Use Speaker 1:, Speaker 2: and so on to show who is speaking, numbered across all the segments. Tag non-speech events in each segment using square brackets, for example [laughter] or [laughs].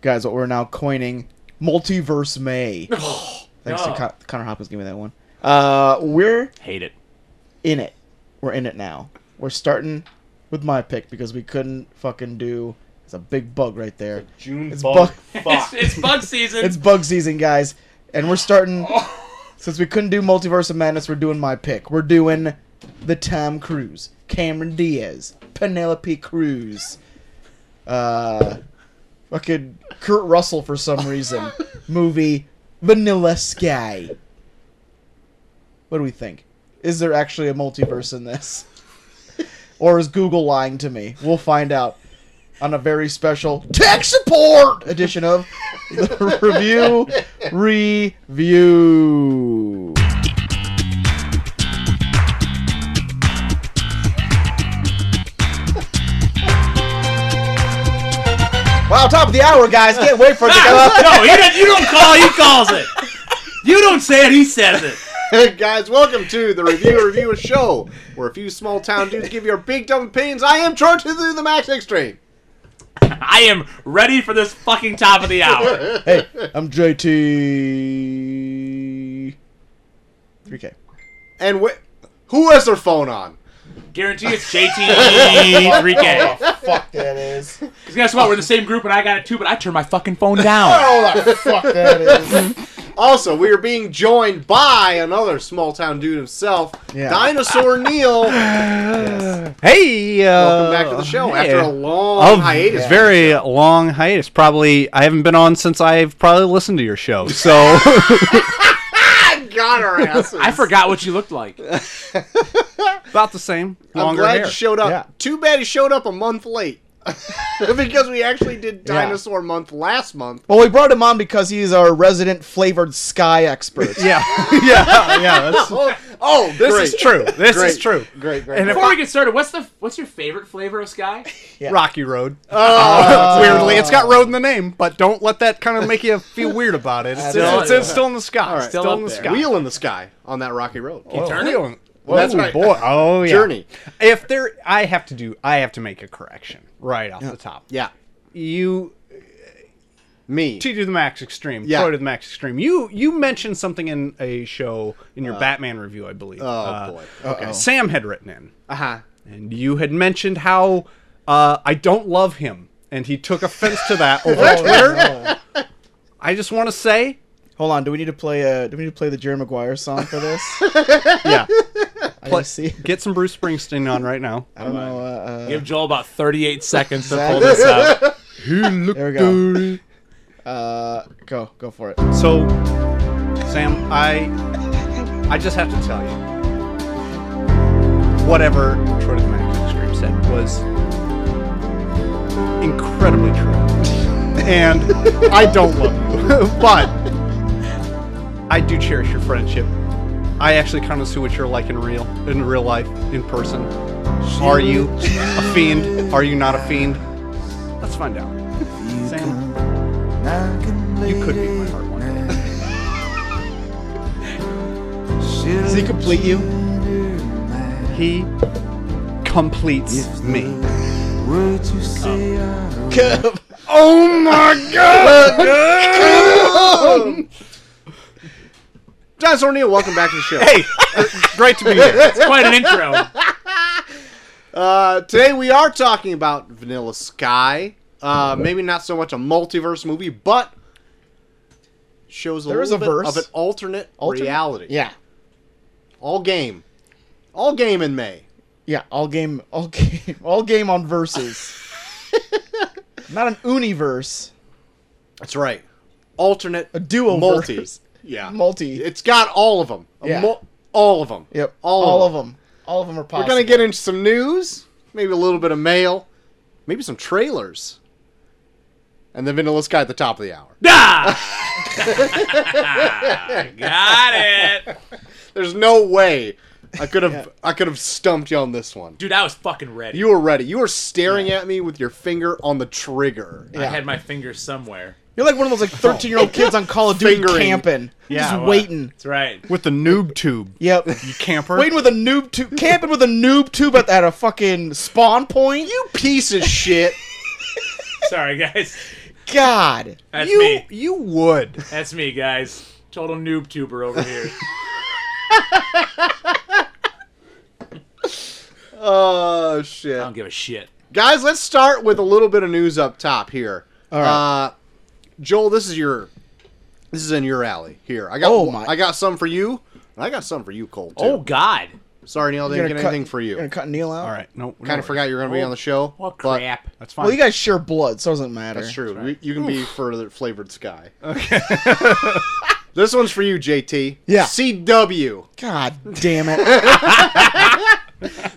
Speaker 1: guys, what we're now coining multiverse
Speaker 2: [laughs]
Speaker 1: May.
Speaker 2: Oh,
Speaker 1: Thanks to
Speaker 3: No.
Speaker 1: Con- Connor Hopkins giving me that one. Uh, we're
Speaker 3: Hate it.
Speaker 1: in it. We're in it now. We're starting with my pick because we couldn't fucking do. It's a big bug right there.
Speaker 2: June
Speaker 1: It's
Speaker 2: bug.
Speaker 1: bug-
Speaker 2: Fuck.
Speaker 3: It's, it's bug season. [laughs]
Speaker 1: It's bug season, guys, and we're starting. Since we couldn't do Multiverse of Madness, we're doing my pick. We're doing the Tom Cruise, Cameron Diaz, Penelope Cruz, uh, fucking Kurt Russell for some reason. movie Vanilla Sky. What do we think? Is there actually a multiverse in this? or is Google lying to me? We'll find out on a very special tech support edition of the [laughs] review review. Wow, top of the hour, guys. Can't wait for it to come up.
Speaker 3: [laughs] no, you don't, you don't call. He calls it. You don't say it. He says it.
Speaker 2: Hey guys, welcome to the Review Review Show, where a few small town dudes give your big dumb opinions. I am George to the Max Extreme.
Speaker 3: I am ready for this fucking top of the hour.
Speaker 1: Hey, I'm JT. 3K.
Speaker 2: And wh- who has their phone on?
Speaker 3: Guarantee it's JTE 3K.
Speaker 1: fuck that is.
Speaker 3: Because guess what? We're in the same group and I got it too, but I turned my fucking phone down.
Speaker 1: Oh, the fuck that is.
Speaker 2: [laughs] Also, we are being joined by another small town dude himself,
Speaker 1: Yeah.
Speaker 2: Dinosaur Neil.
Speaker 1: Yes.
Speaker 4: Hey, uh,
Speaker 2: Welcome back to the show after a long
Speaker 4: of
Speaker 2: hiatus.
Speaker 4: It's very long hiatus. Probably I haven't been on since I've probably listened to your show. So [laughs]
Speaker 2: I got our asses.
Speaker 3: I forgot what you looked like.
Speaker 4: about the same.
Speaker 2: I'm
Speaker 4: Longer
Speaker 2: glad
Speaker 4: hair.
Speaker 2: you showed up.
Speaker 1: Yeah.
Speaker 2: Too bad you showed up a
Speaker 1: [laughs]
Speaker 2: month late. [laughs] because we actually did
Speaker 1: Yeah.
Speaker 2: Dinosaur Month last month.
Speaker 1: Well, we brought him on because he's our resident flavored sky expert. [laughs]
Speaker 4: yeah, [laughs] yeah, yeah. That's,
Speaker 2: Oh, oh
Speaker 4: this is true. This
Speaker 2: Great.
Speaker 4: is true.
Speaker 2: Great, great.
Speaker 4: And if
Speaker 3: Before
Speaker 4: I,
Speaker 3: we get started, what's the what's your favorite flavor of Sky?
Speaker 4: Rocky Road.
Speaker 2: [laughs] Oh.
Speaker 4: Weirdly, it's got road in the name, but don't let that kind of make you feel weird about it. It's,
Speaker 1: Still-
Speaker 4: it's- it's still in the sky.
Speaker 2: right.
Speaker 4: Still,
Speaker 3: Still
Speaker 4: in
Speaker 3: up
Speaker 4: the
Speaker 3: there.
Speaker 4: sky.
Speaker 2: Wheel in the Sky on that rocky road.
Speaker 4: Oh,
Speaker 3: turn it?
Speaker 4: wheel in-
Speaker 2: That's
Speaker 4: oh,
Speaker 2: right.
Speaker 4: boy. Oh yeah.
Speaker 2: Journey.
Speaker 4: If there, I have to do. I have to make a correction right off the top.
Speaker 2: Yeah.
Speaker 4: You
Speaker 2: Me.
Speaker 4: to do the max extreme
Speaker 2: Yeah.
Speaker 4: yeah. to the max extreme you you mentioned something in a show in
Speaker 1: Uh,
Speaker 4: your batman review i believe
Speaker 2: Oh,
Speaker 4: Uh,
Speaker 2: boy.
Speaker 4: okay. sam had written in
Speaker 2: Uh-huh.
Speaker 4: and you had mentioned how uh, i don't love him and he took offense
Speaker 1: [laughs]
Speaker 4: to that over twitter i just want to say
Speaker 1: Hold on, do we need to play uh do we need to play the Jerry Maguire song for
Speaker 2: [laughs]
Speaker 1: this?
Speaker 4: yeah
Speaker 1: [laughs] I
Speaker 4: Play-
Speaker 1: gotta see.
Speaker 4: get some bruce springsteen on right now
Speaker 1: I don't know. Uh, uh,
Speaker 3: Give Joel about 38 seconds to pull this up.
Speaker 1: there we go. Uh, go, go for it.
Speaker 4: so sam i i just have to tell you whatever twitter the max extreme said was incredibly true. and I don't love you, [laughs] but I do cherish your friendship. I actually kind of see what you're like in real in real life, in person. Are you a fiend? Are you not a fiend? Let's find out. Sam, you could be my heart one day.
Speaker 1: Does he complete you?
Speaker 4: He completes me. Oh my [laughs] god!
Speaker 2: Dinosaur Neil, welcome back to the show.
Speaker 4: hey, great to be here.
Speaker 3: It's quite an intro.
Speaker 2: Uh, today we are talking about Vanilla Sky. Uh, maybe not so much a multiverse movie, but shows a
Speaker 1: There is
Speaker 2: little
Speaker 1: a
Speaker 2: bit
Speaker 1: verse.
Speaker 2: of an alternate,
Speaker 1: Alternate-
Speaker 2: reality.
Speaker 1: [laughs] Yeah.
Speaker 2: All game. All game in May.
Speaker 1: Yeah, all game, all game, all game on
Speaker 2: [laughs]
Speaker 1: verses. Not an universe,
Speaker 2: That's right. Alternate
Speaker 1: a duo
Speaker 2: multi.
Speaker 1: verse.
Speaker 2: Yeah.
Speaker 1: multi.
Speaker 2: It's got all of them.
Speaker 1: Yeah.
Speaker 2: all of them.
Speaker 1: Yep,
Speaker 2: All, of them.
Speaker 1: all of them are
Speaker 2: We're
Speaker 1: possible.
Speaker 2: going to get into some news, maybe a little bit of mail, maybe some trailers. And then Vanilla Sky at the top of the hour.
Speaker 3: Ah! Got it.
Speaker 2: There's no way I could have I could have stumped you on this one.
Speaker 3: Dude, I was fucking ready.
Speaker 2: You were ready. You were staring at me with your finger on the trigger.
Speaker 3: I
Speaker 1: Yeah.
Speaker 3: had my fingers somewhere.
Speaker 1: You're like one of those like 13 year old kids on Call of Duty
Speaker 2: [laughs] Fingering.
Speaker 1: camping, just
Speaker 3: well,
Speaker 1: waiting.
Speaker 3: That's right.
Speaker 4: With the noob
Speaker 1: [laughs]
Speaker 4: tube,
Speaker 2: [laughs]
Speaker 1: Yep,
Speaker 4: you camper.
Speaker 1: waiting with a noob tube, camping with a noob tube at, at a fucking spawn point.
Speaker 2: You piece of shit.
Speaker 3: Sorry, guys.
Speaker 1: God.
Speaker 3: That's
Speaker 2: you
Speaker 3: me.
Speaker 2: you would.
Speaker 3: That's me, guys. Total noob tuber over here.
Speaker 2: Oh shit.
Speaker 3: I don't give a shit.
Speaker 2: Guys, let's start with a little bit of news up top here.
Speaker 1: All right.
Speaker 2: Uh, Joel, this is your this is in your alley here. I got
Speaker 1: Oh, my-
Speaker 2: I got some for you, and I got some for you, Cole. Too.
Speaker 3: Oh God.
Speaker 2: sorry, Neil, I
Speaker 1: You're
Speaker 2: didn't
Speaker 1: gonna
Speaker 2: get
Speaker 1: cut-
Speaker 2: anything for you.
Speaker 1: You're gonna cut Oh. Neil out.
Speaker 4: All right. No. no
Speaker 2: Kind
Speaker 4: worries.
Speaker 2: of forgot you were gonna be on the show.
Speaker 3: What
Speaker 2: but
Speaker 3: crap?
Speaker 4: That's fine.
Speaker 1: Well, you guys share blood, so it doesn't matter.
Speaker 2: That's true. You- You can be for the flavored sky. Okay. [laughs] this one's for you, JT.
Speaker 1: Yeah.
Speaker 2: CW. [laughs]
Speaker 1: God damn it.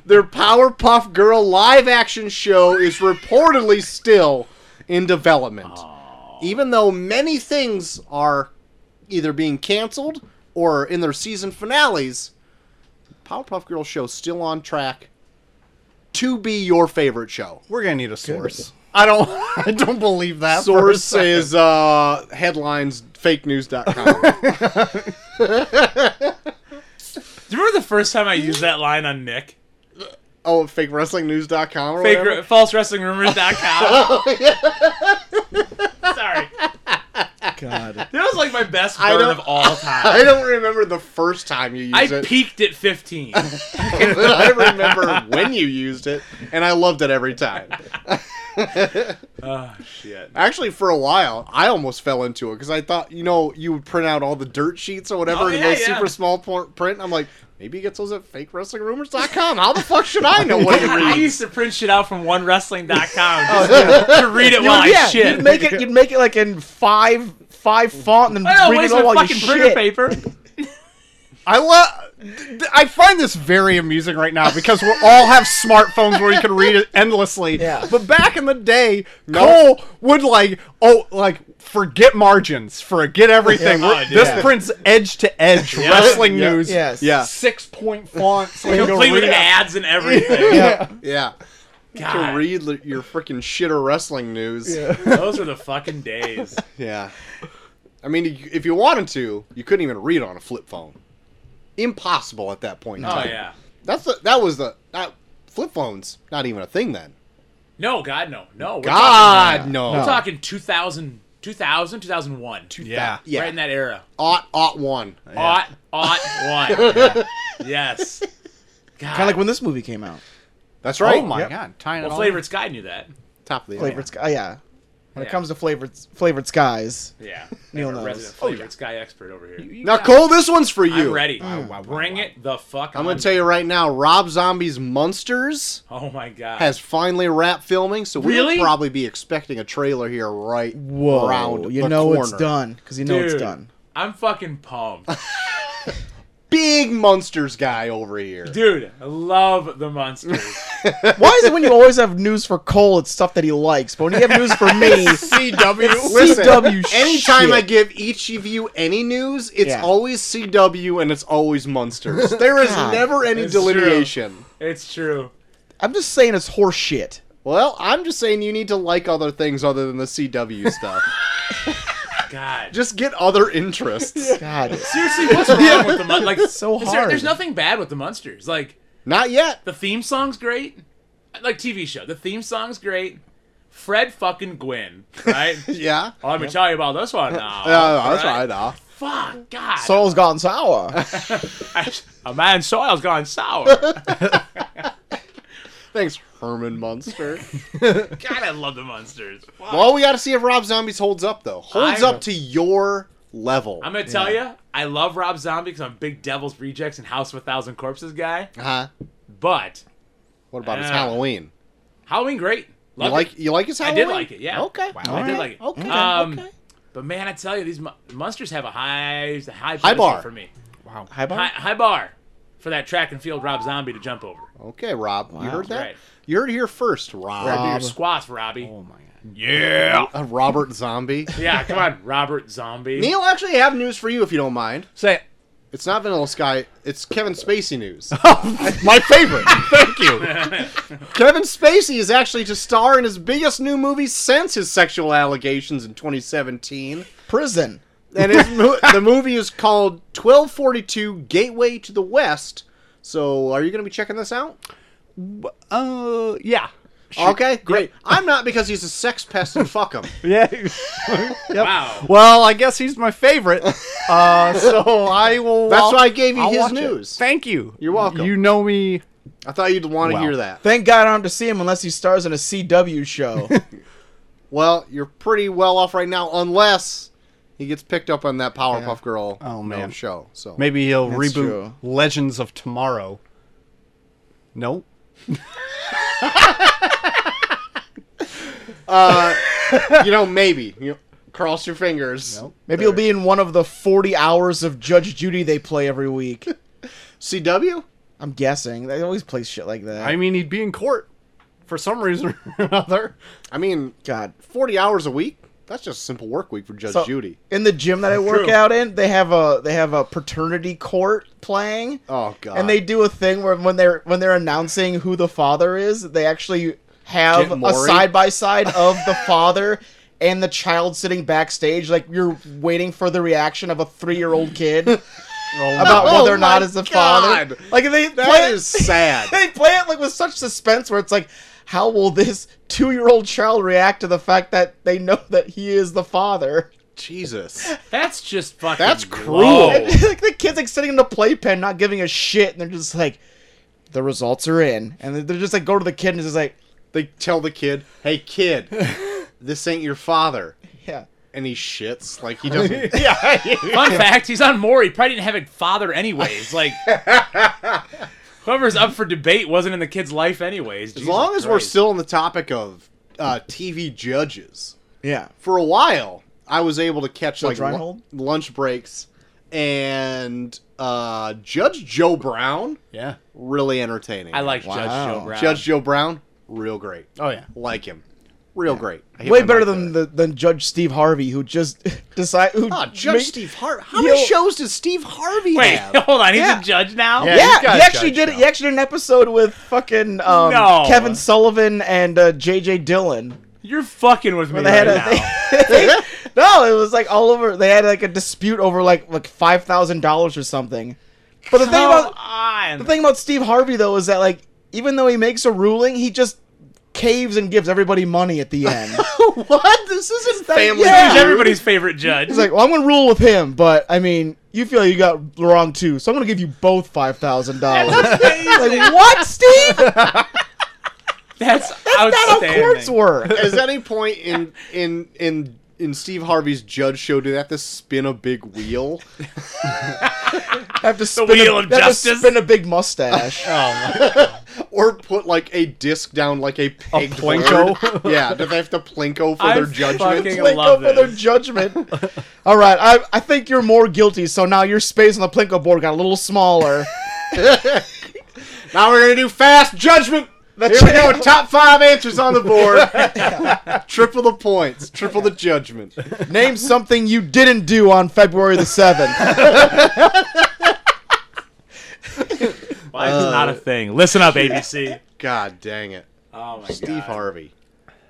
Speaker 2: Their Powerpuff Girl live action show is reportedly still in development. Even though many things are either being canceled or in their season finales, Powerpuff Girl show still on track to be your favorite show.
Speaker 4: we're gonna need a source.
Speaker 2: I don't [laughs]
Speaker 4: I don't believe that. for a
Speaker 2: source
Speaker 4: second.
Speaker 2: is uh headlines fake [laughs] news.com.
Speaker 3: Do you remember the first time I used that line on Nick?
Speaker 2: oh, fake wrestling news.com or
Speaker 3: Fake
Speaker 2: whatever.
Speaker 3: ru- false wrestling rumors.com. Sorry.
Speaker 1: God.
Speaker 3: That was like my best
Speaker 2: I
Speaker 3: burn
Speaker 2: don't-
Speaker 3: of all time.
Speaker 2: I don't remember the first time you used
Speaker 3: I,
Speaker 2: it.
Speaker 3: peaked at 15.
Speaker 2: but [laughs] I remember when you used it, and I loved it
Speaker 3: [laughs]
Speaker 2: every time.
Speaker 3: oh, shit.
Speaker 2: Actually, for a while, I almost fell into it because I thought, you know, you would print out all the dirt sheets or whatever
Speaker 3: Oh,
Speaker 2: in
Speaker 3: yeah,
Speaker 2: those
Speaker 3: yeah.
Speaker 2: super small por- print. I'm like, maybe he gets those at fakewrestlingrumors.com. How the fuck should I
Speaker 3: [laughs]
Speaker 2: know what he
Speaker 3: I
Speaker 2: reads?
Speaker 3: used to print shit out from onewrestling.com just to, to read it while I
Speaker 1: yeah,
Speaker 3: shit.
Speaker 1: you'd make it. You'd make it like in five five font and then
Speaker 3: I don't
Speaker 1: read it
Speaker 3: waste
Speaker 1: all
Speaker 3: my
Speaker 1: while you
Speaker 3: fucking printer
Speaker 1: shit.
Speaker 3: paper.
Speaker 4: I love. I find this very amusing right now because we all have smartphones where you can read it endlessly.
Speaker 1: Yeah.
Speaker 4: But back in the day, Cole would like, oh, like forget margins, forget everything.
Speaker 3: Yeah.
Speaker 4: We're-
Speaker 3: Oh, dude.
Speaker 4: This
Speaker 3: Yeah.
Speaker 4: prints edge to edge wrestling
Speaker 2: Yeah.
Speaker 4: news.
Speaker 1: Yes.
Speaker 2: Yeah,
Speaker 4: Six point font. so you can go
Speaker 3: Complete with
Speaker 4: read it.
Speaker 3: ads and everything.
Speaker 1: Yeah.
Speaker 2: yeah. To
Speaker 3: God,
Speaker 2: read li- your freaking shitter wrestling news.
Speaker 1: Yeah.
Speaker 3: those were the fucking days.
Speaker 2: [laughs] Yeah. I mean, you- if you wanted to, you couldn't even read on a flip phone. Impossible at that point. in
Speaker 3: Oh
Speaker 2: time.
Speaker 3: yeah.
Speaker 2: That's the, that was the that flip phones not even a thing then.
Speaker 3: No, God, no, no. We're
Speaker 2: God
Speaker 3: talking, uh,
Speaker 2: no.
Speaker 3: we're talking 2000, 2000, 2001.
Speaker 4: Yeah.
Speaker 2: Yeah.
Speaker 3: Right in that era.
Speaker 2: Ought ought one.
Speaker 3: Ought, ought, one. [laughs] Yes. God.
Speaker 1: Kind of like when this movie came out.
Speaker 2: That's right.
Speaker 4: Oh my
Speaker 1: Yep.
Speaker 4: god, tying it
Speaker 3: well,
Speaker 4: all.
Speaker 3: Flavored Sky knew that.
Speaker 2: Top of the
Speaker 1: Flavored
Speaker 2: hour.
Speaker 1: Sky. Yeah. When
Speaker 3: Yeah.
Speaker 1: it comes to flavored flavored skies.
Speaker 3: Yeah.
Speaker 1: Neil
Speaker 3: I'm a
Speaker 1: knows.
Speaker 3: Resident
Speaker 1: Oh,
Speaker 3: Flavored Sky expert over here.
Speaker 2: Now Cole, this one's for you.
Speaker 3: I'm ready.
Speaker 4: wow, wow,
Speaker 3: Bring
Speaker 4: wow.
Speaker 3: it the fuck
Speaker 2: I'm
Speaker 3: on.
Speaker 2: gonna tell you right now, Rob Zombie's Monsters
Speaker 3: Oh my God.
Speaker 2: has finally wrapped filming, so
Speaker 3: Really?
Speaker 2: we'll probably be expecting a trailer here right
Speaker 1: Whoa.
Speaker 2: around
Speaker 1: you
Speaker 2: the
Speaker 1: know
Speaker 2: corner.
Speaker 1: it's done because you know
Speaker 3: Dude,
Speaker 1: it's done.
Speaker 3: I'm fucking pumped.
Speaker 2: Big Monsters guy over here.
Speaker 3: Dude, I love the monsters.
Speaker 1: Why is it when you always have news for Cole, it's stuff that he likes, but when you have news for me,
Speaker 2: CW.
Speaker 1: CW shit.
Speaker 2: Anytime I give each of you any news, it's
Speaker 1: Yeah.
Speaker 2: always CW and it's
Speaker 1: [laughs]
Speaker 2: always Monsters. There is
Speaker 1: God.
Speaker 2: never any
Speaker 3: It's
Speaker 2: delineation.
Speaker 3: it's true.
Speaker 1: I'm just saying it's horse shit.
Speaker 2: Well, I'm just saying you need to like other things other than the
Speaker 1: [laughs]
Speaker 2: CW stuff.
Speaker 3: God.
Speaker 2: just get other interests.
Speaker 1: God,
Speaker 3: Seriously, what's wrong with the mon- like?
Speaker 1: So
Speaker 3: is there-
Speaker 1: hard.
Speaker 3: there's nothing bad with the monsters. Like
Speaker 2: Not yet.
Speaker 3: the theme song's great. Like TV show, the theme song's great. Fred fucking Gwyn, right?
Speaker 2: [laughs] Yeah.
Speaker 3: Oh, Let me tell you about this one now.
Speaker 2: Yeah, that's right. uh,
Speaker 3: Fuck, God.
Speaker 1: Soul's gone sour.
Speaker 3: a man's soil's gone
Speaker 2: [laughs]
Speaker 3: sour. God,
Speaker 2: Thanks, Herman Munster.
Speaker 3: I love the monsters. Fuck.
Speaker 2: well, we got to see if Rob Zombies holds up, though. Holds
Speaker 3: I'm-
Speaker 2: up to your level.
Speaker 3: I'm gonna tell you, I love Rob Zombie because I'm big Devil's Rejects and House of a Thousand Corpses guy.
Speaker 2: huh?
Speaker 3: But
Speaker 2: What about his
Speaker 3: Ah.
Speaker 2: Halloween?
Speaker 3: Halloween, great.
Speaker 2: You
Speaker 3: Love it.
Speaker 2: like you like his
Speaker 3: I
Speaker 2: Halloween?
Speaker 3: did like it. Yeah.
Speaker 2: Okay.
Speaker 3: I did like it.
Speaker 2: Okay.
Speaker 3: Um,
Speaker 2: okay.
Speaker 3: But man, I tell you, these mon- monsters have a high, high,
Speaker 2: High bar.
Speaker 3: pedestal for me.
Speaker 4: wow.
Speaker 1: Hi, Bob.
Speaker 3: High, high bar for that track and field Rob Zombie to jump over.
Speaker 2: Okay, Rob. You heard that?
Speaker 3: Right.
Speaker 2: You heard it here first, Rob.
Speaker 3: Do your
Speaker 1: Rob.
Speaker 3: squats, Robbie.
Speaker 4: Oh my god.
Speaker 3: Yeah.
Speaker 2: Uh, Robert Zombie.
Speaker 3: Yeah, come on, Robert Zombie.
Speaker 2: Neil, actually, I have news for you if you don't mind.
Speaker 4: Say it.
Speaker 2: It's not Vanilla Sky. It's Kevin Spacey news.
Speaker 4: [laughs]
Speaker 2: My favorite.
Speaker 4: Thank you.
Speaker 2: Kevin Spacey is actually to star in his biggest new movie since his sexual allegations in 2017.
Speaker 1: Prison.
Speaker 2: And his mo- the movie is called 1242 Gateway to the West. So, are you going to be checking this out?
Speaker 4: Uh, yeah.
Speaker 2: Okay, great. I'm not because he's a sex pest and fuck him. [laughs]
Speaker 4: Yeah. Yep.
Speaker 3: Wow.
Speaker 4: Well, I guess he's
Speaker 2: [laughs]
Speaker 4: my favorite. Uh, so I will.
Speaker 2: That's
Speaker 4: I'll-
Speaker 2: why I gave you
Speaker 4: I'll
Speaker 2: his
Speaker 4: watch it.
Speaker 2: news.
Speaker 4: Thank you.
Speaker 2: You're welcome.
Speaker 4: You know me.
Speaker 2: I thought you'd want to
Speaker 4: Wow.
Speaker 2: hear that.
Speaker 1: Thank God I don't have to see him unless he stars in a CW show.
Speaker 2: Well, you're pretty well off right now, unless he gets picked up on that Powerpuff
Speaker 4: Yeah.
Speaker 2: Girl
Speaker 4: Oh,
Speaker 2: you know,
Speaker 4: man.
Speaker 2: show. So
Speaker 4: Maybe he'll
Speaker 1: That's
Speaker 4: reboot
Speaker 1: true.
Speaker 4: Legends of Tomorrow. No.
Speaker 2: you know, maybe you know, cross your fingers.
Speaker 4: Nope.
Speaker 1: Maybe he'll be in one of the 40 hours of Judge Judy they play every week.
Speaker 2: CW.
Speaker 1: I'm guessing. They always play shit like that.
Speaker 4: I mean, he'd be in court for some reason [laughs] or another.
Speaker 2: I mean,
Speaker 1: God.
Speaker 2: 40 hours a week. That's just a simple work week for Judge
Speaker 1: So,
Speaker 2: Judy.
Speaker 1: In the gym that I work
Speaker 3: True.
Speaker 1: out in, they have a they have a paternity court playing.
Speaker 2: Oh god.
Speaker 1: and they do a thing where when they're when they're announcing who the father is, they actually have
Speaker 2: Get
Speaker 1: a
Speaker 2: Maury?
Speaker 1: side by side of
Speaker 2: [laughs]
Speaker 1: the father and the child sitting backstage, like you're waiting for the reaction of a three year old
Speaker 2: [laughs]
Speaker 1: kid about
Speaker 2: Oh
Speaker 1: whether or not
Speaker 2: my
Speaker 1: is the father.
Speaker 2: God.
Speaker 1: Like they play
Speaker 2: That is sad.
Speaker 1: it, [laughs] they play it like with such suspense where it's like, how will this two year old child react to the fact that they know that he is the father?
Speaker 2: Jesus.
Speaker 3: That's just fucking.
Speaker 2: That's cruel.
Speaker 3: low.
Speaker 1: And, [laughs] like the kid's like sitting in the playpen, not giving a shit, and they're just like, the results are in, and they're just like go to the kid and just like,
Speaker 2: They tell the kid, "Hey
Speaker 1: [laughs]
Speaker 2: kid, this ain't your father."
Speaker 1: yeah,
Speaker 2: And he shits like he
Speaker 1: [laughs]
Speaker 2: doesn't
Speaker 4: yeah.
Speaker 3: Fun fact: He's on Maury. Probably didn't have a father,
Speaker 1: [laughs]
Speaker 3: anyways. Like, whoever's up for debate wasn't in the kid's life, anyways.
Speaker 2: As long as we're still on the topic of uh, TV judges,
Speaker 1: yeah.
Speaker 2: for a while I was able to catch
Speaker 1: Judge
Speaker 2: like lu-
Speaker 1: Reinhold?
Speaker 2: lunch breaks, and uh, Judge Joe Brown
Speaker 4: yeah.
Speaker 2: really entertaining.
Speaker 3: I like Judge
Speaker 1: Wow.
Speaker 3: Joe Brown.
Speaker 2: Judge Joe Brown, real great.
Speaker 4: Oh yeah.
Speaker 2: Like him, real great. I hit
Speaker 1: Way
Speaker 2: my
Speaker 1: better
Speaker 2: mic
Speaker 1: than
Speaker 2: there.
Speaker 1: the, than Judge Steve Harvey, who just [laughs] decide who
Speaker 2: Ah, Judge
Speaker 1: made-
Speaker 2: Steve Harvey. How many
Speaker 1: Yo-
Speaker 2: shows does Steve Harvey
Speaker 3: [laughs] Wait,
Speaker 2: have?
Speaker 3: hold on. He's
Speaker 1: Yeah.
Speaker 3: a judge now.
Speaker 4: Yeah.
Speaker 1: Yeah,
Speaker 4: he's got
Speaker 1: he
Speaker 4: a
Speaker 1: actually
Speaker 4: judge
Speaker 1: did. it.
Speaker 4: now.
Speaker 1: He actually did an episode with fucking um,
Speaker 3: No.
Speaker 1: Kevin Sullivan and uh, J.J. Dillon. [laughs]
Speaker 3: You're fucking with me
Speaker 1: They had
Speaker 3: right
Speaker 1: a,
Speaker 3: now.
Speaker 1: they- no, it was like all over. They had like a dispute over like like five thousand dollars or something. But the thing
Speaker 3: Come
Speaker 1: about
Speaker 3: on.
Speaker 1: The thing about Steve Harvey though is that like even though he makes a ruling, he just caves and gives everybody money at the
Speaker 3: [laughs]
Speaker 1: end.
Speaker 2: what? This isn't family.
Speaker 1: yeah.
Speaker 3: He's
Speaker 2: Feud.
Speaker 3: everybody's favorite judge.
Speaker 1: He's like, [laughs] "Well, I'm gonna rule with him, but I mean, you feel you got wrong too, so I'm gonna give you both five thousand dollars."
Speaker 3: [laughs]
Speaker 1: Like what, Steve? That's
Speaker 3: That's,
Speaker 1: not how
Speaker 3: outstanding.
Speaker 1: courts
Speaker 3: [laughs]
Speaker 1: work.
Speaker 2: Is there any point in in in in Steve Harvey's judge show do they have to spin a big
Speaker 3: [laughs]
Speaker 2: wheel?
Speaker 1: I have to spin
Speaker 3: wheel
Speaker 1: a,
Speaker 3: of
Speaker 1: I have to
Speaker 3: justice.
Speaker 1: spin a big
Speaker 3: [laughs]
Speaker 4: Oh,
Speaker 1: mustache.
Speaker 2: Or put like a disc down like a pegged
Speaker 4: plinko?
Speaker 2: board? yeah, do they have
Speaker 1: [laughs]
Speaker 2: to plinko for
Speaker 3: I
Speaker 2: their judgment?
Speaker 3: fucking-
Speaker 1: They go
Speaker 3: love
Speaker 1: oh, for their
Speaker 3: this.
Speaker 1: judgment. All right, I I think you're more guilty, so now your space on the plinko board got a little
Speaker 3: [laughs]
Speaker 1: smaller.
Speaker 2: now we're gonna do fast judgment.
Speaker 1: That's
Speaker 2: Here we go.
Speaker 1: it.
Speaker 2: Top five answers on the board.
Speaker 3: [laughs]
Speaker 2: triple the points. Triple the judgment.
Speaker 1: Name something you didn't do on February the seventh.
Speaker 3: Why is it not a
Speaker 2: Uh,
Speaker 3: thing? Listen up, ABC.
Speaker 2: God dang it,
Speaker 3: Oh my
Speaker 2: Steve
Speaker 3: god.
Speaker 2: Harvey.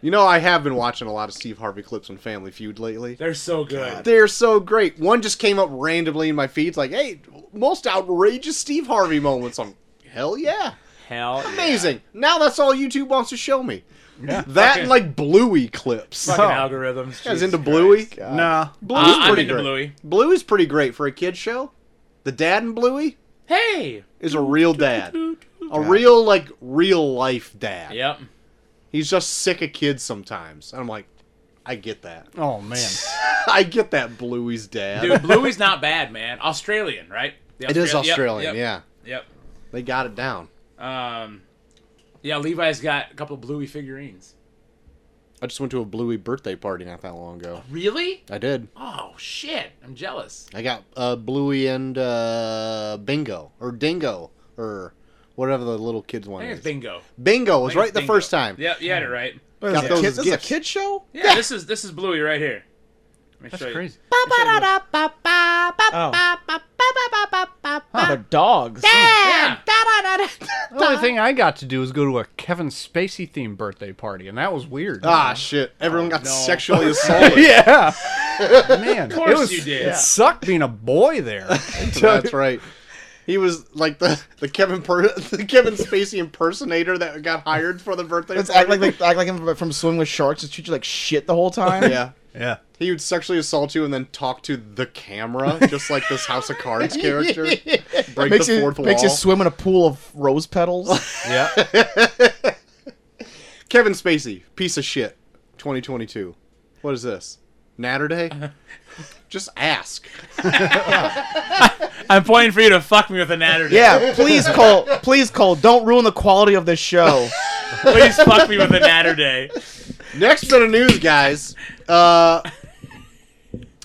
Speaker 2: You know I have been watching a lot of Steve Harvey clips on Family Feud lately.
Speaker 3: They're so good.
Speaker 2: They're so great. One just came up randomly in my feeds, like, "Hey, most outrageous Steve Harvey moments." I'm, hell yeah,
Speaker 3: Hell. yeah.
Speaker 2: amazing. Now that's all YouTube wants to show me. That and like Bluey clips.
Speaker 3: Fucking
Speaker 4: Oh.
Speaker 3: algorithms. Jesus
Speaker 2: Guys into
Speaker 3: Christ.
Speaker 2: Bluey.
Speaker 4: Nah.
Speaker 2: Bluey's
Speaker 3: Uh, I'm
Speaker 2: pretty
Speaker 3: into
Speaker 2: great.
Speaker 3: Bluey.
Speaker 2: Bluey's pretty great for a kid show. The dad in Bluey
Speaker 3: Hey.
Speaker 2: is a real dad, a real like real life dad.
Speaker 3: Yep.
Speaker 2: He's just sick of kids sometimes, and I'm like, I get that. [laughs]
Speaker 4: Oh man.
Speaker 2: I get that Bluey's dad.
Speaker 3: Dude, Bluey's not bad, man. Australian, right? The
Speaker 2: it is
Speaker 3: Australi- yep,
Speaker 2: Australian,
Speaker 3: yep,
Speaker 2: yeah.
Speaker 3: Yep.
Speaker 2: They got it down.
Speaker 3: Um, yeah, Levi's got a couple Bluey figurines.
Speaker 2: I just went to a Bluey birthday party not that long ago.
Speaker 3: Really?
Speaker 2: I did.
Speaker 3: Oh shit! I'm jealous.
Speaker 2: I got uh, Bluey and uh, Bingo or Dingo or whatever the little kids
Speaker 3: I
Speaker 2: one
Speaker 3: think it's
Speaker 2: is.
Speaker 3: Bingo.
Speaker 2: Bingo
Speaker 3: I
Speaker 2: was
Speaker 3: think
Speaker 2: right
Speaker 3: it's
Speaker 2: the
Speaker 3: Bingo.
Speaker 2: first time.
Speaker 3: Yep, you had it right.
Speaker 1: What
Speaker 2: Got
Speaker 1: is
Speaker 2: those
Speaker 1: it? Kids, this
Speaker 2: as
Speaker 1: is a
Speaker 2: gifts.
Speaker 1: kid show?
Speaker 3: Yeah, this is this is Bluey right here. Let me show you.
Speaker 1: Oh. they're dogs.
Speaker 3: Yeah.
Speaker 4: The only thing I got to do was go to a Kevin Spacey themed birthday party, and that was weird.
Speaker 2: Ah shit! Everyone got
Speaker 3: Oh, no. [laughs]
Speaker 2: sexually [laughs] assaulted.
Speaker 4: yeah. Man,
Speaker 3: course
Speaker 4: it was,
Speaker 3: you did.
Speaker 4: It sucked being a boy there.
Speaker 1: [laughs]
Speaker 2: That's right. He was like the the Kevin per- [laughs] the Kevin Spacey impersonator that got hired for the birthday.
Speaker 1: Let's act
Speaker 2: party.
Speaker 1: like, like act like him from Swimming with Sharks. Just treat you like shit the whole time.
Speaker 2: yeah.
Speaker 4: Yeah.
Speaker 2: He would sexually assault you and then talk to the camera, just like this House of
Speaker 1: [laughs]
Speaker 2: Cards character. Break
Speaker 1: makes
Speaker 2: the
Speaker 1: you
Speaker 2: fourth
Speaker 1: makes
Speaker 2: wall.
Speaker 1: you swim in a pool of rose petals.
Speaker 4: Yeah.
Speaker 2: Kevin Spacey, piece of shit. 2022. What is this? Natter Day?
Speaker 1: [laughs]
Speaker 2: Just ask.
Speaker 3: I'm pointing for you to fuck me with a natter. dick.
Speaker 1: [laughs] yeah, please Cole, please Cole, don't ruin the quality of this show.
Speaker 3: Please fuck me with a natter day.
Speaker 2: Next bit of news, guys. Uh,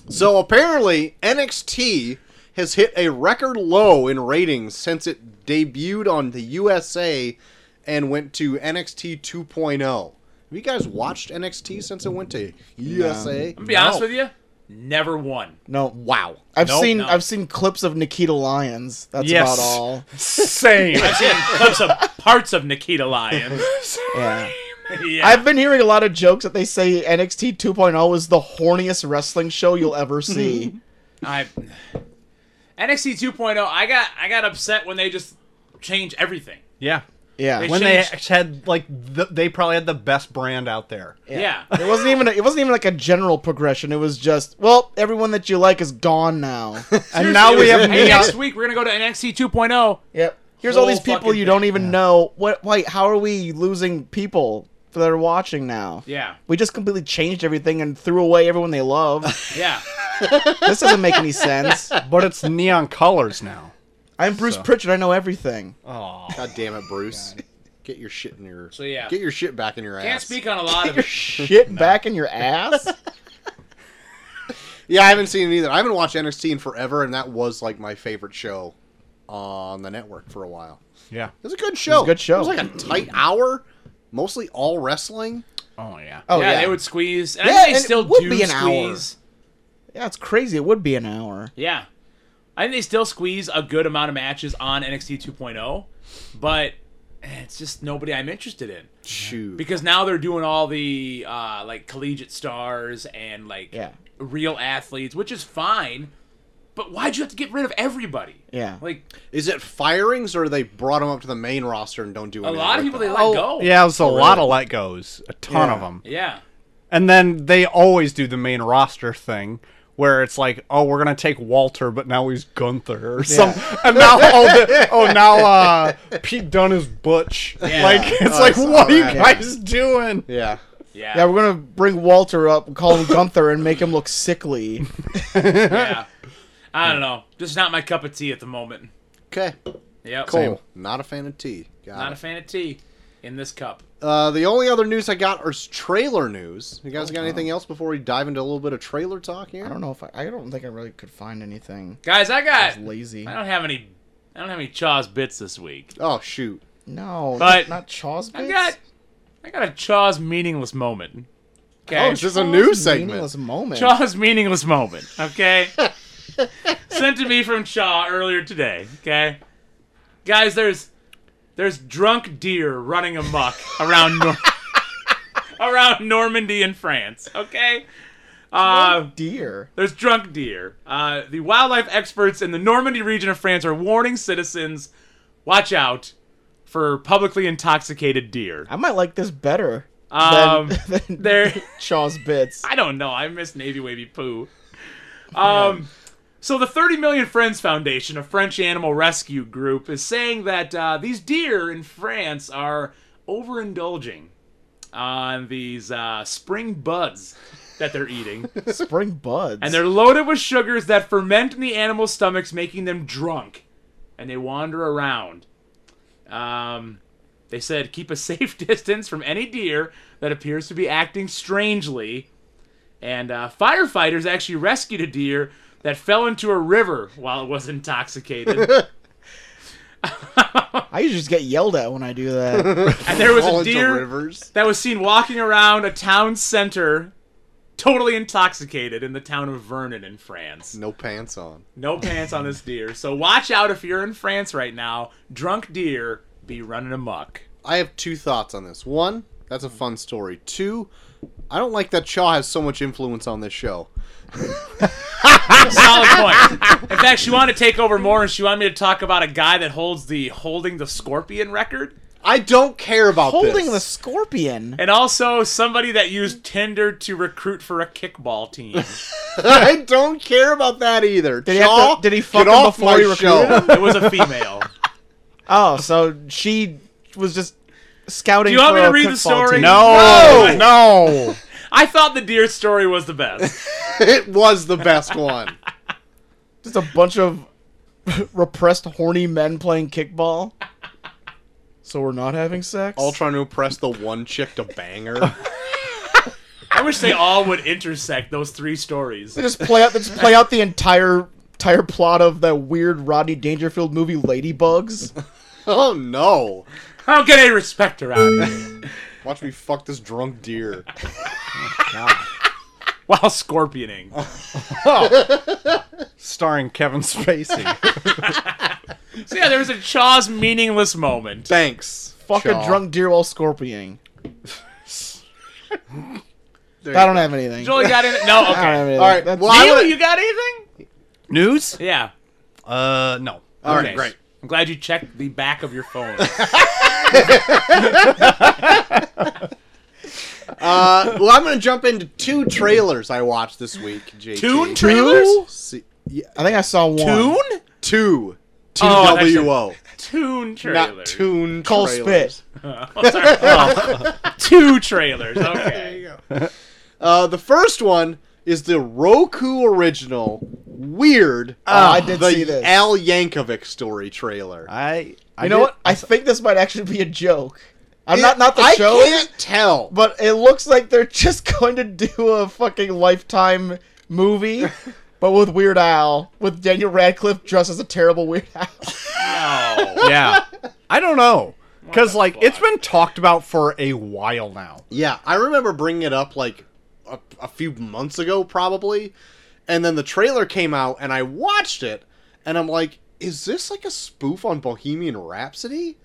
Speaker 2: so apparently NXT has hit a record low in ratings since it debuted on the USA and went to NXT 2.0. oh. Have you guys watched NXT since it went to USA?
Speaker 3: To be honest with you, never won.
Speaker 1: No,
Speaker 2: Wow.
Speaker 1: I've
Speaker 4: Nope.
Speaker 1: seen
Speaker 3: No.
Speaker 1: I've seen clips of Nikita Lyons. That's
Speaker 4: Yes.
Speaker 1: about all.
Speaker 4: Same.
Speaker 3: [laughs] I've seen clips of parts of Nikita Lion.
Speaker 1: Yeah.
Speaker 3: [laughs] Yeah.
Speaker 1: I've been hearing a lot of jokes that they say NXT 2.0 is the horniest wrestling show you'll ever [laughs] see.
Speaker 3: I NXT 2.0. oh, I got I got upset when they just change everything.
Speaker 4: [laughs] Yeah.
Speaker 1: Yeah.
Speaker 3: They
Speaker 4: When they
Speaker 3: Changed.
Speaker 4: had like the, they probably had the best brand out there.
Speaker 3: Yeah.
Speaker 1: It wasn't even a, it wasn't even like a general progression. It was just, well, everyone that you like is gone [laughs]
Speaker 3: [laughs]
Speaker 1: now.
Speaker 4: And now we have
Speaker 3: hey,
Speaker 4: Mia.
Speaker 3: next week we're gonna go to NXT 2.0.
Speaker 1: Yep. Here's all
Speaker 3: Whole
Speaker 1: these people
Speaker 3: fucking
Speaker 1: you
Speaker 3: thing.
Speaker 1: don't even know. What? Wait, how are we losing people that are watching now?
Speaker 3: Yeah.
Speaker 1: We just completely changed everything and threw away everyone they love.
Speaker 3: Yeah.
Speaker 1: this doesn't make any
Speaker 3: [laughs]
Speaker 1: sense.
Speaker 4: [laughs] But it's neon colors now.
Speaker 1: I'm Bruce Pritchard. I know everything.
Speaker 3: [laughs]
Speaker 4: Oh.
Speaker 2: God damn it, Bruce. Get your shit in your
Speaker 3: So, yeah.
Speaker 2: Get your shit back in your ass.
Speaker 3: Can't speak on
Speaker 1: [laughs]
Speaker 3: a lot of it.
Speaker 1: Shit back in your
Speaker 3: [laughs]
Speaker 1: ass.
Speaker 2: Yeah, I haven't seen it either. I haven't watched NXT in forever, and that was like my favorite show on the network for a while.
Speaker 4: Yeah.
Speaker 2: It was a good show.
Speaker 1: a good show.
Speaker 2: It was like a tight hour, mostly all wrestling.
Speaker 4: Oh yeah.
Speaker 1: Oh
Speaker 3: yeah,
Speaker 1: yeah.
Speaker 3: they would squeeze. And
Speaker 1: Yeah,
Speaker 3: I think
Speaker 1: and
Speaker 3: they
Speaker 1: it
Speaker 3: still
Speaker 1: would
Speaker 3: do
Speaker 1: be an hour.
Speaker 3: squeeze.
Speaker 1: Yeah, it's crazy. It would be an hour.
Speaker 3: Yeah. I think they still squeeze a good amount of matches on NXT 2.0, oh, but eh, it's just nobody I'm interested in
Speaker 2: Shoot.
Speaker 3: because now they're doing all the uh, like collegiate stars and like
Speaker 1: Yeah.
Speaker 3: real athletes, which is fine. But why'd you have to get rid of everybody?
Speaker 1: Yeah.
Speaker 3: Like
Speaker 2: Is it firings or they brought them up to the main roster and don't do
Speaker 3: a
Speaker 2: anything
Speaker 3: lot of
Speaker 2: with
Speaker 3: people they
Speaker 2: them?
Speaker 3: let go.
Speaker 4: Yeah, it was a lot of let goes, a ton
Speaker 1: Yeah.
Speaker 4: of them.
Speaker 3: Oh, Yeah.
Speaker 4: And then they always do the main roster thing where it's like, oh, we're gonna take Walter, but now he's Gunther or some. And
Speaker 2: [laughs]
Speaker 4: now oh, the, oh now uh, Pete Dunne is Butch.
Speaker 3: Yeah.
Speaker 4: Like it's
Speaker 2: Oh,
Speaker 4: like,
Speaker 2: it's-
Speaker 4: what are you
Speaker 2: alright.
Speaker 4: guys doing?
Speaker 2: Yeah.
Speaker 3: Yeah.
Speaker 1: Yeah, we're gonna bring Walter up, and call him Gunther, and make him look
Speaker 3: [laughs]
Speaker 1: sickly.
Speaker 3: yeah. I don't know. Just not my cup of tea at the moment.
Speaker 2: Okay.
Speaker 3: Yep.
Speaker 2: Cool. Not a fan of tea. Got
Speaker 3: Not
Speaker 2: it.
Speaker 3: a fan of tea in this cup.
Speaker 2: Uh, the only other news I got is trailer news. You guys got anything else before we dive into a little bit of trailer talk here?
Speaker 1: I don't know if I. I don't think I really could find anything.
Speaker 3: Guys, I got
Speaker 1: Lazy.
Speaker 3: I don't have any I don't have any Chaws bits this week.
Speaker 2: Oh shoot.
Speaker 1: No,
Speaker 3: But-
Speaker 1: not Chawsbits.
Speaker 3: I got I got a Chaws meaningless moment.
Speaker 2: Oh,
Speaker 3: Okay.
Speaker 2: is this a news
Speaker 1: Meaningless
Speaker 2: segment?
Speaker 1: moment.
Speaker 3: Chaw's meaningless moment, okay? Sent to me from Chaw earlier today, okay? Guys, there's there's drunk deer running amok around Nor- around Normandy in France, okay? Uh,
Speaker 1: dear.
Speaker 3: there's drunk deer. Uh, the wildlife experts in the Normandy region of France are warning citizens, watch out for publicly intoxicated deer.
Speaker 1: I might like this better [laughs]
Speaker 3: Um,
Speaker 1: than, than
Speaker 3: They're
Speaker 1: Shaw's bits.
Speaker 3: I don't know. I miss Navy Wavy Poo. Um, so the 30 Million Friends Foundation, a French animal rescue group, is saying that uh, these deer in France are overindulging on these uh, spring buds that they're eating,
Speaker 1: Spring buds.
Speaker 3: and they're loaded with sugars that ferment in the animals' stomachs, making them drunk, and they wander around. Um, they said keep a safe [laughs] distance from any deer that appears to be acting strangely. And uh, firefighters actually rescued a deer that fell into a river while it was
Speaker 2: [laughs]
Speaker 3: intoxicated.
Speaker 1: I usually just get yelled at when I do that.
Speaker 3: and there was
Speaker 2: Fall
Speaker 3: a
Speaker 2: into
Speaker 3: deer
Speaker 2: rivers.
Speaker 3: that was seen walking around a town center totally intoxicated in the town of Vernon in France.
Speaker 2: No pants on.
Speaker 3: No pants on this deer. So watch out if you're in France right now. Drunk deer be running amok.
Speaker 2: I have two thoughts on this. One, that's a fun story. Two, I don't like that Shaw has so much influence on this show.
Speaker 3: Solid point. In fact, she wanted to take over more, and she wanted me to talk about a guy that holds the holding the scorpion record,
Speaker 2: I don't care about
Speaker 1: Holding the
Speaker 2: this.
Speaker 1: scorpion.
Speaker 3: and also somebody that used Tinder to recruit for a kickball team.
Speaker 2: [laughs] I don't care about that either.
Speaker 1: Did he have
Speaker 2: Shaw,
Speaker 1: to- did he fuck
Speaker 2: get
Speaker 1: him
Speaker 2: off
Speaker 1: before
Speaker 2: my
Speaker 1: he recruited
Speaker 2: [laughs] show.
Speaker 3: It was a female.
Speaker 1: Oh, so she was just scouting.
Speaker 3: Do you
Speaker 1: for
Speaker 3: want me to
Speaker 1: a
Speaker 3: read the
Speaker 1: kickball
Speaker 3: story?
Speaker 1: team.
Speaker 2: No,
Speaker 1: Oh,
Speaker 3: No!
Speaker 2: no.
Speaker 3: I thought the deer story was the best.
Speaker 2: [laughs] it was the best one.
Speaker 1: just a bunch of [laughs] repressed, horny men playing kickball. So we're not having sex.
Speaker 2: All trying to impress the one chick to bang her.
Speaker 3: I wish they all would intersect those three stories.
Speaker 1: They just play out. They just play out the entire entire plot of that weird Rodney Dangerfield movie, Ladybugs.
Speaker 2: [laughs] oh no.
Speaker 3: I don't get any respect around here.
Speaker 2: Watch me fuck this drunk deer.
Speaker 3: While scorpioning.
Speaker 4: starring Kevin Spacey.
Speaker 3: So yeah, there was a Chaw's meaningless moment.
Speaker 2: [laughs] Thanks.
Speaker 1: Fuck
Speaker 2: Shaw.
Speaker 1: a drunk deer while
Speaker 2: [laughs]
Speaker 1: scorpioning.
Speaker 2: There
Speaker 1: I
Speaker 2: you
Speaker 1: don't
Speaker 2: go.
Speaker 1: have anything.
Speaker 3: Julie got in. No,
Speaker 1: I don't have
Speaker 3: okay.
Speaker 1: anything.
Speaker 2: All right.
Speaker 1: That's-
Speaker 2: Well, I
Speaker 3: Neil,
Speaker 2: would-
Speaker 3: you got anything?
Speaker 4: News?
Speaker 3: Yeah.
Speaker 4: Uh, no.
Speaker 2: All right,
Speaker 3: Okay.
Speaker 2: great.
Speaker 3: I'm glad you checked the back of your phone.
Speaker 2: Uh, well, I'm going to jump into two trailers I watched this week. JT.
Speaker 3: Tune trailers?
Speaker 2: See- yeah,
Speaker 1: I think I saw one.
Speaker 3: [laughs] Tune?
Speaker 2: two. T
Speaker 3: Oh,
Speaker 2: W O.
Speaker 3: Tune trailers.
Speaker 2: Not tune.
Speaker 1: Cole
Speaker 2: trailers.
Speaker 1: Spit.
Speaker 3: Oh, [laughs] sorry. Two trailers. Okay.
Speaker 2: Uh, the first one is the Roku original weird.
Speaker 1: Oh, I did
Speaker 2: the
Speaker 1: see this.
Speaker 2: Al Yankovic story trailer.
Speaker 4: I. I
Speaker 1: You know
Speaker 4: did-
Speaker 1: what? I think this might actually be a joke. I'm not not the
Speaker 2: I
Speaker 1: show.
Speaker 2: can't tell.
Speaker 1: but it looks like they're [laughs] just going to do a fucking lifetime
Speaker 2: [laughs]
Speaker 1: movie, but with Weird Al, with Daniel Radcliffe dressed as a terrible Weird Al.
Speaker 3: No.
Speaker 4: yeah. I don't know. Because,
Speaker 3: the
Speaker 4: like,
Speaker 3: fuck?
Speaker 4: it's been talked about for a while now.
Speaker 2: yeah, I remember bringing it up like a, a few months ago, probably, and then the trailer came out, and I watched it, and I'm like, is this like a spoof on Bohemian Rhapsody?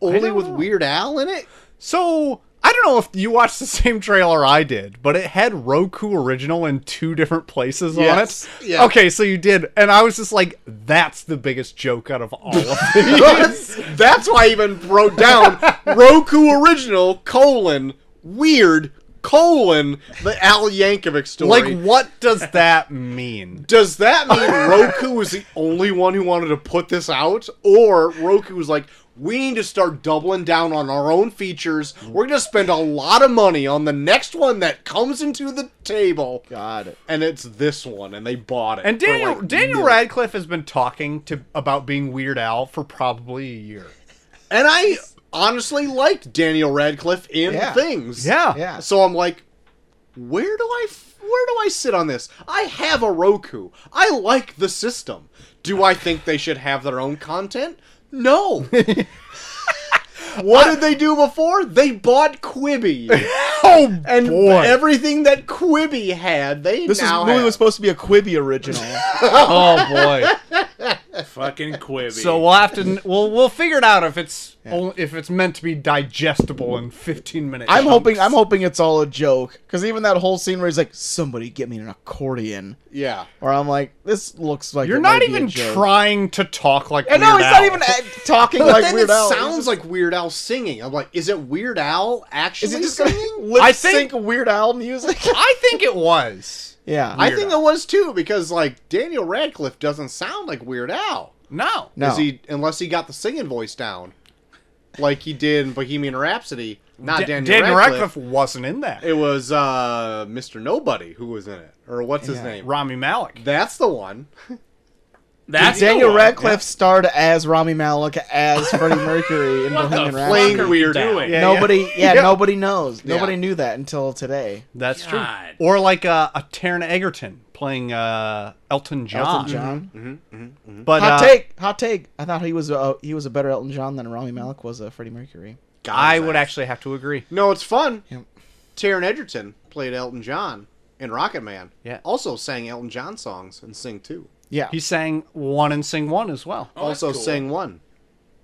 Speaker 2: Only
Speaker 4: don't
Speaker 2: with
Speaker 4: know.
Speaker 2: Weird Al in it?
Speaker 4: So, I don't know if you watched the same trailer I did, but it had Roku Original in two different places
Speaker 2: Yes.
Speaker 4: on it.
Speaker 2: Yeah.
Speaker 4: Okay, so you did. And I was just like, that's the biggest joke out of
Speaker 2: [laughs]
Speaker 4: all of these.
Speaker 2: Yes. [laughs] That's why I even wrote [laughs] down Roku original colon weird colon the Al Yankovic story.
Speaker 4: like, what does that mean?
Speaker 2: [laughs] does that mean Roku was the only one who wanted to put this out, or Roku was like, we need to start doubling down on our own features. We're gonna spend a lot of money on the next one that comes into the table,
Speaker 1: God.
Speaker 2: and it's this one, and they bought it.
Speaker 4: And
Speaker 2: for,
Speaker 4: Daniel
Speaker 2: like,
Speaker 4: Daniel
Speaker 2: mil-
Speaker 4: Radcliffe has been talking to about being Weird Al for probably a year.
Speaker 2: and I honestly liked Daniel Radcliffe in
Speaker 1: Yeah.
Speaker 2: things.
Speaker 1: Yeah.
Speaker 2: So I'm like, where do I where do I sit on this? I have a Roku. I like the system. Do I think they should have their own content?
Speaker 1: [laughs]
Speaker 2: No. what did they do before? They bought Quibi.
Speaker 4: Oh
Speaker 2: And [laughs]
Speaker 4: boy.
Speaker 2: everything that Quibi had, they
Speaker 1: This is
Speaker 2: now
Speaker 1: movie
Speaker 2: have.
Speaker 1: was supposed to be a Quibi original.
Speaker 4: oh boy.
Speaker 3: Fucking Quibi.
Speaker 4: so we'll have to we'll we'll figure it out if it's only, if it's meant to be digestible in 15 minutes.
Speaker 1: I'm hoping I'm hoping it's all a joke because even that whole scene where he's like, "Somebody get me an accordion,"
Speaker 2: yeah.
Speaker 1: or I'm like, "This looks like
Speaker 4: You're
Speaker 1: it
Speaker 4: not
Speaker 1: might be a
Speaker 4: even
Speaker 1: joke.
Speaker 4: trying to talk like
Speaker 1: And no,
Speaker 4: Weird
Speaker 1: he's not
Speaker 4: Al.
Speaker 1: even a- talking
Speaker 2: [laughs] But
Speaker 1: like
Speaker 2: then
Speaker 1: Weird
Speaker 2: it
Speaker 1: Al.
Speaker 2: sounds like Weird Al singing. I'm like, is it Weird Al actually
Speaker 1: Is it just gonna
Speaker 2: singing?
Speaker 1: [laughs] lip
Speaker 4: I
Speaker 1: sync
Speaker 4: think-
Speaker 1: Weird Al music?
Speaker 4: I think it was.
Speaker 1: yeah.
Speaker 2: I think it was too because like Daniel Radcliffe doesn't sound like Weird Al.
Speaker 4: No.
Speaker 1: no.
Speaker 2: Is he unless he got the singing voice down, like he did in Bohemian Rhapsody? Not
Speaker 4: Da-
Speaker 2: Daniel,
Speaker 4: Daniel
Speaker 2: Radcliffe.
Speaker 4: Radcliffe wasn't in that.
Speaker 2: It was uh, Mr. Nobody who was in it, or what's his
Speaker 1: Yeah.
Speaker 2: name?
Speaker 4: Rami Malik.
Speaker 2: That's the one.
Speaker 3: that's
Speaker 1: Daniel
Speaker 3: the one.
Speaker 1: Radcliffe starred as Rami Malek as Freddie Mercury in
Speaker 3: What
Speaker 1: Bohemian
Speaker 3: the
Speaker 1: Rhapsody.
Speaker 2: Playing
Speaker 3: are we
Speaker 2: Weird Al.
Speaker 3: doing?
Speaker 4: Yeah.
Speaker 1: Nobody, [laughs] yeah,
Speaker 4: Yeah.
Speaker 1: nobody knows.
Speaker 2: Yeah.
Speaker 1: Nobody knew that until today.
Speaker 4: That's
Speaker 3: God.
Speaker 4: true. Or like uh, a Taron Egerton playing uh, Elton John.
Speaker 1: Elton John.
Speaker 4: But
Speaker 1: Hot
Speaker 4: uh,
Speaker 1: take, hot take. I thought he was uh, he was a better Elton John than Rami Malek was uh, Freddie Mercury.
Speaker 2: God,
Speaker 4: I
Speaker 2: is
Speaker 4: would
Speaker 2: that-
Speaker 4: actually have to agree.
Speaker 2: No, it's fun.
Speaker 1: Yep.
Speaker 2: Taron Egerton played Elton John in Rocket Man.
Speaker 4: Yeah.
Speaker 2: Also sang Elton John songs and sing two.
Speaker 1: Yeah,
Speaker 4: He sang one and sing one as well.
Speaker 3: Oh, that's
Speaker 2: also
Speaker 3: cool.
Speaker 2: sang one.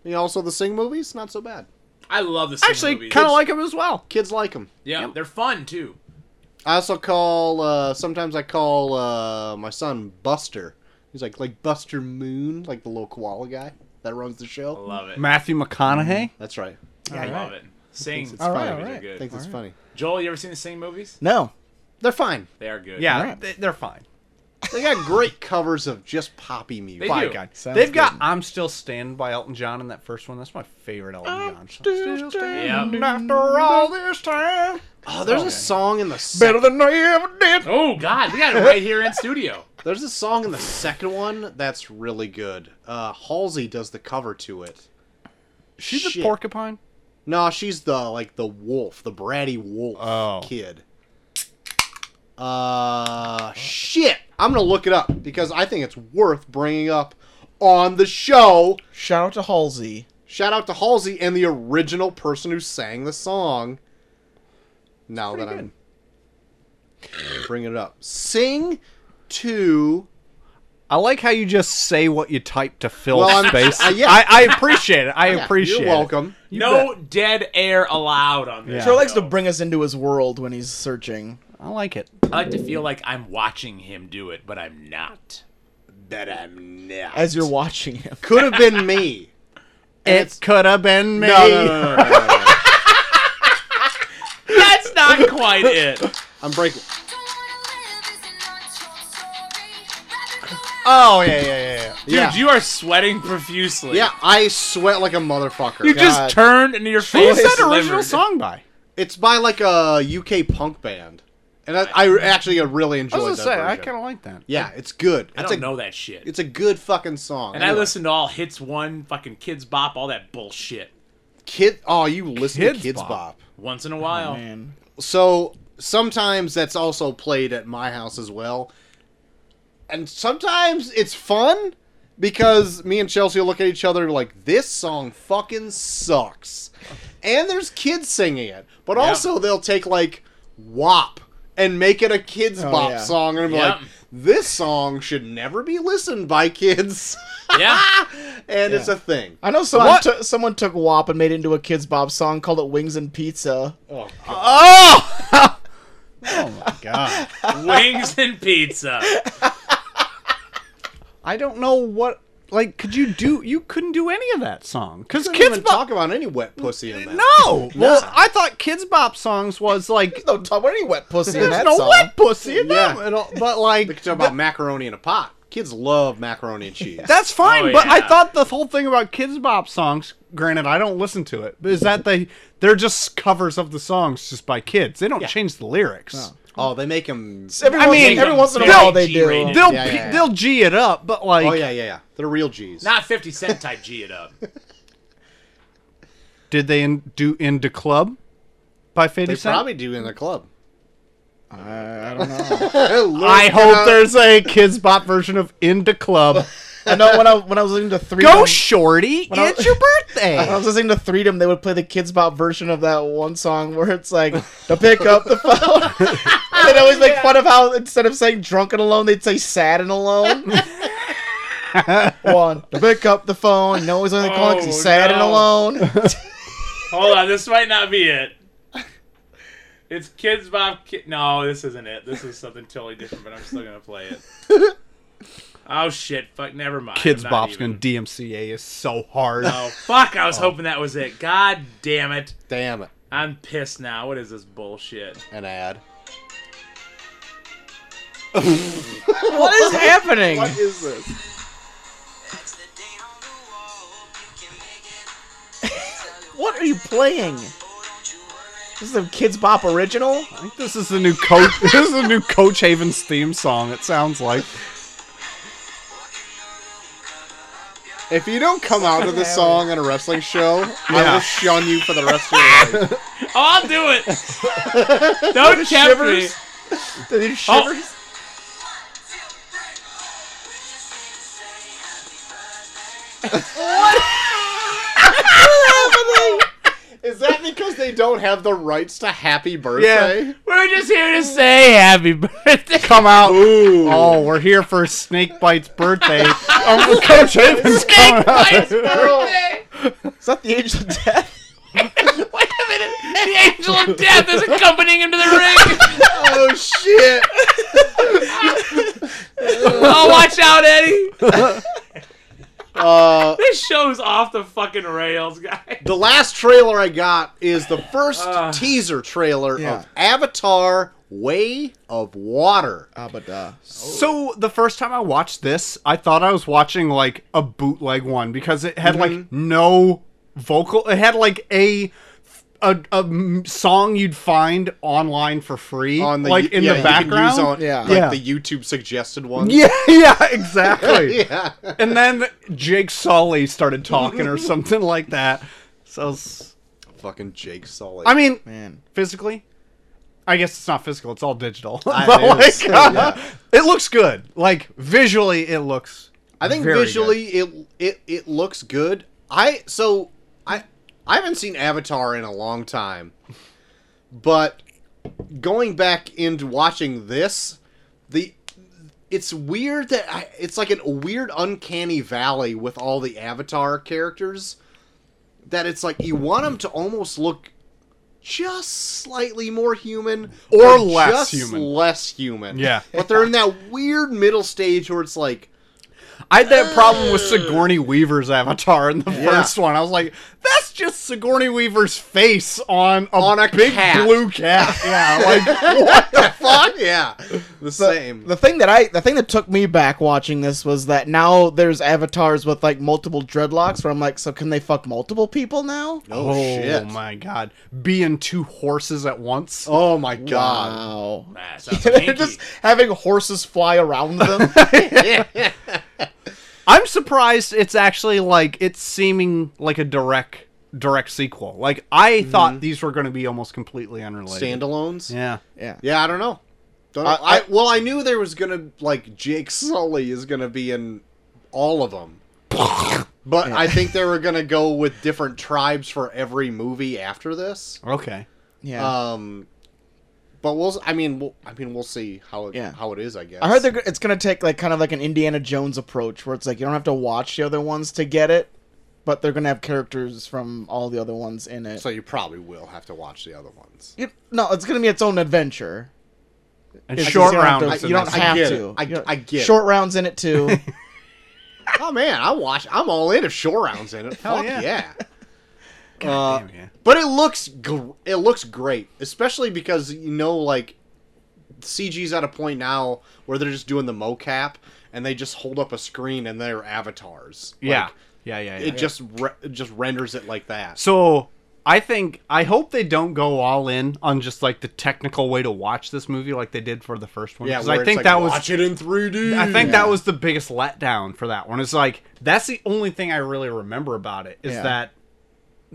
Speaker 2: You know, also the sing movies, not so bad.
Speaker 3: I love the. Sing
Speaker 4: Actually,
Speaker 3: movies.
Speaker 4: kind of like him as well.
Speaker 2: Kids like them.
Speaker 3: Yeah, they're fun too.
Speaker 2: I also call uh, sometimes I call uh, my son Buster. He's like like Buster Moon, like the little koala guy that runs the
Speaker 3: I
Speaker 2: show.
Speaker 3: love it.
Speaker 4: Matthew McConaughey.
Speaker 1: Mm-hmm.
Speaker 2: That's right.
Speaker 3: I love it. Sing.
Speaker 2: It's
Speaker 1: All
Speaker 2: funny.
Speaker 1: right, all
Speaker 3: movies
Speaker 1: right.
Speaker 3: are good.
Speaker 2: Thinks it's funny.
Speaker 3: Joel, you ever seen the Sing movies?
Speaker 1: No.
Speaker 2: They're fine.
Speaker 3: They are good.
Speaker 4: Yeah,
Speaker 1: Alright.
Speaker 4: they, they're fine.
Speaker 2: They got great [laughs] covers of just poppy music.
Speaker 3: They
Speaker 4: By
Speaker 3: do.
Speaker 4: God,
Speaker 1: Sounds
Speaker 4: they've got
Speaker 1: good.
Speaker 4: "I'm Still Standing" by Elton John in that first one. That's my favorite Elton John. song.
Speaker 3: standing
Speaker 4: after all this time.
Speaker 2: Oh, there's a song in the
Speaker 1: Better
Speaker 2: sec-
Speaker 1: than I ever did.
Speaker 3: Oh God, we [laughs] got it right here in studio.
Speaker 2: there's a song in the second one that's really good. Uh, Halsey does the cover to it.
Speaker 4: She's
Speaker 2: Shit.
Speaker 4: a porcupine.
Speaker 2: No, she's the like the wolf, the bratty wolf
Speaker 4: Oh.
Speaker 2: kid. Uh, shit! I'm gonna look it up because I think it's worth bringing up on the show.
Speaker 1: Shout out to Halsey.
Speaker 2: Shout out to Halsey and the original person who sang the song. Now that I'm bringing it up, sing to
Speaker 4: I like how you just say what you type to fill
Speaker 2: Well, I'm-
Speaker 4: space.
Speaker 2: uh, yeah.
Speaker 4: I, I appreciate it.
Speaker 2: [laughs]
Speaker 4: I appreciate.
Speaker 2: You're welcome.
Speaker 4: It. You
Speaker 3: no
Speaker 4: bet.
Speaker 3: dead air allowed on this.
Speaker 4: Yeah.
Speaker 1: Sure likes to
Speaker 3: show.
Speaker 1: bring us into his world when he's searching.
Speaker 4: I like it.
Speaker 3: I like to feel like I'm watching him do it, but I'm not.
Speaker 2: That I'm not.
Speaker 1: As you're watching him.
Speaker 2: could have been
Speaker 3: [laughs]
Speaker 2: me.
Speaker 4: It could have been me.
Speaker 2: No, no, no, no, no, no, no.
Speaker 3: That's not quite it.
Speaker 2: I'm breaking.
Speaker 4: Oh yeah, yeah, yeah. yeah.
Speaker 3: [laughs] Dude,
Speaker 2: Yeah.
Speaker 3: you are sweating profusely.
Speaker 2: Yeah, I sweat like a motherfucker.
Speaker 3: You
Speaker 2: God.
Speaker 3: just turned and your
Speaker 4: Who's
Speaker 3: face
Speaker 4: that
Speaker 3: is
Speaker 4: original
Speaker 3: livered.
Speaker 4: song by?
Speaker 2: It's by like a UK punk band, and I, I actually really
Speaker 4: I
Speaker 2: enjoyed
Speaker 4: was gonna
Speaker 2: that.
Speaker 4: say I
Speaker 2: version.
Speaker 4: kind of like that.
Speaker 2: yeah, it's good.
Speaker 3: I
Speaker 2: it's
Speaker 3: don't
Speaker 2: a,
Speaker 3: know that shit.
Speaker 2: It's a good fucking song.
Speaker 3: and I
Speaker 2: Anyway,
Speaker 3: listen to all hits one, fucking kids bop, all that bullshit
Speaker 2: Kid, oh, you listen
Speaker 4: Kids
Speaker 2: to Kids Bop.
Speaker 4: Bop.
Speaker 3: once in a while.
Speaker 1: Man.
Speaker 2: So sometimes that's also played at my house as well, and sometimes it's fun because me and Chelsea look at each other like this song fucking sucks, and there's kids singing it, but also they'll take like WAP and make it a kids
Speaker 1: Oh,
Speaker 2: bop
Speaker 1: yeah.
Speaker 2: song and be
Speaker 3: Yeah.
Speaker 2: like this song should never be listened by kids [laughs]
Speaker 3: yeah,
Speaker 2: and it's a thing
Speaker 1: I know someone,
Speaker 4: What?
Speaker 1: took someone took WAP and made it into a Kids Bob song, called it Wings and Pizza.
Speaker 4: Oh! oh my god.
Speaker 3: wings and pizza.
Speaker 4: I don't know what like could you do you couldn't do any of that song cuz
Speaker 2: Don't
Speaker 4: kids
Speaker 2: even
Speaker 4: bop
Speaker 2: talk about any wet pussy in that
Speaker 4: No. Well, I thought kids bop songs was like
Speaker 1: No, Tom, any wet pussy in
Speaker 4: there's
Speaker 1: that
Speaker 4: no
Speaker 1: song.
Speaker 4: wet pussy in
Speaker 2: Yeah.
Speaker 4: them at all. But
Speaker 2: They
Speaker 4: like
Speaker 2: could talk about macaroni in a pot. Kids love macaroni and cheese.
Speaker 4: that's fine,
Speaker 3: Oh,
Speaker 4: but I
Speaker 3: yeah.
Speaker 4: thought the whole thing about kids bop songs, granted I don't listen to it, but is that they they're just covers of the songs just by kids. They don't change the lyrics.
Speaker 2: oh, they make them.
Speaker 1: Every
Speaker 4: I
Speaker 1: once-
Speaker 4: mean,
Speaker 1: every once in a
Speaker 3: they'll-
Speaker 1: while they do.
Speaker 3: G-rated.
Speaker 4: They'll
Speaker 2: Yeah,
Speaker 4: p-
Speaker 2: yeah, yeah.
Speaker 4: they'll G it up, but like
Speaker 2: Oh yeah, yeah, yeah. They're real G's.
Speaker 3: Not fifty cent type G it up.
Speaker 4: did they in, do into club by 50
Speaker 2: they
Speaker 4: Cent?
Speaker 2: probably do in the club.
Speaker 1: I, I don't know.
Speaker 2: Look
Speaker 4: I
Speaker 2: it
Speaker 4: hope
Speaker 2: up.
Speaker 4: there's a kids bop version of
Speaker 2: [laughs]
Speaker 4: Into Club.
Speaker 1: I know when I when I was listening to Three
Speaker 4: Go shorty,
Speaker 1: I-
Speaker 4: it's your
Speaker 1: I
Speaker 2: [laughs]
Speaker 4: birthday.
Speaker 1: was listening to Freedom. They would play the Kids Bop version of that one song where it's like, to pick up the phone. [laughs] and they'd always make fun of how instead of saying drunk and alone, they'd say sad and alone. one, to pick up the phone. No one's going to call because he's
Speaker 3: Oh,
Speaker 1: sad and
Speaker 3: no.
Speaker 1: alone.
Speaker 3: Hold on, this might not be it. It's kids bop. Ki- no, this isn't it. This is something totally different, but I'm still gonna play it. Oh shit! Fuck, never mind.
Speaker 4: Kids
Speaker 3: I'm not
Speaker 4: bop's
Speaker 3: even-
Speaker 4: gonna DMCA is so hard.
Speaker 3: Oh fuck! I was hoping that was it. God damn it!
Speaker 2: Damn it,
Speaker 3: I'm pissed now. What is this bullshit?
Speaker 2: an ad.
Speaker 1: what is happening?
Speaker 2: is this?
Speaker 1: What are you playing? This is a Kids Bop original?
Speaker 4: I think this is the new coach. [laughs] this is the new Coach Haven's theme song. It sounds like
Speaker 2: If you don't come out of this song on a wrestling show, I will
Speaker 4: Yeah.
Speaker 2: shun you for the rest of your life.
Speaker 3: Oh, I'll do it. Don't tempt me.
Speaker 1: shivers? Do these
Speaker 3: Oh.
Speaker 1: shivers?
Speaker 2: Oh, Is that because they don't have the rights to Happy Birthday?
Speaker 3: We're just here to say happy birthday.
Speaker 4: come out.
Speaker 2: Ooh.
Speaker 4: Oh, we're here for Snake
Speaker 3: [laughs]
Speaker 4: Bite's birthday. Oh, um, coach Haven's coming out.
Speaker 1: [laughs] Is that the angel of death?
Speaker 3: Wait a minute! The angel of death is accompanying him to the ring!
Speaker 1: oh shit!
Speaker 3: Oh, watch out, Eddie!
Speaker 2: Uh,
Speaker 3: This show's off the fucking rails, guys.
Speaker 2: the last trailer I got is the first
Speaker 3: Ah.
Speaker 2: teaser trailer
Speaker 1: Yeah.
Speaker 2: of Avatar: Way of Water.
Speaker 1: Ah, but uh,
Speaker 4: So the first time I watched this, I thought I was watching like a bootleg one because it had like no vocal. It had like a a, a m- song you'd find online for free
Speaker 2: On the
Speaker 4: like in
Speaker 2: yeah,
Speaker 4: the
Speaker 2: you can
Speaker 4: background.
Speaker 2: use on,
Speaker 1: Yeah.
Speaker 2: like
Speaker 4: Yeah.
Speaker 2: the YouTube suggested one.
Speaker 4: [laughs] yeah, [laughs] yeah,
Speaker 2: [laughs]
Speaker 4: exactly.
Speaker 2: yeah.
Speaker 4: And then Jake Sully started talking or something like that. So I, was-
Speaker 2: Fucking Jake Sully.
Speaker 4: I mean,
Speaker 1: man,
Speaker 4: physically, I guess it's not physical; it's all digital. [laughs]
Speaker 2: I-
Speaker 4: but
Speaker 2: it is,
Speaker 4: like,
Speaker 2: yeah.
Speaker 4: [laughs] it looks good. Like visually, it looks.
Speaker 2: I think
Speaker 4: very good.
Speaker 2: visually it it it looks good. I so I I haven't seen Avatar in a long time. But going back into watching this, the it's weird that I, it's like a weird uncanny valley with all the Avatar characters that it's like you want them to almost look just slightly more human
Speaker 4: Or less
Speaker 2: just
Speaker 4: human.
Speaker 2: less human.
Speaker 4: Yeah.
Speaker 2: But they're in that weird middle stage where it's like
Speaker 4: I had that problem with Sigourney Weaver's avatar in the
Speaker 2: Yeah.
Speaker 4: first one. I was like, that's just Sigourney Weaver's face on a,
Speaker 2: On a
Speaker 4: big
Speaker 2: cat. [laughs]
Speaker 4: blue cat. Yeah, like what?
Speaker 2: fuck yeah the same
Speaker 1: The thing that I, the thing that took me back watching this was that now there's avatars with like multiple dreadlocks. Where I'm like, so can they fuck multiple people now?
Speaker 2: oh,
Speaker 4: [laughs]
Speaker 2: shit
Speaker 4: my god. Being two horses at once.
Speaker 2: oh my god
Speaker 1: Wow.
Speaker 3: Nah,
Speaker 1: [laughs]
Speaker 3: sounds
Speaker 1: They're
Speaker 3: kinky.
Speaker 1: just having horses fly around them.
Speaker 4: I'm surprised it's actually like it's seeming like a direct direct sequel. Like I
Speaker 2: Mm-hmm.
Speaker 4: thought these were going to be almost completely unrelated.
Speaker 2: standalones yeah.
Speaker 4: Yeah.
Speaker 1: [laughs] yeah.
Speaker 2: i don't know, Don't-
Speaker 1: I-
Speaker 2: I, well i knew there was gonna like jake sully is gonna be in all of them but i think they were gonna go with different tribes for every movie after this
Speaker 4: Okay.
Speaker 1: Yeah.
Speaker 2: um but we'll i mean we'll, i mean we'll see how it
Speaker 1: Yeah.
Speaker 2: how it is i guess
Speaker 1: I heard they're, go- it's gonna take like kind of like an Indiana Jones approach, where it's like you don't have to watch the other ones to get it, but they're gonna have characters from all the other ones in it.
Speaker 2: so you probably will have to watch the other ones
Speaker 1: You- no, it's gonna be its own adventure.
Speaker 4: And
Speaker 1: It's just
Speaker 4: short
Speaker 1: you don't have
Speaker 4: rounds.
Speaker 1: to-
Speaker 4: in
Speaker 1: you don't
Speaker 4: this.
Speaker 2: I
Speaker 1: have
Speaker 2: get
Speaker 1: to.
Speaker 2: it. I-
Speaker 1: You don't-
Speaker 2: I get it.
Speaker 1: Short rounds in it [laughs] too.
Speaker 2: oh man i watch i'm all in if shore rounds in it
Speaker 4: Hell
Speaker 2: fuck
Speaker 4: yeah.
Speaker 2: yeah.
Speaker 4: God damn, yeah.
Speaker 2: But it looks gr- it looks great, especially because you know like CG's at a point now where they're just doing the mocap and they just hold up a screen and they're avatars. Like,
Speaker 4: yeah. Yeah, yeah, yeah.
Speaker 2: it just re- it just renders it like that.
Speaker 4: So I think I hope they don't go all in on just like the technical way to watch this movie like they did for the first one.
Speaker 2: yeah,
Speaker 4: 'Cause
Speaker 2: where
Speaker 4: I
Speaker 2: it's
Speaker 4: think
Speaker 2: like,
Speaker 4: that
Speaker 2: watch
Speaker 4: was
Speaker 2: it in 3D.
Speaker 4: I think that was the biggest letdown for that one. It's like that's the only thing I really remember about it is
Speaker 1: Yeah.
Speaker 4: that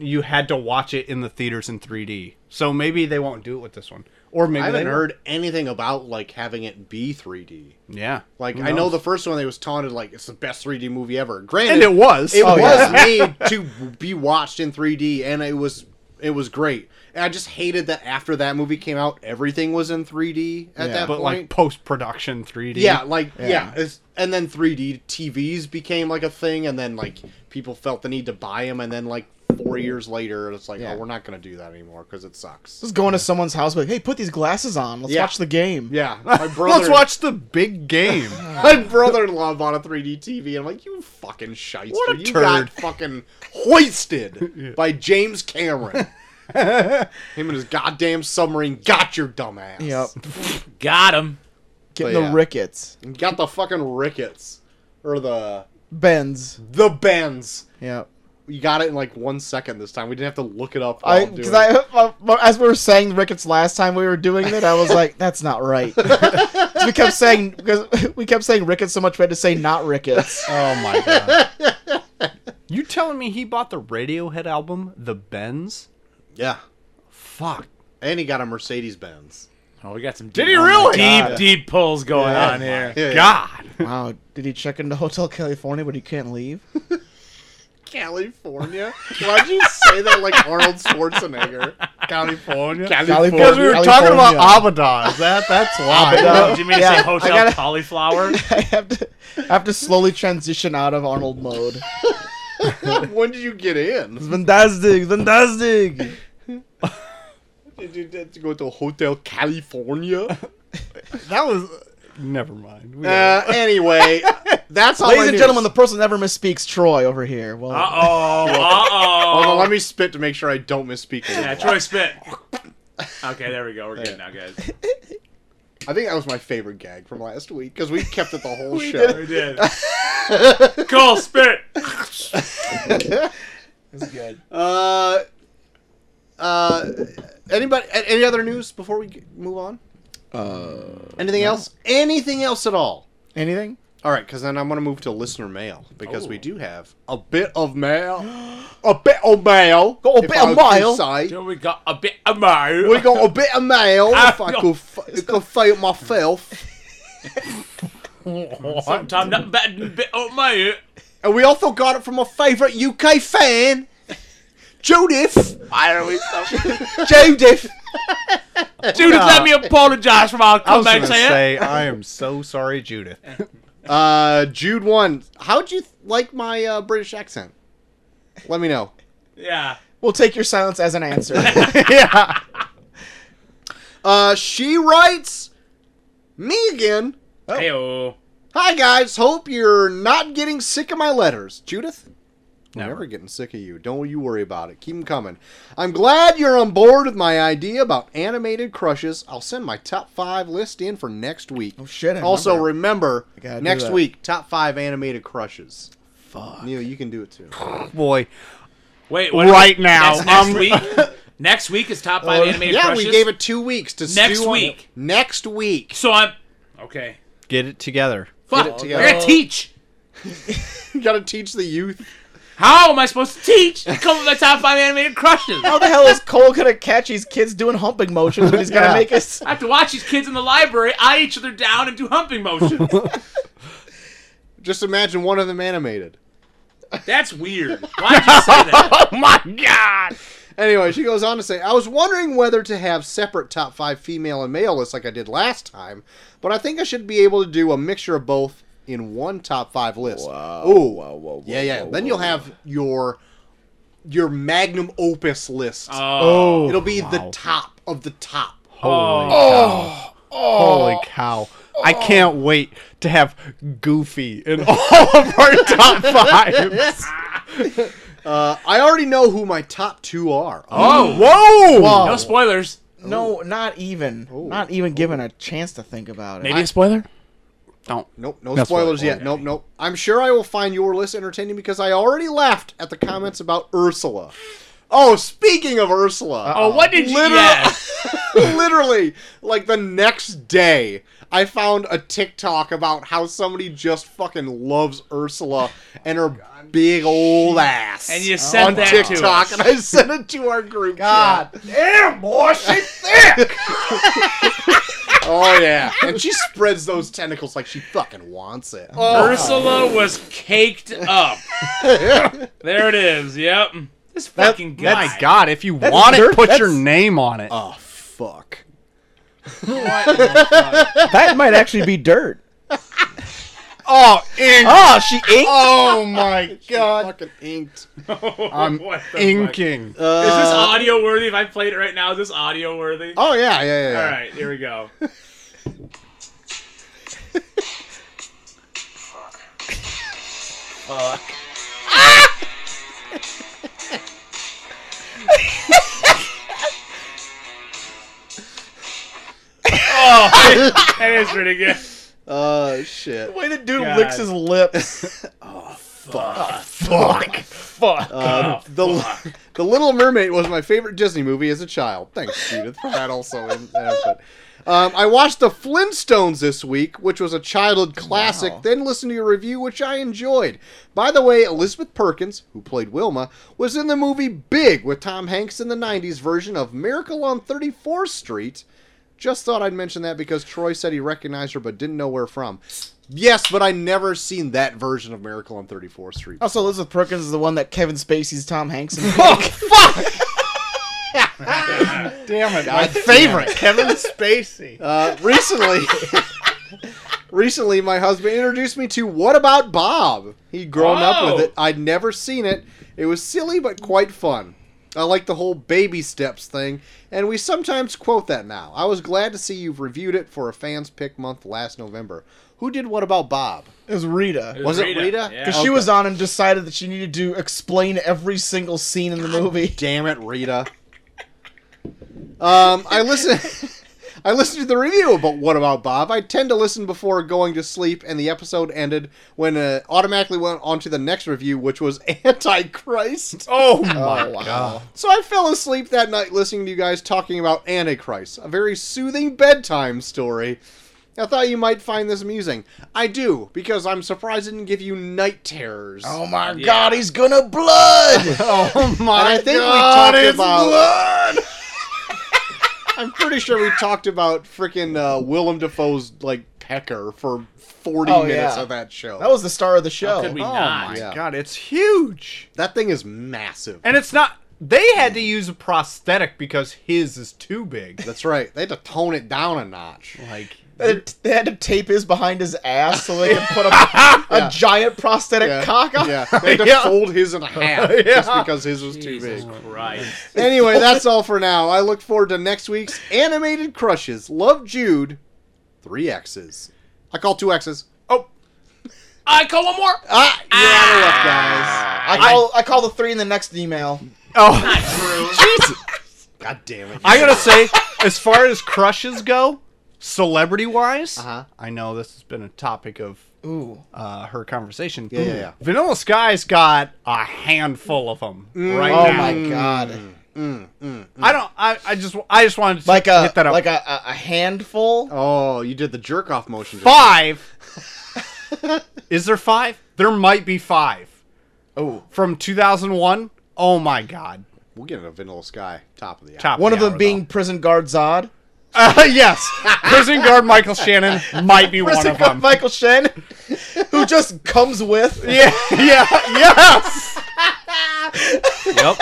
Speaker 4: you had to watch it in the theaters in 3D. So maybe they won't do it with this one, or maybe
Speaker 2: I
Speaker 4: they
Speaker 2: haven't
Speaker 4: will.
Speaker 2: heard anything about like having it be 3D.
Speaker 4: Yeah,
Speaker 2: Like
Speaker 4: Who
Speaker 2: I know
Speaker 4: knows?
Speaker 2: the first one they was taunted like it's the best 3D movie ever. Granted,
Speaker 4: and it was.
Speaker 2: It
Speaker 1: Oh,
Speaker 4: [laughs]
Speaker 2: was made to be watched in 3D, and it was it was great. And I just hated that after that movie came out, everything was in 3D at
Speaker 1: Yeah.
Speaker 2: that
Speaker 4: but
Speaker 2: point.
Speaker 4: like post production 3D.
Speaker 2: yeah, like yeah,
Speaker 1: Yeah.
Speaker 2: it's- and then 3D TVs became like a thing, and then like people felt the need to buy them, and then like four years later, it's like,
Speaker 1: Yeah.
Speaker 2: oh, we're not gonna do that anymore because it sucks.
Speaker 1: Just going to someone's house, like, hey, put these glasses on. Let's
Speaker 2: Yeah.
Speaker 1: watch the game.
Speaker 2: Yeah, my brother.
Speaker 4: [laughs] Let's watch the
Speaker 2: [laughs]
Speaker 4: big game.
Speaker 2: My brother-in-law bought a 3D TV. I'm like, you fucking shyster.
Speaker 4: What a
Speaker 2: you
Speaker 4: turd."
Speaker 2: got fucking hoisted by James Cameron. Him and his goddamn submarine got your dumbass. [laughs]
Speaker 1: Yep.
Speaker 3: Got him.
Speaker 1: Getting
Speaker 2: But
Speaker 1: the
Speaker 2: yeah.
Speaker 1: rickets,
Speaker 2: Got the fucking rickets or the
Speaker 1: bends.
Speaker 2: the bends.
Speaker 1: Yep.
Speaker 2: You got it in like one second this time. We didn't have to look it up. While
Speaker 1: I,
Speaker 2: I'm doing
Speaker 1: because [laughs]
Speaker 2: it.
Speaker 1: I, as we were saying rickets last time we were doing it, I was like, that's not right. 'Cause we kept saying because we kept saying rickets so much, we had to say not
Speaker 4: [laughs]
Speaker 1: rickets.
Speaker 4: Oh my god. you telling me he bought the Radiohead album, The Bends?
Speaker 2: yeah,
Speaker 4: Fuck.
Speaker 2: and he got a Mercedes Benz.
Speaker 3: Oh, we got some. Deep,
Speaker 4: Did he really?
Speaker 3: Deep,
Speaker 1: God.
Speaker 3: deep pulls going
Speaker 2: Yeah.
Speaker 3: on here.
Speaker 2: Yeah,
Speaker 4: God.
Speaker 1: Wow, did he check into Hotel California but he can't leave?
Speaker 2: California. Why'd you say that like Arnold Schwarzenegger?
Speaker 4: California.
Speaker 1: California.
Speaker 4: Because we were talking about
Speaker 1: California.
Speaker 4: Abaddon. That
Speaker 1: [laughs]
Speaker 4: that's
Speaker 1: Abaddon.
Speaker 4: why.
Speaker 3: Did you mean to
Speaker 1: Yeah,
Speaker 3: say
Speaker 1: I [laughs]
Speaker 3: hotel
Speaker 1: gotta-
Speaker 3: cauliflower?
Speaker 1: I have to I have to slowly transition out of Arnold mode.
Speaker 2: [laughs] when did you get in?
Speaker 1: Fantastic, fantastic.
Speaker 2: Did you have to go to
Speaker 1: [laughs]
Speaker 2: Hotel California?
Speaker 4: That was. Never mind. We
Speaker 2: Uh, anyway, that's all.
Speaker 1: Ladies
Speaker 2: my
Speaker 1: and
Speaker 2: news.
Speaker 1: gentlemen, the person that never misspeaks Troy over here. Well,
Speaker 3: Uh oh. Uh
Speaker 2: Hold on,
Speaker 3: oh.
Speaker 2: let me spit to make sure I don't misspeak. a
Speaker 3: Yeah,
Speaker 2: lot.
Speaker 3: Troy spit. Okay, there we go. We're good now, guys.
Speaker 2: I think that was my favorite gag from last week because we kept it the
Speaker 1: [laughs]
Speaker 2: whole show.
Speaker 3: We did. Cole spit.
Speaker 1: it's good.
Speaker 2: Uh, uh, anybody? a- Any other news before we g- move on?
Speaker 1: Uh,
Speaker 2: Anything else? Anything else at all?
Speaker 1: anything?
Speaker 2: All right, because then I'm gonna move to listener mail because we
Speaker 3: Oh.
Speaker 2: do have a bit
Speaker 1: [gasps]
Speaker 2: of mail, a bit of mail,
Speaker 1: Got a
Speaker 2: if
Speaker 1: bit of
Speaker 2: I could
Speaker 1: mail?
Speaker 2: say.
Speaker 3: Then we got a bit of mo.
Speaker 2: We got a bit
Speaker 3: [laughs]
Speaker 2: of mail. if I
Speaker 3: Ah,
Speaker 2: could, f- could feel my filth.
Speaker 3: [laughs] Sometimes that better than a bit of mo.
Speaker 2: And we also got it from our favourite UK fan, Judith.
Speaker 3: Why are we so?
Speaker 2: [laughs] Judith.
Speaker 3: Judith, let me apologize for my eh?
Speaker 4: I was gonna
Speaker 3: comebacks here.
Speaker 4: say, I am so sorry, Judith.
Speaker 2: Uh, Jude one. How'd you th- like my uh, British accent? Let
Speaker 3: [laughs]
Speaker 2: me know.
Speaker 3: Yeah.
Speaker 1: We'll take your silence as an answer.
Speaker 4: yeah.
Speaker 2: Uh, she writes, me again.
Speaker 3: Heyo.
Speaker 2: Hi guys, hope you're not getting sick of my letters, Judith. I'm
Speaker 4: Never.
Speaker 2: never getting sick of you. Don't you worry about it. Keep them coming. I'm glad you're on board with my idea about animated crushes. I'll send my top five list in for next week.
Speaker 1: oh shit! I
Speaker 2: also,
Speaker 1: remember.
Speaker 2: remember
Speaker 1: gotta do
Speaker 2: next
Speaker 1: that.
Speaker 2: week top five animated crushes.
Speaker 1: Fuck.
Speaker 2: Neil, you can do it too.
Speaker 4: Boy.
Speaker 3: Wait. What
Speaker 4: Right now,
Speaker 3: That's
Speaker 4: um,
Speaker 3: next
Speaker 4: I'm-
Speaker 3: week. Next week is top five animated
Speaker 2: yeah,
Speaker 3: crushes.
Speaker 2: we gave it two weeks to
Speaker 3: Next
Speaker 2: stew on it.
Speaker 3: week.
Speaker 2: Next week. [laughs]
Speaker 3: So I'm. Okay.
Speaker 4: Get it together.
Speaker 3: Fuck.
Speaker 2: it
Speaker 3: I
Speaker 2: together.
Speaker 3: gotta teach.
Speaker 2: You gotta teach the youth.
Speaker 3: How am I supposed to teach? Come with my top five animated crushes.
Speaker 1: How the hell is Cole gonna catch these kids doing humping motions when he's gonna
Speaker 2: Yeah.
Speaker 1: make us?
Speaker 3: I have to watch these kids in the library eye each other down and do humping
Speaker 4: [laughs]
Speaker 3: motions.
Speaker 2: Just imagine one of them animated.
Speaker 3: That's weird. Why'd you say
Speaker 4: [laughs]
Speaker 3: that?
Speaker 4: My God.
Speaker 2: Anyway, she goes on to say, I was wondering whether to have separate top five female and male lists like I did last time, but I think I should be able to do a mixture of both in one top five list.
Speaker 1: Wow,
Speaker 2: Ooh.
Speaker 1: wow, wow,
Speaker 2: yeah,
Speaker 1: wow,
Speaker 2: yeah.
Speaker 1: wow,
Speaker 2: then
Speaker 1: wow,
Speaker 2: you'll have your your magnum opus list.
Speaker 3: Oh.
Speaker 2: It'll be the
Speaker 4: wow.
Speaker 2: top of the top.
Speaker 4: Holy cow. Holy cow. I can't wait to have Goofy in [laughs] all of our top fives.
Speaker 2: Uh, I already know who my top two are.
Speaker 3: Oh.
Speaker 4: Whoa!
Speaker 3: No spoilers.
Speaker 1: No, not even. Not even given a chance to think about it.
Speaker 3: a spoiler? Don't.
Speaker 2: Nope, no
Speaker 4: That's what I
Speaker 2: spoilers
Speaker 4: thought.
Speaker 2: yet. Nope, nope. I'm sure I will find your list entertaining because I already laughed at the comments about Ursula. Oh, speaking of Ursula,
Speaker 3: Oh, what did you?
Speaker 2: Literal-
Speaker 3: Yeah.
Speaker 4: [laughs]
Speaker 3: [laughs]
Speaker 2: literally, like the next day, I found a TikTok about how somebody just fucking loves Ursula and her big old ass.
Speaker 3: And you sent
Speaker 2: on
Speaker 3: that to
Speaker 2: TikTok,
Speaker 3: us.
Speaker 2: and I [laughs] sent it to our group.
Speaker 1: God
Speaker 2: chat. damn, boy, she's thick. oh
Speaker 3: [laughs]
Speaker 2: yeah, and she spreads those tentacles like she fucking wants it.
Speaker 3: Oh.
Speaker 4: Oh.
Speaker 3: Ursula was caked up.
Speaker 4: [laughs]
Speaker 3: there it is. Yep. This fucking guy. [laughs]
Speaker 4: My God, if you
Speaker 1: That's
Speaker 4: want
Speaker 1: dirt-
Speaker 4: it, put
Speaker 1: that's-
Speaker 4: your name on it.
Speaker 2: Oh fuck.
Speaker 1: that might actually be [laughs] dirt.
Speaker 4: oh, ink.
Speaker 1: Oh, she inked.
Speaker 4: Oh my
Speaker 2: God. Fucking inked.
Speaker 4: I'm
Speaker 3: What the fuck? Uh.
Speaker 4: inking.
Speaker 3: Is this audio worthy? If I played it right now, is this audio worthy?
Speaker 2: Oh yeah, yeah, yeah. yeah.
Speaker 3: All right, here we go. [laughs] oh, that is pretty good.
Speaker 2: Oh shit.
Speaker 1: The way the dude
Speaker 3: God.
Speaker 1: licks his lips.
Speaker 4: Fuck. Fuck.
Speaker 2: Uh, the [laughs] The Little Mermaid was my favorite Disney movie as a child. Thanks, Judith. for That also. In, that input. um, I watched The Flintstones this week, which was a childhood classic.
Speaker 1: Wow.
Speaker 2: Then listened to your review, which I enjoyed. By the way, Elizabeth Perkins, who played Wilma, was in the movie Big with Tom Hanks in the '90s version of Miracle on 34th Street. Just thought I'd mention that because Troy said he recognized her but didn't know where from. Yes, but I never seen that version of Miracle on 34th Street.
Speaker 1: Also, Elizabeth Perkins is the one that Kevin Spacey's Tom Hanks. In.
Speaker 4: Damn it.
Speaker 1: [laughs]
Speaker 2: God
Speaker 4: My favorite, Kevin Spacey.
Speaker 2: Uh, recently, Recently, my husband introduced me to What About Bob? He'd grown up
Speaker 3: Oh.
Speaker 2: with it. I'd never seen it. It was silly but quite fun. I like the whole baby steps thing, and we sometimes quote that now. I was glad to see you've reviewed it for a fans pick month last November. Who did What About Bob?
Speaker 1: It was Rita.
Speaker 2: Was it
Speaker 3: Rita,
Speaker 2: Rita?
Speaker 3: yeah.
Speaker 1: Because she was on and decided that she needed to explain every single scene in the movie.
Speaker 2: Damn it, Rita. Um, I listen. [laughs] I listened to the review about What About Bob. I tend to listen before going to sleep, and the episode ended when uh, automatically went on to the next review, which was [laughs] Antichrist.
Speaker 4: Oh my
Speaker 1: wow.
Speaker 4: god.
Speaker 2: So I fell asleep that night listening to you guys talking about Antichrist, a very soothing bedtime story. I thought you might find this amusing. I do, because I'm surprised it didn't give you night terrors.
Speaker 1: Oh my
Speaker 3: Yeah.
Speaker 1: god, he's gonna [laughs] blood!
Speaker 4: [laughs] Oh my
Speaker 2: and I think
Speaker 4: god.
Speaker 2: we talked
Speaker 4: it's
Speaker 2: about.
Speaker 4: blood.
Speaker 2: I'm pretty sure we talked about freaking uh, Willem Dafoe's like pecker for 40
Speaker 1: Oh,
Speaker 2: minutes
Speaker 1: yeah.
Speaker 2: of that show.
Speaker 1: that was the star of the show.
Speaker 3: could we
Speaker 4: oh
Speaker 3: not?
Speaker 4: my
Speaker 2: Yeah.
Speaker 4: god, it's huge.
Speaker 2: that thing is massive.
Speaker 4: And it's not they had to use a prosthetic because his is too big.
Speaker 2: That's right. They had to tone it down a notch.
Speaker 4: Like
Speaker 1: They had, they had to tape his behind his ass so they could put
Speaker 4: [laughs]
Speaker 1: a, a giant prosthetic
Speaker 2: Yeah.
Speaker 1: cock on.
Speaker 2: [laughs] Yeah, they had to
Speaker 4: Yeah.
Speaker 2: fold his in [laughs] half just because his was
Speaker 3: Jesus
Speaker 2: too big.
Speaker 3: Christ.
Speaker 2: [laughs] Anyway, that's all for now. I look forward to next week's animated crushes. Love Jude, three X's. I call two X's.
Speaker 4: oh
Speaker 3: I call one more.
Speaker 2: Ah, you're out of luck, guys.
Speaker 1: I call I call the three in the next email.
Speaker 4: oh
Speaker 3: Not true.
Speaker 4: [laughs]
Speaker 2: God damn it.
Speaker 4: I gotta say, as far as crushes go, celebrity wise,
Speaker 2: Uh-huh.
Speaker 4: I know this has been a topic of
Speaker 1: Ooh.
Speaker 4: uh, her conversation.
Speaker 2: Yeah, yeah, yeah.
Speaker 4: Vanilla Sky's got a handful of them right
Speaker 1: oh
Speaker 4: now.
Speaker 1: my god.
Speaker 4: Mm. I don't. I, I just. I just wanted to
Speaker 1: Like a
Speaker 4: hit that up.
Speaker 1: like a, a, a handful.
Speaker 2: oh, you did the jerk off motion.
Speaker 4: five. [laughs] Is there five? There might be five
Speaker 1: Oh.
Speaker 4: from 2001. Oh my god.
Speaker 2: We'll get a vanilla sky top of the hour.
Speaker 4: Top
Speaker 1: One of
Speaker 4: the
Speaker 1: them
Speaker 4: hour,
Speaker 1: being prison guard Zod.
Speaker 4: though. [laughs] Uh, yes. Prison guard Michael Shannon might be
Speaker 1: [laughs]
Speaker 4: one
Speaker 1: Prison
Speaker 4: of
Speaker 1: guard
Speaker 4: them.
Speaker 1: Michael Shen,
Speaker 4: [laughs]
Speaker 1: who just comes with.
Speaker 4: yeah. Yeah. Yes. yep.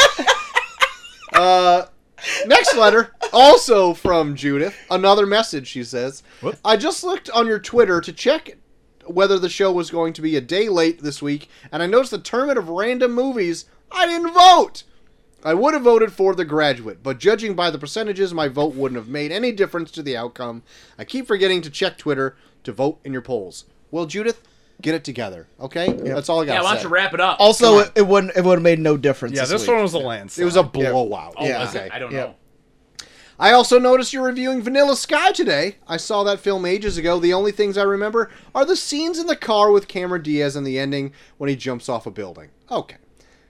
Speaker 2: Next letter, also from Judith. Another message, she says.
Speaker 4: What?
Speaker 2: I just looked on your Twitter to check whether the show was going to be a day late this week, and I noticed the tournament of random movies. I didn't vote! I would have voted for The Graduate, but judging by the percentages, my vote wouldn't have made any difference to the outcome. I keep forgetting to check Twitter to vote in your polls. Well, Judith, get it together, okay? That's all I got
Speaker 3: Yeah,
Speaker 2: to
Speaker 3: why
Speaker 2: say.
Speaker 3: don't you wrap it up?
Speaker 1: Also, it, it wouldn't it would have made no difference.
Speaker 4: Yeah. This
Speaker 1: week.
Speaker 4: one was a landslide.
Speaker 2: it was a blowout.
Speaker 3: oh,
Speaker 1: yeah.
Speaker 3: was it? I don't
Speaker 1: Yeah.
Speaker 3: know.
Speaker 2: I also noticed you're reviewing Vanilla Sky today. I saw that film ages ago. The only things I remember are the scenes in the car with Cameron Diaz and the ending when he jumps off a building. Okay.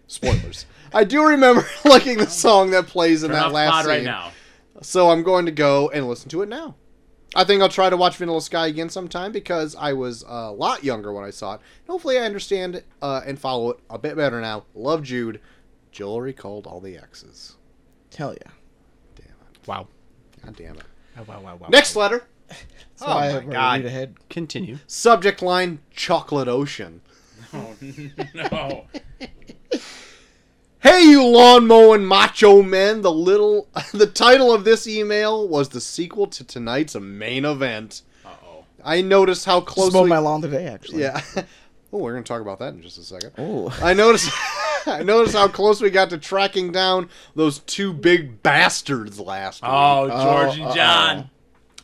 Speaker 2: Spoilers.
Speaker 3: [laughs]
Speaker 2: I do remember [laughs] liking the song that plays in
Speaker 3: Turn
Speaker 2: that
Speaker 3: off pod
Speaker 2: last scene.
Speaker 3: right now.
Speaker 2: So I'm going to go and listen to it now. I think I'll try to watch Vanilla Sky again sometime because I was a lot younger when I saw it. Hopefully, I understand uh, and follow it a bit better now. Love Jude. Joel recalled all the X's.
Speaker 1: Hell yeah.
Speaker 2: Damn it.
Speaker 4: Wow.
Speaker 2: God damn it.
Speaker 4: Wow. Wow. Wow. wow.
Speaker 2: Next letter.
Speaker 1: That's why I
Speaker 4: Oh my
Speaker 1: wrote
Speaker 4: God.
Speaker 1: Read ahead.
Speaker 4: Continue.
Speaker 2: Subject line Chocolate Ocean.
Speaker 3: [laughs] No.
Speaker 2: Hey, you lawn mowing macho men! The little, [laughs] the title of this email was the sequel to tonight's main event.
Speaker 3: Uh oh.
Speaker 2: I noticed how
Speaker 1: Just
Speaker 2: closely.
Speaker 1: mowed my lawn today, actually.
Speaker 2: yeah. [laughs] oh, we're gonna talk about that in just a second.
Speaker 1: Ooh.
Speaker 2: I noticed. [laughs] I noticed how close we got to tracking down those two big bastards last week.
Speaker 3: Oh, George
Speaker 1: uh-oh.
Speaker 3: and John.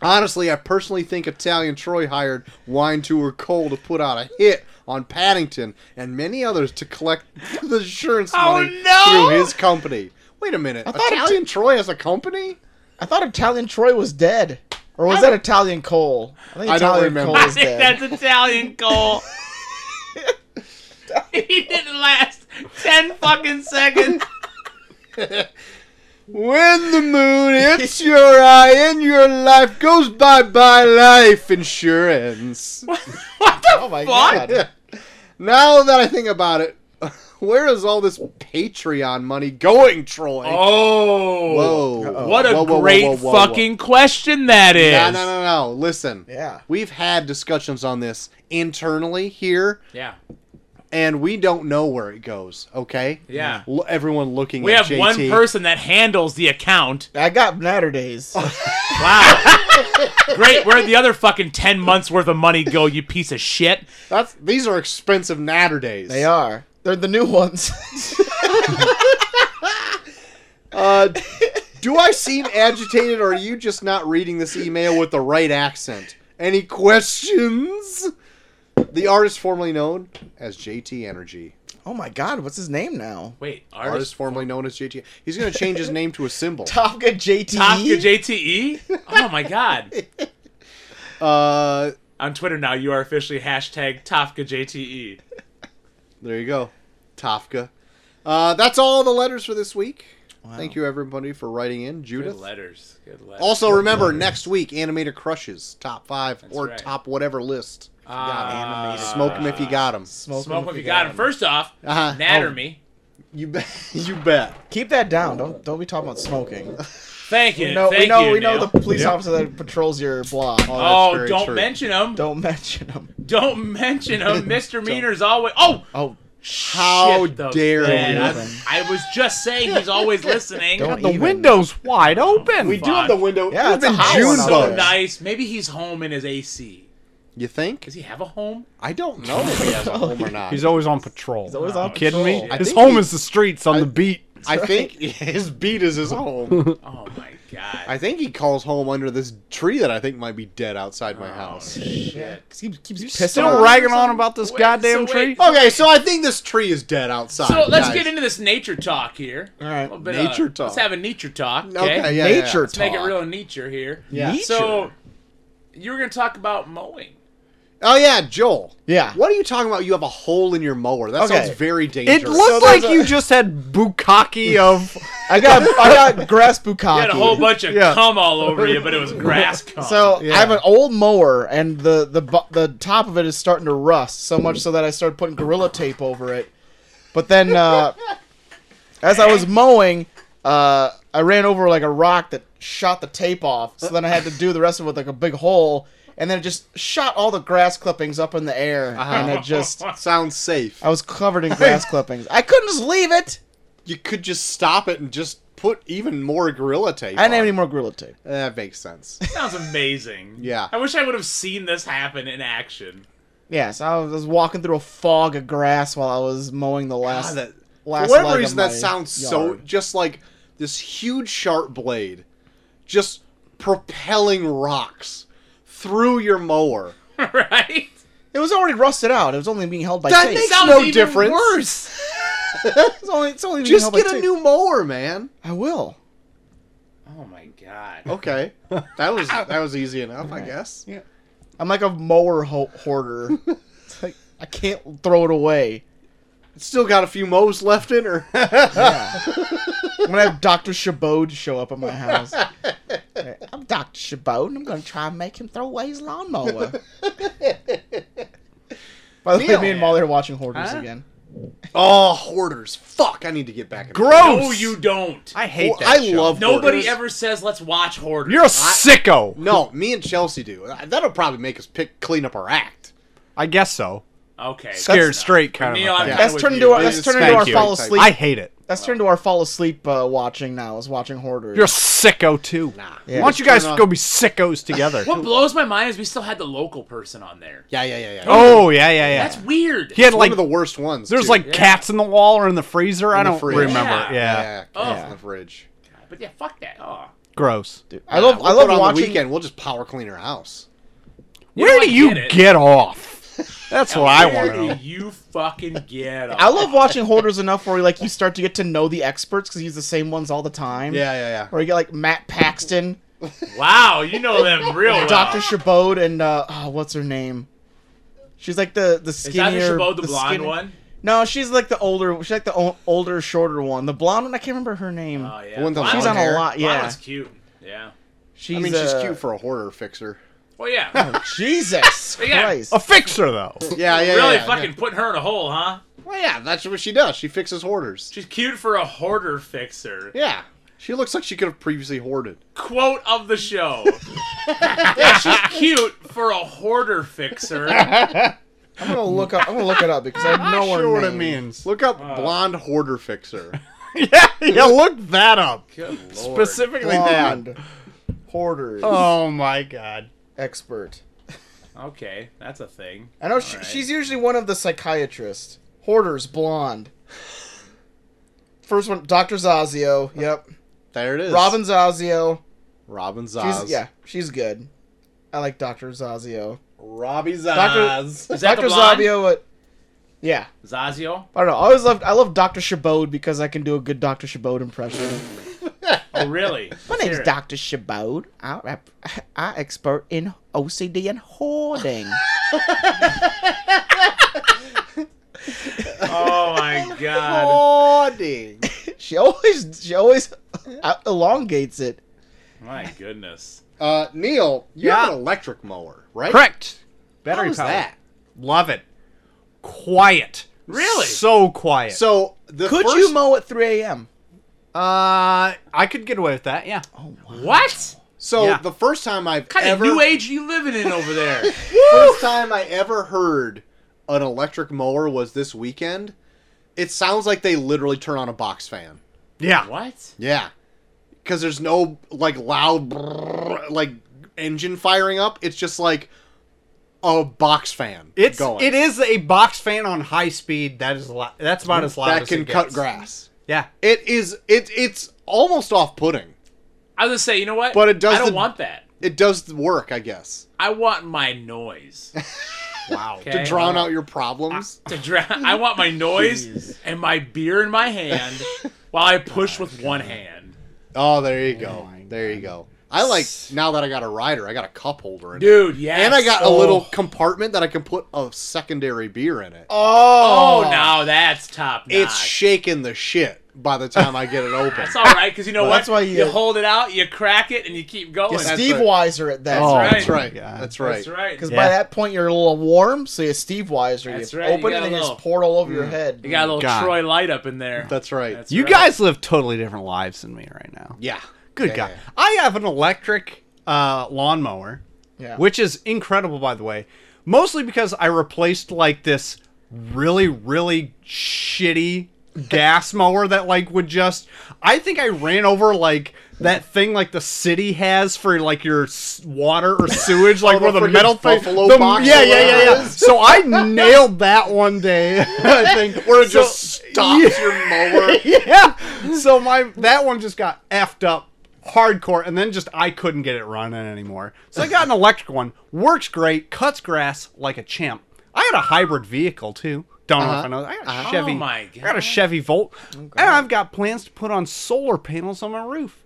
Speaker 2: Honestly, I personally think Italian Troy hired Wine Tour Cole to put out a hit on Paddington and many others to collect [laughs] the insurance
Speaker 3: Oh,
Speaker 2: money
Speaker 3: no!
Speaker 2: through his company. Wait a minute.
Speaker 1: thought
Speaker 2: Italian Troy has a company?
Speaker 1: I thought Italian Troy was dead. Or was that Italian Cole? I think
Speaker 2: I don't
Speaker 1: Italian
Speaker 2: remember.
Speaker 1: Cole
Speaker 3: I
Speaker 1: is
Speaker 3: think
Speaker 1: dead.
Speaker 3: that's Italian goal. he didn't last ten fucking seconds.
Speaker 2: When the [laughs] moon hits your eye and your life goes bye bye, life insurance.
Speaker 3: What the
Speaker 1: Oh my
Speaker 3: fuck?
Speaker 1: god.
Speaker 2: now that I think about it, [laughs] where is all this Patreon money going, Troy?
Speaker 3: Oh.
Speaker 2: Whoa.
Speaker 3: What a
Speaker 2: Whoa, whoa, whoa,
Speaker 3: great
Speaker 2: whoa, whoa, whoa.
Speaker 3: fucking question that is.
Speaker 2: No, no, no, no. Listen.
Speaker 1: Yeah.
Speaker 2: We've had discussions on this internally here,
Speaker 3: Yeah.
Speaker 2: and we don't know where it goes. Okay.
Speaker 3: Yeah.
Speaker 2: L- everyone looking.
Speaker 3: We
Speaker 2: at
Speaker 3: have one
Speaker 2: JT.
Speaker 3: person that handles the account.
Speaker 1: I got natter
Speaker 2: [laughs]
Speaker 1: days.
Speaker 3: Wow. Great. Where'd the other fucking 10 months worth of money go, you piece of shit?
Speaker 2: That's these are expensive natter days.
Speaker 1: they are. They're the new ones. [laughs] [laughs]
Speaker 2: Uh, do I seem agitated, or are you just not reading this email with the right accent? Any questions? The artist formerly known as JT Energy.
Speaker 1: oh my god, what's his name now?
Speaker 3: Wait,
Speaker 2: Artist,
Speaker 3: artist.
Speaker 2: formerly known as JT. He's gonna change his name to
Speaker 1: [laughs]
Speaker 2: a symbol.
Speaker 1: Topka JT.
Speaker 3: Topka JTE? Oh my
Speaker 2: [laughs]
Speaker 3: god.
Speaker 2: Uh,
Speaker 3: On Twitter now, you are officially hashtag Topka JTE.
Speaker 2: there you go, Tafka. Uh, that's all the letters for this week. Thank you everybody for writing in,
Speaker 3: Good
Speaker 2: Judith.
Speaker 3: letters. Good letters.
Speaker 2: Also, remember next week, animator crushes top five or
Speaker 3: right.
Speaker 2: top whatever list.
Speaker 3: Ah,
Speaker 1: animated.
Speaker 2: Smoke 'em if you got 'em.
Speaker 1: Smoke,
Speaker 3: smoke if you got him. First off,
Speaker 2: Uh-huh.
Speaker 3: natter
Speaker 2: Oh.
Speaker 3: me.
Speaker 2: You bet. [laughs] you bet.
Speaker 1: Keep that down. Don't don't be talking about smoking. [laughs]
Speaker 3: Thank you.
Speaker 1: We know,
Speaker 3: Thank
Speaker 1: we know,
Speaker 3: you,
Speaker 1: we know
Speaker 3: Neil.
Speaker 1: the police
Speaker 2: Yep.
Speaker 1: officer that patrols your block.
Speaker 2: that's
Speaker 3: Oh,
Speaker 2: very
Speaker 3: don't
Speaker 2: true.
Speaker 3: mention him. Don't,
Speaker 1: Don't [laughs] mention him.
Speaker 3: mention him. Misdemeanors always. Oh,
Speaker 1: Oh,
Speaker 2: How
Speaker 3: shit, the
Speaker 2: dare
Speaker 3: bed.
Speaker 1: you.
Speaker 3: I, I was just saying he's always listening.
Speaker 1: Don't
Speaker 4: The
Speaker 1: even.
Speaker 4: window's wide open.
Speaker 2: We do have the window.
Speaker 1: Yeah,
Speaker 2: Yeah,
Speaker 1: it's a
Speaker 2: been
Speaker 1: hot
Speaker 2: June
Speaker 1: one out
Speaker 3: so
Speaker 1: there.
Speaker 2: bugs.
Speaker 3: nice. Maybe he's home in his AC.
Speaker 2: You think?
Speaker 3: Does he have a home?
Speaker 2: I don't know [laughs] if he has a home or not.
Speaker 4: He's always on patrol.
Speaker 1: He's always
Speaker 4: Are
Speaker 1: on Oh.
Speaker 4: you kidding me?
Speaker 1: patrol.
Speaker 4: His
Speaker 2: think
Speaker 4: home
Speaker 2: he-
Speaker 4: is the streets on the beat.
Speaker 2: I think [laughs] his beat is his home.
Speaker 3: Oh my god.
Speaker 2: I think he calls home under this tree that I think might be dead outside
Speaker 3: Oh,
Speaker 2: my house.
Speaker 3: Shit.
Speaker 1: 'Cause he keeps pissing
Speaker 4: Still
Speaker 1: on
Speaker 4: ragging on about this
Speaker 3: Wait,
Speaker 4: goddamn
Speaker 3: so wait.
Speaker 4: tree.
Speaker 2: Okay, so I think this tree is dead outside.
Speaker 3: So let's
Speaker 2: guys.
Speaker 3: get into this nature talk here.
Speaker 1: All right.
Speaker 3: Little bit
Speaker 2: Nature
Speaker 3: of- Let's
Speaker 2: talk.
Speaker 3: have a nature talk. Okay.
Speaker 2: Okay, yeah, yeah,
Speaker 1: Nature
Speaker 2: yeah.
Speaker 1: Let's
Speaker 3: Let's make it real nature here.
Speaker 2: Yeah. Nature?
Speaker 3: So you were gonna talk about mowing.
Speaker 2: Oh yeah, Joel.
Speaker 3: [laughs]
Speaker 1: Yeah.
Speaker 2: What are you talking about? You have a hole in your mower. That
Speaker 1: Okay.
Speaker 2: sounds very dangerous.
Speaker 4: It looked
Speaker 1: So there's
Speaker 4: like
Speaker 1: a-
Speaker 4: you just had bukkake
Speaker 1: [laughs]
Speaker 4: uh, of.
Speaker 1: I got I got grass bukkake.
Speaker 3: You had a whole bunch of
Speaker 4: Yeah.
Speaker 3: cum all over you, but it was grass cum.
Speaker 1: So
Speaker 2: Yeah.
Speaker 1: I have an old mower, and the the bu- the top of it is starting to rust so much so that I started putting gorilla tape over it. But then, uh, as I was mowing, uh, I ran over like a rock that shot the tape off. So then I had to do the rest of it with like a big hole, and then it just shot all the grass clippings up in the air, and it just
Speaker 2: sounds safe.
Speaker 1: I was covered in [laughs] grass clippings. I couldn't just leave it.
Speaker 2: You could just stop it and just put even more gorilla tape.
Speaker 1: I didn't have
Speaker 2: on
Speaker 1: any
Speaker 2: it.
Speaker 1: more gorilla tape.
Speaker 2: That makes [laughs] sense.
Speaker 3: sounds amazing.
Speaker 2: Yeah.
Speaker 3: I wish I would have seen this happen in action. [laughs]
Speaker 1: Yeah, so I was, I was walking through a fog of grass while I was mowing the last.
Speaker 2: God, Ah, that,
Speaker 1: last
Speaker 2: for whatever
Speaker 1: leg
Speaker 2: reason
Speaker 1: of
Speaker 2: that
Speaker 1: my
Speaker 2: sounds so
Speaker 1: yard.
Speaker 2: just like this huge sharp blade just propelling rocks through your mower
Speaker 3: right?
Speaker 1: It was already rusted out. It was only being held by
Speaker 2: That
Speaker 1: tape.
Speaker 2: makes-
Speaker 3: Sounds
Speaker 2: no
Speaker 3: even
Speaker 2: difference.
Speaker 3: worse.
Speaker 1: [laughs] It's only, it's only being
Speaker 2: just
Speaker 1: held by
Speaker 2: get a
Speaker 1: tape.
Speaker 2: new mower man
Speaker 1: I will.
Speaker 3: Oh my god.
Speaker 2: okay that [laughs] was that was easy enough i guess yeah
Speaker 1: I'm like a mower ho-
Speaker 2: [laughs]
Speaker 1: hoarder. It's like, I can't throw it away.
Speaker 2: still got a few mows left in [laughs] her
Speaker 1: I'm gonna have Doctor Chabot show up at my
Speaker 2: [laughs]
Speaker 1: house. I'm Doctor Chabot, and I'm gonna try and make him throw away his
Speaker 2: [laughs]
Speaker 1: lawnmower. By the way,
Speaker 2: Neil.
Speaker 1: me and Molly are watching Hoarders
Speaker 3: Huh?
Speaker 1: again.
Speaker 2: oh hoarders fuck i need to get back in
Speaker 4: Gross.
Speaker 3: No, you don't.
Speaker 4: I hate
Speaker 2: Oh,
Speaker 4: that.
Speaker 2: I
Speaker 4: show.
Speaker 2: love-
Speaker 3: Nobody
Speaker 2: Hoarders.
Speaker 3: ever says let's watch Hoarders.
Speaker 4: You're a sicko.
Speaker 2: no me and chelsea do Uh, that'll probably make us pick clean up our act
Speaker 4: I guess so.
Speaker 3: okay.
Speaker 4: Scared
Speaker 3: that's
Speaker 4: straight
Speaker 3: enough.
Speaker 4: kind
Speaker 3: Neil,
Speaker 4: of.
Speaker 3: I'm
Speaker 4: a
Speaker 3: kinda
Speaker 4: thing.
Speaker 1: That's
Speaker 3: with
Speaker 1: turned
Speaker 3: you.
Speaker 1: into our
Speaker 2: It
Speaker 1: that's
Speaker 2: is-
Speaker 1: turned into our
Speaker 2: thank you.
Speaker 1: fall
Speaker 2: Type.
Speaker 1: asleep.
Speaker 4: I hate it.
Speaker 1: that's turned into our fall asleep uh, watching now. Is watching Hoarders.
Speaker 4: You're a sicko too.
Speaker 2: nah
Speaker 1: Yeah.
Speaker 4: Why don't you guys
Speaker 2: Turn on-
Speaker 4: go be sickos together?
Speaker 3: What blows my mind is we still had the local person on there.
Speaker 2: yeah yeah yeah yeah
Speaker 4: oh yeah, yeah, yeah.
Speaker 3: That's weird.
Speaker 4: he had
Speaker 2: one
Speaker 4: like
Speaker 2: of the worst ones
Speaker 4: there's
Speaker 2: too.
Speaker 4: like
Speaker 3: Yeah.
Speaker 4: cats in the wall or in the freezer. I
Speaker 2: the
Speaker 4: don't
Speaker 2: fridge.
Speaker 4: remember.
Speaker 3: Yeah.
Speaker 4: Yeah.
Speaker 2: yeah, cats
Speaker 3: Oh.
Speaker 2: in the fridge
Speaker 3: But yeah, fuck that. Oh.
Speaker 4: gross.
Speaker 1: I love
Speaker 2: We'll
Speaker 1: I
Speaker 2: put
Speaker 1: love
Speaker 2: on
Speaker 1: watching.
Speaker 2: the weekend. We'll just power clean her house.
Speaker 4: Where
Speaker 3: know,
Speaker 4: do
Speaker 3: I
Speaker 4: you
Speaker 3: get it.
Speaker 4: get, off? That's what I want
Speaker 3: Where
Speaker 4: to
Speaker 3: do
Speaker 4: know.
Speaker 3: You fucking get
Speaker 1: I
Speaker 3: off.
Speaker 1: love watching hoarders enough where like you start to get to know the experts because he's the same ones all the time.
Speaker 2: Yeah, yeah, yeah.
Speaker 1: Or you get like Matt Paxton,
Speaker 3: Wow, you know them real
Speaker 1: [laughs]
Speaker 3: well.
Speaker 1: Doctor Chabot, and uh, oh, what's her name? She's like the the
Speaker 3: Is
Speaker 1: skinnier.
Speaker 3: Dr. Chabot the, blonde
Speaker 1: skinny-
Speaker 3: one?
Speaker 1: No, she's like the older. She's like the o- older, shorter one. The blonde one, I can't remember her name.
Speaker 3: Oh yeah.
Speaker 2: The one with the
Speaker 3: Blonde
Speaker 1: she's
Speaker 2: long
Speaker 1: on a
Speaker 2: hair.
Speaker 1: lot.
Speaker 3: Blonde
Speaker 1: Yeah,
Speaker 3: one's cute. Yeah.
Speaker 1: she's.
Speaker 2: I mean, she's
Speaker 1: uh,
Speaker 2: cute for a hoarder fixer.
Speaker 3: Well, yeah.
Speaker 1: Jesus
Speaker 3: But yeah,
Speaker 1: Christ!
Speaker 4: A fixer though.
Speaker 2: Yeah, yeah,
Speaker 3: really
Speaker 2: yeah.
Speaker 3: fucking putting her in a hole, huh?
Speaker 2: Yeah. Well, yeah, that's what she does. She fixes hoarders.
Speaker 3: She's cute for a hoarder fixer.
Speaker 2: Yeah. She looks like she could have previously hoarded.
Speaker 3: Quote of the show. yeah, she's cute for a hoarder fixer.
Speaker 1: I'm gonna look up. I'm gonna look it up because I
Speaker 4: [laughs]
Speaker 1: know her
Speaker 4: sure what it
Speaker 1: name.
Speaker 4: means.
Speaker 2: Look up blonde hoarder fixer.
Speaker 4: [laughs] yeah, yeah, look that up.
Speaker 2: Good lord.
Speaker 4: Specifically that.
Speaker 1: Blonde, hoarder,
Speaker 4: Oh my god.
Speaker 1: expert.
Speaker 3: Okay, that's a thing.
Speaker 1: I know she,
Speaker 3: Alright.
Speaker 1: she's usually one of the psychiatrists. Hoarders, blonde. First one, Doctor Zazio. Yep,
Speaker 2: There it is.
Speaker 1: Robin Zazio.
Speaker 2: Robin
Speaker 1: She's
Speaker 2: Zaz.
Speaker 1: yeah, she's good. I like Doctor Zazio.
Speaker 4: Robbie
Speaker 3: Is that
Speaker 1: Doctor
Speaker 3: the blonde?
Speaker 1: Zazio. What? Yeah,
Speaker 3: Zazio?
Speaker 1: I don't know. I always loved. I love Doctor Shabode because I can do a good Doctor Shabode impression.
Speaker 3: Oh,
Speaker 2: [laughs]
Speaker 3: really?
Speaker 1: My
Speaker 3: Let's
Speaker 1: name's
Speaker 3: hear it.
Speaker 1: Dr. Chabot. I, rep- [laughs] I expert in OCD and
Speaker 3: [laughs]
Speaker 1: hoarding.
Speaker 3: Oh my god.
Speaker 2: Hoarding.
Speaker 1: she always she always out- elongates it.
Speaker 3: My goodness.
Speaker 2: Uh, Neil, you
Speaker 4: Yeah.
Speaker 2: have an electric mower, right?
Speaker 4: Correct.
Speaker 2: How
Speaker 4: Battery
Speaker 2: is
Speaker 4: powered.
Speaker 2: that?
Speaker 4: Love it. Quiet.
Speaker 3: Really?
Speaker 4: So quiet.
Speaker 2: So the
Speaker 1: Could
Speaker 2: first,
Speaker 1: you mow at 3 a.m.?
Speaker 4: uh, I could get away with that. Yeah.
Speaker 3: What?
Speaker 2: So
Speaker 4: Yeah.
Speaker 2: the first time I've
Speaker 3: Kind
Speaker 2: Oh, ever
Speaker 3: of new age you living in over there?
Speaker 2: [laughs] first time I ever heard an electric mower was this weekend. It sounds like they literally turn on a box fan.
Speaker 4: Yeah.
Speaker 3: what?
Speaker 2: Yeah, because there's no like loud brrrr, like engine firing up. It's just like a box fan.
Speaker 4: It's
Speaker 2: going.
Speaker 4: it is a box fan on high speed. That is lo- that's about as loud
Speaker 2: that
Speaker 4: as
Speaker 2: can
Speaker 4: it
Speaker 2: cut
Speaker 4: gets.
Speaker 2: grass.
Speaker 4: Yeah.
Speaker 2: It is it it's almost off putting.
Speaker 3: I was gonna say, you know what?
Speaker 2: But it does
Speaker 3: I don't
Speaker 2: the-
Speaker 3: want that.
Speaker 2: It does the work, I guess,
Speaker 3: I want my noise
Speaker 4: Wow.
Speaker 3: Okay.
Speaker 2: [laughs] to drown out your problems.
Speaker 3: to drown. I want my noise and my beer in my
Speaker 2: [laughs]
Speaker 3: hand while I push with one hand.
Speaker 2: Oh, there you go. there you go. I like now that I got a rider, I got a cup holder in it.
Speaker 3: Dude, yes.
Speaker 2: And I got a
Speaker 3: oh.
Speaker 2: little compartment that I can put a secondary beer in it.
Speaker 1: Oh,
Speaker 3: Oh, now that's top notch.
Speaker 2: It's shaking the shit by the time I [laughs] get it open.
Speaker 3: That's all right, because you know
Speaker 1: Well,
Speaker 3: what?
Speaker 1: that's why you-
Speaker 3: you hold it out, you crack it, and you keep going.
Speaker 1: Yeah,
Speaker 2: that's
Speaker 1: Steve
Speaker 2: right.
Speaker 1: Weiser at that.
Speaker 4: Oh,
Speaker 3: right.
Speaker 2: That's right.
Speaker 4: Yeah.
Speaker 2: That's right.
Speaker 3: That's right.
Speaker 1: Because
Speaker 4: Yeah.
Speaker 1: by that point you're a little warm, so you Steve Weiser.
Speaker 3: That's
Speaker 1: you
Speaker 3: right, you
Speaker 1: open
Speaker 3: got
Speaker 1: it
Speaker 3: a
Speaker 1: and you
Speaker 3: little- Mm.
Speaker 1: just pour it all over your head.
Speaker 3: You got a little
Speaker 4: God.
Speaker 3: Troy light up in there.
Speaker 2: That's right.
Speaker 3: That's
Speaker 4: You
Speaker 3: right.
Speaker 4: guys live totally different lives than me right now.
Speaker 2: yeah.
Speaker 4: Good
Speaker 2: Yeah,
Speaker 4: God.
Speaker 2: yeah.
Speaker 4: I have an electric uh, lawnmower,
Speaker 1: Yeah.
Speaker 4: which is incredible, by the way. Mostly because I replaced like this really, really
Speaker 2: [laughs]
Speaker 4: shitty gas mower that like would just. I think I ran over like that thing like the city has for like your s- water
Speaker 2: [laughs]
Speaker 4: or sewage, like
Speaker 2: Oh, the
Speaker 4: where the
Speaker 2: friggin'
Speaker 4: metal thing.
Speaker 2: buffalo
Speaker 4: the-
Speaker 2: box or
Speaker 4: yeah, yeah,
Speaker 2: whatever
Speaker 4: yeah,
Speaker 2: it
Speaker 4: yeah.
Speaker 2: is.
Speaker 4: So
Speaker 2: [laughs]
Speaker 4: I nailed that one day. [laughs] I think
Speaker 2: Where it
Speaker 4: So-
Speaker 2: just stops your
Speaker 4: [laughs]
Speaker 2: mower.
Speaker 4: yeah. So my that one just got effed up hardcore, and then just I couldn't get it running anymore. So I got an electric one. Works great. Cuts grass like a champ. I had a hybrid vehicle too. Don't know if I know. that. I got a
Speaker 3: Uh-huh.
Speaker 4: Chevy.
Speaker 3: Oh my
Speaker 4: I got a
Speaker 3: God. Oh,
Speaker 4: Chevy Volt, and I've got plans to put on solar panels on my roof.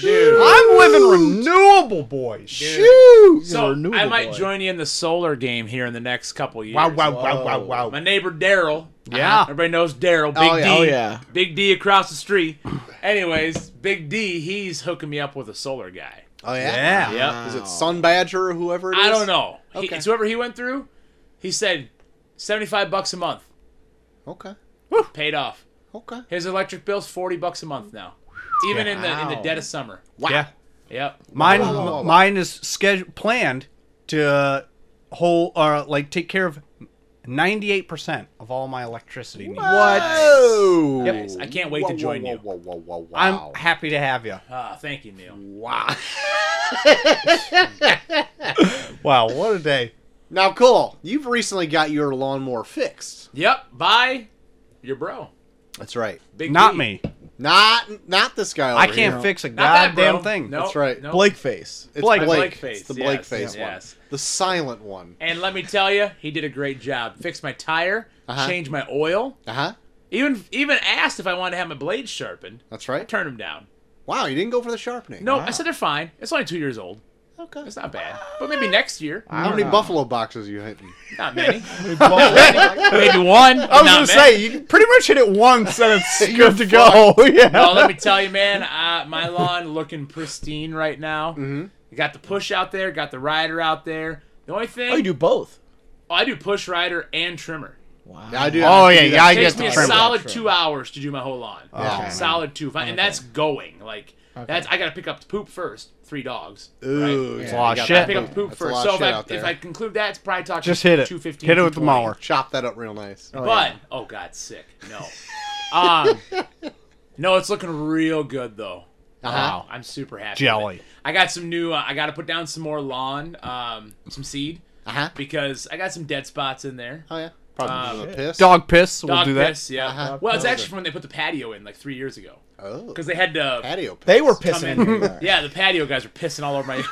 Speaker 3: Dude.
Speaker 4: I'm living renewable, boys.
Speaker 1: Shoot!
Speaker 3: So I might join you in the solar game here in the next couple years.
Speaker 4: Wow! Wow! Wow! Wow! Wow!
Speaker 3: My neighbor Daryl. Uh-huh.
Speaker 4: Yeah.
Speaker 3: Everybody knows Daryl. Big
Speaker 2: Oh, yeah.
Speaker 3: D.
Speaker 1: Oh, yeah.
Speaker 3: Big D across the street. [clears throat] Anyways, Big D, he's hooking me up with a solar guy.
Speaker 2: Oh yeah.
Speaker 4: Yeah.
Speaker 3: Yep.
Speaker 2: Is it Sun Badger or whoever it is?
Speaker 3: I don't know. He-
Speaker 2: Okay.
Speaker 3: it's whoever he went through. He said, seventy-five bucks a month,
Speaker 2: Okay.
Speaker 3: paid off.
Speaker 2: Okay.
Speaker 3: His electric bill's forty bucks a month now, even in the in the
Speaker 2: Wow.
Speaker 3: dead of summer.
Speaker 2: Wow.
Speaker 4: Yeah.
Speaker 3: Yep.
Speaker 4: Mine,
Speaker 2: Whoa, whoa, whoa.
Speaker 4: mine is scheduled planned to uh, whole or like take care of ninety eight percent of all my electricity needs.
Speaker 2: Whoa.
Speaker 3: Yep. I can't wait to
Speaker 2: Oh. Whoa,
Speaker 3: join
Speaker 2: whoa,
Speaker 3: you.
Speaker 2: Whoa, whoa, whoa, whoa, wow.
Speaker 4: I'm happy to have you.
Speaker 3: Ah, thank you, Neil.
Speaker 2: wow. [laughs]
Speaker 4: Wow, what a day!
Speaker 2: Now, Cole, you've recently got your lawnmower fixed.
Speaker 3: Yep. Bye, your bro.
Speaker 2: That's right.
Speaker 3: Big
Speaker 4: Not
Speaker 3: D.
Speaker 4: me.
Speaker 2: Not not this guy. Over
Speaker 4: I can't
Speaker 2: here.
Speaker 4: fix a
Speaker 3: Not that bro.
Speaker 4: goddamn thing.
Speaker 3: No,
Speaker 2: That's right.
Speaker 3: no.
Speaker 1: Blake face.
Speaker 2: It's
Speaker 4: Blake.
Speaker 2: Blake.
Speaker 3: Blake face,
Speaker 2: It's the Blake
Speaker 3: yes,
Speaker 2: face
Speaker 3: yes.
Speaker 2: one. The silent one.
Speaker 3: And let me tell you, he did a great job. Fixed my tire,
Speaker 2: Uh-huh.
Speaker 3: changed my oil,
Speaker 2: Uh huh.
Speaker 3: even even asked if I wanted to have my blades sharpened.
Speaker 2: That's
Speaker 3: I
Speaker 2: right.
Speaker 3: turned him down.
Speaker 2: Wow, you didn't go for the sharpening.
Speaker 3: No, I said they're fine. It's only two years old.
Speaker 2: Okay.
Speaker 3: It's not bad. But maybe next year.
Speaker 2: How many buffalo boxes you hitting?
Speaker 3: Not many. [laughs] maybe one.
Speaker 4: I was gonna say you pretty much hit it once [laughs] and it's good to go. yeah.
Speaker 3: No, let me tell you, man. Uh, my lawn looking pristine right now. Mm-hmm. Got the push out there. Got the rider out there. The only thing
Speaker 1: Oh, you do both.
Speaker 3: Oh, I do push rider and trimmer.
Speaker 1: Wow.
Speaker 2: I do.
Speaker 4: Oh,
Speaker 2: I have to
Speaker 4: yeah,
Speaker 2: do
Speaker 4: yeah, I
Speaker 2: that.
Speaker 3: It takes
Speaker 4: get the
Speaker 3: me a
Speaker 4: trimmer.
Speaker 3: solid
Speaker 1: Trim.
Speaker 2: Oh,
Speaker 3: two hours to do my whole lawn.
Speaker 2: Yeah.
Speaker 3: Solid two, and that's going like That's I gotta pick up poop first. Three dogs.
Speaker 2: Ooh,
Speaker 3: right?
Speaker 1: Yeah.
Speaker 2: it's a lot
Speaker 4: Yeah,
Speaker 2: of
Speaker 4: you
Speaker 3: I
Speaker 2: shit.
Speaker 4: got
Speaker 3: pick up poop
Speaker 2: That's a
Speaker 3: first.
Speaker 2: lot
Speaker 3: So
Speaker 2: of
Speaker 3: if
Speaker 2: shit
Speaker 3: I,
Speaker 2: out there.
Speaker 3: if I conclude that, it's probably talking.
Speaker 4: Just hit it.
Speaker 3: 215,
Speaker 4: Hit it with the
Speaker 3: 220.
Speaker 4: mauler.
Speaker 2: Chop that up real nice.
Speaker 3: But oh god, sick.
Speaker 2: [laughs]
Speaker 3: No. Um, no, it's looking real good though.
Speaker 2: Uh-huh.
Speaker 3: I'm super happy. with
Speaker 4: Jelly.
Speaker 3: it. I got some new. Uh, I got to put down some more lawn, um, some seed
Speaker 2: Uh-huh.
Speaker 3: because I got some dead spots in there.
Speaker 2: Oh yeah. Probably
Speaker 3: Um,
Speaker 2: the piss.
Speaker 4: Dog piss. We'll
Speaker 3: Dog
Speaker 4: do that. [laughs]
Speaker 3: piss, yeah.
Speaker 2: Uh-huh.
Speaker 3: Well, it's
Speaker 1: Dog
Speaker 3: actually
Speaker 1: piss.
Speaker 3: from when they put the patio in like three years ago
Speaker 2: Oh.
Speaker 3: because they had to
Speaker 2: patio piss.
Speaker 1: They were
Speaker 3: come
Speaker 1: pissing. in
Speaker 3: in.
Speaker 1: there.
Speaker 3: yeah, the patio guys were pissing all over
Speaker 4: [laughs]
Speaker 3: my.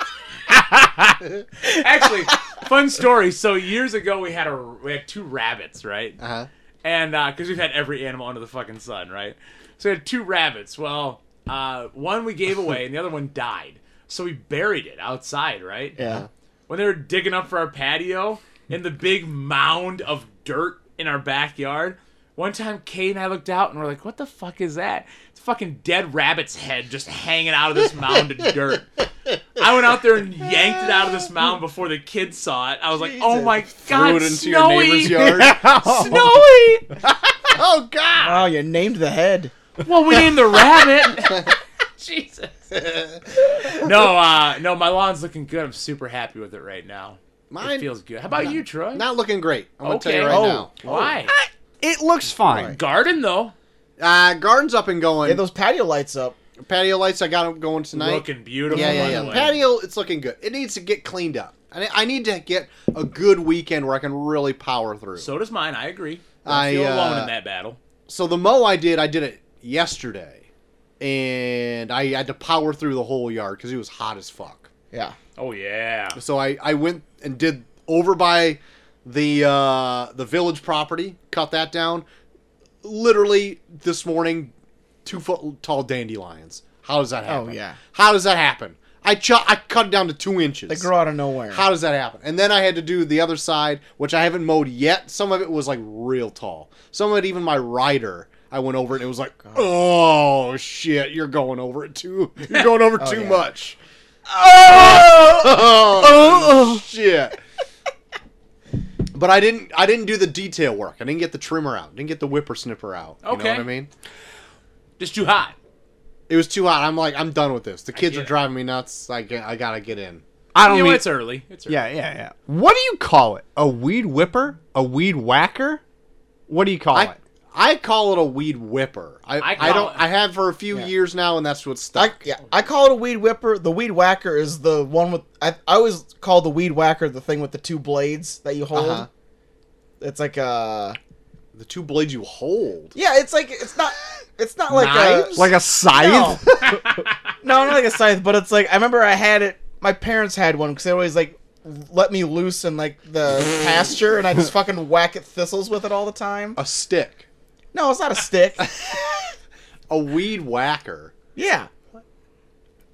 Speaker 3: [laughs] actually, fun story. So years ago, we had a we had two rabbits, right?
Speaker 2: Uh-huh.
Speaker 3: and because we've had every animal under the fucking sun, right? So we had two rabbits. Well, uh, one we gave away, and the other one died. So we buried it outside, right?
Speaker 1: [laughs] Yeah.
Speaker 3: When they were digging up for our patio in the big mound of dirt in our backyard, one time Kate and I looked out and we're like, "What the fuck is that? It's a fucking dead rabbit's head just hanging out of this mound of dirt." I went out there and yanked it out of this mound before the kids saw it. I was like, "Oh my god,
Speaker 2: Threw it into
Speaker 3: Snowy,
Speaker 2: your [laughs] neighbor's yard.
Speaker 3: [laughs] Snowy!"
Speaker 2: oh god.
Speaker 1: Oh, you named the head.
Speaker 3: Well, we named the
Speaker 2: [laughs]
Speaker 3: rabbit. Jesus. No, uh, no, my lawn's looking good. I'm super happy with it right now.
Speaker 2: Mine
Speaker 3: it feels good. How about you, Troy?
Speaker 2: not looking great. I'm gonna
Speaker 3: okay.
Speaker 2: tell you right
Speaker 3: oh,
Speaker 2: now.
Speaker 3: why?
Speaker 4: It looks fine.
Speaker 3: Garden though,
Speaker 2: Uh, garden's up and going.
Speaker 1: Get those patio lights up.
Speaker 2: patio lights I got 'em going tonight.
Speaker 3: looking beautiful.
Speaker 2: yeah,
Speaker 3: by
Speaker 2: yeah,
Speaker 3: the
Speaker 2: yeah.
Speaker 3: way.
Speaker 2: Patio, it's looking good. It needs to get cleaned up. I I need to get a good weekend where I can really power through.
Speaker 3: So does mine. I agree.
Speaker 2: I,
Speaker 3: I feel alone
Speaker 2: uh,
Speaker 3: in that battle.
Speaker 2: so the mow I did, I did it yesterday, and I had to power through the whole yard because it was hot as fuck.
Speaker 1: Yeah.
Speaker 3: Oh yeah.
Speaker 2: So I, I went and did over by the uh, the village property, cut that down. Literally this morning, two foot tall dandelions. How does that happen?
Speaker 1: Oh, yeah.
Speaker 2: How does that happen? I ch- I cut it down to two inches.
Speaker 1: They grow out of nowhere.
Speaker 2: How does that happen? And then I had to do the other side, which I haven't mowed yet. Some of it was like real tall. Some of it, even my rider, I went over it and it was like, oh shit, you're going over it too. [laughs] You're
Speaker 3: [laughs]
Speaker 2: going over too
Speaker 1: yeah.
Speaker 2: much. [laughs] Oh,
Speaker 3: Oh!
Speaker 2: shit. But I didn't. I didn't do the detail work. I didn't get the trimmer out. Didn't get the whippersnipper out. You know
Speaker 3: Okay.
Speaker 2: what I mean?
Speaker 3: Just too hot.
Speaker 2: It was too hot. I'm like, I'm done with this. The kids
Speaker 3: get
Speaker 2: are
Speaker 3: it.
Speaker 2: driving me nuts. I, get, I gotta get in.
Speaker 4: I
Speaker 3: You
Speaker 4: don't
Speaker 3: know,
Speaker 4: mean.
Speaker 3: it's early. It's early.
Speaker 4: Yeah, yeah, yeah. What do you call it? A weed whipper? A weed whacker? What do you call
Speaker 2: I,
Speaker 4: it?
Speaker 2: I call it a weed whipper. I,
Speaker 3: I
Speaker 2: I,
Speaker 3: call
Speaker 2: don't.
Speaker 3: it-
Speaker 2: I have for a few years now, and that's what's
Speaker 1: I,
Speaker 2: stuck.
Speaker 1: yeah, I call it a weed whipper. The weed whacker is the one with. I, I always call the weed whacker the thing with the two blades that you hold.
Speaker 2: Uh-huh.
Speaker 1: It's like a.
Speaker 2: The two blades you hold.
Speaker 1: Yeah, it's like it's not. It's not like
Speaker 2: Knives?
Speaker 1: a
Speaker 4: Like a [laughs]
Speaker 1: no.
Speaker 4: scythe?
Speaker 1: [laughs] no, not like a scythe, but it's like I remember I had it. My parents had one because they always like let me loose in like the pasture, and I just fucking whack at thistles with it all the time.
Speaker 2: A stick.
Speaker 1: No, it's not a stick.
Speaker 2: A weed whacker.
Speaker 1: Yeah.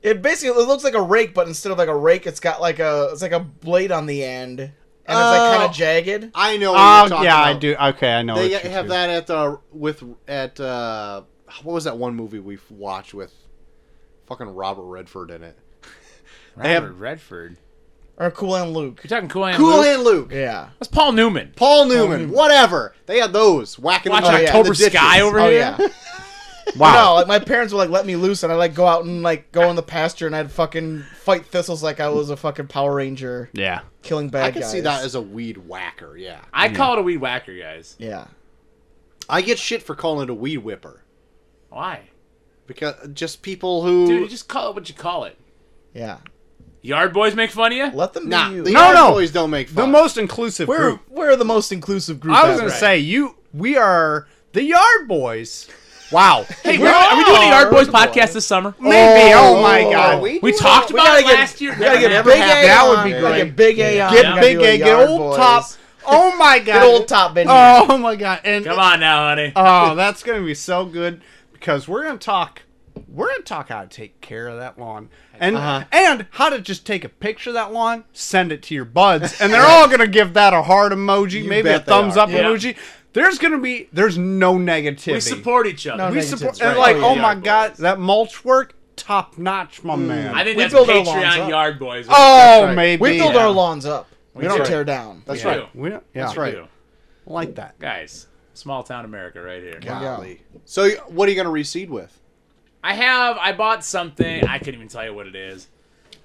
Speaker 1: It basically it looks like a rake, but instead of like a rake, it's got like a it's like a blade on the end, and it's like kind
Speaker 2: Oh.
Speaker 1: of jagged.
Speaker 2: I know. What
Speaker 4: Oh,
Speaker 2: you're talking
Speaker 4: yeah, I
Speaker 2: about.
Speaker 4: do. Okay, I know.
Speaker 2: They
Speaker 4: what you
Speaker 2: have
Speaker 4: do.
Speaker 2: that at the with at uh, what was that one movie we watched with fucking Robert Redford in it?
Speaker 3: Robert
Speaker 2: have-
Speaker 3: Redford.
Speaker 1: Or Cool and Luke.
Speaker 3: You're talking Cool Hand
Speaker 2: Cool
Speaker 3: Luke?
Speaker 2: Hand Luke.
Speaker 1: Yeah.
Speaker 3: That's Paul Newman.
Speaker 2: Paul Newman, whatever. They had those whacking
Speaker 3: Watch
Speaker 1: Oh,
Speaker 2: them
Speaker 1: yeah.
Speaker 3: October
Speaker 2: in the
Speaker 3: Sky
Speaker 2: ditches.
Speaker 3: over
Speaker 1: Oh
Speaker 3: here.
Speaker 1: yeah. No,
Speaker 4: Wow.
Speaker 1: like my parents would like let me loose, and I like go out and like go in the pasture, and I'd fucking fight thistles like I was a fucking Power Ranger,
Speaker 4: Yeah.
Speaker 1: killing bad
Speaker 2: I can
Speaker 1: guys.
Speaker 2: see that as a weed whacker. Yeah,
Speaker 3: I call it a weed whacker, guys.
Speaker 1: yeah.
Speaker 2: I get shit for calling it a weed whipper.
Speaker 3: Why?
Speaker 2: Because just people who
Speaker 3: Dude, you just call it what you call it.
Speaker 1: Yeah.
Speaker 3: Yard boys make fun of you?
Speaker 1: Let them be
Speaker 2: nah,
Speaker 1: you.
Speaker 2: the no,
Speaker 4: No, no.
Speaker 2: boys don't make
Speaker 4: The
Speaker 2: fun.
Speaker 4: most inclusive
Speaker 1: we're
Speaker 4: group.
Speaker 1: we're the most inclusive group.
Speaker 4: I was
Speaker 1: ever.
Speaker 4: going to say, you. we are the Yard Boys.
Speaker 1: [laughs]
Speaker 4: Wow. hey,
Speaker 3: We're, are we doing a Yard Boys podcast this summer?
Speaker 4: Maybe. Oh,
Speaker 1: Oh,
Speaker 4: my
Speaker 1: are
Speaker 4: God.
Speaker 2: we?
Speaker 3: We talked
Speaker 1: We
Speaker 3: about
Speaker 1: gotta
Speaker 3: it
Speaker 1: get-
Speaker 3: last year.
Speaker 1: We gotta get
Speaker 3: Never
Speaker 1: Big A.
Speaker 3: happened.
Speaker 4: That would
Speaker 1: on.
Speaker 4: be
Speaker 1: We gotta
Speaker 4: great.
Speaker 1: Get Big A on.
Speaker 4: Get
Speaker 1: We gotta
Speaker 4: big
Speaker 1: do a
Speaker 4: A. Get
Speaker 1: Yard
Speaker 4: old
Speaker 1: Boys.
Speaker 4: top. Oh my God.
Speaker 1: Get old top in here.
Speaker 4: Oh my God. And
Speaker 3: Come on now, honey.
Speaker 4: Oh, that's gonna be so good because we're gonna talk. We're gonna talk how to take care of that lawn and
Speaker 2: Uh-huh.
Speaker 4: and how to just take a picture of that lawn, send it to your buds, and they're all gonna give that a heart emoji, maybe a
Speaker 2: bet they
Speaker 4: thumbs
Speaker 2: are.
Speaker 4: up
Speaker 3: Yeah.
Speaker 4: emoji. There's gonna be there's no negativity.
Speaker 3: we support each other.
Speaker 1: No,
Speaker 4: We
Speaker 1: Negativity,
Speaker 4: support
Speaker 1: right.
Speaker 4: and like
Speaker 1: Oh,
Speaker 4: oh,
Speaker 1: yeah.
Speaker 4: my god, that mulch work top notch, my man.
Speaker 3: I think
Speaker 1: We
Speaker 3: that's
Speaker 1: build our lawns
Speaker 3: Patreon
Speaker 1: up.
Speaker 3: Yard Boys.
Speaker 4: oh
Speaker 2: Mm. right.
Speaker 4: maybe
Speaker 1: We build
Speaker 4: yeah.
Speaker 1: our lawns up. We,
Speaker 3: We
Speaker 1: don't
Speaker 3: do.
Speaker 1: tear down.
Speaker 2: That's
Speaker 3: We
Speaker 2: right.
Speaker 3: do.
Speaker 4: We don't, yeah,
Speaker 2: That's right.
Speaker 3: do.
Speaker 4: I like that.
Speaker 3: Guys, small town America right here.
Speaker 1: Yeah.
Speaker 2: Golly. So y- what are you gonna reseed with?
Speaker 3: I have. I bought something. I couldn't even tell you what it is.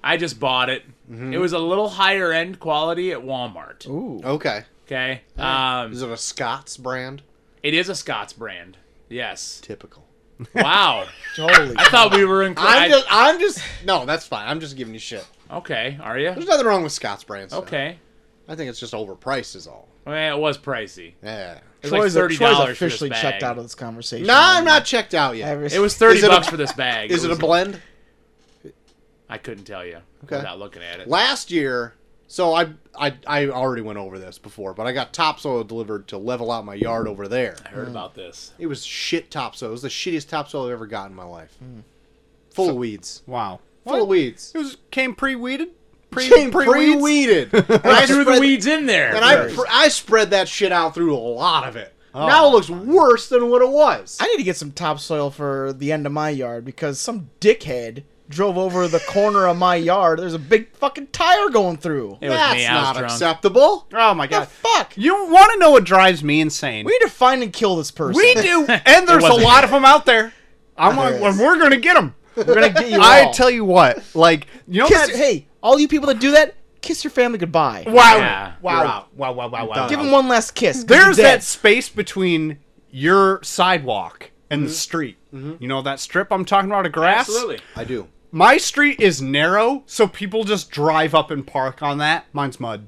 Speaker 3: I just bought it.
Speaker 2: Mm-hmm.
Speaker 3: It was a little higher end quality at Walmart.
Speaker 1: Ooh.
Speaker 2: Okay.
Speaker 3: Okay. Um,
Speaker 2: Is it a Scott's brand?
Speaker 3: it is a Scots brand.
Speaker 2: [laughs]
Speaker 3: Yes.
Speaker 2: Typical.
Speaker 3: Wow.
Speaker 1: Holy.
Speaker 3: I thought we were in.
Speaker 2: I'm
Speaker 3: I-
Speaker 2: just, I'm just, no, that's fine. I'm just giving you shit.
Speaker 3: okay. Are you?
Speaker 2: There's nothing wrong with Scott's brand. stuff.
Speaker 3: Okay.
Speaker 2: I think it's just overpriced is all.
Speaker 3: I mean, it was pricey.
Speaker 2: Yeah.
Speaker 3: It was
Speaker 1: Troy's,
Speaker 3: like thirty
Speaker 1: Troy's
Speaker 3: dollars for this
Speaker 1: officially
Speaker 3: bag.
Speaker 1: checked out of this conversation.
Speaker 2: No, I'm not checked out yet.
Speaker 1: Ever-
Speaker 3: It was thirty
Speaker 2: Is it a-
Speaker 3: bucks for this bag.
Speaker 2: Is it a
Speaker 3: was-
Speaker 2: blend?
Speaker 3: I couldn't tell you
Speaker 2: Okay.
Speaker 3: without looking at it.
Speaker 2: Last year, so I, I I already went over this before, but I got topsoil delivered to level out my yard over there.
Speaker 3: I heard about this.
Speaker 2: It was shit topsoil. It was the shittiest topsoil I've ever gotten in my life. Full of weeds.
Speaker 4: Wow.
Speaker 2: Full of weeds.
Speaker 4: It was came pre-weeded. [laughs] Pre,
Speaker 2: Pre-weeded. and I
Speaker 3: threw the
Speaker 2: spread-
Speaker 3: weeds in there.
Speaker 2: And I, pr- I spread that shit out through a lot of it.
Speaker 4: Oh.
Speaker 2: Now it looks worse than what it was.
Speaker 1: I need to get some topsoil for the end of my yard because some dickhead drove over the corner of my yard. There's a big fucking tire going through.
Speaker 3: it was
Speaker 2: That's
Speaker 3: me. I was
Speaker 2: not
Speaker 3: drunk.
Speaker 2: acceptable.
Speaker 4: Oh my
Speaker 1: the
Speaker 4: god.
Speaker 1: fuck?
Speaker 4: [laughs] You want to know what drives me insane?
Speaker 1: We need to find and kill this person.
Speaker 4: [laughs]
Speaker 1: [laughs]
Speaker 4: We do, and there's a
Speaker 3: wasn't
Speaker 4: lot of them out there. I'm
Speaker 1: There
Speaker 4: like,
Speaker 1: is.
Speaker 4: well, we're gonna get them.
Speaker 1: [laughs] We're gonna get you
Speaker 4: I
Speaker 1: all.
Speaker 4: tell you what, like, you know
Speaker 1: kiss
Speaker 4: that?
Speaker 1: your- hey, all you people that do that, kiss your family goodbye.
Speaker 4: wow,
Speaker 3: Yeah,
Speaker 4: wow,
Speaker 3: you're
Speaker 4: wow,
Speaker 3: out.
Speaker 4: wow, wow, wow,
Speaker 2: Done.
Speaker 1: Give him one last kiss. 'cause you're
Speaker 4: There's
Speaker 1: dead.
Speaker 4: that space between your sidewalk and
Speaker 1: Mm-hmm.
Speaker 4: the street. You know that strip I'm talking about of grass?
Speaker 3: Absolutely.
Speaker 2: I do.
Speaker 4: My street is narrow, so people just drive up and park on that. Mine's mud.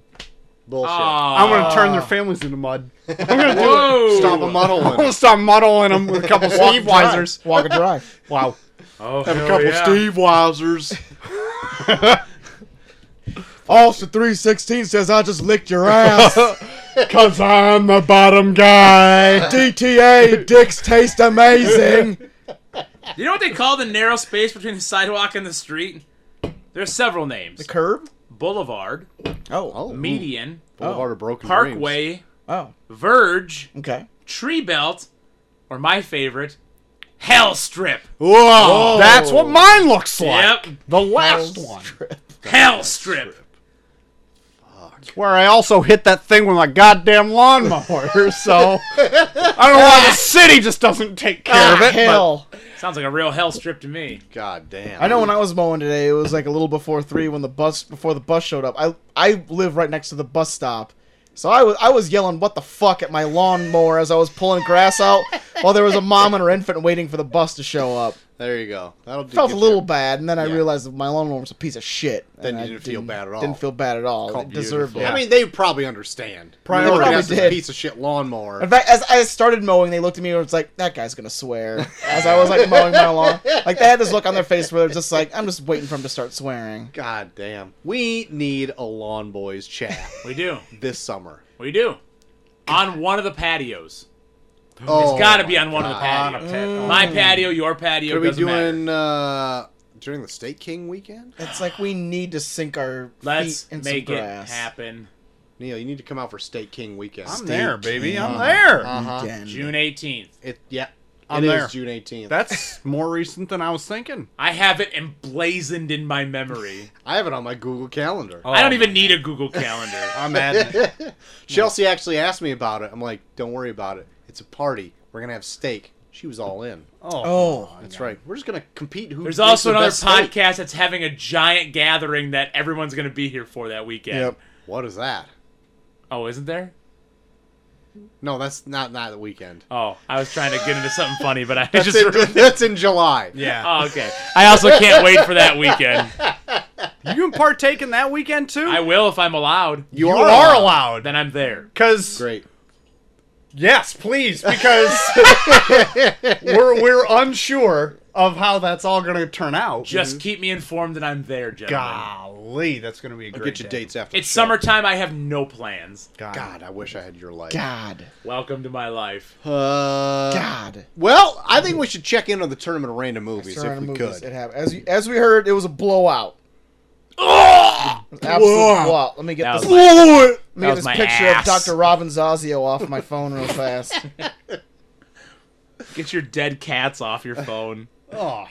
Speaker 2: Bullshit.
Speaker 4: I'm gonna turn
Speaker 1: Oh.
Speaker 4: their families
Speaker 1: [laughs]
Speaker 4: into mud. I'm gonna do it.
Speaker 3: Whoa.
Speaker 2: Stop a muddle.
Speaker 4: I'm gonna stop muddling them with
Speaker 1: [laughs]
Speaker 4: a couple Steve Weisers.
Speaker 1: Walk a dry.
Speaker 4: Wow.
Speaker 3: Oh,
Speaker 2: Have a
Speaker 3: hell
Speaker 2: couple
Speaker 3: yeah.
Speaker 2: Steve
Speaker 4: [laughs]
Speaker 2: Weisers.
Speaker 1: [laughs] Officer 316 says I just licked your ass. [laughs]
Speaker 4: Cause I'm the bottom guy.
Speaker 1: DTA dicks taste amazing.
Speaker 3: You know what they call the narrow space between the sidewalk and the street? There's several names:
Speaker 1: Curb?
Speaker 3: boulevard,
Speaker 1: Oh.
Speaker 3: median,
Speaker 2: Boulevard of Broken Dreams.
Speaker 3: parkway,
Speaker 1: Oh.
Speaker 3: verge,
Speaker 1: Okay.
Speaker 3: tree belt, or my favorite, hell strip.
Speaker 4: Whoa, that's what mine looks
Speaker 3: Yep.
Speaker 4: like. The last one.
Speaker 3: Hell strip.
Speaker 4: Where I also hit that thing with my goddamn [laughs] lawnmower, so I don't know why the city just doesn't take care of it. but-
Speaker 1: Ah, hell.
Speaker 3: Sounds like a real hell strip to me.
Speaker 2: God damn.
Speaker 1: I know when I was mowing today, it was like a little before three when the bus before the bus showed up. I I live right next to the bus stop, so I was I was yelling "What the fuck" at my lawnmower as I was pulling grass out while there was a mom and her infant waiting for the bus to show up.
Speaker 2: There you go. That'll do
Speaker 1: Felt a
Speaker 2: get
Speaker 1: little
Speaker 2: you.
Speaker 1: bad, and then I
Speaker 2: Yeah.
Speaker 1: realized that my lawnmower was a piece of shit.
Speaker 2: Then
Speaker 1: and
Speaker 2: you
Speaker 1: I
Speaker 2: didn't feel bad at all.
Speaker 1: Didn't feel bad at all. It deserved it.
Speaker 2: I mean, they probably understand.
Speaker 1: Priority.
Speaker 2: Nobody
Speaker 1: They
Speaker 2: has
Speaker 1: probably
Speaker 2: this
Speaker 1: did.
Speaker 2: piece of shit lawnmower.
Speaker 1: In fact, as I started mowing, they looked at me and was like, "That guy's gonna
Speaker 2: [laughs]
Speaker 1: swear." As I was like mowing my lawn, like they had this look on their face where they're just like, "I'm just waiting for him to start swearing."
Speaker 2: God damn. We need a lawn boys chat [laughs]
Speaker 3: We do.
Speaker 2: this summer.
Speaker 3: We do. On one of the patios.
Speaker 2: Oh,
Speaker 3: It's got to be on one of the
Speaker 4: God.
Speaker 3: patios.
Speaker 4: On a pat-
Speaker 3: My patio, your patio.
Speaker 2: Are we
Speaker 3: doesn't matter.
Speaker 2: doing uh, during the State King weekend?
Speaker 1: It's like we need to sink our
Speaker 3: Let's
Speaker 1: feet in
Speaker 3: make
Speaker 1: some
Speaker 3: it
Speaker 1: grass.
Speaker 3: happen.
Speaker 2: Neil, you need to come out for State King weekend.
Speaker 4: I'm there, baby. I'm
Speaker 1: Uh,
Speaker 4: there.
Speaker 2: Uh-huh.
Speaker 1: Again.
Speaker 3: June 18th.
Speaker 2: It yeah.
Speaker 4: I'm
Speaker 2: It is
Speaker 4: there.
Speaker 2: June 18th.
Speaker 4: That's more recent than I was thinking.
Speaker 3: I have it emblazoned in my memory.
Speaker 2: I have it on my Google Calendar.
Speaker 3: I don't even need a Google Calendar.
Speaker 4: [laughs] I'm at it.
Speaker 2: Chelsea actually asked me about it. I'm like, don't worry about it. It's a party. We're gonna have steak. She was all in.
Speaker 4: Oh,
Speaker 1: Oh,
Speaker 2: That's right. We're just gonna compete. Who
Speaker 3: There's
Speaker 2: makes
Speaker 3: also
Speaker 2: the
Speaker 3: another
Speaker 2: best steak.
Speaker 3: podcast that's having a giant gathering that everyone's going to be here for that weekend.
Speaker 1: Yep.
Speaker 2: What is that?
Speaker 3: Oh, isn't there?
Speaker 2: No, that's not not the weekend.
Speaker 3: Oh, I was trying to get into something funny, but I
Speaker 2: That's,
Speaker 3: just.
Speaker 2: in, [laughs] that's in July.
Speaker 4: yeah.
Speaker 3: Oh, okay. I also can't wait for that weekend.
Speaker 4: you can partake in that weekend too.
Speaker 3: I will if I'm allowed.
Speaker 2: You,
Speaker 4: you
Speaker 2: are,
Speaker 4: are
Speaker 2: allowed.
Speaker 4: allowed.
Speaker 3: Then I'm there.
Speaker 4: Because
Speaker 2: Great.
Speaker 4: yes, please, because [laughs] we're we're unsure of how that's all going to turn out. Mm-hmm.
Speaker 3: Just keep me informed that I'm there, gentlemen.
Speaker 4: golly, that's going to be a
Speaker 2: I'll
Speaker 4: great.
Speaker 2: get you
Speaker 4: day.
Speaker 2: dates after.
Speaker 3: It's
Speaker 2: the show.
Speaker 3: summertime. I have no plans.
Speaker 4: God.
Speaker 2: God, I wish I had your life.
Speaker 1: God,
Speaker 3: Welcome to my life.
Speaker 2: Uh,
Speaker 1: God.
Speaker 2: Well, I think we should check in on the tournament of random movies if we
Speaker 1: Surrounding movies, It
Speaker 2: could.
Speaker 1: happened. As you- as we heard, it was a blowout. Absolute
Speaker 4: Blowout.
Speaker 1: blowout. Let me get
Speaker 3: That
Speaker 1: this.
Speaker 3: was my-
Speaker 1: let me
Speaker 3: that
Speaker 1: get
Speaker 3: was
Speaker 1: this
Speaker 3: my
Speaker 1: picture
Speaker 3: ass.
Speaker 1: of Dr. Robin Zazio off my phone
Speaker 3: [laughs]
Speaker 1: real fast.
Speaker 3: Get your dead cats off your phone.
Speaker 4: Oh,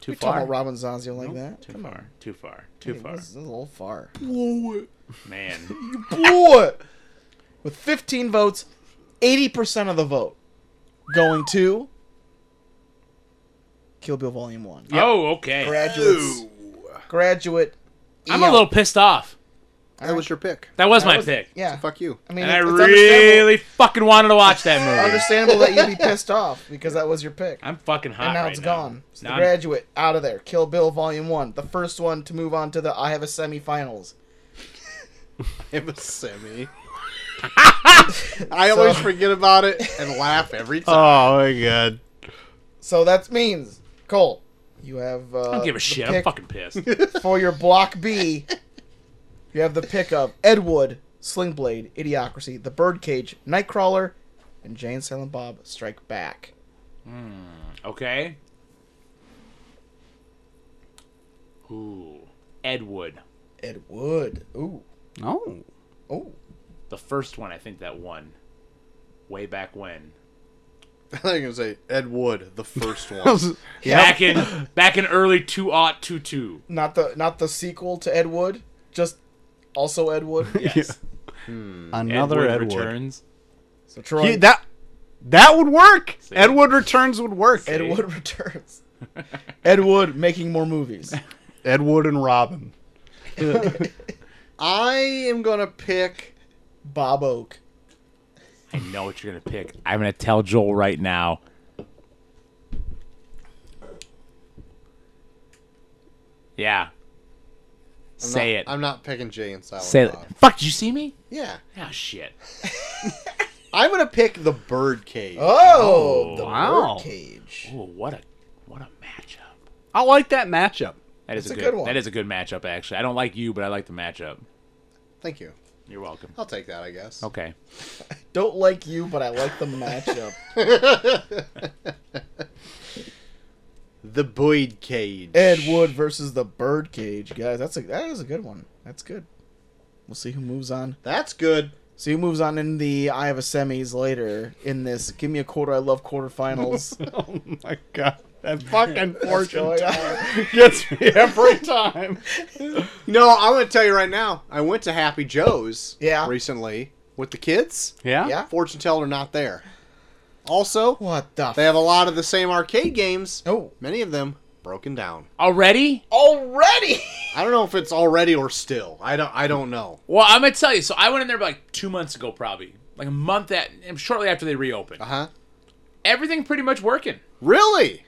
Speaker 3: Too
Speaker 1: we talking
Speaker 3: far.
Speaker 1: about Robin Zazio like that?
Speaker 3: Too far. Too far. Too far.
Speaker 1: This is a little far. [laughs]
Speaker 3: Man.
Speaker 1: blew it. With 15 votes, 80% of the vote going to Kill Bill Volume One.
Speaker 3: Oh, okay.
Speaker 1: Graduates, graduate.
Speaker 3: I'm a little pissed off.
Speaker 2: That was your pick.
Speaker 3: That was my
Speaker 1: was-
Speaker 3: pick,
Speaker 1: E Yeah,
Speaker 2: Fuck you.
Speaker 1: I mean,
Speaker 3: and I
Speaker 1: it's understandable-
Speaker 3: really fucking wanted to
Speaker 1: [laughs]
Speaker 3: watch that movie.
Speaker 1: understandable that you'd be pissed off because that was your pick.
Speaker 3: I'm fucking hot.
Speaker 1: and now
Speaker 3: right
Speaker 1: it's gone. So
Speaker 3: Now
Speaker 1: the
Speaker 3: I'm-
Speaker 1: graduate out of there. Kill Bill Volume One, the first one to move on to the I have a semifinals.
Speaker 2: It was semi. [laughs] I always
Speaker 1: So-
Speaker 2: forget about it and laugh every time. [laughs]
Speaker 4: Oh my god.
Speaker 1: So that means Cole, you have. Uh,
Speaker 3: I don't give
Speaker 1: the
Speaker 3: a shit. I'm
Speaker 1: pick
Speaker 3: fucking pissed.
Speaker 1: [laughs] for your block B. You have the pick of Ed Wood, Slingblade, Idiocracy, The Birdcage, Nightcrawler, and Jane Silent Bob Strike Back.
Speaker 3: Okay. Ooh, Ed Wood,
Speaker 1: Ed Wood. Ooh.
Speaker 4: No.
Speaker 1: Ooh.
Speaker 3: the first one I think that won, way back when.
Speaker 2: I think it was a Ed Wood, the first one.
Speaker 1: [laughs]
Speaker 3: Back in back in early two aught two two.
Speaker 1: Not the not the sequel to Ed Wood, just also Ed
Speaker 3: [laughs]
Speaker 1: Wood.
Speaker 3: Yes.
Speaker 4: Another Edward.
Speaker 3: returns.
Speaker 1: So Troy
Speaker 4: He- that that would work. Ed Wood returns would work.
Speaker 1: Ed Wood [laughs] returns. Ed Wood making more movies.
Speaker 4: [laughs] Ed Wood and Robin.
Speaker 2: [laughs] I am gonna pick.
Speaker 1: Bob Oak.
Speaker 3: I know what you're gonna pick. I'm gonna tell Joel right now. Yeah.
Speaker 2: I'm
Speaker 3: Say
Speaker 2: not-
Speaker 3: it.
Speaker 2: I'm not picking Jay and Silent
Speaker 3: Say it.
Speaker 2: Bob.
Speaker 3: Fuck, did you see me?
Speaker 2: Yeah,
Speaker 3: Ah, shit.
Speaker 2: I'm gonna pick the Birdcage.
Speaker 1: Oh, the
Speaker 4: wow.
Speaker 1: Birdcage.
Speaker 3: Oh, what a what a matchup.
Speaker 4: I like that matchup.
Speaker 3: That is
Speaker 1: It's
Speaker 3: a, good, one. That is
Speaker 1: one.
Speaker 3: a good matchup, actually. I don't like you, but I like the matchup.
Speaker 2: Thank you.
Speaker 3: You're welcome.
Speaker 2: I'll take that, I guess.
Speaker 3: Okay.
Speaker 1: Don't like you, but I like the matchup.
Speaker 2: The Boyd Cage.
Speaker 1: [laughs] Ed Wood versus the Birdcage, guys. That's a that is a good one. That's good. We'll see who moves on.
Speaker 2: That's good.
Speaker 1: See who moves on in the I have a semis later in this. Give me a quarter. I love quarterfinals.
Speaker 4: Oh my god. That fucking
Speaker 1: [laughs]
Speaker 4: fortune
Speaker 1: Going on.
Speaker 4: gets me [laughs] every time.
Speaker 2: No, I'm gonna tell you right now. I went to Happy Joe's.
Speaker 1: Yeah.
Speaker 2: Recently with the kids.
Speaker 4: Yeah?
Speaker 1: Yeah.
Speaker 2: Fortune teller not there. Also,
Speaker 1: What the?
Speaker 2: they
Speaker 1: f-
Speaker 2: have a lot of the same arcade games.
Speaker 1: oh,
Speaker 2: Many of them broken down.
Speaker 3: Already?
Speaker 1: already.
Speaker 2: I don't know if it's already or still. I don't. I don't know.
Speaker 3: Well, I'm gonna tell you. So I went in there about, like two months ago, probably like a month at shortly after they reopened.
Speaker 2: Uh huh.
Speaker 3: Everything pretty much working.
Speaker 2: Really?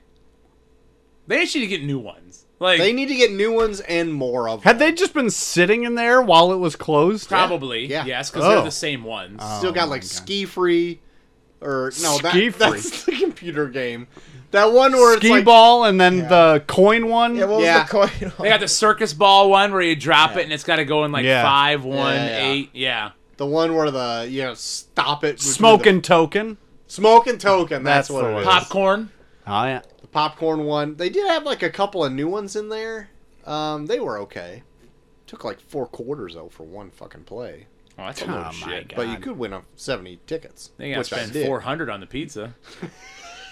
Speaker 3: They just need to get new ones. Like
Speaker 2: They need to get new ones and more of.
Speaker 4: Had they just been sitting in there while it was closed?
Speaker 3: probably
Speaker 2: Yeah. Uh,
Speaker 3: yes, because
Speaker 4: Oh.
Speaker 3: they're the same ones.
Speaker 2: them. still got like ski free, or no? That,
Speaker 4: Ski Free.
Speaker 2: That's [laughs] the computer game. That one where
Speaker 4: Ski
Speaker 2: it's like
Speaker 4: ball and then the coin one.
Speaker 1: Yeah, what
Speaker 2: Yeah.
Speaker 1: was the coin? [laughs]
Speaker 3: they got the circus ball one where you drop it and it's got to go in like
Speaker 4: Yeah.
Speaker 3: five, one,
Speaker 2: Yeah, yeah, yeah.
Speaker 3: eight. Yeah.
Speaker 2: the one where the you know stop it. would be the-
Speaker 4: Smoking token.
Speaker 2: Smoke and token. That's,
Speaker 4: That's
Speaker 2: what
Speaker 4: the
Speaker 2: it
Speaker 4: one.
Speaker 2: is.
Speaker 4: Pop-
Speaker 3: popcorn.
Speaker 4: Oh yeah.
Speaker 2: the popcorn one. They did have like a couple of new ones in there. Um, they were okay. Took like four quarters though for one fucking play,
Speaker 3: Oh, that's a
Speaker 4: Oh
Speaker 3: little
Speaker 4: my
Speaker 3: shit.
Speaker 4: God.
Speaker 2: but you could win a seventy tickets,
Speaker 3: They gotta
Speaker 2: which I
Speaker 3: spend
Speaker 2: did.
Speaker 3: four hundred on the pizza.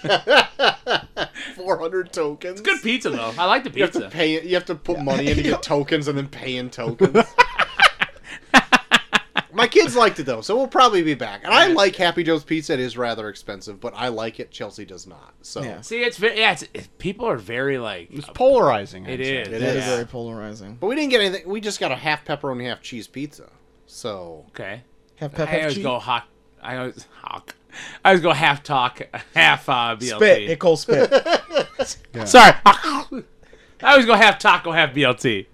Speaker 2: [laughs] Four hundred tokens.
Speaker 3: Good pizza though. I like the
Speaker 2: [laughs] You have to
Speaker 3: pizza.
Speaker 2: pay. You have to put money in
Speaker 3: [laughs]
Speaker 2: to get tokens, and then pay in tokens. My kids liked it though, so we'll probably be back. And I like Happy Joe's Pizza. It is rather expensive, but I like it. Chelsea does not. So
Speaker 1: Yeah.
Speaker 3: See, it's very, yeah. It's, it- people are very like uh,
Speaker 4: It's polarizing.
Speaker 3: it
Speaker 4: I'd say.
Speaker 3: is.
Speaker 2: It
Speaker 1: That is
Speaker 2: Yeah.
Speaker 1: very polarizing.
Speaker 2: But we didn't get anything. We just got a half pepperoni, half cheese pizza. So
Speaker 3: Okay.
Speaker 1: Have pep
Speaker 3: I
Speaker 1: have
Speaker 3: always
Speaker 1: cheese.
Speaker 3: go hawk. I always hawk. I always go half talk, [laughs] half uh, BLT.
Speaker 1: spit. Hey, Cole, spit.
Speaker 3: Sorry. [laughs] I always go half taco, half BLT.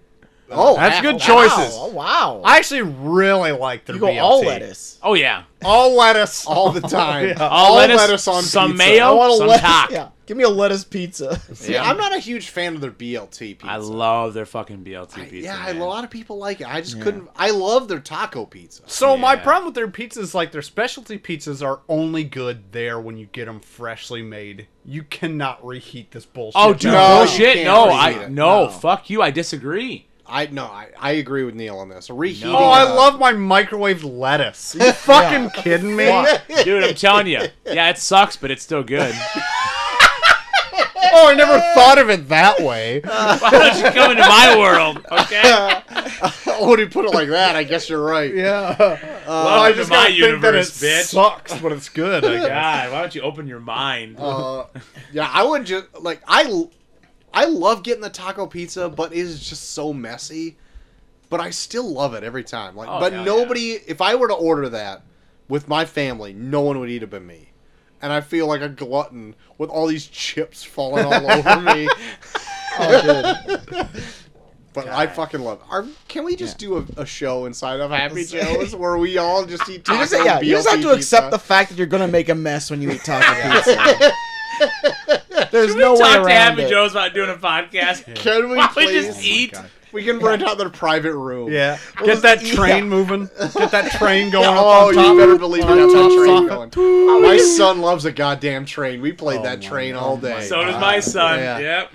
Speaker 2: oh,
Speaker 4: That's
Speaker 2: half-
Speaker 4: good
Speaker 2: wow.
Speaker 4: choices.
Speaker 1: Oh wow.
Speaker 4: I actually really like their
Speaker 1: you go
Speaker 4: BLT.
Speaker 1: all lettuce.
Speaker 3: Oh yeah.
Speaker 4: All lettuce.
Speaker 3: [laughs]
Speaker 2: all the time.
Speaker 4: Yeah.
Speaker 3: All lettuce,
Speaker 2: Uh, on
Speaker 3: some
Speaker 2: pizza. Oh,
Speaker 3: mayo.
Speaker 1: I want a
Speaker 3: some
Speaker 1: lettuce. [laughs]
Speaker 3: taco.
Speaker 1: Yeah. Give me a lettuce pizza.
Speaker 2: See,
Speaker 3: Yeah.
Speaker 2: I'm not a huge fan of their BLT pizza.
Speaker 3: I love their fucking BLT pizza.
Speaker 2: yeah,
Speaker 3: man.
Speaker 2: a lot of people like it. I just couldn't. I love their taco pizza.
Speaker 4: So my
Speaker 3: Yeah.
Speaker 4: problem with their pizzas, like their specialty pizzas, are only good there when you get them freshly made. You cannot reheat this bullshit.
Speaker 3: Oh, dude,
Speaker 2: No, you
Speaker 3: bullshit!
Speaker 2: can't
Speaker 3: No,
Speaker 2: reheat
Speaker 3: I
Speaker 2: it.
Speaker 3: no,
Speaker 1: No.
Speaker 3: Fuck you! I disagree.
Speaker 2: I no, I, I agree with Neil on this. Reheating.
Speaker 3: No.
Speaker 4: Oh, I
Speaker 2: uh,
Speaker 4: love my microwave lettuce. you fucking kidding me?
Speaker 3: Dude, I'm telling you. Yeah, it sucks, but it's still good.
Speaker 4: Oh, I never thought of it that way.
Speaker 3: Why don't you come into my world? Okay.
Speaker 2: Oh, [laughs] when you put it like that, I guess you're right.
Speaker 4: Yeah.
Speaker 3: Welcome
Speaker 4: I
Speaker 3: to
Speaker 4: just
Speaker 3: my
Speaker 4: gotta think that it
Speaker 3: universe, bitch.
Speaker 4: sucks, but it's good. I guess.
Speaker 3: God, why don't you open your mind?
Speaker 2: Uh, yeah, I would just like I l- I love getting the taco pizza, but it is just so messy. But I still love it every time. Like,
Speaker 3: Oh,
Speaker 2: but
Speaker 3: hell yeah.
Speaker 2: nobody. If I were to order that with my family, no one would eat it but me. And I feel like a glutton with all these chips falling all over
Speaker 4: [laughs]
Speaker 2: me.
Speaker 1: Oh, dude.
Speaker 2: But I fucking love. It. Are, can we just do a, a show inside of Happy
Speaker 1: Yes.
Speaker 2: Joe's where we all just eat
Speaker 1: You
Speaker 2: taco
Speaker 1: just, yeah, you just have
Speaker 2: BLT
Speaker 1: to accept the
Speaker 2: pizza?
Speaker 1: fact that you're gonna make a mess when you eat
Speaker 2: [laughs]
Speaker 1: taco pizza. There's
Speaker 3: Should
Speaker 1: no
Speaker 3: we
Speaker 1: way
Speaker 3: talk
Speaker 1: around
Speaker 3: to Happy
Speaker 1: it.
Speaker 3: Joe's about doing a podcast?
Speaker 2: Can we
Speaker 3: Why don't we
Speaker 2: please?
Speaker 3: just [laughs] eat?
Speaker 2: We can rent out their private room.
Speaker 4: Yeah. Get that
Speaker 1: yeah.
Speaker 4: train moving. Get that train going up
Speaker 2: Oh,
Speaker 4: on top.
Speaker 2: you better believe we have
Speaker 4: top
Speaker 2: a train
Speaker 4: socket.
Speaker 2: going. My son loves a goddamn train. We played
Speaker 1: Oh
Speaker 2: that train all day.
Speaker 3: So does my son.
Speaker 2: yeah.
Speaker 3: Yep.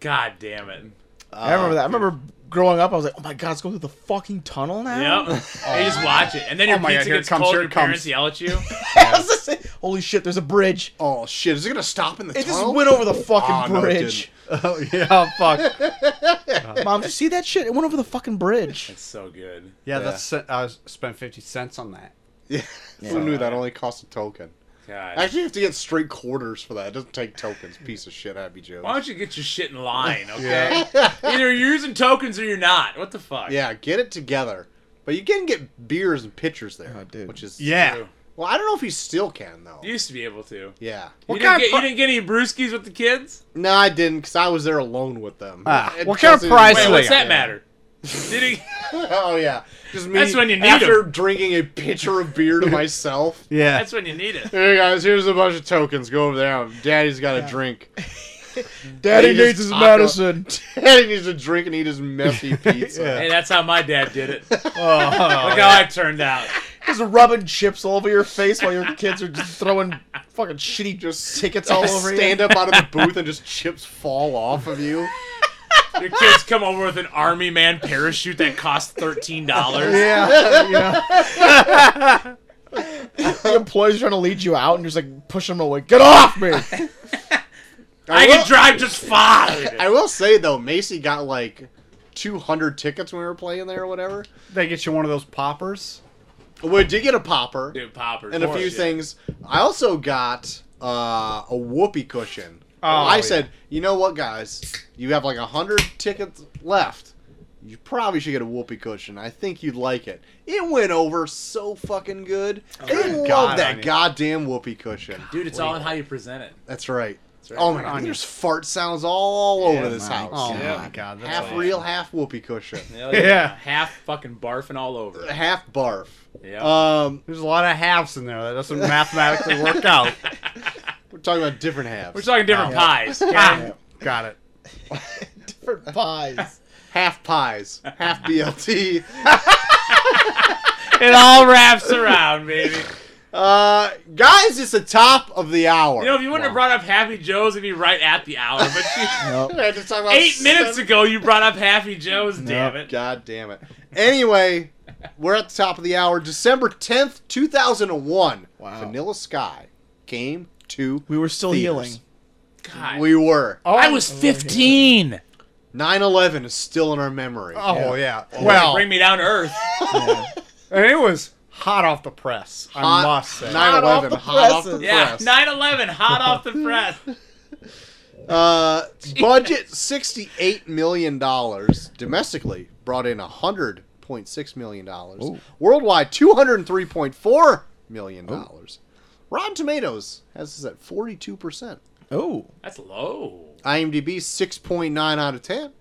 Speaker 3: God damn it.
Speaker 1: I remember that. I remember growing up. I was like, oh my god, it's going through the fucking tunnel now.
Speaker 3: Yep. You just watch it, and then
Speaker 4: Oh
Speaker 3: your
Speaker 4: my God,
Speaker 3: pizza
Speaker 4: here it
Speaker 3: gets
Speaker 4: comes,
Speaker 3: cold.
Speaker 4: here
Speaker 3: and
Speaker 4: it
Speaker 3: Your parents
Speaker 4: comes.
Speaker 3: yell at you.
Speaker 1: [laughs] I was just saying, Holy shit, there's a bridge.
Speaker 2: Oh shit! Is it gonna stop in the
Speaker 1: It just
Speaker 2: tunnel?
Speaker 1: went over the
Speaker 2: Ah,
Speaker 1: fucking
Speaker 2: no, it
Speaker 1: bridge. [laughs]
Speaker 4: Oh, yeah. Oh,
Speaker 2: [laughs]
Speaker 4: fuck.
Speaker 1: Mom, did you see that shit? It went over the fucking bridge.
Speaker 3: It's so good.
Speaker 4: Yeah, that's I spent 50 cents on that.
Speaker 2: Yeah. Who knew that only cost a token?
Speaker 3: God.
Speaker 2: Actually, you have to get straight quarters for that. It doesn't take tokens. Piece of shit, Happy Joe.
Speaker 3: Why don't you get your shit in
Speaker 2: [laughs]
Speaker 3: line, okay? Either you're using tokens or you're not. What the fuck?
Speaker 2: Yeah, get it together. But you can get beers and pitchers there,
Speaker 1: Oh, dude.
Speaker 2: which is
Speaker 4: Yeah.
Speaker 3: True.
Speaker 2: Well, I don't know if you still can though.
Speaker 3: You used to be able to.
Speaker 2: yeah.
Speaker 3: You
Speaker 4: What
Speaker 3: didn't,
Speaker 4: kind
Speaker 3: get,
Speaker 4: of
Speaker 3: you
Speaker 4: pri-
Speaker 3: didn't get any brewskis with the kids?
Speaker 2: [laughs] No, I didn't because I was there alone with them.
Speaker 4: Ah,
Speaker 2: It
Speaker 4: what kind of
Speaker 2: doesn't-
Speaker 4: price
Speaker 3: Wait,
Speaker 4: Sling.
Speaker 3: what's that
Speaker 4: Yeah.
Speaker 3: matter?
Speaker 2: [laughs]
Speaker 3: Did he-
Speaker 2: oh yeah, just me.
Speaker 3: That's when you need
Speaker 2: after drinking a pitcher of beer [laughs] to myself.
Speaker 4: Yeah.
Speaker 3: That's when you need it.
Speaker 2: Hey guys, here's a bunch of tokens. Go over there. Daddy's got a
Speaker 3: [laughs]
Speaker 2: drink.
Speaker 1: Daddy
Speaker 2: They just
Speaker 1: needs his
Speaker 2: taco-
Speaker 1: medicine.
Speaker 2: [laughs] Daddy needs a drink and eat his [laughs] messy pizza.
Speaker 3: Hey, that's how my dad did
Speaker 2: [laughs]
Speaker 3: it. Look
Speaker 4: oh,
Speaker 3: how I turned out.
Speaker 1: Just rubbing chips all over your face while your kids are just throwing fucking shitty just tickets all
Speaker 2: [laughs] Just
Speaker 1: over you.
Speaker 2: stand up out of the booth and just chips fall off of you.
Speaker 3: Your kids come over with an army man parachute that costs thirteen dollars.
Speaker 2: [laughs]
Speaker 4: yeah. yeah.
Speaker 1: The employees trying to lead you out, and you're just like push them away. Get off
Speaker 2: [laughs]
Speaker 1: me!
Speaker 3: I
Speaker 2: will-
Speaker 3: can drive just fine.
Speaker 2: [laughs] I will say though, Macy got like 200 tickets when we were playing there or whatever.
Speaker 4: They get you one of those poppers.
Speaker 2: We did get a popper
Speaker 3: Dude, poppers
Speaker 2: and a few
Speaker 3: bullshit.
Speaker 2: things. I also got uh, a whoopee cushion.
Speaker 4: Oh,
Speaker 2: I
Speaker 4: yeah.
Speaker 2: said, you know what, guys? You have like 100 tickets left. You probably should get a whoopee cushion. I think you'd like it. It went over so fucking good. I
Speaker 4: Oh, Good
Speaker 2: love
Speaker 4: God
Speaker 2: that
Speaker 4: on you.
Speaker 2: goddamn whoopee cushion.
Speaker 3: Dude, it's all in how you present it.
Speaker 2: That's right. Oh my god, there's fart sounds all over this house.
Speaker 4: Oh
Speaker 3: Yeah.
Speaker 4: my god, that's
Speaker 2: half
Speaker 4: awesome.
Speaker 2: real, half whoopee
Speaker 4: [laughs]
Speaker 2: cushion,
Speaker 3: Hell
Speaker 4: Yeah.
Speaker 3: Half fucking barfing all
Speaker 2: [laughs]
Speaker 3: over. it.
Speaker 2: half barf.
Speaker 3: Yeah.
Speaker 2: Um,
Speaker 4: There's a lot of halves in there. That doesn't mathematically work out.
Speaker 2: we're talking about different halves.
Speaker 3: We're talking different
Speaker 2: [laughs]
Speaker 4: Yeah.
Speaker 3: pies. okay?
Speaker 4: Got it.
Speaker 1: Different pies.
Speaker 2: half pies, half BLT.
Speaker 3: It all wraps around, baby.
Speaker 2: Uh, guys, it's the top of the hour.
Speaker 3: You know, if you wouldn't have brought up Happy Joe's, it'd be right at the hour. But
Speaker 2: [laughs]
Speaker 3: [laughs] you-
Speaker 1: Nope.
Speaker 2: I had to talk about
Speaker 3: eight minutes
Speaker 2: seven-
Speaker 3: ago, you brought up Happy Joe's. Damn it!
Speaker 2: God damn it. Anyway, we're at the top of the hour. December 10th, 2001.
Speaker 1: Wow.
Speaker 2: Vanilla Sky came to.
Speaker 1: We were still
Speaker 2: Theaters.
Speaker 1: healing.
Speaker 3: God,
Speaker 2: We Oh, were.
Speaker 3: I was fifteen.
Speaker 2: 9 11 is still in our memory.
Speaker 4: Oh yeah.
Speaker 3: Well,
Speaker 4: Well,
Speaker 3: bring me down to
Speaker 2: [laughs]
Speaker 3: earth.
Speaker 4: and it was hot off the press. I
Speaker 2: Hot-
Speaker 4: must say.
Speaker 2: 9/11,
Speaker 1: Hot off the
Speaker 2: hot off the
Speaker 1: presses.
Speaker 3: Yeah,
Speaker 2: press.
Speaker 3: 9-11, hot off
Speaker 2: [laughs]
Speaker 3: the press.
Speaker 2: Uh, budget sixty-eight million dollars domestically, brought in hundred point six million dollars
Speaker 1: Ooh.
Speaker 2: worldwide, two hundred three point four million dollars. Rotten Tomatoes has this at forty-two percent.
Speaker 1: Oh,
Speaker 3: That's low.
Speaker 2: IMDb six point nine out of ten.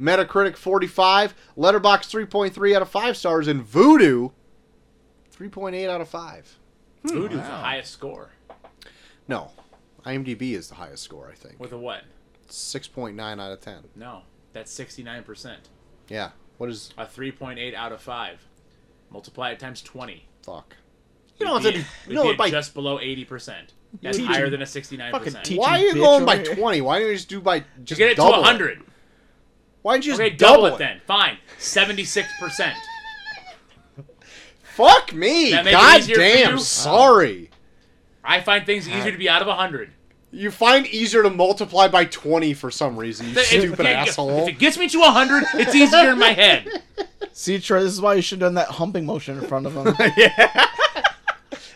Speaker 2: Metacritic forty-five. Letterbox three point three out of five stars, and Voodoo three point eight out of five.
Speaker 3: Voodoo's the highest score
Speaker 2: No, IMDb is the highest score. I think
Speaker 3: with a what?
Speaker 2: six point nine out of ten.
Speaker 3: No, that's sixty nine percent.
Speaker 2: Yeah. What is
Speaker 3: A three point eight out of five. Multiply it times twenty.
Speaker 2: fuck?
Speaker 3: You
Speaker 2: don't have to- you know what, by-
Speaker 3: just below eighty percent. That's
Speaker 1: Teach
Speaker 3: higher
Speaker 1: him.
Speaker 3: than a sixty nine
Speaker 1: Fucking
Speaker 3: percent.
Speaker 1: teach
Speaker 3: You
Speaker 2: Why are you
Speaker 1: bitch
Speaker 2: going by
Speaker 1: over here.
Speaker 2: 20? Why don't you just do by just
Speaker 3: get it to
Speaker 2: double
Speaker 3: hundred.
Speaker 2: Why don't you just
Speaker 3: Okay,
Speaker 2: double,
Speaker 3: double it
Speaker 2: it?
Speaker 3: then. Fine, seventy six percent.
Speaker 2: Fuck me.
Speaker 3: That make it
Speaker 2: God
Speaker 3: easier for
Speaker 2: damn.
Speaker 3: you?
Speaker 2: Sorry.
Speaker 3: I find things easier to be out of hundred.
Speaker 2: You find easier to multiply by 20 for some reason, you
Speaker 3: If- if-
Speaker 2: stupid
Speaker 3: if-
Speaker 2: asshole.
Speaker 3: If it gets me to 100, it's easier in my head.
Speaker 2: [laughs]
Speaker 1: [laughs] see, Troy, this is why you should have done that humping motion in front of him.
Speaker 4: yeah.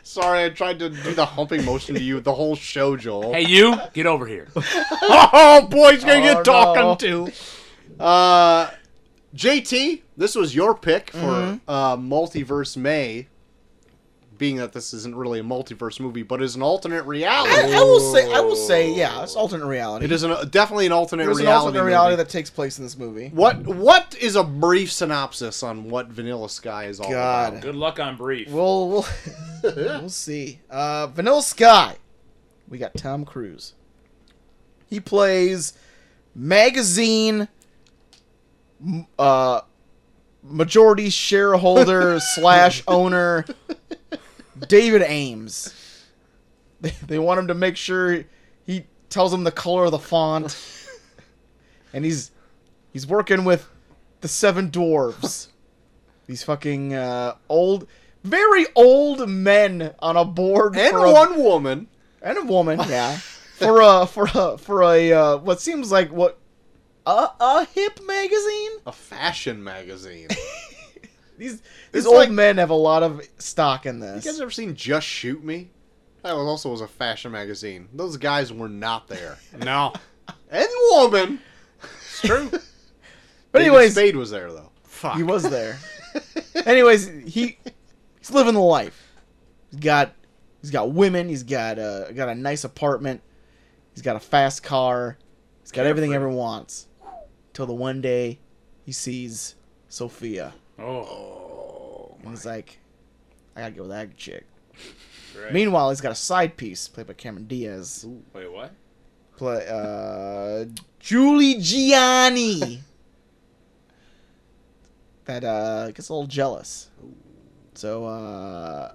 Speaker 2: sorry. I tried to do the humping motion to you the whole show, Joel.
Speaker 3: Hey, you, get over here.
Speaker 2: [laughs] Oh, boy, he's gonna
Speaker 1: Oh,
Speaker 2: get
Speaker 1: no.
Speaker 2: talking to. Uh, JT, this was your pick for
Speaker 1: Mm-hmm.
Speaker 2: uh, Multiverse May, being that this isn't really a multiverse movie, but is an alternate reality.
Speaker 1: I, I will say, I will say, yeah, it's alternate reality.
Speaker 2: It is an, definitely an alternate
Speaker 1: There's an
Speaker 2: reality.
Speaker 1: alternate reality
Speaker 2: movie.
Speaker 1: that takes place in this movie.
Speaker 2: What What is a brief synopsis on what Vanilla Sky is all
Speaker 1: God.
Speaker 2: about?
Speaker 3: Good luck on brief.
Speaker 1: We'll we'll, we'll [laughs] see. Uh, Vanilla Sky. We got Tom Cruise. He plays magazine m- uh, majority shareholder [laughs] slash owner David Ames. They, they want him to make sure he tells them the color of the
Speaker 2: [laughs]
Speaker 1: font, and he's he's working with the seven
Speaker 2: [laughs]
Speaker 1: dwarves. These fucking uh, old, very old men on a board
Speaker 2: And
Speaker 1: for a-
Speaker 2: one woman.
Speaker 1: and a
Speaker 2: [laughs]
Speaker 1: woman, yeah, for a for a for a uh, what seems like what a a hip magazine.
Speaker 2: A fashion magazine.
Speaker 1: These these
Speaker 2: It's
Speaker 1: old
Speaker 2: like-
Speaker 1: men have a lot of stock in
Speaker 2: You guys
Speaker 1: this.
Speaker 2: ever seen Just Shoot Me? That was also was a fashion magazine. Those guys were not there.
Speaker 4: No.
Speaker 2: and woman.
Speaker 3: It's
Speaker 2: [laughs]
Speaker 3: true.
Speaker 1: But anyways,
Speaker 2: David Spade was there though.
Speaker 4: Fuck.
Speaker 1: He was there. Anyways, he he's living the life. He's got he's got women. He's got a got a nice apartment. He's got a fast car. He's got everything everyone wants. Till the one day he sees Sophia
Speaker 3: Oh.
Speaker 1: and he's like, I gotta go with that chick.
Speaker 3: Right.
Speaker 1: Meanwhile, he's got a side piece played by Cameron Diaz,
Speaker 3: Wait, what?
Speaker 1: play uh, Julie Gianni. that uh, gets a little jealous. So uh,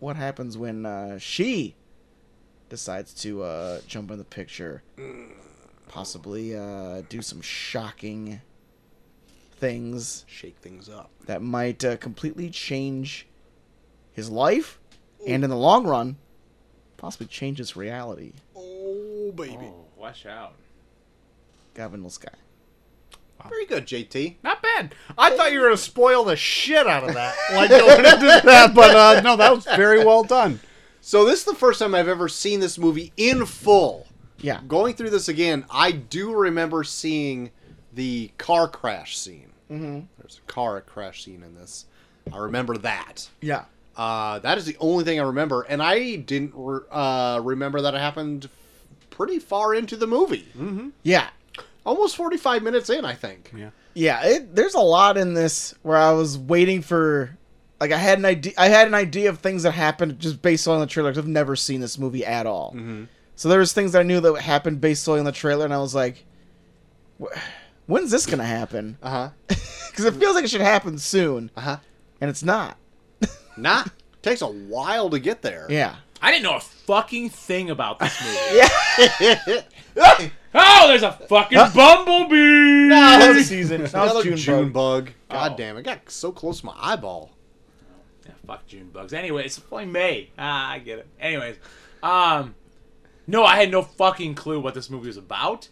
Speaker 1: what happens when uh, she decides to uh, jump in the picture? Possibly uh, do some shocking things
Speaker 2: Shake things up.
Speaker 1: that might uh, completely change his life, and in the long run, possibly change his reality.
Speaker 2: Oh baby.
Speaker 3: Oh, watch out.
Speaker 1: Gavin will sky.
Speaker 2: Very good, JT.
Speaker 4: Not bad. I thought you were gonna spoil the shit out of that, like going [laughs] into that. But uh, no, that was very well done.
Speaker 2: So this is the first time I've ever seen this movie in full.
Speaker 1: Yeah,
Speaker 2: Going through this again, I do remember seeing the car crash scene. Mm-hmm. There's a car crash scene in this. I remember that.
Speaker 1: yeah.
Speaker 2: Uh, that is the only thing I remember, and I didn't re- uh, remember that it happened pretty far into the movie,
Speaker 1: Yeah.
Speaker 2: almost forty-five minutes in, I think.
Speaker 4: Yeah.
Speaker 1: Mm. Yeah, it, there's a lot in this where I was waiting for like I had an idea I had an idea of things that happened just based on the trailer 'cause I've never seen this movie at all. So there was things that I knew that happened based on the trailer and I was like "Wh- when's this going to happen?
Speaker 2: Uh
Speaker 1: [laughs]
Speaker 2: huh.
Speaker 1: Cuz it feels like it should happen soon
Speaker 2: Uh huh.
Speaker 1: and it's not.
Speaker 2: Nah, [laughs] takes a while to get there.
Speaker 1: Yeah.
Speaker 3: I didn't know a fucking thing about this
Speaker 2: [laughs]
Speaker 3: movie.
Speaker 1: Yeah.
Speaker 3: [laughs] oh, there's a fucking bumblebee.
Speaker 1: that was season. That
Speaker 2: Another
Speaker 1: was June,
Speaker 2: June,
Speaker 1: June
Speaker 2: bug. God
Speaker 3: Oh.
Speaker 2: damn, it got so close to my eyeball.
Speaker 3: Yeah, fuck June bugs. Anyway, it's only May. Ah, I get it. Anyways, um, no, I had no fucking clue what this movie was about.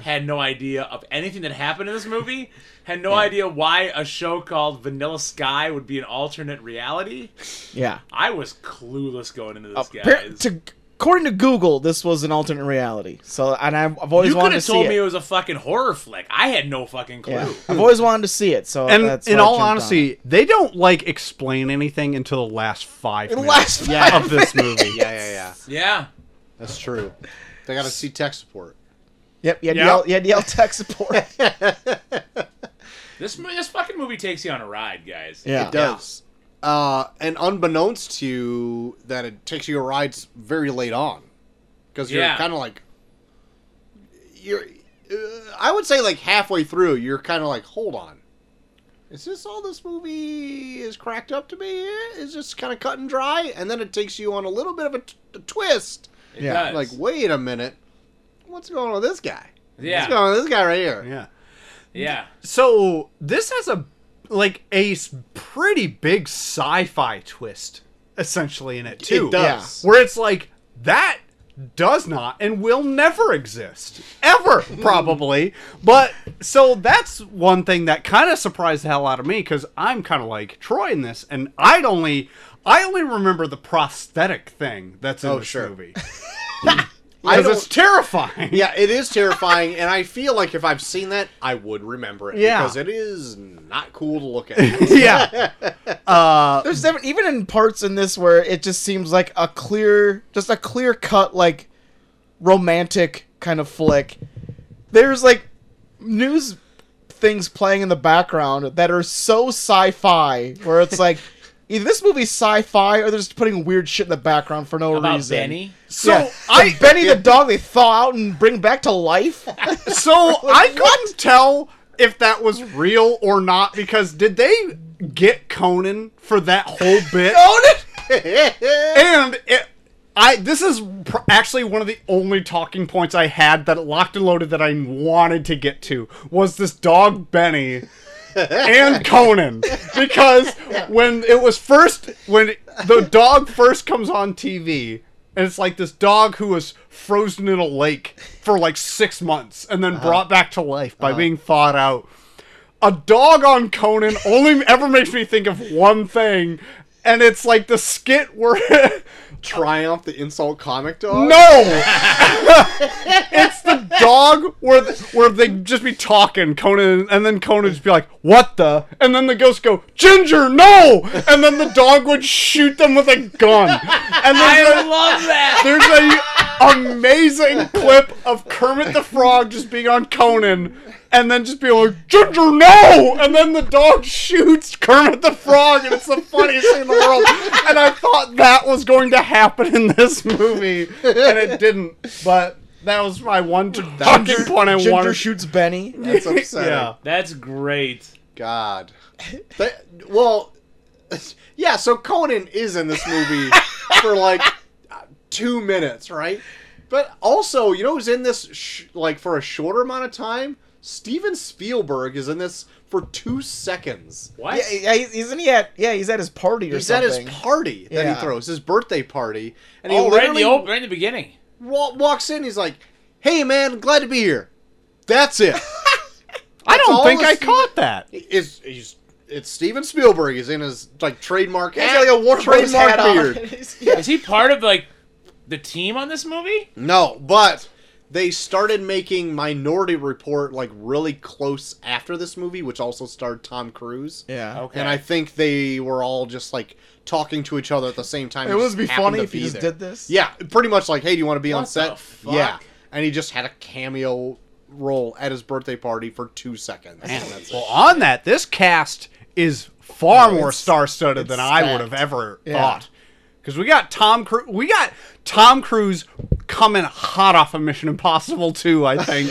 Speaker 3: Had no idea of anything that happened in this movie. Had no idea why a show called Vanilla Sky would be an alternate reality.
Speaker 1: Yeah.
Speaker 3: I was clueless going into this,
Speaker 1: Appar-
Speaker 3: guys.
Speaker 1: to, according to Google, this was an alternate reality. So, and I've, I've always
Speaker 3: you could
Speaker 1: wanted
Speaker 3: have
Speaker 1: to
Speaker 3: told
Speaker 1: see
Speaker 3: me
Speaker 1: it.
Speaker 3: it was a fucking horror flick. I had no fucking clue.
Speaker 1: Yeah. I've always wanted to see it. So,
Speaker 4: And
Speaker 1: that's
Speaker 4: in
Speaker 1: why I
Speaker 4: all
Speaker 1: jumped on it.
Speaker 4: honesty, they don't like explain anything until the last five
Speaker 1: the
Speaker 4: minutes
Speaker 1: last five
Speaker 4: of this movie. [laughs]
Speaker 2: Yeah, yeah, yeah.
Speaker 3: Yeah.
Speaker 2: That's true. They got to see tech support.
Speaker 1: yep, you had,
Speaker 4: Yeah.
Speaker 1: Yell, you had to yell tech support. [laughs]
Speaker 3: This mo- this fucking movie takes you on a ride, guys.
Speaker 1: yeah,
Speaker 2: It does. Uh, and unbeknownst to you, that it takes you a ride very late on, because you're
Speaker 3: Yeah.
Speaker 2: kind of like, you're. Uh, I would say like halfway through, you're kind of like, hold on, is this all this movie is cracked up to be? Is this kind of cut and dry? And then it takes you on a little bit of a, t- a twist.
Speaker 3: It
Speaker 1: Yeah,
Speaker 3: does.
Speaker 2: Like, wait a minute, what's going on with this guy?
Speaker 3: yeah,
Speaker 2: What's going on with this guy right here?
Speaker 4: Yeah.
Speaker 3: yeah.
Speaker 4: So this has a like a s- pretty big sci-fi twist essentially in it too.
Speaker 2: It does.
Speaker 4: Where it's like that does not and will never exist
Speaker 2: [laughs]
Speaker 4: ever probably. but so that's one thing that kind of surprised the hell out of me cuz I'm kind of like Troy in this and I'd only I only remember the prosthetic thing that's in
Speaker 2: Oh,
Speaker 4: the this
Speaker 2: sure. [laughs]
Speaker 4: movie. [laughs]
Speaker 2: I
Speaker 4: Because
Speaker 2: don't-
Speaker 4: it's terrifying.
Speaker 2: Yeah, it is terrifying, and I feel like if I've seen that, I would remember it.
Speaker 4: Yeah.
Speaker 2: Because it is not cool to look
Speaker 4: [laughs]
Speaker 2: at. [laughs]
Speaker 4: [laughs] yeah. Uh,
Speaker 1: There's never, even in parts in this where it just seems like a clear, just a clear cut, like romantic kind of flick. There's like news things playing in the background that are so sci-fi, where it's like either this movie's sci-fi or they're just putting weird shit in the background for no
Speaker 3: About
Speaker 1: reason.
Speaker 3: Benny.
Speaker 1: [laughs]
Speaker 4: so
Speaker 1: yeah.
Speaker 4: I [laughs]
Speaker 1: The Benny the dog they thaw out and bring back to life.
Speaker 4: so I couldn't tell if that was real or not because did they get Conan for that whole bit? and it, I this is pr- actually one of the only talking points I had that locked and loaded that I wanted to get to was this dog Benny and Conan because when it was first when the dog first comes on TV and it's like this dog who was frozen in a lake for like 6 months and then brought back to life by being thawed out a dog on Conan only ever makes me think of one thing, and it's like the skit where [laughs]
Speaker 2: Triumph the insult comic dog?
Speaker 4: no, [laughs] it's the dog where th- where they just be talking Conan, and then Conan just be like, "What the?" and then the ghost go, "Ginger, no!" and then the dog would shoot them with a gun, and
Speaker 3: I
Speaker 4: there's
Speaker 3: love
Speaker 4: a,
Speaker 3: that.
Speaker 4: there's a amazing clip of Kermit the Frog just being on Conan and then just being like, Ginger, no! And then the dog shoots Kermit the Frog and it's the funniest thing in the world. And I thought that was going to happen in this movie and it didn't. But that was my one talking point
Speaker 1: [laughs]
Speaker 4: I
Speaker 1: Ginger
Speaker 4: wanted.
Speaker 1: shoots Benny.
Speaker 2: That's upsetting.
Speaker 4: yeah.
Speaker 3: That's great.
Speaker 2: God. That- well, yeah, so Conan is in this movie for like uh, two minutes, right? But also, you know who's in this sh- like for a shorter amount of time? Steven Spielberg is in this for two seconds.
Speaker 3: What?
Speaker 1: Yeah, yeah, he's- isn't he at? Yeah, he's at his party or
Speaker 2: He's
Speaker 1: something.
Speaker 2: at his [laughs] party that
Speaker 1: Yeah.
Speaker 2: he throws, his birthday party, and he
Speaker 3: oh, right in
Speaker 2: literally
Speaker 3: the old, right in the beginning.
Speaker 2: wa- walks in. He's like, "Hey, man, glad to be here." That's it.
Speaker 4: I
Speaker 2: That's
Speaker 4: don't
Speaker 2: all
Speaker 4: think
Speaker 2: the
Speaker 4: I
Speaker 2: Steven-
Speaker 4: caught that.
Speaker 2: [laughs] It's he's it's Steven Spielberg. He's in his like trademark.
Speaker 1: He's got like a Warner Bros.
Speaker 2: trademark
Speaker 1: hat on. [laughs]
Speaker 2: beard.
Speaker 1: Yeah.
Speaker 3: Is he part of like the team on this movie?
Speaker 2: No, but they started making Minority Report like really close after this movie, which also starred Tom Cruise.
Speaker 1: Yeah.
Speaker 3: Okay.
Speaker 2: And I think they were all just like talking to each other at the same time.
Speaker 1: It
Speaker 2: He
Speaker 1: would be
Speaker 2: happened
Speaker 1: funny
Speaker 2: to
Speaker 1: if he
Speaker 2: be
Speaker 1: just
Speaker 2: there.
Speaker 1: did this.
Speaker 2: Yeah, pretty much like, hey, do you want to be on
Speaker 3: What
Speaker 2: set?
Speaker 3: the fuck?
Speaker 2: Yeah, and he just had a cameo role at his birthday party for two seconds. And that's it.
Speaker 4: Well, on that, this cast is far more
Speaker 1: it's-
Speaker 4: star-studded than
Speaker 1: it's
Speaker 4: I would
Speaker 1: stacked.
Speaker 4: have ever
Speaker 1: Yeah.
Speaker 4: thought. Because we got Tom Cruise, we got Tom Cruise coming hot off of Mission Impossible 2, I think.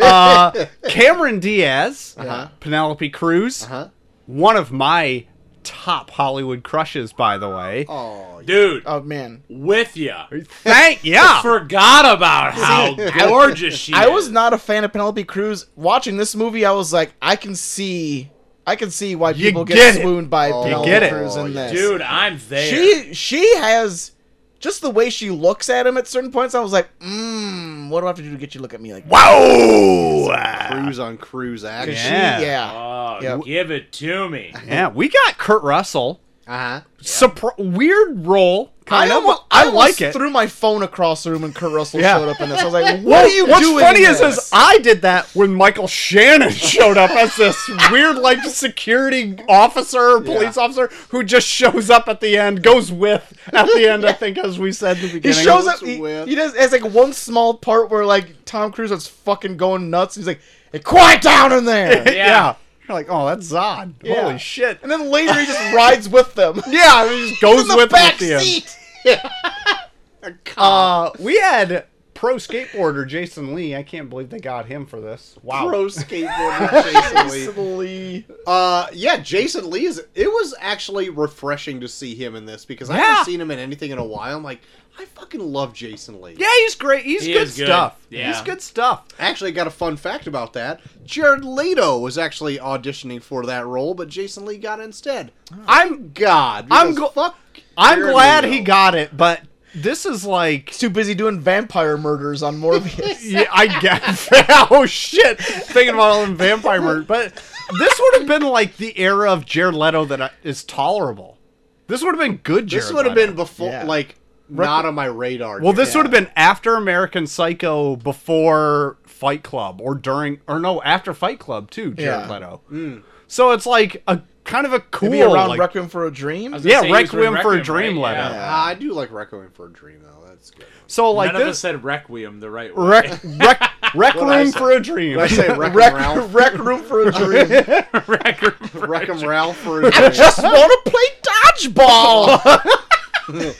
Speaker 4: uh, Cameron Diaz, Penelope Cruz,
Speaker 2: Huh?
Speaker 4: one of my top Hollywood crushes, by the way.
Speaker 2: Oh,
Speaker 3: Dude,
Speaker 1: Oh man.
Speaker 3: with ya.
Speaker 4: Thank yeah.
Speaker 3: Forgot about how gorgeous she
Speaker 1: I was
Speaker 3: is.
Speaker 1: not a fan of Penelope Cruz. Watching this movie, I was like, I can see, I can see why people get,
Speaker 4: get it.
Speaker 1: swooned by Penelope
Speaker 4: get it.
Speaker 1: Cruz
Speaker 2: Oh,
Speaker 1: in
Speaker 2: yeah.
Speaker 1: this.
Speaker 3: Dude, I'm there.
Speaker 1: she she has just the way she looks at him at certain points. I was like, mmm, what do I have to do to get you to look at me like? Wow.
Speaker 4: Whoa!
Speaker 2: Cruise on Cruise action.
Speaker 1: She,
Speaker 4: Yeah.
Speaker 1: yeah.
Speaker 3: oh,
Speaker 1: Yep.
Speaker 3: give it to me.
Speaker 4: Yeah, we got Kurt Russell.
Speaker 2: Uh huh.
Speaker 4: Surpri- weird role, kind of.
Speaker 1: almo-
Speaker 4: I,
Speaker 1: almost
Speaker 4: like it.
Speaker 1: Threw my phone across the room and Kurt Russell
Speaker 4: Yeah.
Speaker 1: showed up in this. I was [laughs] like, what
Speaker 4: Well,
Speaker 1: are you
Speaker 4: what's
Speaker 1: doing?
Speaker 4: funny
Speaker 1: in
Speaker 4: is, is
Speaker 1: this?
Speaker 4: I did that when Michael Shannon [laughs] showed up as this weird, like, security officer, or police officer, who just shows up at the end, goes with at the end. I think, as we said in the
Speaker 1: He
Speaker 4: beginning,
Speaker 1: shows up.
Speaker 2: with-
Speaker 1: He, he does. It's like one small part where like Tom Cruise is fucking going nuts. He's like, "Hey, quiet down in there!"
Speaker 4: Yeah. [laughs]
Speaker 3: Yeah.
Speaker 4: you're like, oh, that's Zod.
Speaker 1: Yeah.
Speaker 4: Holy shit!
Speaker 1: and then later he just rides with them.
Speaker 4: Yeah, and he just
Speaker 1: [laughs]
Speaker 4: goes
Speaker 1: in the
Speaker 4: with him
Speaker 1: back
Speaker 4: at the end.
Speaker 1: seat.
Speaker 4: Uh, we had pro skateboarder Jason Lee. I can't believe they got him for this. Wow.
Speaker 2: Pro
Speaker 3: [laughs]
Speaker 2: skateboarder Jason Lee.
Speaker 1: Lee.
Speaker 2: Uh, yeah, Jason Lee is. It was actually refreshing to see him in this because I
Speaker 4: Yeah.
Speaker 2: haven't seen him in anything in a while. I'm like, I fucking love Jason Lee.
Speaker 4: yeah, he's great. He's
Speaker 3: He
Speaker 4: good
Speaker 3: is good.
Speaker 4: stuff.
Speaker 3: Yeah.
Speaker 4: He's good stuff.
Speaker 2: Actually, I got a fun fact about that. Jared Leto was actually auditioning for that role, but Jason Lee got it instead.
Speaker 4: I'm
Speaker 2: God,
Speaker 4: I'm
Speaker 2: because
Speaker 4: go-
Speaker 2: fuck.
Speaker 4: I'm
Speaker 2: Jared
Speaker 4: glad
Speaker 2: Leto.
Speaker 4: he got it, but this is like
Speaker 1: He's too busy doing vampire murders on Morbius.
Speaker 4: [laughs] yeah, I guess. [laughs] oh shit! Thinking about all them vampire murder, but this would have been like the era of Jared Leto that I- is uh, tolerable. This would have been good.
Speaker 2: This
Speaker 4: Jared
Speaker 2: would have
Speaker 4: Leto.
Speaker 2: been before,
Speaker 1: Yeah.
Speaker 2: like, not on my radar.
Speaker 4: Well, this
Speaker 2: Jared.
Speaker 4: would have been after American Psycho, before Fight Club, or during, or no, after Fight Club too.
Speaker 1: Yeah.
Speaker 4: Jared
Speaker 1: Mm.
Speaker 4: Leto. So it's like a kind of a cool,
Speaker 1: Maybe around
Speaker 4: like,
Speaker 1: Requiem for a Dream.
Speaker 3: was gonna
Speaker 4: Yeah,
Speaker 3: say he was doing
Speaker 4: Requiem for a Dream
Speaker 3: right?
Speaker 4: Leto.
Speaker 1: Yeah.
Speaker 2: Uh, I do like Requiem for a Dream though. That's [laughs] good.
Speaker 4: so like
Speaker 3: None of us
Speaker 4: this.
Speaker 3: said Requiem the right way.
Speaker 2: [laughs]
Speaker 4: Rec, rec, rec
Speaker 2: What'd I
Speaker 4: room
Speaker 2: say?
Speaker 4: for a dream.
Speaker 2: Did I say
Speaker 4: [laughs]
Speaker 2: Wreck 'em
Speaker 1: Rec,
Speaker 2: Ralph?
Speaker 1: rec Room for a Dream.
Speaker 3: [laughs] Requiem
Speaker 2: [laughs]
Speaker 3: for
Speaker 2: Wreck 'em
Speaker 3: a
Speaker 2: Ralph for [laughs] a
Speaker 1: [laughs]
Speaker 2: Dream.
Speaker 1: just want to play dodgeball.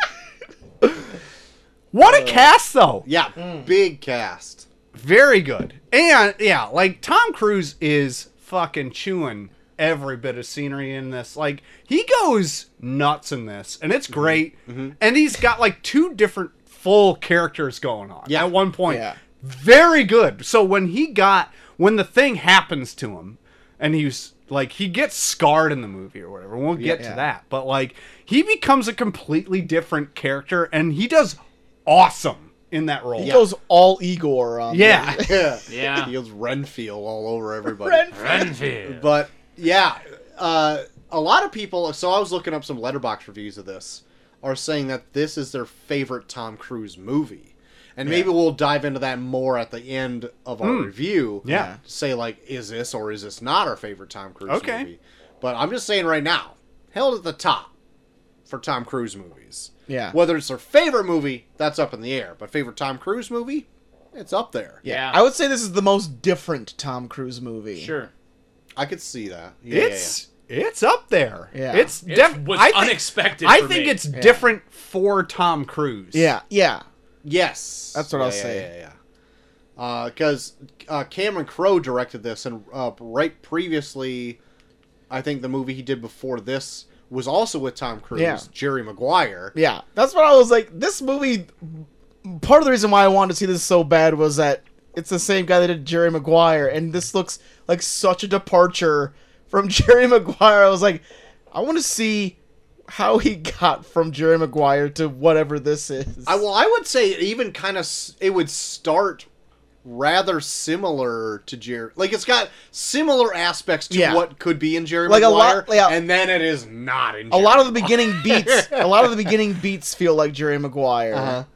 Speaker 4: what
Speaker 2: Uh,
Speaker 4: a cast though.
Speaker 2: Yeah,
Speaker 4: Mm.
Speaker 2: big cast.
Speaker 4: Very good. And yeah, like Tom Cruise is fucking chewing every bit of scenery in this. Like he goes nuts in this, and it's great. And he's got like two different full characters going on
Speaker 2: Yeah.
Speaker 4: at one point.
Speaker 1: Yeah.
Speaker 4: Very good. So when he got when the thing happens to him, and he's like he gets scarred in the movie or whatever. We'll get
Speaker 1: Yeah.
Speaker 4: to that. But like he becomes a completely different character, and he does awesome in that role.
Speaker 1: He goes all Igor. On [laughs]
Speaker 4: yeah.
Speaker 2: Yeah.
Speaker 3: Yeah.
Speaker 2: He goes Renfield all over everybody.
Speaker 1: Friend.
Speaker 3: Renfield.
Speaker 2: But yeah, uh, a lot of people. So I was looking up some letterbox reviews of this, are saying that this is their favorite Tom Cruise movie, and maybe we'll dive into that more at the end of our review.
Speaker 4: Yeah.
Speaker 2: say like, is this or is this not our favorite Tom Cruise
Speaker 4: Okay.
Speaker 2: movie? But I'm just saying right now, held at the top for Tom Cruise movies.
Speaker 1: Yeah.
Speaker 2: Whether it's their favorite movie, that's up in the air. But favorite Tom Cruise movie, it's up there.
Speaker 3: Yeah.
Speaker 1: I would say this is the most different Tom Cruise movie.
Speaker 3: Sure.
Speaker 2: I could see that. Yeah, yeah, yeah.
Speaker 4: it's it's up there.
Speaker 1: Yeah.
Speaker 4: It's
Speaker 3: It
Speaker 4: def-
Speaker 3: was
Speaker 4: I think,
Speaker 3: unexpected.
Speaker 4: I
Speaker 3: for
Speaker 4: think
Speaker 3: me.
Speaker 4: it's different for Tom Cruise.
Speaker 1: Yeah, yeah.
Speaker 2: Yes,
Speaker 1: That's what
Speaker 2: yeah,
Speaker 1: I'll
Speaker 2: yeah,
Speaker 1: say.
Speaker 2: Yeah, yeah. Because uh, Cameron Crowe directed this, and uh, right previously, I think the movie he did before this was also with Tom Cruise,
Speaker 1: Yeah.
Speaker 2: Jerry Maguire.
Speaker 1: Yeah. That's what I was like. This movie, part of the reason why I wanted to see this so bad was that it's the same guy that did Jerry Maguire, and this looks like such a departure from [laughs] Jerry Maguire. I was like, I want to see how he got from Jerry Maguire to whatever this is.
Speaker 2: I well, I would say it even kind of it would start rather similar to Jerry. Like it's got similar aspects to
Speaker 1: Yeah.
Speaker 2: what could be in Jerry
Speaker 1: Like a
Speaker 2: Maguire,
Speaker 1: lot- yeah.
Speaker 2: and then it is not in.
Speaker 1: a
Speaker 2: Jerry
Speaker 1: lot of the beginning beats, a lot of
Speaker 2: [laughs]
Speaker 1: the beginning beats feel like Jerry Maguire.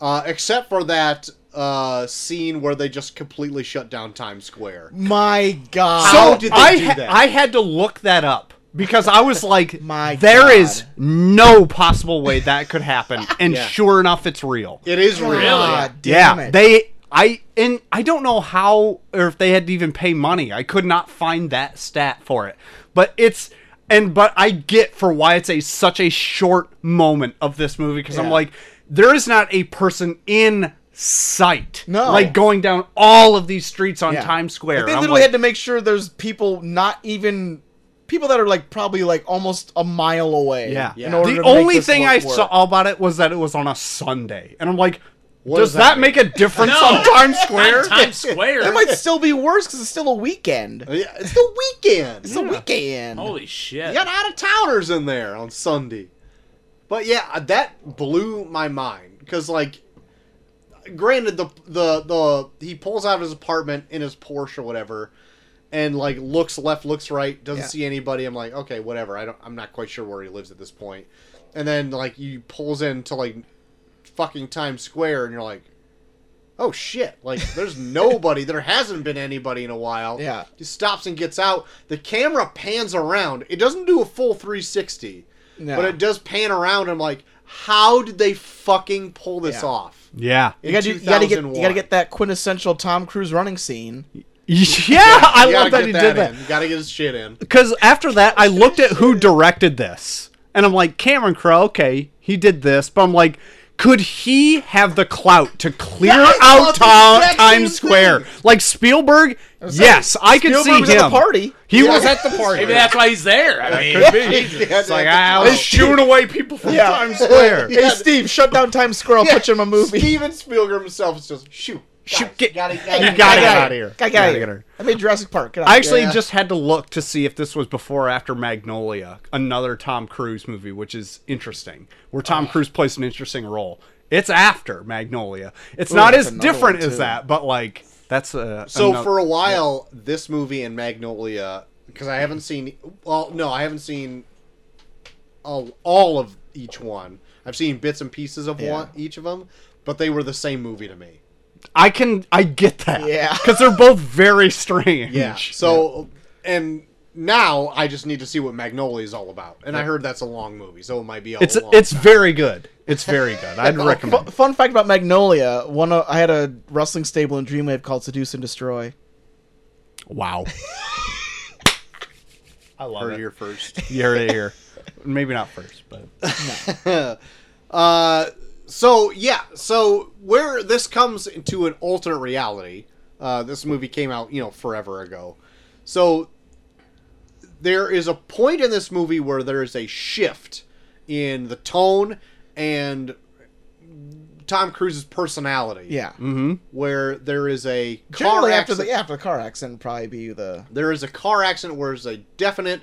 Speaker 2: uh, except for that uh, scene where they just completely shut down Times Square.
Speaker 1: My God.
Speaker 4: So
Speaker 2: How did they
Speaker 4: I
Speaker 2: do that?
Speaker 4: I had to look that up because I was
Speaker 2: [laughs]
Speaker 4: like,
Speaker 1: My
Speaker 4: there
Speaker 1: God.
Speaker 4: is no possible way that could happen, and
Speaker 2: Yeah.
Speaker 4: sure enough, it's real.
Speaker 2: It is real.
Speaker 1: God Ah, damn
Speaker 4: yeah,
Speaker 1: it.
Speaker 4: they. I and I don't know how or if they had to even pay money. I could not find that stat for it. But it's and but I get for why it's a such a short moment of this movie because I'm
Speaker 1: Yeah.
Speaker 4: like there is not a person in sight.
Speaker 1: No.
Speaker 4: like going down all of these streets on
Speaker 1: Yeah.
Speaker 4: Times Square.
Speaker 1: Like, they
Speaker 4: I'm
Speaker 1: literally
Speaker 4: like,
Speaker 1: had to make sure there's people not even people that are like probably like almost a mile away.
Speaker 4: yeah.
Speaker 1: In
Speaker 2: Yeah.
Speaker 1: order
Speaker 4: The
Speaker 1: to make
Speaker 4: only
Speaker 1: this
Speaker 4: thing
Speaker 1: look
Speaker 4: I
Speaker 1: work.
Speaker 4: saw about it was that it was on a Sunday, and I'm like,
Speaker 2: does
Speaker 4: does
Speaker 2: that
Speaker 4: that make
Speaker 1: [laughs]
Speaker 4: a difference
Speaker 3: No.
Speaker 4: on
Speaker 3: [laughs]
Speaker 4: Times
Speaker 3: Not
Speaker 4: Square?
Speaker 3: Times Square.
Speaker 1: That might still be worse because it's still a weekend.
Speaker 2: Yeah, it's the weekend.
Speaker 1: It's a weekend.
Speaker 3: Holy shit.
Speaker 2: You got out of towners in there on Sunday. But yeah, that blew my mind because like, granted the the the he pulls out of his apartment in his Porsche or whatever, and like looks left, looks right, doesn't
Speaker 1: Yeah.
Speaker 2: see anybody. I'm like, okay, whatever. I don't. I'm not quite sure where he lives at this point. And then like he pulls into like fucking Times Square, and you're like. Oh shit! Like, there's [laughs] nobody. There hasn't been anybody in a while.
Speaker 1: Yeah.
Speaker 2: He stops and gets out. The camera pans around. It doesn't do a full 360,
Speaker 1: No.
Speaker 2: but it does pan around. I'm like, how did they fucking pull this
Speaker 1: Yeah.
Speaker 2: off?
Speaker 4: yeah,
Speaker 1: You
Speaker 2: in
Speaker 1: gotta, do, you gotta get you
Speaker 2: 2001?
Speaker 1: gotta get that quintessential Tom Cruise running scene.
Speaker 4: [laughs] yeah.
Speaker 2: You
Speaker 4: I
Speaker 2: gotta
Speaker 4: love that [laughs]
Speaker 2: get
Speaker 4: he did that.
Speaker 2: in. You gotta get his shit in. [laughs]
Speaker 4: because after that, I looked at who directed this, and I'm like, Cameron Crowe. Okay, he did this, but I'm like, could he have the clout to clear
Speaker 2: I thought
Speaker 4: out
Speaker 2: the
Speaker 4: town-
Speaker 2: exact
Speaker 4: Times
Speaker 2: same
Speaker 4: Square
Speaker 2: thing.
Speaker 4: like Spielberg? Yes, I could
Speaker 1: Spielberg
Speaker 4: see
Speaker 1: was
Speaker 4: him.
Speaker 1: at the party.
Speaker 4: He
Speaker 2: Yeah.
Speaker 4: was at the party.
Speaker 3: Maybe that's why he's there. I mean, Jesus.
Speaker 2: Yeah,
Speaker 4: It's like
Speaker 2: yeah,
Speaker 4: ah,
Speaker 2: yeah.
Speaker 4: they're shooing away people from
Speaker 1: [laughs] Yeah.
Speaker 4: Times Square.
Speaker 1: Hey Steve, shut down Times Square. I'll put you in my movie.
Speaker 2: Steven Spielberg himself is just shoot.
Speaker 4: Shoot,
Speaker 2: guys,
Speaker 4: get-
Speaker 2: gotta, gotta,
Speaker 4: you
Speaker 1: Guy,
Speaker 4: gotta get
Speaker 1: guy,
Speaker 4: out of here.
Speaker 1: Guy,
Speaker 4: Gotta
Speaker 1: guy.
Speaker 4: get her.
Speaker 1: I made Jurassic Park. Get out.
Speaker 4: I actually
Speaker 2: Yeah.
Speaker 4: just had to look to see if this was before or after Magnolia, another Tom Cruise movie, which is interesting, where Tom Cruise plays an interesting role. It's after Magnolia. It's not
Speaker 1: that's
Speaker 4: as
Speaker 1: another
Speaker 4: different
Speaker 1: one,
Speaker 4: as
Speaker 1: too.
Speaker 4: that, but like that's a
Speaker 2: So
Speaker 4: ano-
Speaker 2: for a while, this movie and Magnolia, because I haven't seen. Well, no, I haven't seen all, all of each one. I've seen bits and pieces of
Speaker 1: Yeah.
Speaker 2: one, each of them, but they were the same movie to me.
Speaker 4: I can I get that.
Speaker 1: Yeah.
Speaker 4: Because they're both very strange.
Speaker 2: Yeah. So, and now I just need to see what Magnolia is all about. And I heard that's a long movie, so it might be a
Speaker 4: It's
Speaker 2: long.
Speaker 4: it's very good. It's very
Speaker 2: [laughs]
Speaker 4: good. I'd
Speaker 2: Oh,
Speaker 1: Fun,
Speaker 4: recommend. it.
Speaker 1: fun fact about Magnolia: one, of- I had a wrestling stable in Dreamwave called Seduce and Destroy.
Speaker 4: Wow. I love
Speaker 2: heard here first.
Speaker 4: You heard it here. Maybe not first, but
Speaker 2: Uh, so yeah, so where this comes into an alternate reality, uh, this movie came out you know forever ago. So there is a point in this movie where there is a shift in the tone and Tom Cruise's personality.
Speaker 1: Yeah.
Speaker 4: Mm.
Speaker 2: where there is a car
Speaker 1: Generally,
Speaker 2: accident.
Speaker 1: after the yeah, after the car accident, would probably be the
Speaker 2: There is a car accident where there's a definite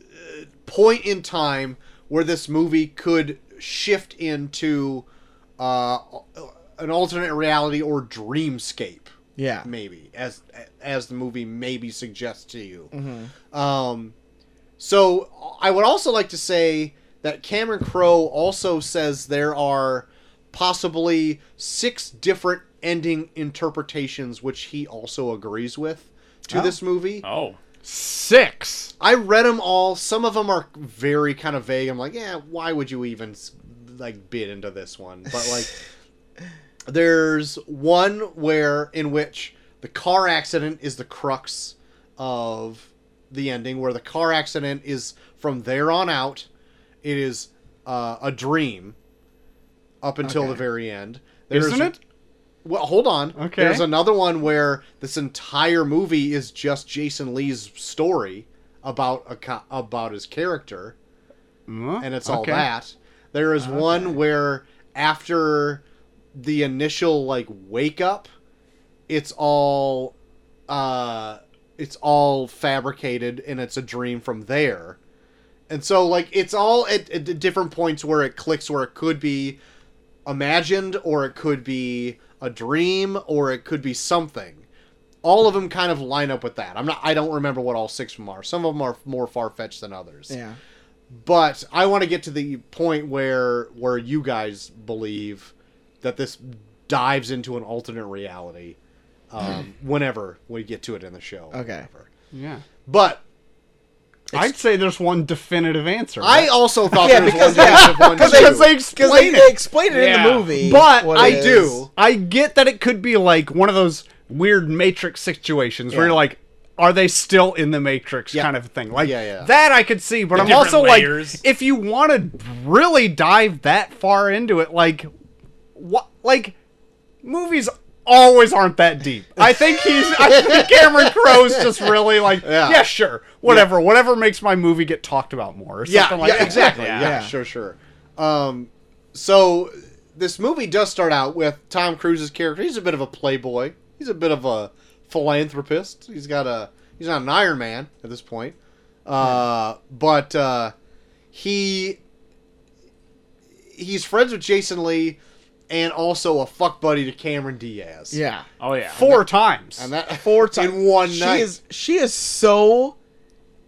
Speaker 2: uh, point in time where this movie could shift into uh, an alternate reality or dreamscape,
Speaker 1: yeah.
Speaker 2: maybe as as the movie maybe suggests to you.
Speaker 1: Mm-hmm.
Speaker 2: Um, so I would also like to say that Cameron Crowe also says there are possibly six different ending interpretations, which he also agrees with to
Speaker 1: Oh.
Speaker 2: this movie.
Speaker 3: Oh.
Speaker 4: six.
Speaker 2: I read them all. Some of them are very kind of vague. I'm like, yeah, why would you even s- like bid into this one? But like,
Speaker 4: [laughs]
Speaker 2: there's one where in which the car accident is the crux of the ending, where the car accident is from there on out, it is uh, a dream up until
Speaker 1: Okay.
Speaker 2: the very end.
Speaker 4: Isn't it?
Speaker 2: Well, hold on.
Speaker 4: Okay.
Speaker 2: There's another one where this entire movie is just Jason Lee's story about a co- about his character,
Speaker 4: Mm,
Speaker 2: and it's all
Speaker 4: okay.
Speaker 2: that. There is one where after the initial like wake up, it's all uh it's all fabricated and it's a dream from there. And so like it's all at, at d- different points where it clicks where it could be imagined or it could be a dream or it could be something. All of them kind of line up with that. I'm not I don't remember what all six of them are. Some of them are more far-fetched than others
Speaker 1: Yeah.
Speaker 2: but I want to get to the point where where you guys believe that this dives into an alternate reality um, whenever we get to it in the show.
Speaker 1: Hmm. Okay.
Speaker 2: whatever.
Speaker 4: Yeah.
Speaker 2: But
Speaker 4: I'd say there's one definitive answer.
Speaker 2: I also thought
Speaker 1: Yeah,
Speaker 2: there was
Speaker 1: because-
Speaker 2: one negative one
Speaker 1: because
Speaker 2: too.
Speaker 4: because they
Speaker 1: Because
Speaker 4: explain
Speaker 1: they,
Speaker 4: it.
Speaker 1: they explain it in
Speaker 3: Yeah.
Speaker 1: the movie,
Speaker 4: But
Speaker 1: what
Speaker 4: I
Speaker 1: it
Speaker 2: do.
Speaker 4: I get that it could be like one of those weird Matrix situations where
Speaker 1: Yeah.
Speaker 4: you're like, are they still in the Matrix
Speaker 2: Yeah.
Speaker 4: kind of thing? Like
Speaker 2: Yeah, yeah.
Speaker 4: that I could see, but I'm
Speaker 3: different
Speaker 4: also
Speaker 3: layers.
Speaker 4: like, if you want to really dive that far into it, like what? Like movies always aren't that deep. I think he's I think Cameron Crowe's just really like,
Speaker 2: Yeah.
Speaker 4: yeah, sure, whatever, whatever makes my movie get talked about more. Or
Speaker 2: yeah,
Speaker 4: something like
Speaker 2: yeah,
Speaker 4: that.
Speaker 2: exactly. Yeah.
Speaker 1: Yeah.
Speaker 2: sure, sure. Um, so this movie does start out with Tom Cruise's character. He's a bit of a playboy. He's a bit of a philanthropist. He's got a he's not an Iron Man at this point, uh, but uh, he he's friends with Jason Lee and also a fuck buddy to Cameron Diaz.
Speaker 1: Yeah.
Speaker 3: Oh yeah.
Speaker 4: Four times.
Speaker 2: and that
Speaker 1: Four times
Speaker 2: [laughs] in one
Speaker 1: She
Speaker 2: night.
Speaker 1: is she is so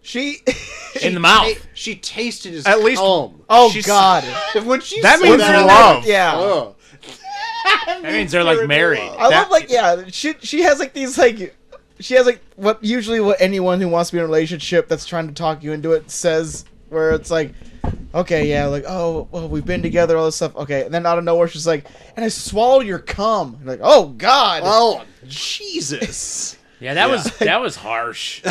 Speaker 1: she. [laughs]
Speaker 3: in the mouth.
Speaker 2: Ta- she tasted his
Speaker 4: At least-
Speaker 2: cum.
Speaker 1: oh
Speaker 4: She's-
Speaker 1: God.
Speaker 2: when she
Speaker 4: That
Speaker 2: said
Speaker 4: means
Speaker 2: that,
Speaker 4: love.
Speaker 1: Yeah.
Speaker 2: Ugh.
Speaker 3: That means they're like married.
Speaker 1: I
Speaker 4: That-
Speaker 1: love like yeah, she she has like these like she has like what usually what anyone who wants to be in a relationship that's trying to talk you into it says where it's like okay yeah like oh well we've been together all this stuff okay and then out of nowhere she's like and I swallowed your cum You're like oh god
Speaker 2: Oh Jesus!
Speaker 3: Yeah, that was that was harsh.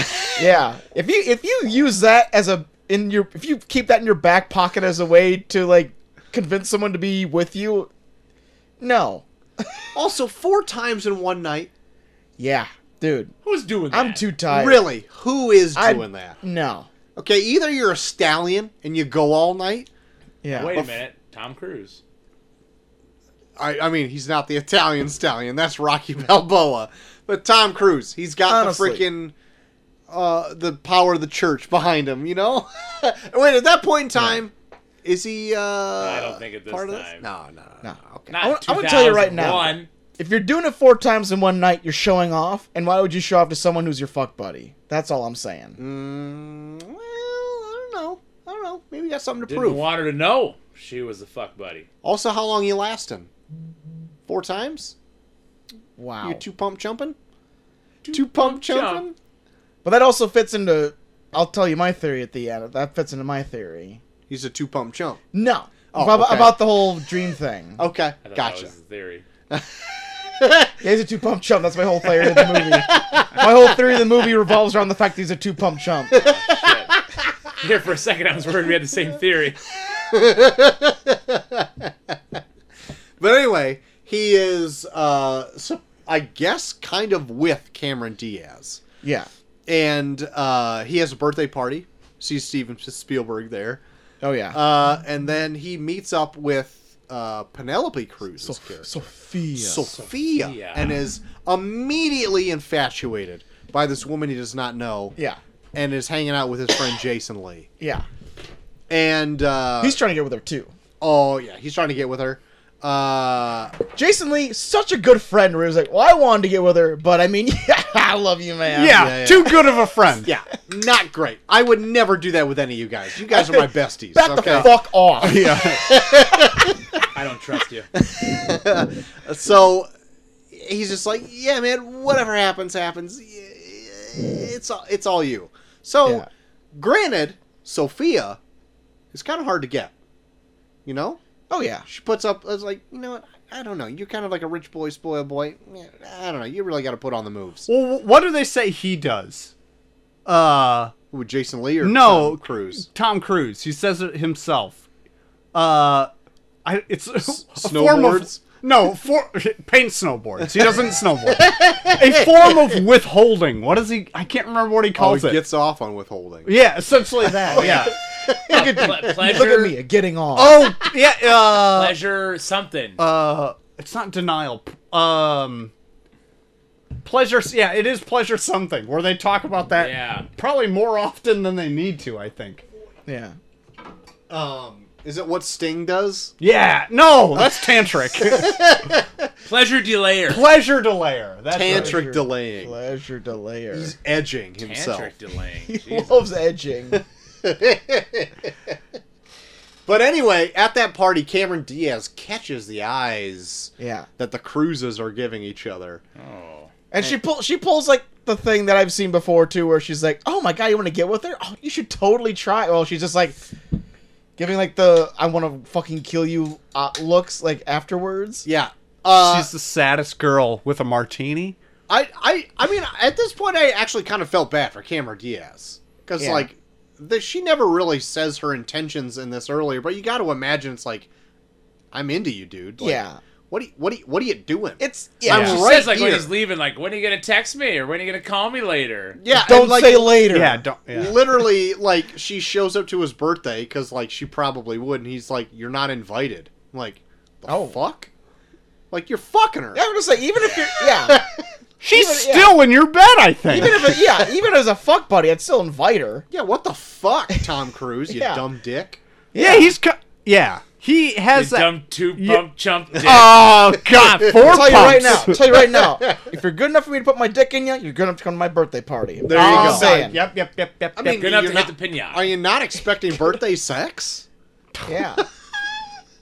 Speaker 1: yeah if you if you use that as a in your if you keep that in your back pocket as a way to like convince someone to be with you no
Speaker 2: [laughs] also, four times in one night.
Speaker 1: yeah dude
Speaker 3: Who's doing that?
Speaker 1: I'm too tired
Speaker 2: really? Who is
Speaker 1: I-
Speaker 2: doing that?
Speaker 1: no
Speaker 2: Okay, either you're a stallion and you go all night.
Speaker 1: yeah
Speaker 3: Wait a minute, Tom Cruise.
Speaker 2: I, I mean, he's not the Italian stallion. That's Rocky [laughs] Balboa. But Tom Cruise, he's got
Speaker 1: Honestly.
Speaker 2: the freaking uh, the power of the church behind him. You know. [laughs] Wait, at that point in time, is he? Uh, I
Speaker 3: don't think at this
Speaker 2: part of
Speaker 3: time.
Speaker 2: No, no, no.
Speaker 1: No.
Speaker 2: Okay.
Speaker 3: Not
Speaker 1: I wanna- I wanna tell you right now.
Speaker 3: 2001.
Speaker 1: If you're doing it four times in one night, you're showing off. And why would you show off to someone who's your fuck buddy? That's all I'm saying.
Speaker 2: Mm, well, Mm, I don't know. I don't know. know, maybe you got something to
Speaker 3: Didn't
Speaker 2: prove.
Speaker 3: want her to know she was the fuck buddy.
Speaker 2: also, how long you lasting? Four times?
Speaker 1: Wow.
Speaker 2: You two pump jumping? Two pump jumping?
Speaker 1: But that also fits into. I'll tell you my theory at the end. That fits into my theory.
Speaker 2: He's a two pump jump.
Speaker 1: No.
Speaker 2: Oh,
Speaker 1: About-
Speaker 2: okay. Oh,
Speaker 1: About the whole dream
Speaker 2: [laughs]
Speaker 1: thing.
Speaker 2: Okay,
Speaker 3: I thought That
Speaker 2: gotcha.
Speaker 3: was his theory.
Speaker 1: Yeah, he's a two pump chump. That's my whole theory of the movie. my whole theory of the movie revolves around the fact that he's a two pump chump.
Speaker 3: Here for a second, I was worried we had the same theory.
Speaker 2: But anyway, he is, uh, so- I guess, kind of with Cameron Diaz.
Speaker 1: Yeah.
Speaker 2: And uh, he has a birthday party. Sees Steven Spielberg there.
Speaker 1: Oh yeah.
Speaker 2: Uh, and then he meets up with uh, Penelope Cruz's
Speaker 1: Sof-
Speaker 2: character.
Speaker 1: Sophia.
Speaker 2: Sophia,
Speaker 3: Sophia.
Speaker 2: and is immediately infatuated by this woman he does not know.
Speaker 1: yeah.
Speaker 2: And is hanging out with his friend Jason Lee.
Speaker 1: Yeah.
Speaker 2: And uh
Speaker 1: He's trying to get with her too.
Speaker 2: oh yeah, he's trying to get with her. Uh
Speaker 1: Jason Lee, such a good friend. Where he was like, "Well, I wanted to get with her, but I mean, [laughs] yeah, I love you, man."
Speaker 4: yeah,
Speaker 2: yeah, yeah.
Speaker 4: too good of a
Speaker 2: [laughs]
Speaker 4: friend.
Speaker 2: yeah, not great. I would never do that with any of you guys. You guys are my besties.
Speaker 1: Back the fuck
Speaker 2: [laughs]
Speaker 1: off.
Speaker 4: Yeah.
Speaker 3: I don't trust you.
Speaker 2: so he's just like, yeah, man, whatever happens, happens. It's all, it's all you. So,
Speaker 1: Yeah.
Speaker 2: granted, Sophia is kind of hard to get. You know,
Speaker 1: Oh yeah.
Speaker 2: she puts up. I was like, you know what? I don't know. You're kind of like a rich boy, spoiled boy. Yeah, I don't know. You really got to put on the moves.
Speaker 4: Well, wh- what do they say he does? Uh,
Speaker 2: With Jason Lee or Oh,
Speaker 4: No.
Speaker 2: Tom Cruise?
Speaker 4: Tom Cruise. He says it himself. Uh, I, it's [laughs] a form of
Speaker 2: snowboards?
Speaker 4: no for [laughs] paint snowboards.
Speaker 2: [laughs]
Speaker 4: He doesn't snowboard. a form of withholding. What is he? I can't remember what he
Speaker 2: Oh,
Speaker 4: calls
Speaker 2: he
Speaker 4: it.
Speaker 2: gets off on withholding.
Speaker 4: yeah, essentially that. Yeah.
Speaker 3: Look at, pleasure,
Speaker 1: Look at me getting on.
Speaker 4: oh yeah. Uh,
Speaker 3: pleasure, something.
Speaker 4: uh, it's not denial. p- Um, pleasure. Yeah, it is pleasure something where they talk about that.
Speaker 3: Yeah.
Speaker 4: Probably more often than they need to. I think.
Speaker 1: Yeah.
Speaker 2: Um, is it what Sting does?
Speaker 4: Yeah, no, that's [laughs] tantric.
Speaker 3: [laughs] pleasure delayer.
Speaker 4: Pleasure delayer. That's
Speaker 2: Tantric
Speaker 4: Right.
Speaker 1: Pleasure-
Speaker 2: delaying.
Speaker 1: Pleasure delayer.
Speaker 2: He's edging himself.
Speaker 3: Tantric
Speaker 1: [laughs]
Speaker 3: delaying.
Speaker 1: He
Speaker 3: Jesus.
Speaker 1: loves edging.
Speaker 2: But anyway, at that party, Cameron Diaz catches the eyes
Speaker 1: Yeah.
Speaker 2: that the cruises are giving each other.
Speaker 3: Oh.
Speaker 1: And she pull she pulls like the thing that I've seen before too, where she's like, "Oh my god, you want to get with her? Oh, you should totally try." Well, she's just like giving like the "I want to fucking kill you" uh, looks like afterwards.
Speaker 2: Yeah. Uh,
Speaker 4: She's the saddest girl with a martini.
Speaker 2: I, I, I mean, at this point, I actually kind of felt bad for Cameron Diaz because,
Speaker 1: Yeah.
Speaker 2: like, the, she never really says her intentions in this earlier. But you got to imagine it's like, I'm into you, dude. Like,
Speaker 1: Yeah.
Speaker 2: What do you, what do you, what are you doing?
Speaker 1: It's
Speaker 2: I'm
Speaker 1: yeah.
Speaker 3: She
Speaker 2: right
Speaker 3: says like when
Speaker 2: here.
Speaker 3: he's leaving, like, when are you gonna text me or when are you gonna call me later?
Speaker 2: yeah. and,
Speaker 1: Don't
Speaker 2: like,
Speaker 1: say later.
Speaker 4: Yeah, don't. Yeah.
Speaker 2: literally like she shows up to his birthday because like she probably would and he's like you're not invited I'm like the
Speaker 1: Oh.
Speaker 2: fuck like you're fucking her
Speaker 1: Yeah, I'm just like even if you're yeah,
Speaker 4: She's
Speaker 1: Even- yeah.
Speaker 4: still in your bed, I think.
Speaker 1: even if yeah, even as a fuck buddy, I'd still invite her.
Speaker 2: yeah what
Speaker 1: [laughs]
Speaker 2: the fuck tom cruise you
Speaker 1: Yeah.
Speaker 2: dumb dick
Speaker 4: yeah, he's. Co- yeah, he
Speaker 3: You
Speaker 4: has that.
Speaker 3: dumb two
Speaker 4: Yeah.
Speaker 3: bump chump dick.
Speaker 4: [laughs] Oh God, four
Speaker 1: I'll tell you right now.
Speaker 4: pumps.
Speaker 1: I'll tell you right now. If you're good enough for me to put my dick in you, you're good enough to come to my birthday party.
Speaker 2: There you
Speaker 1: I'm
Speaker 2: go.
Speaker 1: just saying.
Speaker 4: Yep, yep, yep, yep.
Speaker 2: I
Speaker 4: I
Speaker 2: mean-
Speaker 4: mean,
Speaker 3: Good enough to
Speaker 2: You're
Speaker 3: hit the
Speaker 2: not-
Speaker 3: pinata.
Speaker 2: are you not expecting
Speaker 1: [laughs]
Speaker 2: birthday sex
Speaker 1: Yeah.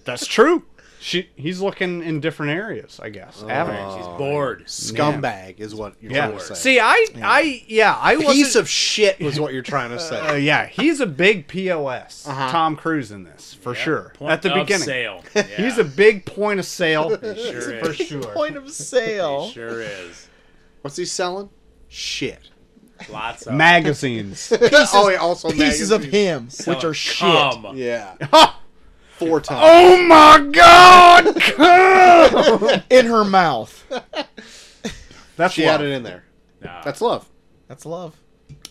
Speaker 4: that's true. Oh, She, he's looking in different areas, I guess. avenues.
Speaker 3: She's bored.
Speaker 2: scumbag is what you're
Speaker 4: Yeah.
Speaker 2: trying to say
Speaker 4: See, I, I, yeah, I was
Speaker 2: piece of shit was what you're trying
Speaker 1: [laughs]
Speaker 2: to
Speaker 4: Uh,
Speaker 2: say
Speaker 4: yeah, he's a big POS.
Speaker 2: Uh-huh.
Speaker 4: Tom Cruise in this for
Speaker 3: Yeah.
Speaker 4: sure.
Speaker 3: Point
Speaker 4: At the
Speaker 3: of
Speaker 4: beginning,
Speaker 3: Sale.
Speaker 4: he's a big point of sale [laughs]
Speaker 3: sure
Speaker 4: for
Speaker 3: is.
Speaker 4: sure.
Speaker 1: Point of sale.
Speaker 3: He sure is.
Speaker 2: what's
Speaker 1: [laughs]
Speaker 2: he selling shit
Speaker 3: Lots of
Speaker 4: Magazines.
Speaker 2: [laughs] oh yeah also
Speaker 1: Pieces of
Speaker 2: magazines.
Speaker 1: him,
Speaker 3: Sell
Speaker 1: which are shit. Oh, [laughs]
Speaker 3: cum.
Speaker 2: yeah
Speaker 4: oh
Speaker 2: four times
Speaker 4: my God!
Speaker 1: in her mouth.
Speaker 4: That's
Speaker 2: she
Speaker 4: love.
Speaker 2: had it in there
Speaker 3: Nah.
Speaker 2: [laughs] that's love
Speaker 1: That's love.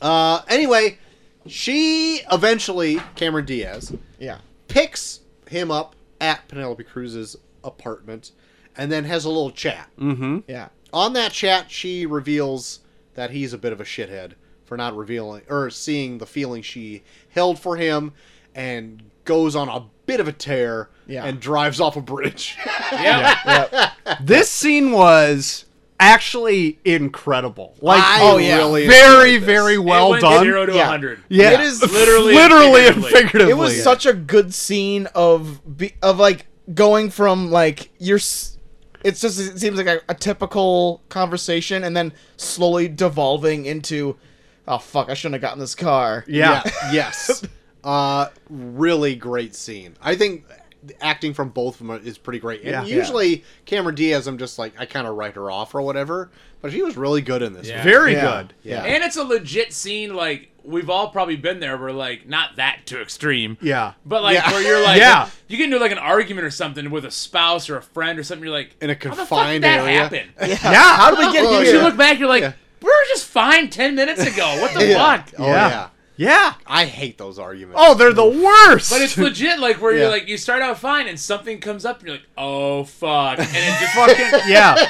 Speaker 2: Uh, anyway, she eventually, Cameron Diaz,
Speaker 1: Yeah.
Speaker 2: picks him up at Penelope Cruz's apartment and then has a little chat.
Speaker 4: Mm-hmm.
Speaker 1: Yeah.
Speaker 2: On that chat, she reveals that he's a bit of a shithead for not revealing or seeing the feeling she held for him and goes on a bit of a tear
Speaker 1: Yeah.
Speaker 2: [laughs] and drives off a bridge.
Speaker 3: yeah.
Speaker 1: Yep.
Speaker 4: This scene was actually incredible. Like,
Speaker 2: I
Speaker 1: oh, yeah.
Speaker 2: really
Speaker 4: very,
Speaker 2: enjoyed this.
Speaker 4: very
Speaker 3: it
Speaker 4: well
Speaker 3: went
Speaker 4: done.
Speaker 3: Zero to
Speaker 1: Yeah.
Speaker 3: 100.
Speaker 4: yeah,
Speaker 1: It is
Speaker 3: literally
Speaker 4: literally,
Speaker 3: and
Speaker 4: and figuratively.
Speaker 1: It was such a good scene of be, of like going from like your. s- It's just it seems like a, a typical conversation, and then slowly devolving into, oh fuck, I shouldn't have gotten this car.
Speaker 4: yeah.
Speaker 2: yes. Uh, really great scene. I think the acting from both of them is pretty great. And
Speaker 4: Yeah.
Speaker 2: usually Cameron Diaz, I'm just like I kind of write her off or whatever, but she was really good in this.
Speaker 3: Yeah.
Speaker 2: movie.
Speaker 4: [laughs] very
Speaker 1: Yeah.
Speaker 4: good.
Speaker 2: Yeah.
Speaker 3: And it's a legit scene. Like we've all probably been there. We're like not that too extreme.
Speaker 4: Yeah.
Speaker 3: But like
Speaker 2: Yeah.
Speaker 3: where you're like [laughs]
Speaker 4: Yeah.
Speaker 3: you get into like an argument or something with a spouse or a friend or something. You're like
Speaker 2: In a
Speaker 3: How the fuck did
Speaker 2: confined
Speaker 3: that
Speaker 2: area."
Speaker 3: happen?
Speaker 4: [laughs] Yeah.
Speaker 1: How do we get
Speaker 2: Oh,
Speaker 3: Because
Speaker 1: here?
Speaker 3: You look back. You're like
Speaker 2: Yeah.
Speaker 3: we were just fine ten minutes ago. What the
Speaker 2: Yeah.
Speaker 3: fuck?
Speaker 2: Oh
Speaker 4: Yeah.
Speaker 2: yeah.
Speaker 4: Yeah.
Speaker 2: I hate those arguments.
Speaker 4: Oh, they're the worst.
Speaker 1: [laughs]
Speaker 3: But it's legit, like where
Speaker 2: Yeah.
Speaker 3: you're like you start out fine and something comes up and you're like, oh fuck, and it just
Speaker 1: [laughs]
Speaker 3: fucking,
Speaker 4: [laughs] yeah.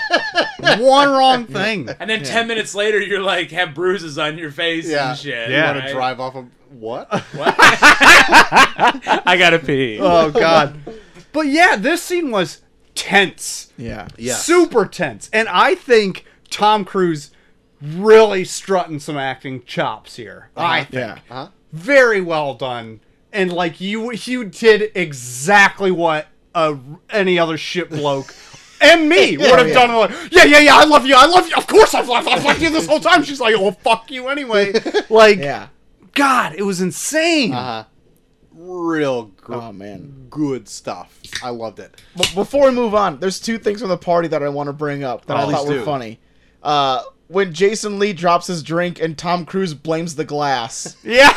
Speaker 4: One wrong thing.
Speaker 3: and then ten minutes later you're like have bruises on your face
Speaker 2: Yeah.
Speaker 3: and shit.
Speaker 4: Yeah.
Speaker 2: want to
Speaker 3: right?
Speaker 2: drive off of what?
Speaker 1: [laughs]
Speaker 3: What? I gotta pee.
Speaker 1: Uh,
Speaker 4: Oh God. But yeah, this scene was tense.
Speaker 1: [laughs] Yeah.
Speaker 2: Yes.
Speaker 4: Super tense. And I think Tom Cruise really strutting some acting chops here.
Speaker 2: Uh-huh.
Speaker 4: I think.
Speaker 1: Yeah.
Speaker 2: Huh?
Speaker 4: Very well done. And like you you did exactly what uh, any other shit bloke [laughs]
Speaker 2: [laughs]
Speaker 4: and me would have
Speaker 1: yeah.
Speaker 4: done like, yeah, yeah, yeah, I love you, I love you, of course I've loved, I've loved you this whole time. She's like, well, fuck you anyway.
Speaker 2: [laughs]
Speaker 4: Like,
Speaker 1: Yeah. Uh,
Speaker 4: God, it was insane.
Speaker 2: Uh-huh. Real gr-
Speaker 1: Oh man.
Speaker 2: good stuff. Um, I loved it.
Speaker 1: But before we move on, there's two things from the party that I want to bring up that
Speaker 2: Oh,
Speaker 1: I thought
Speaker 2: please
Speaker 1: were
Speaker 2: do.
Speaker 1: funny. Uh, when Jason Lee drops his drink and Tom Cruise blames the glass.
Speaker 4: Yeah.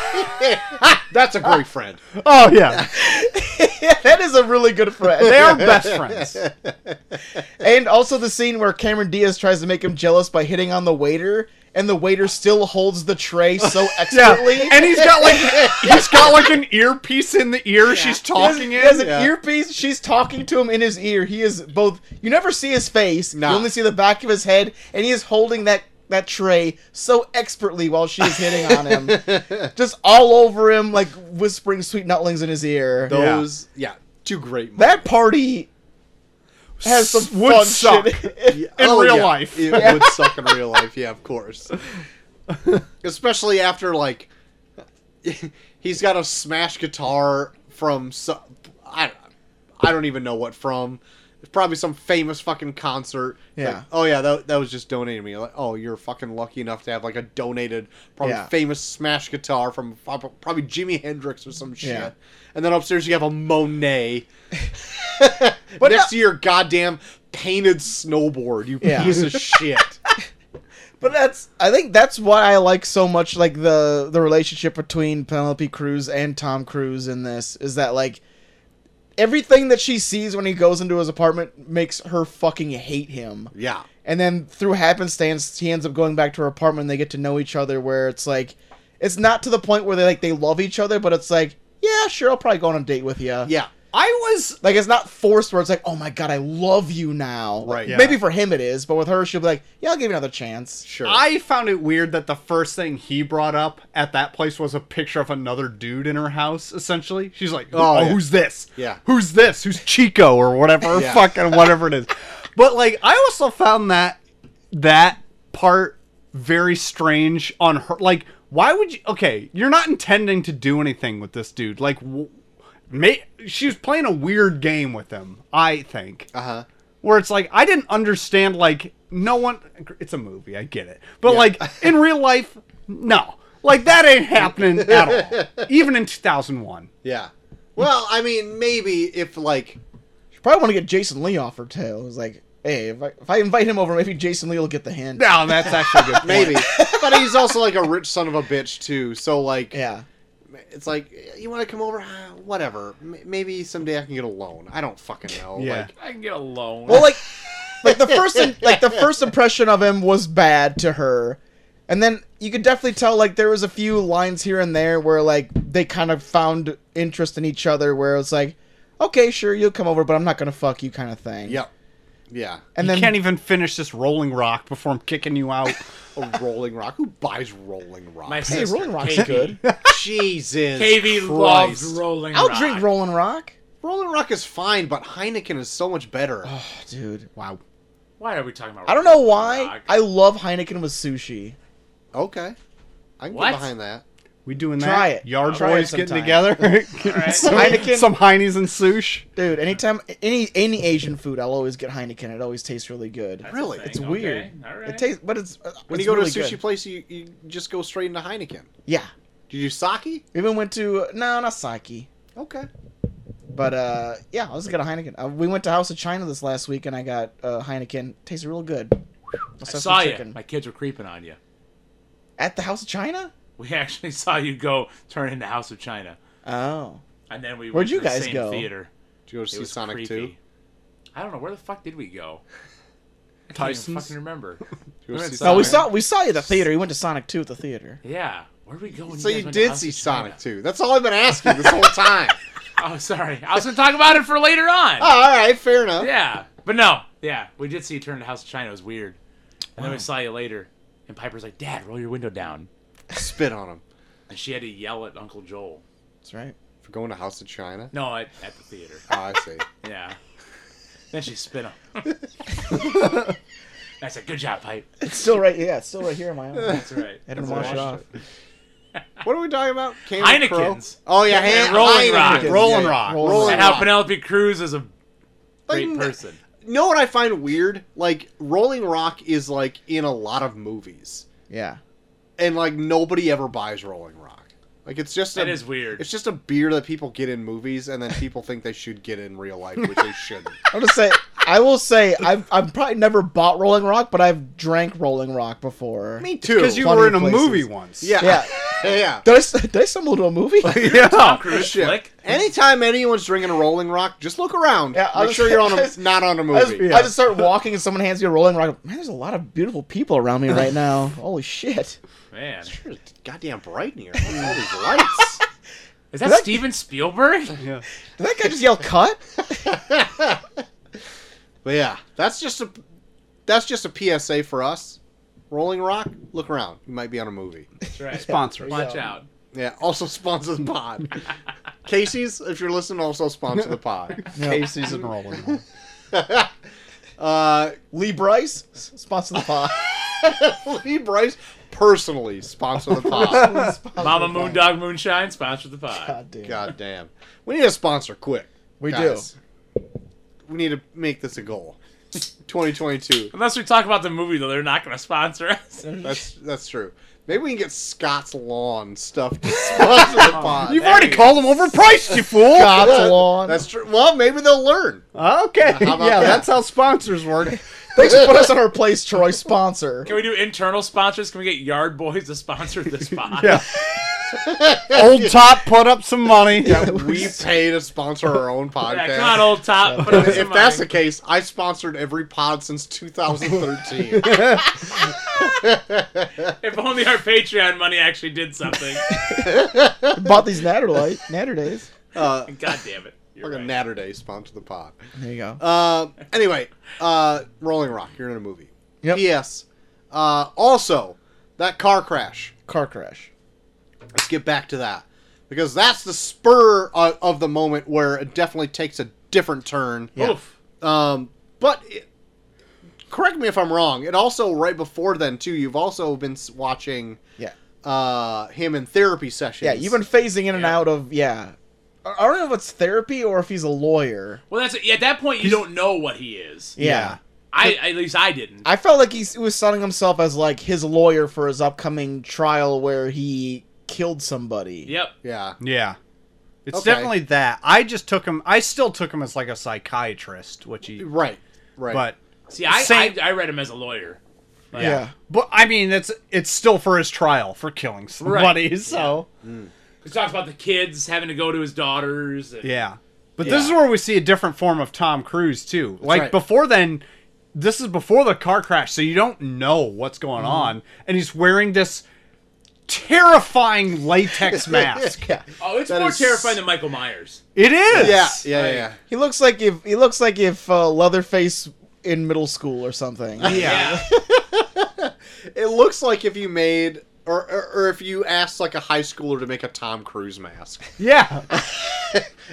Speaker 2: [laughs] That's a great friend.
Speaker 4: Oh yeah.
Speaker 1: [laughs] that is a really good friend.
Speaker 4: They are
Speaker 2: [laughs]
Speaker 4: best friends.
Speaker 1: And also the scene where Cameron Diaz tries to make him jealous by hitting on the waiter, and the waiter still holds the tray so
Speaker 4: [laughs] Yeah,
Speaker 1: expertly.
Speaker 4: and he's got like he's got like an earpiece in the ear. She's
Speaker 1: He has,
Speaker 4: [laughs]
Speaker 1: [laughs]
Speaker 4: talking
Speaker 1: he has
Speaker 4: in.
Speaker 1: an earpiece. She's talking to him in his ear. He is both. You never see his face.
Speaker 2: Nah.
Speaker 1: You only see the back of his head, and he is holding that that tray so expertly while she is hitting on
Speaker 4: [laughs]
Speaker 1: him, just all over him, like whispering sweet notlings in his ear.
Speaker 4: Yeah.
Speaker 2: Those yeah, two great moments.
Speaker 1: That party has some
Speaker 4: S- would
Speaker 1: fun
Speaker 4: suck.
Speaker 1: shit.
Speaker 2: Yeah.
Speaker 4: In real life.
Speaker 2: It would suck in real life, yeah, of course. Especially after like [laughs] he's got a smash guitar from so, I I don't even know what from. It's probably some famous fucking concert. It's
Speaker 1: Yeah.
Speaker 2: like, oh yeah, that, that was just donated to me. Like, oh, you're fucking lucky enough to have like a donated, probably
Speaker 1: Yeah.
Speaker 2: famous smash guitar from prob- probably Jimi Hendrix or some shit.
Speaker 1: Yeah.
Speaker 2: And then upstairs you have a Monet.
Speaker 1: But
Speaker 2: next
Speaker 1: no-
Speaker 2: to your goddamn painted snowboard, you
Speaker 1: Yeah.
Speaker 2: piece of shit.
Speaker 1: But that's I think that's why I like so much like the the relationship between Penelope Cruz and Tom Cruise in this is that like everything that she sees when he goes into his apartment makes her fucking hate him.
Speaker 2: Yeah.
Speaker 1: And then through happenstance he ends up going back to her apartment and they get to know each other where it's like it's not to the point where they like they love each other but it's like yeah sure I'll probably go on a date with you.
Speaker 2: Yeah.
Speaker 4: I was
Speaker 1: Like it's not forced where it's like oh my god I love you now.
Speaker 2: Right.
Speaker 1: Like,
Speaker 4: Yeah.
Speaker 1: Maybe for him it is but with her she'll be like yeah I'll give you another chance.
Speaker 2: Sure.
Speaker 4: I found it weird that the first thing he brought up at that place was a picture of another dude in her house. Essentially, she's like, "Oh,
Speaker 2: Oh, yeah.
Speaker 4: who's this?
Speaker 2: Yeah.
Speaker 4: who's this? Who's Chico or whatever,
Speaker 2: Yeah.
Speaker 4: fucking whatever it is." But like, I also found that that part very strange on her. Like, why would you? Okay, you're not intending to do anything with this dude. Like, w- may, she was playing a weird game with him. I think
Speaker 2: uh huh.
Speaker 4: where it's like I didn't understand like no one it's a movie, I get it. But like in real life, no. Like that ain't happening at all. Even in 2001.
Speaker 2: Yeah. Well, I mean, maybe if like
Speaker 1: Probably want to get Jason Lee off her tail. It was like, hey, if I, if I invite him over, maybe Jason Lee will get the hint.
Speaker 4: No, that's actually a good. point.
Speaker 2: maybe, [laughs] but he's also like a rich son of a bitch too. So like,
Speaker 1: Yeah.
Speaker 2: it's like you want to come over, Ah, whatever. M- maybe someday I can get a loan. I don't fucking know.
Speaker 4: Yeah.
Speaker 2: Like,
Speaker 3: I can get a loan.
Speaker 1: Well, like, like the first, in, like the first impression of him was bad to her, and then you could definitely tell like there was a few lines here and there where like they kind of found interest in each other, where it's like, okay, sure, you'll come over, but I'm not gonna fuck you, kind of thing.
Speaker 2: yep. Yeah.
Speaker 1: And
Speaker 4: you
Speaker 1: then
Speaker 4: can't even finish this Rolling Rock before I'm kicking you out.
Speaker 2: A Rolling Rock. Who buys Rolling Rock?
Speaker 3: my
Speaker 1: hey,
Speaker 3: sister,
Speaker 1: Rolling Rock's good.
Speaker 3: KV. [laughs]
Speaker 2: [laughs] Jesus.
Speaker 3: KV
Speaker 2: Christ.
Speaker 3: loves Rolling
Speaker 1: I'll
Speaker 3: Rock.
Speaker 1: drink Rolling Rock.
Speaker 2: Rolling Rock is fine, but Heineken is so much better.
Speaker 1: Oh, dude,
Speaker 4: wow.
Speaker 3: Why are we talking about?
Speaker 1: I don't know why.
Speaker 3: Ragnarok?
Speaker 1: I love Heineken with sushi.
Speaker 2: Okay. I can
Speaker 3: What?
Speaker 2: get behind that.
Speaker 4: We doing that?
Speaker 1: Try it.
Speaker 4: Yard
Speaker 1: Try
Speaker 4: boys
Speaker 1: it
Speaker 4: getting
Speaker 1: sometime.
Speaker 4: together.
Speaker 3: right.
Speaker 4: [laughs] some,
Speaker 1: Heineken.
Speaker 4: some heinies and sush.
Speaker 1: Dude, anytime any any Asian food, I'll always get Heineken. It always tastes really good.
Speaker 3: That's a
Speaker 2: Really?
Speaker 3: thing,
Speaker 1: It's
Speaker 3: okay,
Speaker 1: weird.
Speaker 3: all right.
Speaker 1: It tastes, but it's uh,
Speaker 2: When
Speaker 1: it's
Speaker 2: you go
Speaker 1: really
Speaker 2: to a sushi
Speaker 1: good.
Speaker 2: place, you, you just go straight into Heineken.
Speaker 1: yeah.
Speaker 2: Did you do sake?
Speaker 1: We even went to no, not Saki,
Speaker 2: Okay.
Speaker 1: but uh, yeah, I was gonna Heineken. Uh, we went to House of China this last week, and I got uh, Heineken. Tasted real good.
Speaker 3: I
Speaker 1: Sesame
Speaker 3: saw you.
Speaker 1: chicken.
Speaker 3: My kids were creeping on you.
Speaker 1: at the House of China.
Speaker 3: We [laughs] actually saw you go turn into House of China,
Speaker 1: Oh,
Speaker 3: and then we
Speaker 1: Where'd
Speaker 3: went
Speaker 1: you
Speaker 3: to the
Speaker 1: guys
Speaker 3: same
Speaker 1: go?
Speaker 3: Theater.
Speaker 2: Did you go
Speaker 3: It
Speaker 2: to see
Speaker 3: was
Speaker 2: Sonic
Speaker 3: creepy.
Speaker 2: 2?
Speaker 3: I don't know where the fuck did we go. I can't even
Speaker 4: Tyson's?
Speaker 3: fucking
Speaker 2: [laughs]
Speaker 3: remember.
Speaker 2: you go
Speaker 3: went
Speaker 2: see
Speaker 3: to
Speaker 1: no, Oh, we
Speaker 3: Sonic.
Speaker 1: saw we saw you at the theater. We went to Sonic Two at the theater.
Speaker 3: Yeah, where did we go? When
Speaker 2: So
Speaker 3: guys
Speaker 2: you
Speaker 3: went to
Speaker 2: did
Speaker 3: House
Speaker 2: see
Speaker 3: of China?
Speaker 2: Sonic 2. That's all I've been asking this
Speaker 3: [laughs]
Speaker 2: whole time.
Speaker 3: Oh, sorry. I was gonna talk about it for later on.
Speaker 2: Oh, all right, fair enough.
Speaker 3: Yeah, but no, yeah, we did see you turn to House of China. It was weird, and then we saw you later. And Piper's like, "Dad, roll your window down,"
Speaker 2: Spit on him
Speaker 3: and she had to yell at Uncle Joel.
Speaker 1: That's right.
Speaker 2: for going to House of China.
Speaker 3: No, at, at the theater.
Speaker 2: Oh, I see.
Speaker 3: Yeah. Then she spit him. I said, "Good job, Pipe."
Speaker 1: It's still right. Yeah, it's still right here in
Speaker 2: [laughs]
Speaker 1: my own.
Speaker 3: That's right.
Speaker 1: I didn't wash it off.
Speaker 2: [laughs] What are we talking about? Cameron Crowe?
Speaker 3: Heineken's.
Speaker 2: Oh yeah,
Speaker 3: And
Speaker 2: Han-
Speaker 3: Rolling Rock.
Speaker 2: Heineken.
Speaker 4: Rolling
Speaker 2: Yeah, yeah.
Speaker 4: Rock.
Speaker 1: Rolling
Speaker 2: Rolling
Speaker 3: And
Speaker 2: Rock.
Speaker 3: how Penelope Cruz is a great
Speaker 2: Like,
Speaker 3: person.
Speaker 2: You know what I find weird? Like Rolling Rock is like in a lot of movies,
Speaker 1: Yeah.
Speaker 2: and like nobody ever buys Rolling Rock. Like it's just a,
Speaker 3: That is weird.
Speaker 2: It's just a beer that people get in movies, and then people think they should get in real life, which they shouldn't.
Speaker 1: I'm gonna say I will say I've I've probably never bought Rolling Rock, but I've drank Rolling Rock before.
Speaker 2: Me too.
Speaker 4: Because you
Speaker 1: Plenty
Speaker 4: were
Speaker 1: of
Speaker 4: in a
Speaker 1: places.
Speaker 4: movie once.
Speaker 2: yeah,
Speaker 1: Yeah.
Speaker 2: [laughs] yeah.
Speaker 1: Did I, s- did I stumble into a
Speaker 2: [laughs]
Speaker 1: movie?
Speaker 4: [laughs] yeah.
Speaker 3: Cruz
Speaker 2: Shit.
Speaker 3: flick.
Speaker 2: Anytime anyone's drinking a Rolling Rock, just look around.
Speaker 1: Yeah, I
Speaker 2: Make
Speaker 1: was-
Speaker 2: sure you're on
Speaker 1: I
Speaker 2: a,
Speaker 1: was- [laughs]
Speaker 2: not on a
Speaker 1: I just,
Speaker 2: movie.
Speaker 1: I just start walking and someone hands me a Rolling Rock. Man, there's a lot of beautiful people around
Speaker 2: [laughs]
Speaker 1: me right now. Holy shit!
Speaker 3: Man, is
Speaker 2: Sure, it's goddamn bright in here. What's all these
Speaker 1: [laughs]
Speaker 2: lights.
Speaker 3: that
Speaker 1: That-
Speaker 3: Steven Spielberg?
Speaker 4: Yeah.
Speaker 1: Did that guy just
Speaker 2: [laughs]
Speaker 1: yell cut?
Speaker 2: But yeah, that's just a that's just a PSA for us. Rolling Rock, look around. You might be on
Speaker 1: [laughs]
Speaker 2: a movie.
Speaker 3: That's right.
Speaker 4: Sponsors.
Speaker 3: Watch
Speaker 1: Yeah.
Speaker 3: out.
Speaker 2: Yeah, also sponsors the pod. Casey's, if you're listening, also sponsor
Speaker 1: [laughs]
Speaker 2: the pod.
Speaker 4: Casey's and Rolling Rock.
Speaker 2: Uh,
Speaker 1: Lee Bryce, s- sponsor the
Speaker 2: [laughs]
Speaker 1: pod.
Speaker 2: Lee Bryce personally sponsor the pod.
Speaker 4: [laughs]
Speaker 1: Sponsor the
Speaker 3: Mama
Speaker 1: pod.
Speaker 3: Moondog Moonshine, sponsor the pod.
Speaker 1: God damn.
Speaker 2: God damn. We need a sponsor quick.
Speaker 1: We
Speaker 2: do. We need to make this a goal. 2022.
Speaker 3: Unless we talk about the movie, though, they're not going to sponsor us.
Speaker 2: That's that's true. Maybe we can get Scott's Lawn stuff to sponsor the
Speaker 4: [laughs]
Speaker 2: pod.
Speaker 4: You've already called them overpriced, you fool. [laughs]
Speaker 1: Scott's Lawn.
Speaker 2: That's true. Well, maybe they'll learn.
Speaker 4: Okay.
Speaker 2: How about that?
Speaker 4: yeah, that's how
Speaker 2: [laughs]
Speaker 4: sponsors work.
Speaker 1: Thanks for putting us on our place, Troy. Sponsor.
Speaker 3: Can we do internal sponsors? Can we get Yard Boys to sponsor this pod?
Speaker 4: Yeah. [laughs] Old Top put up some money.
Speaker 2: Yeah, we
Speaker 4: [laughs]
Speaker 2: pay to sponsor our own podcast.
Speaker 3: Yeah, come on, old top. Put up some
Speaker 2: if that's the
Speaker 3: money.
Speaker 2: case, I sponsored every pod since
Speaker 4: [laughs]
Speaker 2: 2013.
Speaker 3: if only our Patreon money actually did
Speaker 2: [laughs]
Speaker 3: something.
Speaker 1: Bought these Natter light- Natter days.
Speaker 2: uh,
Speaker 3: God damn it. You're
Speaker 2: fucking
Speaker 3: right.
Speaker 2: Natter Day sponsor the pod.
Speaker 1: There you go.
Speaker 2: Uh, anyway, uh, Rolling Rock, you're in a movie.
Speaker 1: Yep.
Speaker 2: P.S. Uh, also, that car crash.
Speaker 1: Car crash.
Speaker 2: Let's get back to that because that's the spur of, of the moment where it definitely takes a different turn.
Speaker 1: Yeah.
Speaker 3: Oof.
Speaker 2: Um, but it, correct me if I'm wrong. It also right before then too. You've also been s- watching
Speaker 1: Yeah.
Speaker 2: uh, him in therapy sessions.
Speaker 1: Yeah, you've been phasing in and
Speaker 3: Yeah.
Speaker 1: out of yeah. I I don't know if it's therapy or if he's a lawyer.
Speaker 3: Well, that's at that point you don't know what he is.
Speaker 1: Yeah.
Speaker 3: I at least I didn't.
Speaker 1: I felt like he s- was selling himself as like his lawyer for his upcoming trial where he killed somebody.
Speaker 3: yep.
Speaker 2: yeah.
Speaker 4: Yeah. It's
Speaker 2: Okay.
Speaker 4: definitely that. I just took him. I still took him as like a psychiatrist, which he.
Speaker 2: Right. Right.
Speaker 4: But
Speaker 3: See, I, I
Speaker 4: Same-
Speaker 3: I read him as a lawyer. Like,
Speaker 1: Yeah.
Speaker 4: But I mean, it's it's still for his trial for killing somebody. [laughs] So
Speaker 3: He talks about the kids having to go to his daughters. And,
Speaker 4: yeah. But this is
Speaker 3: Yeah.
Speaker 4: where we see a different form of Tom Cruise too. like
Speaker 2: right.
Speaker 4: before then, this is before the car crash, so you don't know what's going
Speaker 2: Mm-hmm.
Speaker 4: on, and he's wearing this terrifying latex
Speaker 2: [laughs]
Speaker 1: [laughs]
Speaker 4: mask.
Speaker 1: Yeah.
Speaker 3: Oh, it's
Speaker 2: That
Speaker 3: more
Speaker 2: is-
Speaker 3: terrifying than Michael Myers.
Speaker 4: It is.
Speaker 2: Yeah. Yeah. Yeah. yeah.
Speaker 1: He looks like if he looks like if uh, Leatherface in middle school or something.
Speaker 4: Yeah.
Speaker 2: It looks like if you made or, or, or if you ask like a high schooler to make a Tom Cruise mask, [laughs]
Speaker 4: Yeah. [laughs]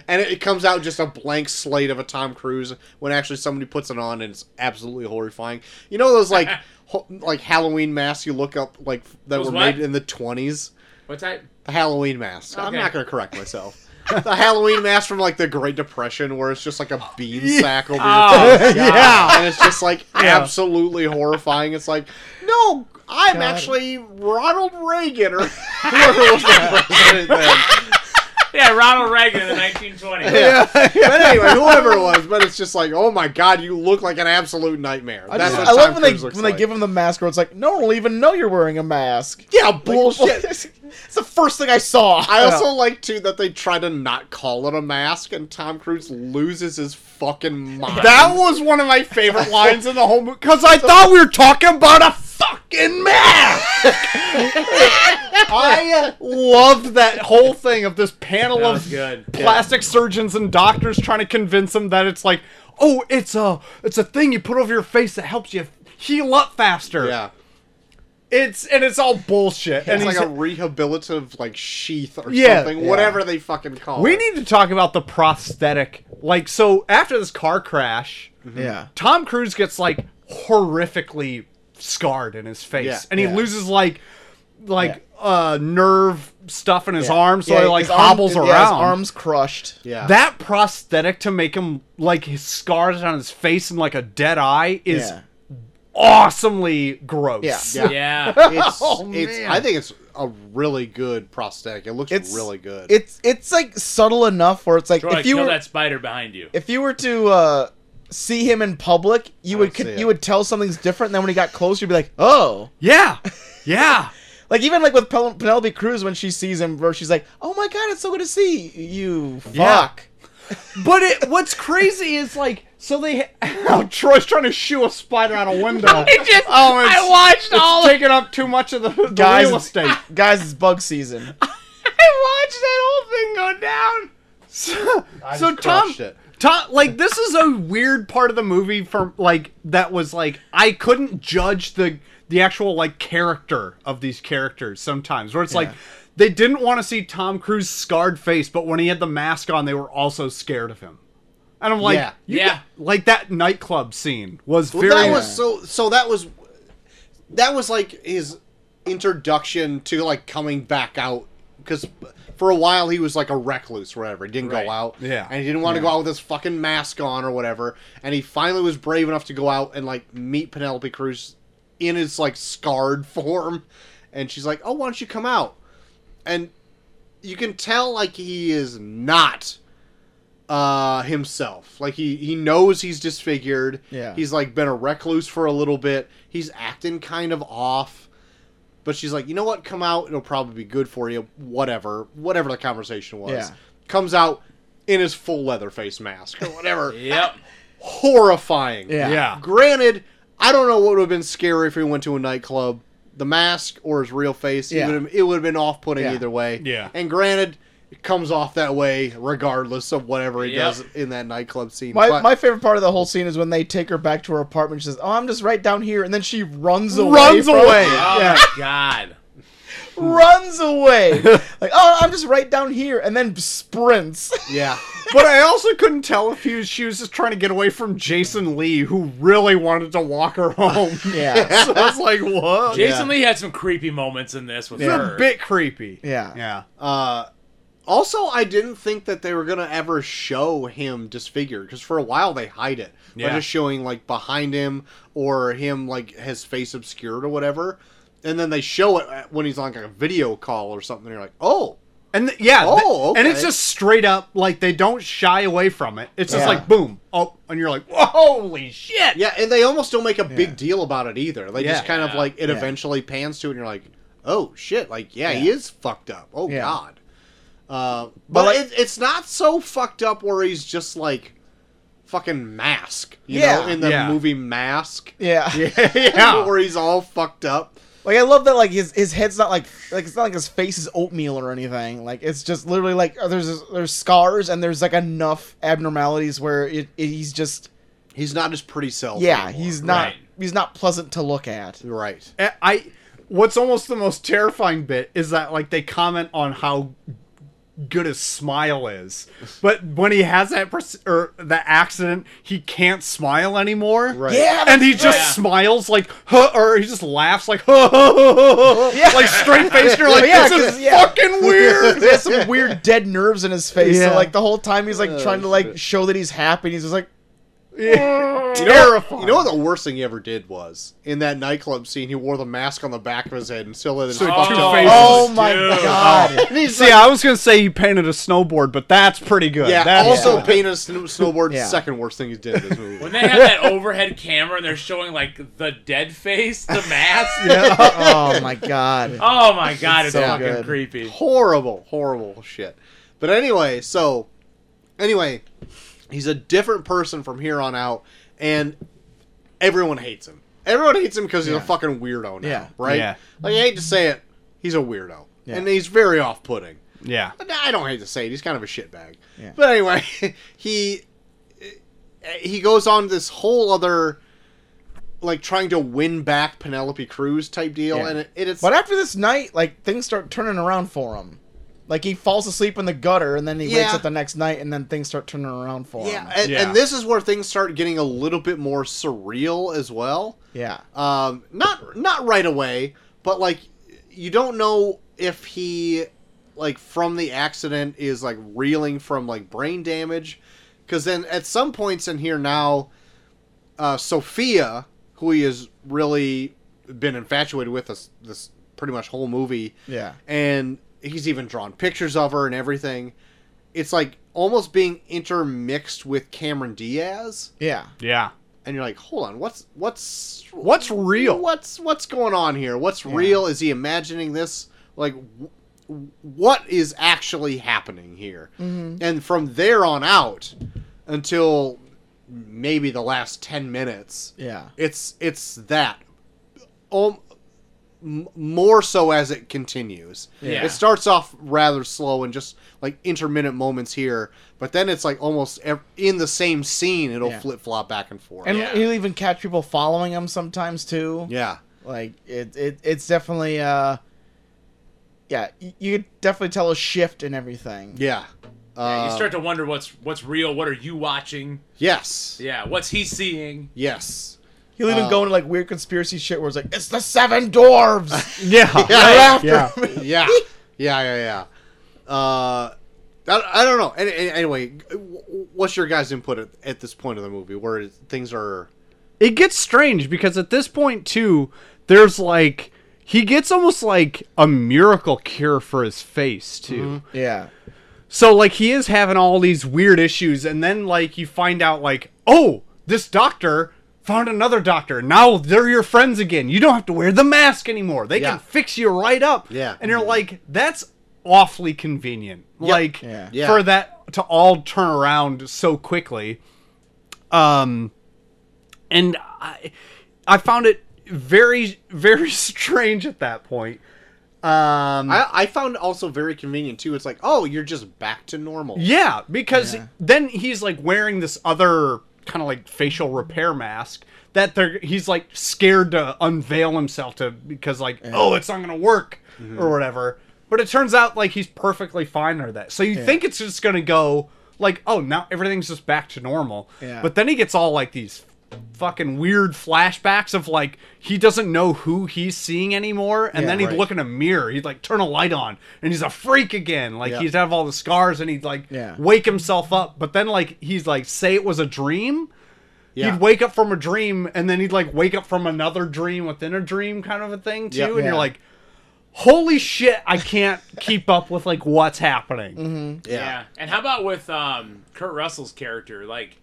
Speaker 2: and it, it comes out just a blank slate of a Tom Cruise, when actually somebody puts it on and it's absolutely horrifying. You know
Speaker 3: [laughs]
Speaker 2: those like ho- like Halloween masks you look up like that
Speaker 3: Those
Speaker 2: were
Speaker 3: what?
Speaker 2: made in the twenties.
Speaker 3: What type?
Speaker 2: The Halloween mask. I'm
Speaker 3: Okay.
Speaker 2: not going to correct myself. the Halloween mask from like the Great Depression, where it's just like a bean sack over your
Speaker 3: Oh,
Speaker 2: face.
Speaker 4: Yeah.
Speaker 2: and it's just like absolutely horrifying. It's like, no, I'm actually Ronald Reagan or [laughs] whoever was the president then.
Speaker 3: Yeah, Ronald Reagan in the 1920s.
Speaker 2: Yeah. But
Speaker 4: [laughs]
Speaker 2: anyway, whoever it was, but it's just like, oh my god, you look like an absolute nightmare.
Speaker 1: [laughs] I,
Speaker 2: That's
Speaker 1: just,
Speaker 2: what
Speaker 1: I love
Speaker 2: Tom
Speaker 1: when they
Speaker 2: Cruise
Speaker 1: when
Speaker 2: looks
Speaker 1: they
Speaker 2: like.
Speaker 1: give him the mask, where it's like, no one will even know you're wearing a mask.
Speaker 2: [laughs] yeah bullshit.
Speaker 1: [laughs] it's the first thing I saw.
Speaker 2: I also like too that they try to not call it a mask, and Tom Cruise loses his fucking mind.
Speaker 4: That was one of
Speaker 2: [laughs]
Speaker 4: my favorite lines in the whole movie because I thought we were talking about a fucking mask. I uh, loved that whole thing of this panel
Speaker 3: That
Speaker 4: of
Speaker 3: was good.
Speaker 4: plastic surgeons and doctors trying to convince them that it's like, oh, it's a it's a thing you put over your face that helps you heal up faster.
Speaker 2: yeah,
Speaker 4: It's and it's all bullshit. and
Speaker 2: it's like
Speaker 4: he's-
Speaker 2: a rehabilitative like sheath or
Speaker 4: Yeah.
Speaker 2: something, whatever they fucking call.
Speaker 4: we
Speaker 2: it.
Speaker 4: need to talk about the prosthetic. Like, so after this car crash.
Speaker 1: yeah.
Speaker 4: Tom Cruise gets like horrifically scarred in his face,
Speaker 2: Yeah,
Speaker 4: and he
Speaker 1: yeah.
Speaker 4: loses like like uh nerve stuff in his arm, so
Speaker 1: Yeah,
Speaker 4: he like
Speaker 1: his arm-
Speaker 4: hobbles
Speaker 1: yeah,
Speaker 4: around.
Speaker 1: his arms crushed.
Speaker 2: Yeah,
Speaker 4: That prosthetic to make him like his scars on his face and like a dead eye is
Speaker 1: Yeah.
Speaker 4: awesomely gross.
Speaker 1: Yeah.
Speaker 3: Yeah.
Speaker 2: [laughs] It's,
Speaker 4: Oh,
Speaker 2: it's
Speaker 4: man.
Speaker 2: I think it's a really good prosthetic. It looks
Speaker 1: It's
Speaker 2: really good.
Speaker 1: It's it's like subtle enough where it's like
Speaker 3: Troy,
Speaker 1: if you
Speaker 3: kill
Speaker 1: were
Speaker 3: that spider behind you.
Speaker 1: if you were to uh, see him in public, you would
Speaker 2: don't see
Speaker 1: could,
Speaker 2: it.
Speaker 1: you would tell something's different. And then when he got closer, you'd be like, oh.
Speaker 4: [laughs] Yeah. Yeah.
Speaker 1: Like even like with Pel- Penelope Cruz when she sees him, where she's like, "Oh my god, it's so good to see you."
Speaker 4: Yeah.
Speaker 1: Fuck.
Speaker 4: But it, what's crazy is like, so they. [laughs] Oh, Troy's trying to shoo a spider out
Speaker 3: [laughs]
Speaker 4: a window.
Speaker 3: It just-
Speaker 4: oh, it's,
Speaker 3: I watched
Speaker 4: it's
Speaker 3: all of-
Speaker 4: taking up too much of the, the
Speaker 1: Guys,
Speaker 4: real estate.
Speaker 1: it's, [laughs] guys, it's bug season.
Speaker 4: I watched that whole thing go down. So,
Speaker 2: I
Speaker 4: so
Speaker 2: just
Speaker 4: Tom,
Speaker 2: crushed it.
Speaker 4: Tom, like this is a weird part of the movie for like that was like I couldn't judge the the actual like character of these characters sometimes where it's like they didn't want to see Tom Cruise's scarred face, but when he had the mask on, they were also scared of him. And I'm like,
Speaker 2: Yeah.
Speaker 4: you
Speaker 3: Yeah.
Speaker 4: got- like that nightclub scene was
Speaker 2: Well,
Speaker 4: very
Speaker 2: that was so. So that was that was like his introduction to like coming back out because for a while he was like a recluse or whatever. He didn't
Speaker 3: Right.
Speaker 2: go out.
Speaker 4: Yeah.
Speaker 2: and he didn't want to go out with his fucking mask on or whatever. And he finally was brave enough to go out and like meet Penelope Cruz in his like scarred [laughs] form, and she's like, "Oh, why don't you come out?" And you can tell like he is not uh himself like he he knows he's disfigured
Speaker 1: Yeah.
Speaker 2: he's like been a recluse for a little bit he's acting kind of off but she's like you know what come out it'll probably be good for you whatever whatever the conversation was
Speaker 1: Yeah.
Speaker 2: comes out in his full leather face mask or
Speaker 1: [laughs]
Speaker 2: whatever
Speaker 3: Yep.
Speaker 2: horrifying
Speaker 1: Yeah.
Speaker 4: yeah.
Speaker 2: Granted, I don't know what would have been scary if he went to a nightclub. The mask or his real face,
Speaker 1: Yeah.
Speaker 2: it, would have, it would have been off putting
Speaker 1: Yeah.
Speaker 2: either way.
Speaker 4: Yeah.
Speaker 2: And granted, it comes off that way regardless of whatever he
Speaker 3: Yep.
Speaker 2: does in that nightclub scene.
Speaker 1: My,
Speaker 2: but
Speaker 1: my favorite part of the whole scene is when they take her back to her apartment. She says, "Oh, I'm just right down here," and then she runs away.
Speaker 4: Runs
Speaker 1: from-
Speaker 4: away.
Speaker 3: Oh
Speaker 4: Yeah.
Speaker 3: my god.
Speaker 1: [laughs] runs away. like, oh, I'm just right down here, and then sprints. [laughs]
Speaker 2: yeah.
Speaker 4: But I also couldn't tell if he was, she was just trying to get away from Jason Lee, who really wanted to walk her [laughs] home.
Speaker 1: Yeah.
Speaker 4: so I was like,
Speaker 2: [laughs]
Speaker 4: what?
Speaker 3: Jason Lee had some creepy moments in this with
Speaker 4: It's
Speaker 3: her.
Speaker 4: a bit creepy.
Speaker 1: Yeah.
Speaker 4: Yeah.
Speaker 2: Uh, also, I didn't think that they were going to ever show him disfigured because for a while they hide it
Speaker 4: Yeah.
Speaker 2: by just showing like behind him or him like his face obscured or whatever. And then they show it uh, when he's on like a video call or something. And you're like, oh,
Speaker 4: And th- yeah, th-
Speaker 2: Oh,
Speaker 4: and it's
Speaker 2: okay.
Speaker 4: just straight up like they don't shy away from it. It's just
Speaker 1: Yeah.
Speaker 4: like boom, oh, and you're like, whoa, holy shit!
Speaker 2: Yeah, and they almost don't make a big deal about it either. They just
Speaker 4: Yeah.
Speaker 2: kind of like it
Speaker 1: Yeah.
Speaker 2: eventually pans to, it and you're like, oh shit, like yeah, he is fucked up. Oh
Speaker 1: Yeah.
Speaker 2: god. Uh, but
Speaker 1: like-
Speaker 2: it, it's not so fucked up where he's just like fucking mask, you
Speaker 1: Yeah.
Speaker 2: know, in the
Speaker 4: Yeah.
Speaker 2: movie Mask,
Speaker 1: [laughs] [laughs]
Speaker 2: [laughs]
Speaker 1: yeah.
Speaker 4: Yeah, yeah.
Speaker 2: where he's all fucked up.
Speaker 1: Like I love that. Like his his head's not like like it's not like his face is oatmeal or anything. Like it's just literally like oh, there's there's scars and there's like enough abnormalities where it, it he's just
Speaker 2: He's not his pretty self.
Speaker 1: yeah
Speaker 2: anymore.
Speaker 1: he's not
Speaker 3: Right.
Speaker 1: he's not pleasant to look at.
Speaker 2: right.
Speaker 4: I what's almost the most terrifying bit is that like they comment on how good his smile is, but when he has that pers- or the accident, he can't smile anymore.
Speaker 2: Right.
Speaker 1: Yeah,
Speaker 4: And he
Speaker 1: that's
Speaker 4: just
Speaker 3: Yeah.
Speaker 4: smiles like, huh, or he just laughs like, [laughs] huh, huh, huh, huh, huh,
Speaker 1: Yeah.
Speaker 4: like straight faced. You're like,
Speaker 1: [laughs] Yeah,
Speaker 4: this
Speaker 1: 'cause-
Speaker 4: is
Speaker 1: yeah. [laughs]
Speaker 4: fucking weird.
Speaker 1: he has some weird dead nerves in his face.
Speaker 4: Yeah.
Speaker 1: So like the whole time he's like
Speaker 2: Oh,
Speaker 1: trying to like
Speaker 2: shit.
Speaker 1: show that he's happy. And he's just like,
Speaker 4: Yeah.
Speaker 2: You know-
Speaker 4: Terrifying.
Speaker 2: You know what the worst thing he ever did was in that nightclub scene. He wore the mask on the back of his head and still had his
Speaker 4: So
Speaker 2: fucked
Speaker 4: two
Speaker 2: up-
Speaker 4: faces.
Speaker 1: oh my
Speaker 3: Dude.
Speaker 1: god.
Speaker 2: And [laughs] he's
Speaker 4: See,
Speaker 2: like-
Speaker 4: I was gonna say he painted a snowboard, but that's pretty good.
Speaker 2: yeah.
Speaker 4: That's
Speaker 2: also,
Speaker 4: good.
Speaker 2: painted a sn- snowboard.
Speaker 1: Yeah.
Speaker 2: Second worst thing he did in this movie.
Speaker 3: When they have that overhead camera and they're showing like the dead face, the mask.
Speaker 1: [laughs] oh my god.
Speaker 3: Oh my god, it's,
Speaker 1: so
Speaker 3: fucking
Speaker 1: good.
Speaker 3: creepy.
Speaker 2: horrible, horrible shit. But anyway, so anyway, he's a different person from here on out, and everyone hates him. Everyone hates him because he's
Speaker 1: Yeah.
Speaker 2: a fucking weirdo now,
Speaker 1: Yeah.
Speaker 2: right?
Speaker 4: Yeah.
Speaker 2: Like I hate to say it, he's a weirdo,
Speaker 1: Yeah.
Speaker 2: and he's very off-putting.
Speaker 4: yeah.
Speaker 2: But I don't hate to say it, he's kind of a shitbag.
Speaker 1: Yeah.
Speaker 2: But anyway, [laughs] he he goes on this whole other like trying to win back Penelope Cruz type deal,
Speaker 1: Yeah.
Speaker 2: and it, it's
Speaker 1: But after this night, like things start turning around for him. Like he falls asleep in the gutter, and then he wakes
Speaker 2: Yeah.
Speaker 1: up the next night, and then things start turning around for
Speaker 2: Yeah,
Speaker 1: him.
Speaker 2: and,
Speaker 4: Yeah.
Speaker 2: and this is where things start getting a little bit more surreal as well.
Speaker 1: Yeah,
Speaker 2: Um, not not right away, but like you don't know if he like from the accident is like reeling from like brain damage, because then at some points in here now, uh, Sophia, who he has really been infatuated with this this pretty much whole movie,
Speaker 1: yeah,
Speaker 2: and he's even drawn pictures of her and everything. It's like almost being intermixed with Cameron Diaz,
Speaker 1: yeah.
Speaker 4: Yeah.
Speaker 2: and you're like, hold on, what's what's
Speaker 4: What's real?
Speaker 2: What's what's going on here? What's real? Is he imagining this? Like, w- what is actually happening here?
Speaker 4: Mm-hmm.
Speaker 1: Mhm.
Speaker 2: And from there on out, until maybe the last ten minutes,
Speaker 1: Yeah.
Speaker 2: it's it's that um, m- more so as it continues
Speaker 3: Yeah.
Speaker 2: it starts off rather slow and just like intermittent moments here but then it's like almost ev- in the same scene it'll
Speaker 1: Yeah.
Speaker 2: flip-flop back and forth
Speaker 1: And
Speaker 3: Yeah.
Speaker 1: he'll even catch people following him sometimes too.
Speaker 2: yeah
Speaker 1: Like it, it, it's definitely, uh, yeah, y- you could definitely tell a shift in everything.
Speaker 2: yeah,
Speaker 3: Yeah,
Speaker 2: Uh,
Speaker 3: you start to wonder what's what's real, what are you watching?
Speaker 2: yes
Speaker 3: Yeah, what's he seeing?
Speaker 2: yes
Speaker 1: He'll even
Speaker 2: Uh,
Speaker 1: go into like weird conspiracy shit where it's like, it's the seven dwarves
Speaker 2: [laughs]
Speaker 4: Yeah.
Speaker 1: right after
Speaker 4: Yeah.
Speaker 1: him.
Speaker 2: yeah, yeah, yeah, yeah. Uh, I, I don't know. Any, any- anyway, w- what's your guys' input at, at this point of the movie, where it- things are?
Speaker 4: It gets strange because at this point too, there's like he gets almost like a miracle cure for his face too.
Speaker 2: Mm-hmm.
Speaker 1: yeah.
Speaker 4: So like he is having all these weird issues, and then like you find out like, oh, this doctor found another doctor. Now they're your friends again. You don't have to wear the mask anymore. They
Speaker 2: Yeah.
Speaker 4: can fix you right up.
Speaker 2: Yeah.
Speaker 4: And you're like, that's awfully convenient. Like
Speaker 1: Yeah.
Speaker 2: Yeah.
Speaker 4: for that to all turn around so quickly. Um and I I found it very [laughs] very strange at that point. Um
Speaker 2: I, I found also very convenient too. It's like, oh, you're just back to normal.
Speaker 4: Yeah, because then he's like wearing this other kind of like facial repair mask that they're he's like scared to unveil himself to because like oh it's not gonna work or whatever. But it turns out like he's perfectly fine under that. So you think it's just gonna go like oh now everything's just back to normal.
Speaker 1: Yeah.
Speaker 4: But then he gets all like these fucking weird flashbacks of like he doesn't know who he's seeing anymore and
Speaker 1: Yeah,
Speaker 4: then he'd
Speaker 2: right.
Speaker 4: look in a mirror he'd like turn a light on and he's a freak again like
Speaker 2: Yeah.
Speaker 4: he's have all the scars and he'd like
Speaker 1: Yeah.
Speaker 4: wake himself up but then like he's like say it was a dream
Speaker 2: Yeah.
Speaker 4: he'd wake up from a dream and then he'd like wake up from another dream within a dream kind of a thing too
Speaker 2: Yeah.
Speaker 4: and
Speaker 1: Yeah.
Speaker 4: you're like holy shit i can't keep up with like what's happening
Speaker 3: Yeah. And how about with um Kurt Russell's character? Like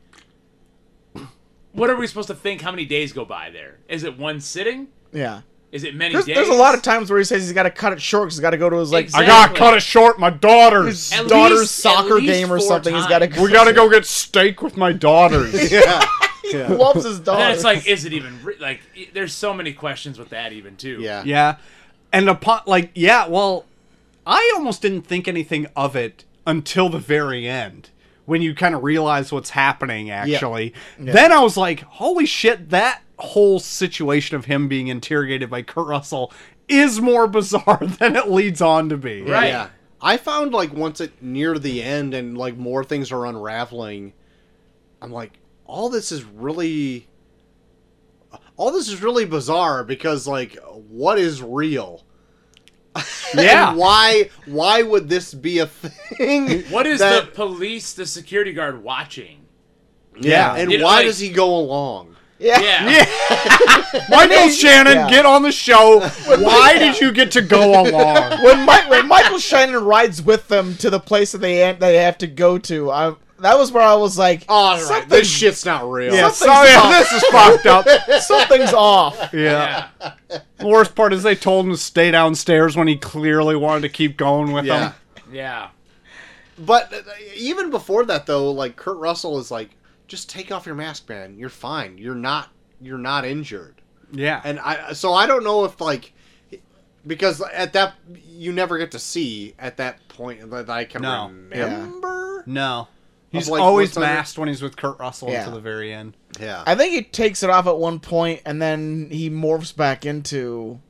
Speaker 3: what are we supposed to think how many days go by there? Is it one sitting?
Speaker 1: Yeah.
Speaker 3: Is it many
Speaker 1: There's,
Speaker 3: days?
Speaker 1: there's a lot of times where he says he's got to cut it short because he's got to go to his like
Speaker 3: Exactly.
Speaker 4: i gotta cut it short my daughters
Speaker 3: At
Speaker 1: daughter's
Speaker 3: least-
Speaker 1: soccer
Speaker 3: at least
Speaker 1: game or
Speaker 3: four
Speaker 1: something. He's got
Speaker 3: times.
Speaker 1: to.
Speaker 4: we gotta go get steak with my daughters
Speaker 2: Yeah. yeah.
Speaker 1: Loves his daughter.
Speaker 3: And then it's like, is it even re- like? i- There's so many questions with that even too.
Speaker 2: Yeah.
Speaker 4: [laughs] Yeah. And upon like yeah, well, I almost didn't think anything of it until the very end when you kind of realize what's happening actually. Then I was like, holy shit, that whole situation of him being interrogated by Kurt Russell is more bizarre [laughs] than it leads on to be.
Speaker 3: Right.
Speaker 2: Yeah. I found like once it near the end and like more things are unraveling, I'm like, all this is really all this is really bizarre because like what is real? And
Speaker 4: Yeah.
Speaker 2: why why would this be a thing?
Speaker 3: What is
Speaker 2: that-
Speaker 3: the police, the security guard watching?
Speaker 2: Yeah, and
Speaker 3: You know,
Speaker 2: why
Speaker 3: like-
Speaker 2: does he go along?
Speaker 1: Yeah.
Speaker 3: [laughs] Yeah.
Speaker 4: [laughs] Michael Shannon,
Speaker 1: Yeah.
Speaker 4: get on the show. Why did you get to go along?
Speaker 1: When, Mi- when Michael Shannon rides with them to the place that they they have to go to, I that was where I was like,
Speaker 2: All Oh, right,
Speaker 1: something,
Speaker 2: this shit's not real.
Speaker 4: Yeah,
Speaker 1: Something's
Speaker 4: sorry, [laughs]
Speaker 1: off.
Speaker 4: this is fucked
Speaker 3: [laughs]
Speaker 4: up.
Speaker 1: something's off.
Speaker 4: Yeah.
Speaker 3: Yeah.
Speaker 4: The worst part is they told him to stay downstairs when he clearly wanted to keep going with
Speaker 2: Yeah.
Speaker 4: them.
Speaker 3: Yeah.
Speaker 2: But uh, even before that, though, like Kurt Russell is like, just take off your mask, man. You're fine. You're not. You're not injured.
Speaker 4: Yeah.
Speaker 2: And I. So I don't know if like, because at that you never get to see at that point that I can
Speaker 4: No.
Speaker 2: remember.
Speaker 4: no. He's
Speaker 2: like,
Speaker 4: always
Speaker 2: what's under-
Speaker 4: masked when he's with Kurt Russell
Speaker 1: Yeah.
Speaker 4: until the very end.
Speaker 2: Yeah.
Speaker 1: I think he takes it off at one point, and then he morphs back into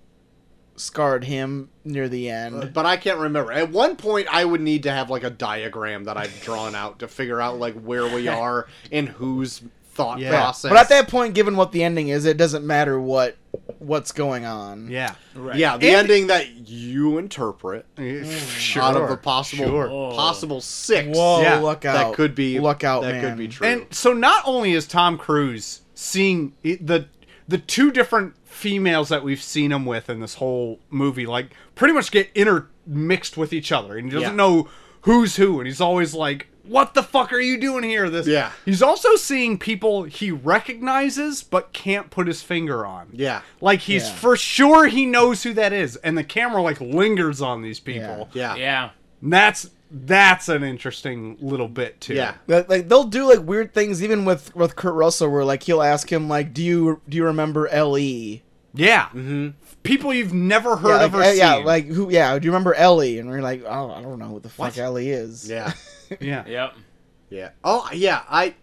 Speaker 1: scarred him near the end.
Speaker 2: but I can't remember. At one point, I would need to have like a diagram that I've drawn out to figure out like where
Speaker 4: [laughs]
Speaker 2: we are and whose thought
Speaker 4: Yeah.
Speaker 2: process.
Speaker 1: But at that point, given what the ending is, it doesn't matter what what's going on.
Speaker 4: Yeah.
Speaker 3: Right.
Speaker 2: yeah, the
Speaker 4: And-
Speaker 2: ending that you interpret
Speaker 4: sure.
Speaker 2: Mm. out of the possible
Speaker 4: Sure.
Speaker 2: possible six.
Speaker 1: Whoa!
Speaker 4: Yeah.
Speaker 1: Look out!
Speaker 2: That could be
Speaker 1: Look out!
Speaker 2: That
Speaker 1: man.
Speaker 2: could be true.
Speaker 4: And so not only is Tom Cruise seeing i- the the two different females that we've seen him with in this whole movie, like pretty much get intermixed with each other, and he doesn't
Speaker 2: Yeah.
Speaker 4: know who's who, and he's always like, "What the fuck are you doing here?" This.
Speaker 2: Yeah.
Speaker 4: He's also seeing people he recognizes but can't put his finger on.
Speaker 2: yeah,
Speaker 4: Like he's
Speaker 1: Yeah.
Speaker 4: for sure he knows who that is, and the camera like lingers on these people.
Speaker 2: yeah,
Speaker 3: Yeah.
Speaker 4: And that's that's an interesting little bit too.
Speaker 2: Yeah.
Speaker 1: Like like, they'll do like weird things even with with Kurt Russell where like he'll ask him like do you do you remember Ellie
Speaker 4: Yeah. Mm-hmm. People you've never heard
Speaker 1: yeah,
Speaker 4: of or
Speaker 1: like, uh,
Speaker 4: seen.
Speaker 1: yeah like who yeah do you remember Ellie and we're like oh I don't know who the fuck Ellie is
Speaker 2: yeah,
Speaker 4: yeah.
Speaker 3: Yep.
Speaker 2: yeah. Oh, yeah. I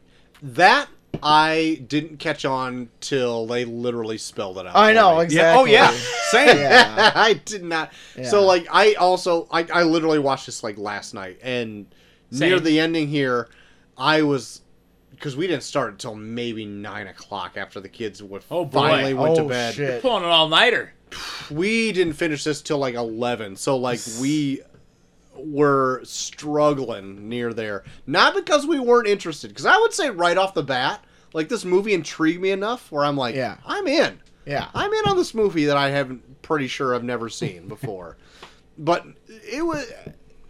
Speaker 2: that I didn't catch on till they literally spelled it out.
Speaker 1: I know
Speaker 2: [laughs] for me.
Speaker 4: Yeah. Oh
Speaker 1: exactly
Speaker 4: yeah. Same.
Speaker 1: yeah
Speaker 2: I did not. So
Speaker 1: Yeah.
Speaker 2: like I also I, I literally watched this like last night and near
Speaker 3: Same.
Speaker 2: the ending here, I was because we didn't start until maybe nine o'clock after the kids would
Speaker 3: Oh, boy.
Speaker 2: finally went to
Speaker 1: Oh,
Speaker 2: bed.
Speaker 1: shit.
Speaker 3: Pulling an all nighter.
Speaker 2: we didn't finish this till like 11 so like we were struggling near there not because we weren't interested because i would say right off the bat like this movie intrigued me enough where i'm like
Speaker 1: Yeah.
Speaker 2: i'm in
Speaker 1: yeah
Speaker 2: i'm in on this movie that i haven't pretty sure i've never
Speaker 1: [laughs]
Speaker 2: seen before but it was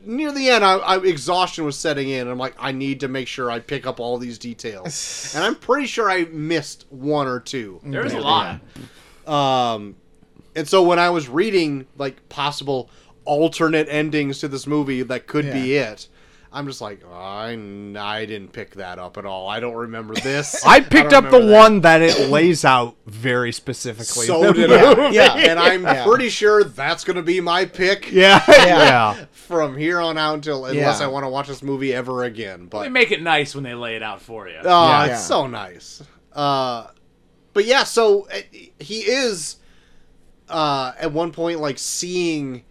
Speaker 2: near the end I, I exhaustion was setting in i'm like i need to make sure i pick up all
Speaker 1: [laughs]
Speaker 2: these details and i'm pretty sure i missed one or two
Speaker 3: There's a
Speaker 2: Yeah.
Speaker 3: lot.
Speaker 2: Um, and so when I was reading like possible alternate endings to this movie that could be it, I'm just like, oh, I I didn't pick that up at all. I don't remember this.
Speaker 4: [laughs] I picked
Speaker 1: don't
Speaker 4: up the
Speaker 1: remember that.
Speaker 4: one that [laughs] it lays out very specifically.
Speaker 2: so
Speaker 4: [laughs] The
Speaker 2: did
Speaker 4: movie.
Speaker 2: I.
Speaker 1: Yeah.
Speaker 2: and I'm
Speaker 1: Yeah.
Speaker 2: pretty sure that's gonna be my pick
Speaker 4: Yeah.
Speaker 1: Yeah.
Speaker 4: yeah.
Speaker 2: from here on out until unless
Speaker 1: Yeah.
Speaker 2: I want to watch this movie ever again. But
Speaker 3: They make it nice when they lay it out for you.
Speaker 2: Oh,
Speaker 4: Yeah.
Speaker 2: it's
Speaker 1: Yeah.
Speaker 2: so nice. Uh, but yeah, so uh, he is uh, at one point like seeing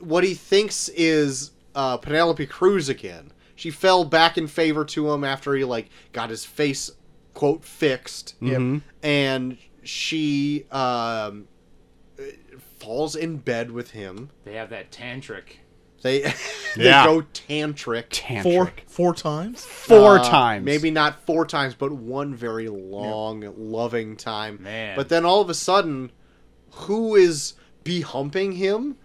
Speaker 2: what he thinks is uh, Penelope Cruz again. She fell back in favor to him after he like got his face quote fixed,
Speaker 4: Mm-hmm.
Speaker 1: Yep.
Speaker 2: and she um, falls in bed with him.
Speaker 3: They have that tantric.
Speaker 2: They [laughs] they
Speaker 4: Yeah.
Speaker 2: go tantric.
Speaker 4: Mm-hmm. Tantric.
Speaker 1: four four times
Speaker 4: Four
Speaker 2: Uh,
Speaker 4: times.
Speaker 2: Maybe not four times, but one very long, loving time.
Speaker 3: Man.
Speaker 2: But then all of a sudden, who is be humping him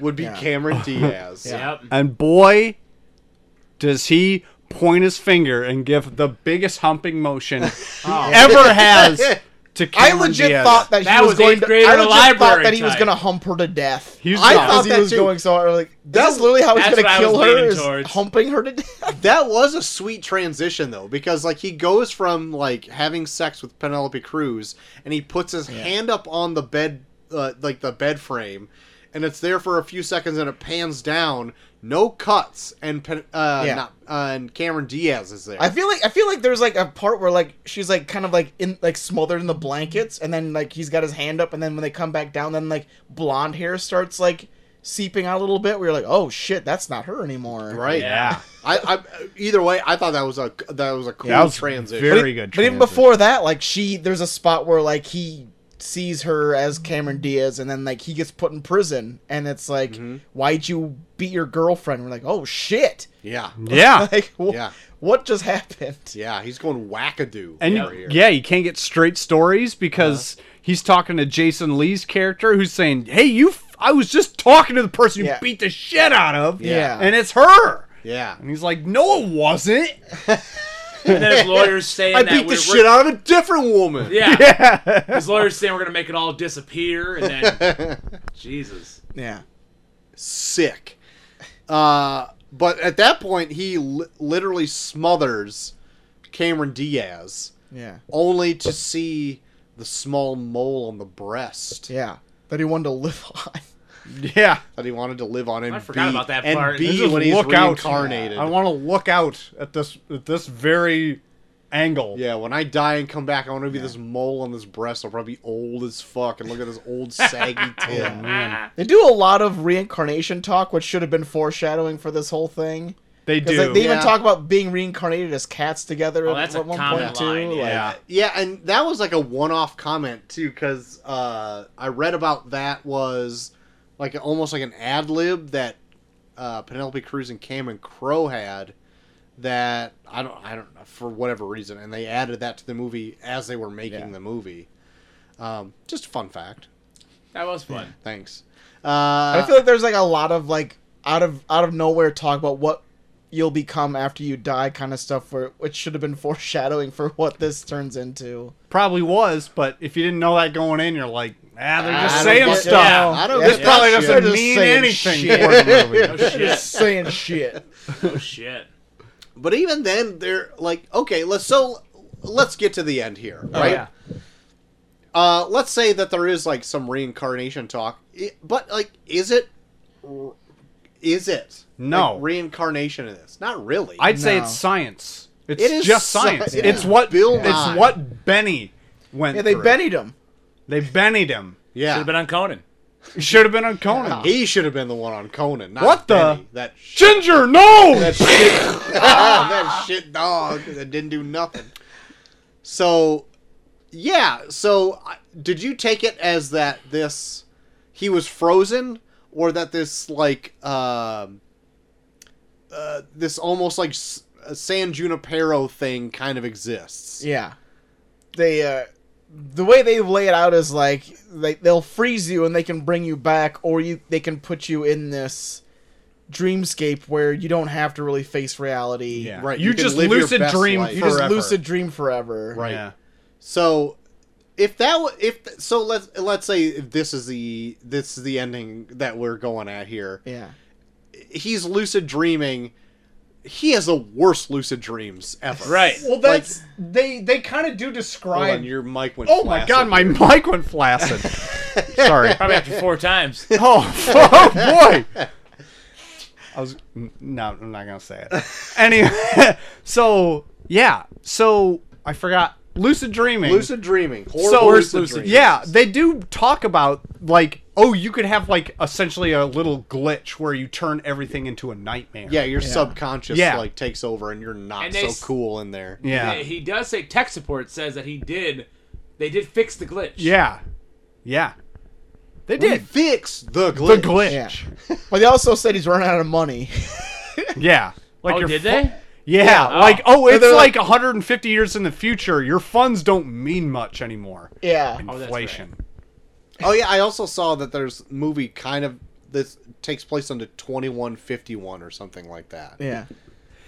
Speaker 2: would be
Speaker 1: Yeah. [laughs]
Speaker 2: Cameron Diaz.
Speaker 3: Yep.
Speaker 4: And boy, does he point his finger and give the biggest
Speaker 1: [laughs]
Speaker 4: humping motion he ever has to
Speaker 1: Oh. I
Speaker 4: Cameron
Speaker 1: legit
Speaker 4: Diaz.
Speaker 1: thought that, he
Speaker 3: That
Speaker 1: was,
Speaker 3: was
Speaker 1: going
Speaker 3: eighth
Speaker 1: to
Speaker 3: grade
Speaker 1: I
Speaker 3: at a
Speaker 1: legit thought
Speaker 3: library
Speaker 1: that he was
Speaker 3: type.
Speaker 1: going to hump her to death
Speaker 4: He's
Speaker 2: I
Speaker 4: gone.
Speaker 1: because
Speaker 2: thought
Speaker 1: he
Speaker 2: that
Speaker 1: was
Speaker 2: too.
Speaker 1: going so hard. Like
Speaker 2: That's-
Speaker 1: that's literally how he's
Speaker 3: that's
Speaker 1: going
Speaker 3: what
Speaker 1: to
Speaker 3: I
Speaker 1: kill
Speaker 3: was
Speaker 1: her
Speaker 3: leaning
Speaker 1: is
Speaker 3: towards.
Speaker 1: humping her to death.
Speaker 2: That was a sweet transition though, because like he goes from like having sex with Penelope Cruz and he puts his hand up on the bed uh, like the bed frame and it's there for a few seconds and it pans down. No cuts, and Pen- uh,
Speaker 1: Yeah.
Speaker 2: not, uh, and Cameron Diaz is there.
Speaker 1: I feel like I feel like there's like a part where like she's like kind of like in like smothered in the blankets, and then like he's got his hand up, and then when they come back down, then like blonde hair starts like seeping out a little bit. We're like, oh shit, that's not her anymore.
Speaker 2: right?
Speaker 3: Yeah.
Speaker 2: I, I either way, I thought that was a that was a cool
Speaker 4: Yeah, that was
Speaker 2: transition.
Speaker 1: But,
Speaker 4: very-
Speaker 1: e-
Speaker 4: good
Speaker 1: but even
Speaker 4: transit.
Speaker 1: before that, like she, there's a spot where like he sees her as Cameron Diaz, and then like he gets put in prison, and it's like, why'd you beat your girlfriend? We're like, oh shit, [laughs]
Speaker 2: yeah,
Speaker 4: Ah, Yeah.
Speaker 1: like wh-
Speaker 2: Yeah.
Speaker 1: what just happened?
Speaker 2: yeah, he's going wackadoo
Speaker 4: And
Speaker 2: over
Speaker 4: you-
Speaker 2: here. Uh-huh.
Speaker 4: yeah, you can't get straight stories because he's talking to Jason Lee's character who's saying, "Hey, you f- I was just talking to the person
Speaker 1: Yeah.
Speaker 4: you beat the shit out of."
Speaker 1: Yeah.
Speaker 4: And it's her.
Speaker 2: yeah.
Speaker 4: And he's like, "No,
Speaker 2: [laughs]
Speaker 4: it wasn't." [laughs]
Speaker 3: And then his lawyer's saying
Speaker 2: I
Speaker 3: that
Speaker 2: beat
Speaker 3: we're-
Speaker 2: the
Speaker 3: we're-
Speaker 2: shit out of a different woman.
Speaker 3: Yeah.
Speaker 4: [laughs] Yeah.
Speaker 3: His lawyer's saying we're gonna make it all disappear, and then Jesus.
Speaker 1: Yeah,
Speaker 2: sick. Uh, but at that point, he li- literally smothers Cameron Diaz,
Speaker 1: yeah,
Speaker 2: only to see the small mole on the breast
Speaker 1: yeah. That he wanted to live [laughs] on.
Speaker 4: yeah.
Speaker 2: that he wanted to live on. And
Speaker 3: I forgot
Speaker 2: be,
Speaker 3: about that
Speaker 2: and
Speaker 3: part.
Speaker 2: be
Speaker 3: This
Speaker 4: Just
Speaker 2: when he's
Speaker 4: look out.
Speaker 2: reincarnated.
Speaker 4: I want to look out at this at this very angle.
Speaker 2: yeah, when I die and come back, I want to be this mole on this breast. I'll probably be old as fuck and look at this old saggy
Speaker 4: Oh,
Speaker 3: Ah.
Speaker 2: tail.
Speaker 1: They do a lot of reincarnation talk, which should have been foreshadowing for this whole thing.
Speaker 4: They
Speaker 1: Because
Speaker 4: do.
Speaker 1: like, they even
Speaker 2: Yeah.
Speaker 1: talk about being reincarnated as cats together
Speaker 3: Oh,
Speaker 1: at,
Speaker 3: that's a
Speaker 1: at one
Speaker 3: common
Speaker 1: point too.
Speaker 3: line,
Speaker 1: like-
Speaker 4: yeah.
Speaker 2: Yeah, and that was like a one-off comment too, because uh, I read about that was like almost like an ad lib that uh, Penelope Cruz and Cameron Crowe had. That I don't, I don't know for whatever reason, and they added that to the movie as they were making
Speaker 1: Yeah.
Speaker 2: the movie. Um, just a fun fact.
Speaker 3: That was fun.
Speaker 2: Thanks. Uh,
Speaker 1: I feel like there's like a lot of like out of out of nowhere talk about what you'll become after you die kind of stuff where which should have been [laughs] foreshadowing for what this turns into.
Speaker 4: probably was, but if you didn't know that going in, you're like, ah, they're
Speaker 2: I
Speaker 4: just
Speaker 2: don't
Speaker 4: saying
Speaker 2: get
Speaker 4: stuff.
Speaker 2: that. I don't
Speaker 1: Yeah.
Speaker 2: get
Speaker 1: This
Speaker 2: that
Speaker 4: Probably
Speaker 2: shit.
Speaker 4: doesn't
Speaker 1: They're just
Speaker 4: mean
Speaker 1: saying
Speaker 4: anything
Speaker 1: shit.
Speaker 4: for the movie.
Speaker 1: [laughs]
Speaker 3: Oh
Speaker 1: Just
Speaker 3: shit.
Speaker 1: saying shit.
Speaker 3: Oh shit.
Speaker 2: But even then, they're like, okay, let's so let's get to the end here, right?
Speaker 4: Oh, yeah.
Speaker 2: Uh, let's say that there is like some reincarnation talk, I but like, is it? Is it?
Speaker 4: No.
Speaker 2: like, reincarnation in this? Not really.
Speaker 4: I'd say it's
Speaker 1: No.
Speaker 4: science. It's
Speaker 2: It is
Speaker 4: just
Speaker 2: sci-
Speaker 4: science.
Speaker 2: it
Speaker 4: it's
Speaker 2: is
Speaker 4: what
Speaker 2: Bill
Speaker 4: it's
Speaker 2: Nye.
Speaker 4: what Benny went.
Speaker 1: Yeah, they
Speaker 4: through.
Speaker 1: bennied him.
Speaker 4: They bennied him.
Speaker 3: Should
Speaker 2: yeah,
Speaker 3: have been on Conan.
Speaker 4: Should have been on Conan.
Speaker 2: he should have been the one on Conan. Not
Speaker 4: What the-
Speaker 2: Benny. that sh-
Speaker 4: Ginger, no.
Speaker 2: that shit [laughs] that shit dog that didn't do nothing. So, yeah. So, I- did you take it as that this he was frozen, or that this like um, uh, this almost like s- uh, San Junipero thing kind of exists?
Speaker 1: Yeah. They uh the way they lay it out is like they they'll freeze you and they can bring you back or you they can put you in this dreamscape where you don't have to really face reality.
Speaker 4: Yeah.
Speaker 2: Right,
Speaker 4: You
Speaker 2: you can
Speaker 4: just
Speaker 2: live your
Speaker 4: lucid
Speaker 2: best
Speaker 4: dream
Speaker 2: life.
Speaker 1: You
Speaker 4: forever.
Speaker 1: just lucid dream forever.
Speaker 2: Right.
Speaker 4: Yeah.
Speaker 2: So, if that w- if th- so, let's let's say if this is the this is the ending that we're going at here.
Speaker 1: Yeah.
Speaker 2: he's lucid dreaming. He has the worst lucid dreams ever.
Speaker 3: Right.
Speaker 4: Well, that's they. They kind of do
Speaker 2: Hold
Speaker 4: describe.
Speaker 2: on, your mic went.
Speaker 4: oh my
Speaker 2: flaccid.
Speaker 4: god, my mic went
Speaker 2: [laughs]
Speaker 4: flaccid. Sorry.
Speaker 3: Probably after four times.
Speaker 4: Oh, [laughs] oh boy. I was n- no, I'm not gonna say
Speaker 2: [laughs]
Speaker 4: it. [laughs] Anyway, [laughs] so yeah, so I forgot lucid dreaming.
Speaker 2: lucid dreaming. Horrible
Speaker 4: so
Speaker 2: lucid, dreams.
Speaker 4: yeah, they do talk about like oh, you could have like essentially a little glitch where you turn everything into a nightmare.
Speaker 2: yeah. Your subconscious
Speaker 4: Yeah.
Speaker 2: like takes over, and you're not
Speaker 3: And they
Speaker 2: so
Speaker 3: s-
Speaker 2: cool in there.
Speaker 4: yeah,
Speaker 3: He- He does say tech support says that he did. They did fix the glitch.
Speaker 4: yeah, yeah. They did
Speaker 2: Fix the
Speaker 4: the
Speaker 2: glitch.
Speaker 1: Yeah.
Speaker 4: glitch.
Speaker 1: But they also said he's running out of money. [laughs]
Speaker 4: [laughs] Yeah, like
Speaker 3: Oh,
Speaker 4: your
Speaker 3: did
Speaker 4: fu-
Speaker 3: they?
Speaker 4: Yeah,
Speaker 3: oh.
Speaker 4: like oh,
Speaker 1: But
Speaker 4: it's
Speaker 1: they're
Speaker 4: like 150 years in the future. Your funds don't mean much anymore.
Speaker 1: yeah.
Speaker 3: that's right.
Speaker 4: Inflation.
Speaker 2: Oh yeah. I also saw that there's movie kind of this takes place under 2151 or something like that.
Speaker 1: Yeah.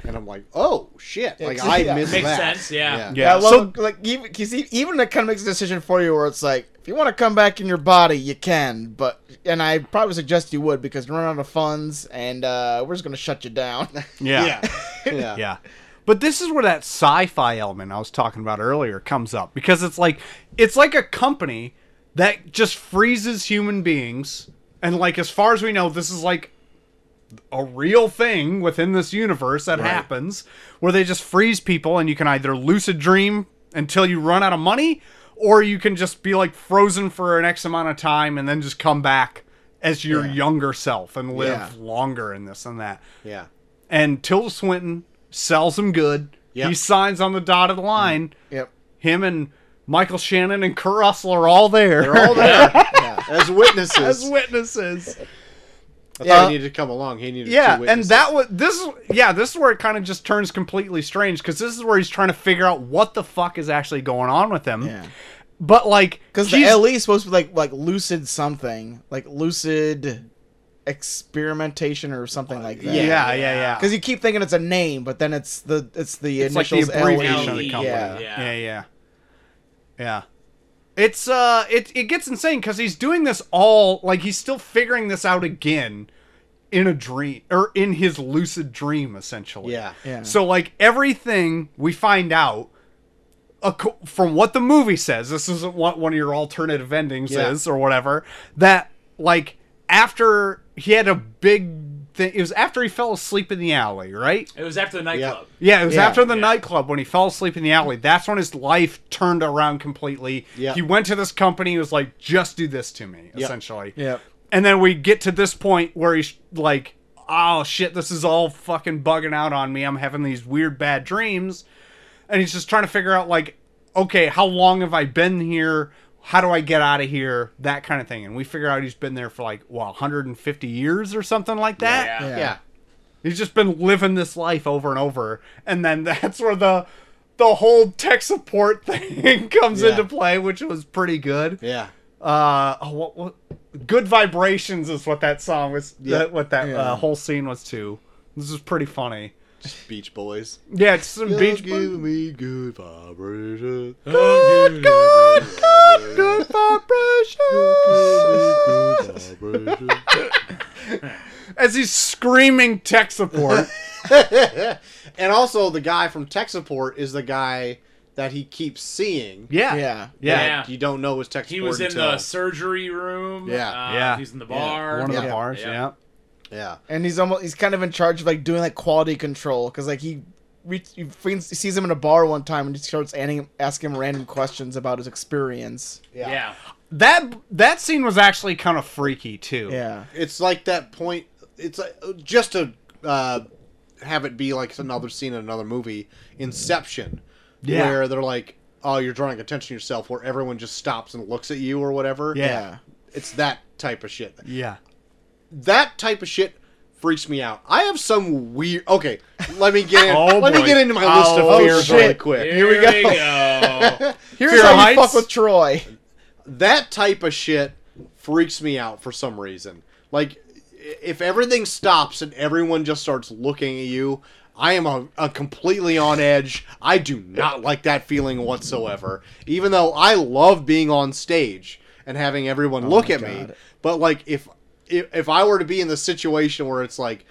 Speaker 2: And I'm like, oh shit! Like
Speaker 1: It's-
Speaker 2: I
Speaker 1: yeah.
Speaker 2: missed
Speaker 3: Makes
Speaker 2: that.
Speaker 3: sense, yeah.
Speaker 1: Yeah,
Speaker 4: Yeah,
Speaker 1: I love,
Speaker 4: so-
Speaker 1: like even cause he, even it kind of makes a decision for you where it's like if you want to come back in your body, you can, but and I probably suggest you would because you're running out of funds and uh, we're just gonna shut you down. [laughs]
Speaker 4: Yeah.
Speaker 2: Yeah. Yeah.
Speaker 4: Yeah. But this is where that sci-fi element I was talking about earlier comes up because it's like it's like a company that just freezes human beings And like as far as we know, this is like a real thing within this universe that happens where they just freeze people and you can either lucid dream until you run out of money or you can just be like frozen for an X amount of time and then just come back as your
Speaker 1: Yeah.
Speaker 4: younger self and live
Speaker 2: Yeah.
Speaker 4: longer in this and that.
Speaker 2: Yeah.
Speaker 4: And Tilda Swinton sells him good.
Speaker 2: Yep. Mm.
Speaker 4: He signs on the dotted line.
Speaker 1: Yep.
Speaker 4: Him and Michael Shannon and Kurt Russell are all there.
Speaker 2: They're
Speaker 4: [laughs]
Speaker 2: all there as witnesses.
Speaker 4: as witnesses.
Speaker 2: I thought
Speaker 4: Uh,
Speaker 2: he needed to come along. He needed
Speaker 4: Yeah,
Speaker 2: two
Speaker 4: and
Speaker 2: witnesses.
Speaker 4: that was this. is Yeah, this is where it kind of just turns completely strange because this is where he's trying to figure out what the fuck is actually going on with him.
Speaker 1: Yeah.
Speaker 4: But like,
Speaker 1: Because the
Speaker 4: he's-
Speaker 1: LE is supposed to be like like lucid something, like lucid experimentation or something like that.
Speaker 4: yeah, yeah, yeah,
Speaker 1: Because you keep thinking it's a name, but then it's the it's the
Speaker 4: It's like the
Speaker 1: initials E.
Speaker 4: abbreviation
Speaker 1: LE.
Speaker 4: of the
Speaker 3: LE,
Speaker 4: company.
Speaker 1: Yeah.
Speaker 3: yeah.
Speaker 4: yeah, yeah. Yeah. It's uh, it it gets insane because he's doing this all like he's still figuring this out again in a dream or in his lucid dream essentially.
Speaker 2: Yeah.
Speaker 1: Yeah.
Speaker 4: So like everything we find out acco- from what the movie says, this isn't what one of your alternative endings
Speaker 2: Yeah.
Speaker 4: is or whatever. That like after he had a big thing, it was after he fell asleep in the alley, right?
Speaker 3: It was after the nightclub.
Speaker 4: Yeah, it was
Speaker 1: Yeah.
Speaker 4: after the
Speaker 3: Yeah.
Speaker 4: nightclub when he fell asleep in the alley. That's when his life turned around completely.
Speaker 2: Yeah.
Speaker 4: He went to this company. He was like, "Just do this to me," essentially.
Speaker 1: Yep.
Speaker 4: And then we get to this point where he's like, "Oh shit, this is all fucking bugging out on me. I'm having these weird bad dreams," and he's just trying to figure out like, "Okay, how long have I been here?" How do I get out of here? That kind of thing. And we figure out he's been there for like, well, 150 years or something like that.
Speaker 3: Yeah.
Speaker 1: Yeah.
Speaker 2: yeah.
Speaker 4: He's just been living this life over and over, and then that's where the the whole tech support [laughs] thing comes
Speaker 2: Yeah.
Speaker 4: into play, which was pretty good.
Speaker 2: Yeah.
Speaker 4: Uh, oh, what, what, good vibrations is what that song was.
Speaker 2: Yeah.
Speaker 4: That, what that
Speaker 1: Yeah.
Speaker 4: uh, whole scene was too. This is pretty funny.
Speaker 2: Beach Boys.
Speaker 4: Yeah, it's some beach.
Speaker 2: You're giving me good
Speaker 4: [laughs]
Speaker 2: vibrations.
Speaker 4: Good, good, good, good vibrations.
Speaker 2: Good vibrations.
Speaker 4: As he's screaming
Speaker 1: [laughs]
Speaker 4: tech support.
Speaker 2: [laughs] and also, the guy from tech support is the guy that he keeps seeing.
Speaker 4: Yeah,
Speaker 1: Yeah.
Speaker 4: yeah.
Speaker 3: Yeah.
Speaker 2: You don't know his tech
Speaker 3: He
Speaker 2: support
Speaker 3: was in
Speaker 2: until,
Speaker 3: the surgery room.
Speaker 2: Yeah.
Speaker 3: Uh,
Speaker 4: Yeah.
Speaker 3: He's in the bar.
Speaker 4: One of the
Speaker 1: Yeah.
Speaker 4: bars.
Speaker 3: Yeah.
Speaker 4: yeah.
Speaker 2: Yeah.
Speaker 1: And he's almost he's kind of in charge of like doing like quality control because like he. Re- he finds- sees him in a bar one time and he starts adding- asking him random questions about his experience.
Speaker 3: yeah.
Speaker 4: That that scene was actually kind of freaky too.
Speaker 1: Yeah,
Speaker 2: It's like that point. It's like, just to uh, have it be like another scene in another movie, Inception,
Speaker 4: Yeah.
Speaker 2: where they're like, "Oh, you're drawing attention to yourself," where everyone just stops and looks at you or whatever.
Speaker 4: Yeah.
Speaker 2: It's that type of shit.
Speaker 4: Yeah.
Speaker 2: That type of shit freaks me out. I have some weird. Okay, let me get in,
Speaker 4: Oh,
Speaker 2: let me
Speaker 4: boy.
Speaker 2: get into my list
Speaker 4: Oh,
Speaker 2: of fears
Speaker 1: shit.
Speaker 2: really quick.
Speaker 3: Here we go. go.
Speaker 1: here's
Speaker 4: Fear
Speaker 1: how
Speaker 4: of
Speaker 1: you
Speaker 4: heights?
Speaker 1: fuck
Speaker 4: [laughs]
Speaker 1: with Troy.
Speaker 2: that type of shit freaks me out for some reason. Like, i- if everything stops and everyone just starts looking at you, I am a, a completely on edge. I do not like that feeling whatsoever. Even though I love being on stage and having everyone look at me,
Speaker 1: Oh God.
Speaker 2: but like if, if if I were to be in the situation where it's like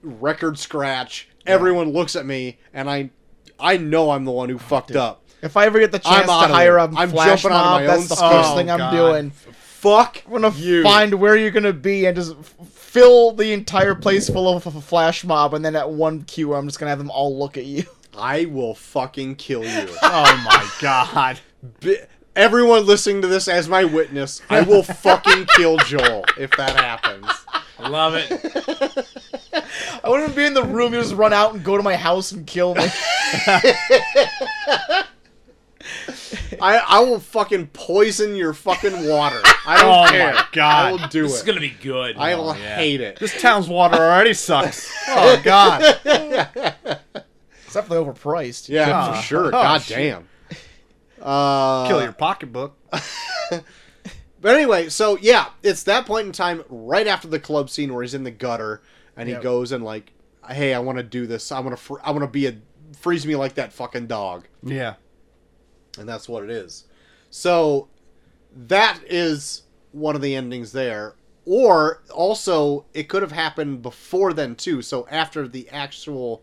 Speaker 2: record scratch, everyone looks at me, and I I know I'm the one
Speaker 1: Oh,
Speaker 2: who fucked up.
Speaker 1: If I ever get the chance to
Speaker 2: outta here.
Speaker 1: hire up
Speaker 2: I'm
Speaker 1: Flash
Speaker 2: jumping onto
Speaker 1: Mob,
Speaker 2: my
Speaker 1: that's
Speaker 2: own
Speaker 1: the
Speaker 2: skin.
Speaker 1: first
Speaker 4: Oh,
Speaker 1: thing I'm
Speaker 4: God.
Speaker 1: doing.
Speaker 2: Fuck
Speaker 1: I'm gonna
Speaker 2: you.
Speaker 1: find where you're gonna be and just f- fill the entire place full of a flash mob, and then at one cue, I'm just gonna have them all look at you. [laughs]
Speaker 2: I will fucking kill you.
Speaker 4: Oh my [laughs] god.
Speaker 2: B- everyone listening to this as my witness, I will fucking kill Joel if that happens.
Speaker 3: I love it.
Speaker 1: I wouldn't be in the room; you just run out and go to my house and kill me.
Speaker 2: I, I will fucking poison your fucking water. I don't
Speaker 4: Oh
Speaker 2: care.
Speaker 4: my
Speaker 2: I
Speaker 4: god.
Speaker 2: will do
Speaker 3: This is
Speaker 2: it.
Speaker 3: gonna be good.
Speaker 2: I will
Speaker 3: Oh, yeah.
Speaker 2: hate it.
Speaker 4: This town's water already sucks. [laughs] Oh god. [laughs]
Speaker 1: It's definitely overpriced.
Speaker 2: yeah,
Speaker 4: Oh.
Speaker 2: for sure.
Speaker 4: Oh,
Speaker 2: God
Speaker 4: shit.
Speaker 2: damn. Uh,
Speaker 4: Kill your pocketbook.
Speaker 2: But anyway, so yeah, it's that point in time right after the club scene where he's in the gutter and
Speaker 1: Yep.
Speaker 2: he goes and like, hey, I want to do this. I want to. Fr- I want to be a freeze me like that fucking dog.
Speaker 4: Yeah.
Speaker 2: and that's what it is. So that is one of the endings there. Or also, it could have happened before then too. So after the actual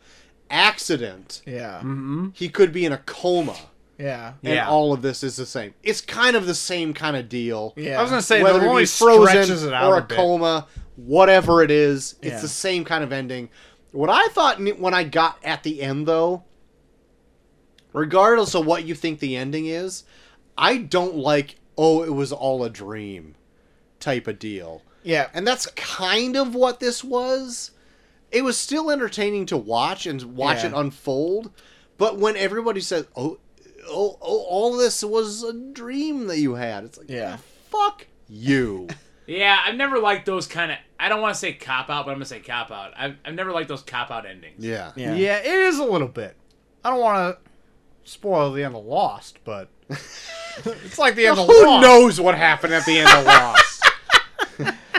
Speaker 2: accident,
Speaker 1: yeah.
Speaker 4: Mm-hmm.
Speaker 2: he could be in a coma
Speaker 1: Yeah.
Speaker 2: and
Speaker 4: Yeah.
Speaker 2: all of this is the same. It's kind of the same kind of deal.
Speaker 1: Yeah.
Speaker 4: I was gonna say
Speaker 2: Whether
Speaker 4: the
Speaker 2: it
Speaker 4: only
Speaker 2: be frozen
Speaker 4: stretches it out
Speaker 2: or
Speaker 4: a
Speaker 2: a
Speaker 4: bit.
Speaker 2: coma, whatever it is, it's
Speaker 1: Yeah.
Speaker 2: the same kind of ending. What I thought ne- when I got at the end, though, regardless of what you think the ending is, I don't like "oh, it was all a dream" type of deal.
Speaker 1: Yeah.
Speaker 2: And that's kind of what this was. It was still entertaining to watch and watch
Speaker 1: Yeah.
Speaker 2: it unfold, but when everybody says, "Oh, oh, oh all this was a dream that you had," it's like,
Speaker 1: Yeah.
Speaker 2: "Ah, fuck you."
Speaker 1: [laughs]
Speaker 3: Yeah, I've never liked those kind of. I don't want to say cop out, but I'm gonna say cop out. I've, I've never liked those cop out endings.
Speaker 2: yeah.
Speaker 1: Yeah.
Speaker 4: Yeah, it is a little bit. I don't want to spoil the end of Lost, but [laughs] it's like the end of
Speaker 2: Who
Speaker 4: Lost.
Speaker 2: knows what happened at the end of Lost?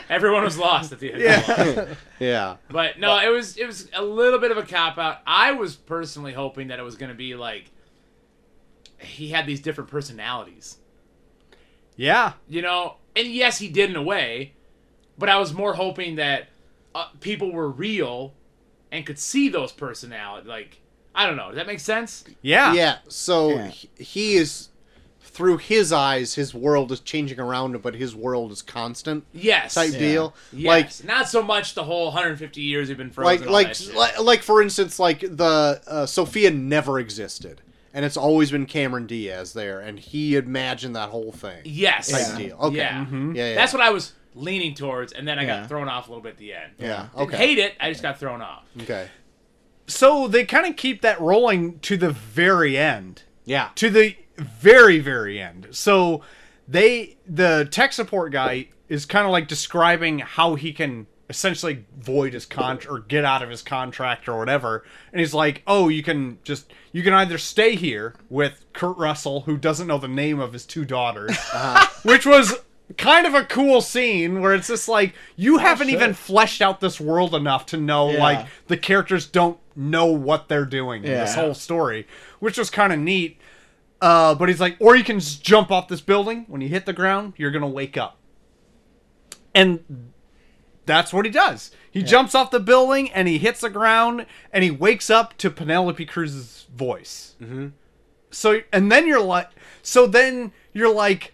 Speaker 3: Everyone was lost at the end. Of the
Speaker 4: Yeah.
Speaker 2: yeah.
Speaker 3: But no, it was it was a little bit of a cop out. I was personally hoping that it was gonna be like he had these different personalities,
Speaker 4: [laughs] yeah.
Speaker 3: you know. And yes, he did in a way, but I was more hoping that uh, people were real and could see those personalities. Like I don't know. Does that make sense?
Speaker 4: Yeah.
Speaker 2: Yeah. So
Speaker 1: Ah. Yeah.
Speaker 2: He, he is through his eyes, his world is changing around him, but his world is constant
Speaker 3: Yes.
Speaker 2: type
Speaker 1: Yeah.
Speaker 2: deal. Like
Speaker 3: Yes. not so much the whole 150 years we've been frozen. all
Speaker 2: like
Speaker 3: that
Speaker 2: like
Speaker 3: shit.
Speaker 2: like, like for instance like the uh, sophia never existed and it's always been cameron diaz there and he imagined that whole thing
Speaker 3: yes,
Speaker 2: type
Speaker 1: Yeah.
Speaker 2: deal okay
Speaker 3: Yeah.
Speaker 2: yeah, yeah
Speaker 3: That's what I was leaning towards, and then I
Speaker 1: Yeah.
Speaker 3: got thrown off a little bit at the end.
Speaker 2: Yeah,
Speaker 3: Didn't
Speaker 2: okay.
Speaker 3: hate it. I just got thrown off.
Speaker 2: okay
Speaker 4: So they kind of keep that rolling to the very end.
Speaker 2: yeah
Speaker 4: to the very very end so they the tech support guy is kind of like describing how he can essentially void his contract or get out of his contract or whatever and he's like oh you can just you can either stay here with kurt russell who doesn't know the name of his two
Speaker 1: [laughs]
Speaker 4: daughters
Speaker 1: Uh-huh.
Speaker 4: which was kind of a cool scene where it's just like you haven't
Speaker 1: Oh, shit.
Speaker 4: even fleshed out this world enough to know
Speaker 1: Yeah.
Speaker 4: like the characters don't know what they're doing in this
Speaker 1: Yeah.
Speaker 4: whole story which was kind of neat uh, but he's like, or you can just jump off this building. When you hit the ground, you're gonna wake up. And that's what he does. He jumps off the building and he hits the ground and he wakes up to Penelope Cruz's voice. Mm-hmm. So and then you're like, so then you're like,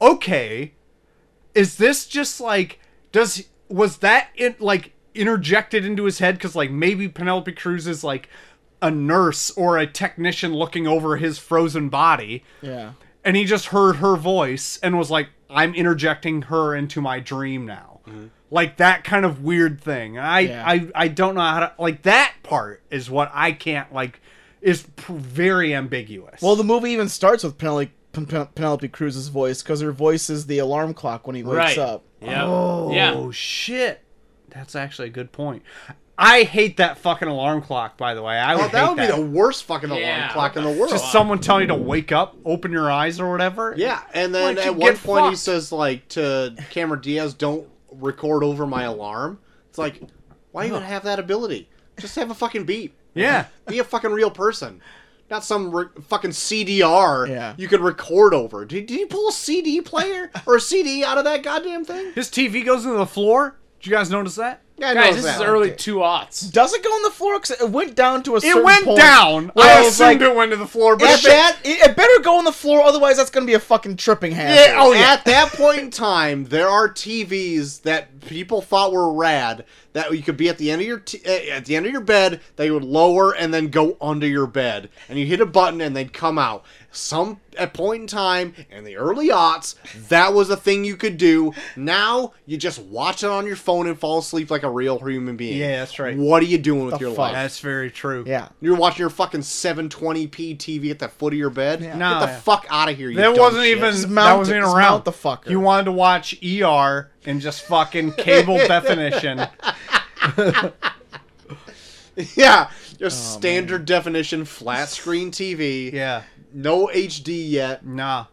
Speaker 4: okay, is this just like does was that it like interjected into his head because like maybe penelope cruz is like a nurse or a technician looking over his frozen body
Speaker 1: Yeah.
Speaker 4: and he just heard her voice and was like i'm interjecting her into my dream now like that kind of weird thing i
Speaker 1: Mm-hmm. Yeah.
Speaker 4: i i don't know how to like that part is what i can't like is pr- very ambiguous
Speaker 1: Well, the movie even starts with Penelope, Pen- Pen- Penelope Cruz's voice because her voice is the alarm clock when he wakes
Speaker 3: right.
Speaker 1: up.
Speaker 3: Yeah.
Speaker 4: Oh
Speaker 3: Yeah.
Speaker 4: shit! That's actually a good point. I hate that fucking alarm clock. By the way, I would
Speaker 2: oh, that would
Speaker 4: hate
Speaker 2: be the worst fucking alarm
Speaker 3: Yeah,
Speaker 2: clock in
Speaker 3: what
Speaker 2: the
Speaker 3: the
Speaker 2: world
Speaker 4: just someone telling you to wake up, open your eyes, or whatever.
Speaker 2: yeah and then
Speaker 4: Why'd you
Speaker 2: at one
Speaker 4: get
Speaker 2: point he
Speaker 4: fucked?
Speaker 2: says like to cameron diaz don't record over my alarm it's like why even have that ability just have a fucking beep
Speaker 4: yeah.
Speaker 2: Be a fucking real person. Not some re- fucking CDR
Speaker 1: Yeah.
Speaker 2: you could record over. Did, did you pull a CD player or a CD out of that goddamn thing?
Speaker 4: His TV goes into the floor. Did you guys notice that?
Speaker 2: Yeah, I
Speaker 3: Guys,
Speaker 2: noticed
Speaker 3: this
Speaker 2: that.
Speaker 3: is early two aughts.
Speaker 1: Does it go on the floor? 'Cause it went down to a certain
Speaker 4: it went
Speaker 1: point
Speaker 4: down.
Speaker 1: where
Speaker 4: I
Speaker 1: was
Speaker 4: assumed
Speaker 1: like,
Speaker 4: it went to the floor, but
Speaker 1: It,
Speaker 4: if
Speaker 1: be-
Speaker 4: it,
Speaker 1: it- it better go on the floor, otherwise that's gonna be a fucking tripping hazard.
Speaker 4: Yeah, oh, yeah.
Speaker 2: At that point in time, there are TVs that people thought were rad that you could be at the end of your t- eh, at the end of your bed. They would lower and then go under your bed, and you hit a button and they'd come out. Some at point in time in the early aughts, that was a thing you could do. Now you just watch it on your phone and fall asleep like a real human being.
Speaker 4: Yeah, that's right.
Speaker 2: What are you doing with
Speaker 1: The
Speaker 2: your
Speaker 1: fuck?
Speaker 2: life?
Speaker 4: that's very true.
Speaker 1: Yeah.
Speaker 2: You're watching your fucking 720p TV at the foot of your bed. Get
Speaker 4: No,
Speaker 2: the
Speaker 4: yeah.
Speaker 2: fuck out of here. You
Speaker 4: That
Speaker 2: dumb
Speaker 4: wasn't
Speaker 2: shit.
Speaker 4: even
Speaker 1: Just
Speaker 4: that
Speaker 1: mount
Speaker 4: wasn't
Speaker 1: it,
Speaker 4: even
Speaker 1: just
Speaker 4: around.
Speaker 1: mount the fucker.
Speaker 4: You wanted to watch ER and
Speaker 2: [laughs]
Speaker 4: just fucking cable definition.
Speaker 2: [laughs] Yeah, just standard definition flat screen TV.
Speaker 4: [laughs] Yeah.
Speaker 2: No HD yet.
Speaker 4: Nah.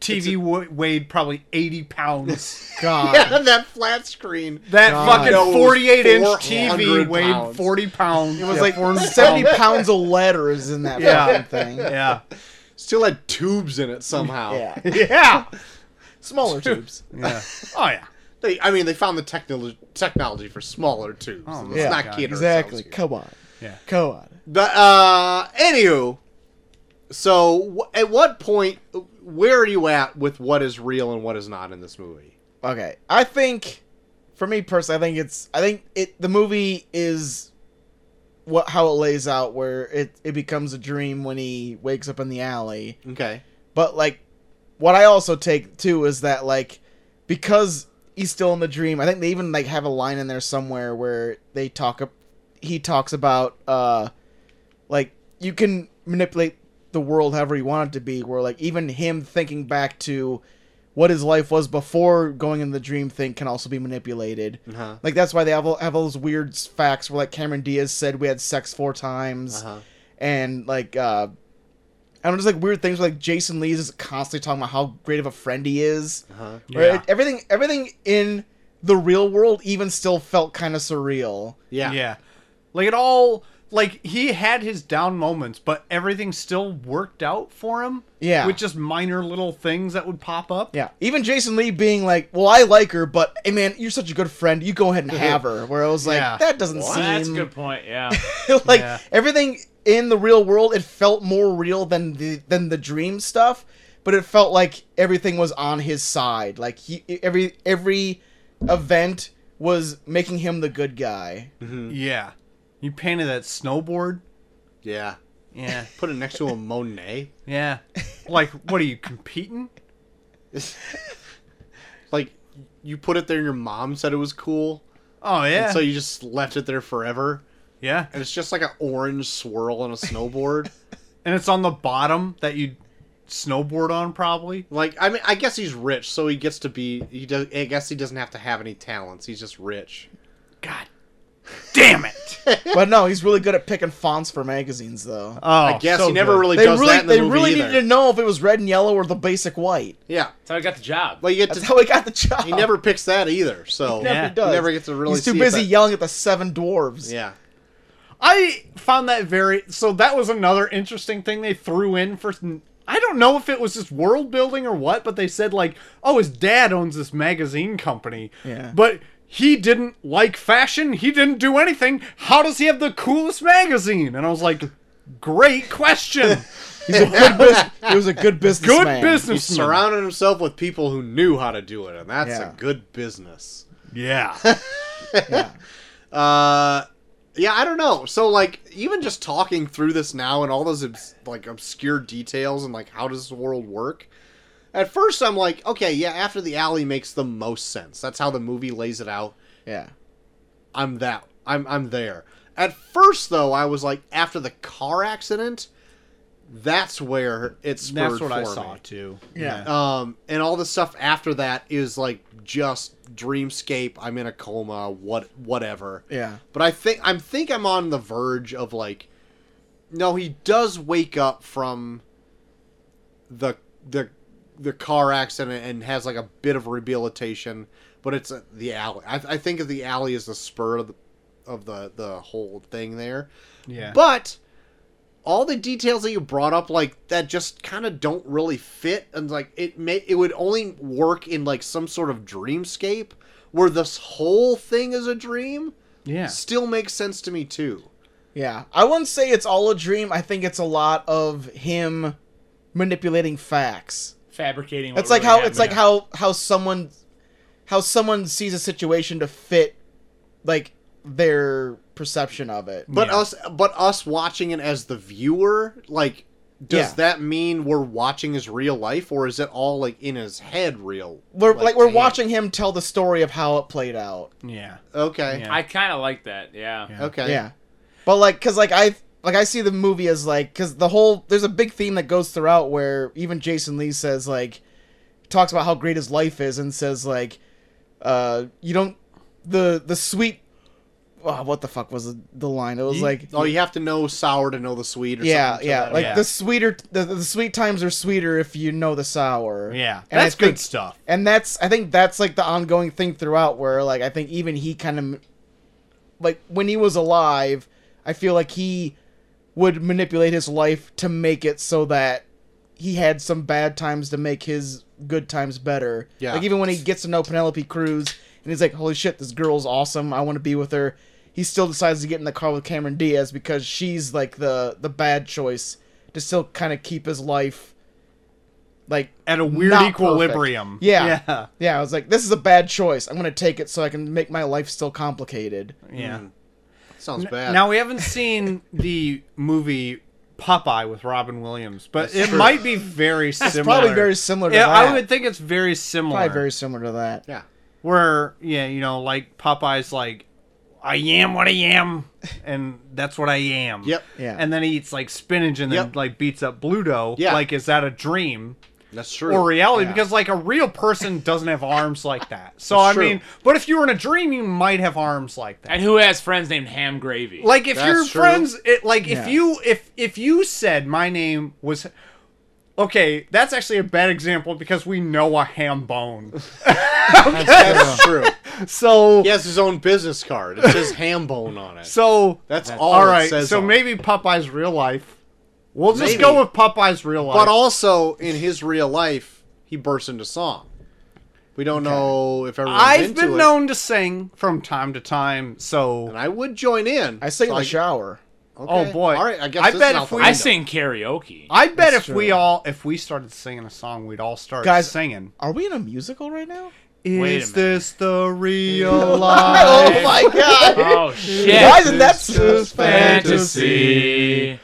Speaker 4: TV wa- weighed probably 80 pounds.
Speaker 2: [laughs]
Speaker 1: God.
Speaker 2: Yeah, that flat screen.
Speaker 4: That
Speaker 1: God.
Speaker 4: fucking
Speaker 2: No,
Speaker 4: 48 inch
Speaker 2: 400
Speaker 4: TV weighed
Speaker 2: pounds.
Speaker 4: 40 pounds. It
Speaker 1: It was like 70 pounds of letters in that
Speaker 4: Oh. Yeah.
Speaker 1: fucking thing.
Speaker 4: Yeah.
Speaker 2: Still had tubes in it somehow.
Speaker 1: [laughs] Yeah.
Speaker 4: Yeah.
Speaker 1: Smaller tubes.
Speaker 4: yeah. Oh, yeah.
Speaker 2: They, I mean, they found the technology technology for smaller tubes.
Speaker 4: Oh,
Speaker 2: Let's
Speaker 4: yeah.
Speaker 2: not
Speaker 4: God.
Speaker 2: kid ourselves
Speaker 1: Exactly.
Speaker 2: here.
Speaker 1: Come on.
Speaker 4: Yeah.
Speaker 1: Come on.
Speaker 2: But uh, anywho, So, wh- at what point, where are you at with what is real and what is not in this movie?
Speaker 1: Okay, I think for me personally, I think it's I think it the movie is what how it lays out where it it becomes a dream when he wakes up in the alley.
Speaker 2: Okay.
Speaker 1: But like what I also take too is that like because he's still in the dream, I think they even like have a line in there somewhere where they talk up he talks about uh like you can manipulate the world however you want it to be where like even him thinking back to what his life was before going in the dream thing can also be manipulated.
Speaker 2: Uh-huh.
Speaker 1: Like that's why they have all, have all those weird s- facts where like Cameron Diaz said we had sex four times
Speaker 2: Uh-huh.
Speaker 1: and like uh I don't know, just like weird things where, like Jason Lees is constantly talking about how great of a friend he is.
Speaker 2: Uh-huh.
Speaker 1: Where
Speaker 3: Yeah.
Speaker 1: it- everything everything in the real world even still felt kind of surreal.
Speaker 2: Yeah.
Speaker 4: Yeah. Like it all like he had his down moments, but everything still worked out for him.
Speaker 1: Yeah.
Speaker 4: With just minor little things that would pop up.
Speaker 1: Yeah. Even Jason Lee being like, "Well, I like her, but hey man, you're such a good friend. You go ahead and
Speaker 3: [laughs]
Speaker 1: have her." Where I was like,
Speaker 4: Yeah.
Speaker 1: "That doesn't
Speaker 3: Well,
Speaker 1: seem
Speaker 3: that's a good point. Yeah.
Speaker 1: [laughs] like
Speaker 4: Yeah.
Speaker 1: everything in the real world it felt more real than the than the dream stuff but it felt like everything was on his side like he every every event was making him the good guy
Speaker 2: Mm-hmm.
Speaker 4: Yeah. You painted that snowboard.
Speaker 2: Yeah.
Speaker 4: Yeah.
Speaker 2: Put it next to a Monet.
Speaker 1: [laughs]
Speaker 4: Yeah. like what are you competing?
Speaker 2: like, you put it there and your mom said it was cool.
Speaker 4: Oh yeah.
Speaker 2: And so you just left it there forever.
Speaker 4: yeah.
Speaker 2: And it's just like an orange swirl on a snowboard. [laughs]
Speaker 4: And it's on the bottom that you snowboard on probably.
Speaker 2: like, I mean, I guess he's rich, so he gets to be. He does. I guess he doesn't have to have any talents. He's just rich.
Speaker 4: God damn
Speaker 2: [laughs]
Speaker 4: it.
Speaker 1: but no he's really good at picking fonts for magazines though
Speaker 4: Oh,
Speaker 2: I guess
Speaker 4: so
Speaker 2: Uh, he never
Speaker 4: good.
Speaker 2: really
Speaker 1: they
Speaker 2: does
Speaker 1: really
Speaker 2: that in the
Speaker 1: they
Speaker 2: movie
Speaker 1: really
Speaker 2: either.
Speaker 1: needed to know if it was red and yellow or the basic white
Speaker 2: Yeah.
Speaker 3: That's how I got the job.
Speaker 2: Well, you get
Speaker 1: that's
Speaker 2: to.
Speaker 1: how he got the job
Speaker 2: He never picks that either. So
Speaker 1: He never
Speaker 4: Yeah.
Speaker 1: does.
Speaker 2: He never gets to really
Speaker 1: he's too
Speaker 2: see it
Speaker 1: busy
Speaker 2: that-
Speaker 1: yelling at the seven dwarves
Speaker 2: Yeah.
Speaker 4: I found that very so that was another interesting thing they threw in for I don't know if it was just world building or what, but they said like, "Oh, his dad owns this magazine company."
Speaker 1: Yeah.
Speaker 4: But he didn't like fashion. He didn't do anything. How does he have the coolest magazine? And I was like, "Great
Speaker 2: [laughs]
Speaker 4: question.
Speaker 1: he's a good bus- he was a good business
Speaker 4: Good business.
Speaker 2: He's surrounded himself with people who knew how to do it, and that's
Speaker 1: Yeah.
Speaker 2: a good business.
Speaker 4: yeah.
Speaker 2: Uh, yeah, I don't know. So like, even just talking through this now and all those obs- like obscure details and like how does the world work? At first, I'm like, okay, yeah. After the alley makes the most sense. That's how the movie lays it out.
Speaker 1: yeah
Speaker 2: I'm that. I'm I'm there. At first, though, I was like, after the car accident, that's where it spurred
Speaker 4: That's what
Speaker 2: for
Speaker 4: I
Speaker 2: me.
Speaker 4: saw too.
Speaker 1: Yeah.
Speaker 2: Um, and all the stuff after that is like just dreamscape. I'm in a coma. What, whatever.
Speaker 1: yeah
Speaker 2: But I think I'm think I'm on the verge of like, no, he does wake up from the the the car accident and has like a bit of rehabilitation. But it's uh, the alley. I, I think of the alley as the spur of the of the the whole thing there.
Speaker 4: Yeah.
Speaker 2: But all the details that you brought up, like that, just kind of don't really fit, and like it may it would only work in like some sort of dreamscape where this whole thing is a dream.
Speaker 4: yeah.
Speaker 2: Still makes sense to me too.
Speaker 1: Yeah, I wouldn't say it's all a dream. I think it's a lot of him manipulating facts.
Speaker 3: Fabricating. what
Speaker 1: It's like
Speaker 3: really
Speaker 1: how it's like
Speaker 3: happened.
Speaker 1: how how someone how someone sees a situation to fit like their perception of it.
Speaker 2: But
Speaker 4: Yeah.
Speaker 2: us, but us watching it as the viewer, like, does
Speaker 1: Yeah.
Speaker 2: that mean we're watching his real life, or is it all like in his head real?
Speaker 1: We're like, we're
Speaker 2: damn.
Speaker 1: watching him tell the story of how it played out.
Speaker 4: Yeah.
Speaker 2: Okay.
Speaker 4: Yeah.
Speaker 3: I kind of like that. Yeah.
Speaker 4: Yeah.
Speaker 2: Okay.
Speaker 1: Yeah. But like cuz like I like I see the movie as like cuz the whole there's a big theme that goes throughout where even Jason Lee says like talks about how great his life is and says like uh you don't the the sweet oh, what the fuck was the, the line? It was
Speaker 4: You-
Speaker 1: like
Speaker 2: Oh, you have to know sour to know the sweet. or
Speaker 1: yeah,
Speaker 2: something to
Speaker 1: yeah.
Speaker 2: that
Speaker 1: Like
Speaker 4: Yeah.
Speaker 1: the sweeter the, the sweet times are sweeter if you know the sour.
Speaker 4: Yeah.
Speaker 1: And I
Speaker 4: That's good
Speaker 1: think-
Speaker 4: stuff.
Speaker 1: and that's I think that's like the ongoing thing throughout where like I think even he kind of like when he was alive, I feel like he would manipulate his life to make it so that he had some bad times to make his good times better.
Speaker 2: Yeah.
Speaker 1: Like even when he gets to know Penelope Cruz and he's like, "Holy shit, this girl's awesome. I want to be with her." He still decides to get in the car with Cameron Diaz because she's like the the bad choice to still kind of keep his life like
Speaker 4: At a weird
Speaker 1: not
Speaker 4: equilibrium.
Speaker 1: perfect. Yeah.
Speaker 4: Yeah.
Speaker 2: Mm,
Speaker 1: yeah. I was like, this is a bad choice. I'm going to take it so I can make my life still complicated.
Speaker 4: Yeah.
Speaker 2: Sounds bad.
Speaker 4: Now we haven't seen the movie Popeye with Robin Williams, but
Speaker 2: That's
Speaker 4: it
Speaker 2: true.
Speaker 4: might be very similar.
Speaker 1: Probably very similar to
Speaker 4: Yeah,
Speaker 1: that.
Speaker 4: I would think it's very similar.
Speaker 1: Probably very similar to that.
Speaker 2: yeah.
Speaker 4: Where yeah, you know, like Popeye's like, I am what I am, and that's what I am.
Speaker 2: Yep.
Speaker 1: Yeah.
Speaker 4: And then he eats like spinach and then
Speaker 2: Yep.
Speaker 4: like beats up Bluto.
Speaker 2: Yeah.
Speaker 4: Like, is that a dream?
Speaker 2: That's true.
Speaker 4: or reality
Speaker 1: Yeah.
Speaker 4: because like a real person doesn't have arms like that. So
Speaker 2: That's
Speaker 4: I
Speaker 2: true.
Speaker 4: mean, but if you were in a dream, you might have arms like that.
Speaker 3: And who has friends named Ham Gravy?
Speaker 4: Like if
Speaker 2: That's
Speaker 4: your
Speaker 2: true.
Speaker 4: friends, it, like if
Speaker 1: Yeah.
Speaker 4: you if if you said my name was. Okay, that's actually a bad example because we know a ham
Speaker 2: [laughs]
Speaker 4: bone.
Speaker 2: That's [laughs] true.
Speaker 4: So
Speaker 2: He has his own business card. It says ham bone on
Speaker 1: [laughs]
Speaker 2: it.
Speaker 4: so
Speaker 2: That's
Speaker 3: That's-
Speaker 2: all.
Speaker 4: all
Speaker 2: it
Speaker 4: right.
Speaker 2: says
Speaker 4: So
Speaker 2: on it.
Speaker 4: maybe Popeye's real life. We'll just
Speaker 2: Maybe.
Speaker 4: go with Popeye's real life.
Speaker 2: But also in his real life, he bursts into song. We don't know if everyone's
Speaker 4: I've
Speaker 2: into
Speaker 4: been
Speaker 2: it,
Speaker 4: known to sing from time to time, so
Speaker 2: and I would join in.
Speaker 1: I sing in
Speaker 2: So
Speaker 1: the shower.
Speaker 2: okay.
Speaker 4: Oh, boy.
Speaker 2: All right, I guess
Speaker 4: I
Speaker 2: this
Speaker 4: bet
Speaker 2: is
Speaker 4: if
Speaker 2: out the
Speaker 4: we-
Speaker 3: I
Speaker 2: window.
Speaker 3: sing karaoke.
Speaker 4: I bet
Speaker 1: That's
Speaker 4: if we
Speaker 1: true.
Speaker 4: all if we started singing a song, we'd all start
Speaker 1: Guys,
Speaker 4: singing.
Speaker 1: Are we in a musical right now?
Speaker 3: Wait a minute.
Speaker 4: Is this the [laughs] real
Speaker 1: Oh
Speaker 4: life?
Speaker 1: my
Speaker 4: [laughs]
Speaker 1: god!
Speaker 3: Oh shit!
Speaker 1: Why isn't that so
Speaker 4: just
Speaker 3: fantasy?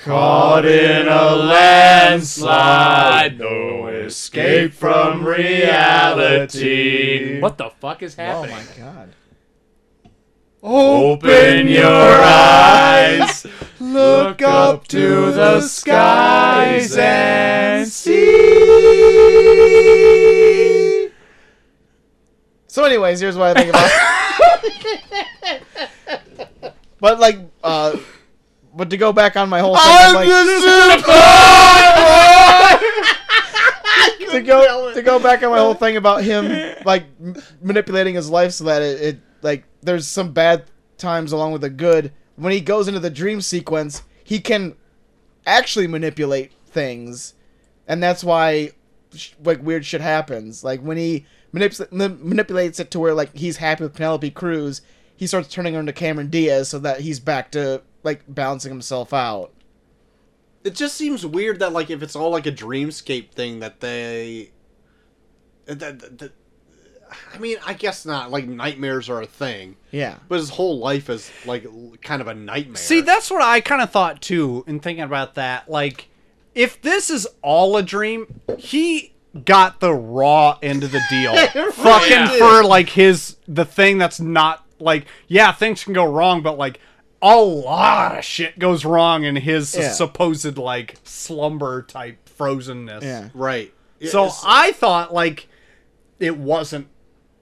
Speaker 1: Caught
Speaker 3: in a landslide, no
Speaker 4: escape
Speaker 3: from reality. What the fuck is
Speaker 1: Oh
Speaker 3: happening?
Speaker 1: my god.
Speaker 4: Open your eyes, look up to the skies and see.
Speaker 1: So, anyways, here's what I think about.
Speaker 4: [laughs]
Speaker 1: [laughs] but like, uh, but to go back on my whole thing, I'm like, to go to go back on my whole thing about him like m- manipulating his life so that it, it like there's some bad times along with the good. When he goes into the dream sequence, he can actually manipulate things, and that's why sh- like weird shit happens. Like when he manips- n- manipulates it to where like he's happy with Penelope Cruz, he starts turning her into Cameron Diaz so that he's back to like balancing himself out.
Speaker 2: It just seems weird that like if it's all like a dreamscape thing that they. That, that, that- I mean, I guess not. Like nightmares are a thing,
Speaker 1: Yeah.
Speaker 2: but his whole life is like l- kind of a nightmare.
Speaker 4: See, that's what I kind of thought too in thinking about that. Like, if this is all a dream, he got the raw end of the deal. Fucking
Speaker 3: Yeah.
Speaker 4: for like his the thing that's not like yeah, things can go wrong, but like a lot of shit goes wrong in his
Speaker 1: Yeah.
Speaker 4: supposed like slumber type frozenness.
Speaker 1: Yeah.
Speaker 2: right. It-
Speaker 4: So
Speaker 2: it's-
Speaker 4: I thought like it wasn't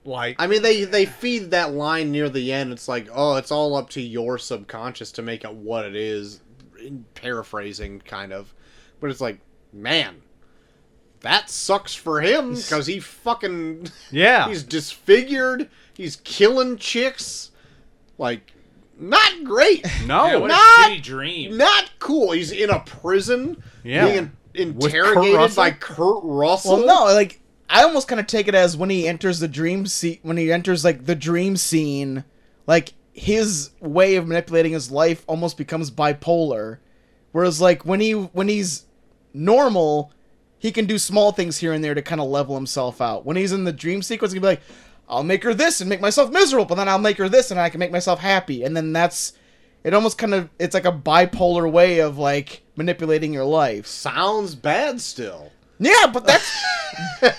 Speaker 4: like
Speaker 2: I mean, they they feed that line near the end. It's like, oh, it's all up to your subconscious to make it what it is. in Paraphrasing, kind of, but it's like, man, that sucks for him because he fucking
Speaker 4: yeah.
Speaker 2: he's disfigured. He's killing chicks. Like, not great. [laughs]
Speaker 4: no.
Speaker 3: Yeah, what
Speaker 2: not-
Speaker 3: a shitty dream.
Speaker 2: not cool. He's in a prison.
Speaker 4: Yeah.
Speaker 2: Being
Speaker 4: With Kurt
Speaker 2: interrogated
Speaker 4: Russell?
Speaker 2: by Kurt Russell.
Speaker 1: Well, no, like I almost kind of take it as when he enters the dream scene, when he enters like the dream scene, like his way of manipulating his life almost becomes bipolar. Whereas like when he when he's normal, he can do small things here and there to kind of level himself out. When he's in the dream sequence, he can be like, "I'll make her this and make myself miserable, but then I'll make her this and I can make myself happy." And then that's it. Almost kind of it's like a bipolar way of like manipulating your life.
Speaker 2: Sounds bad still.
Speaker 1: Yeah, but that's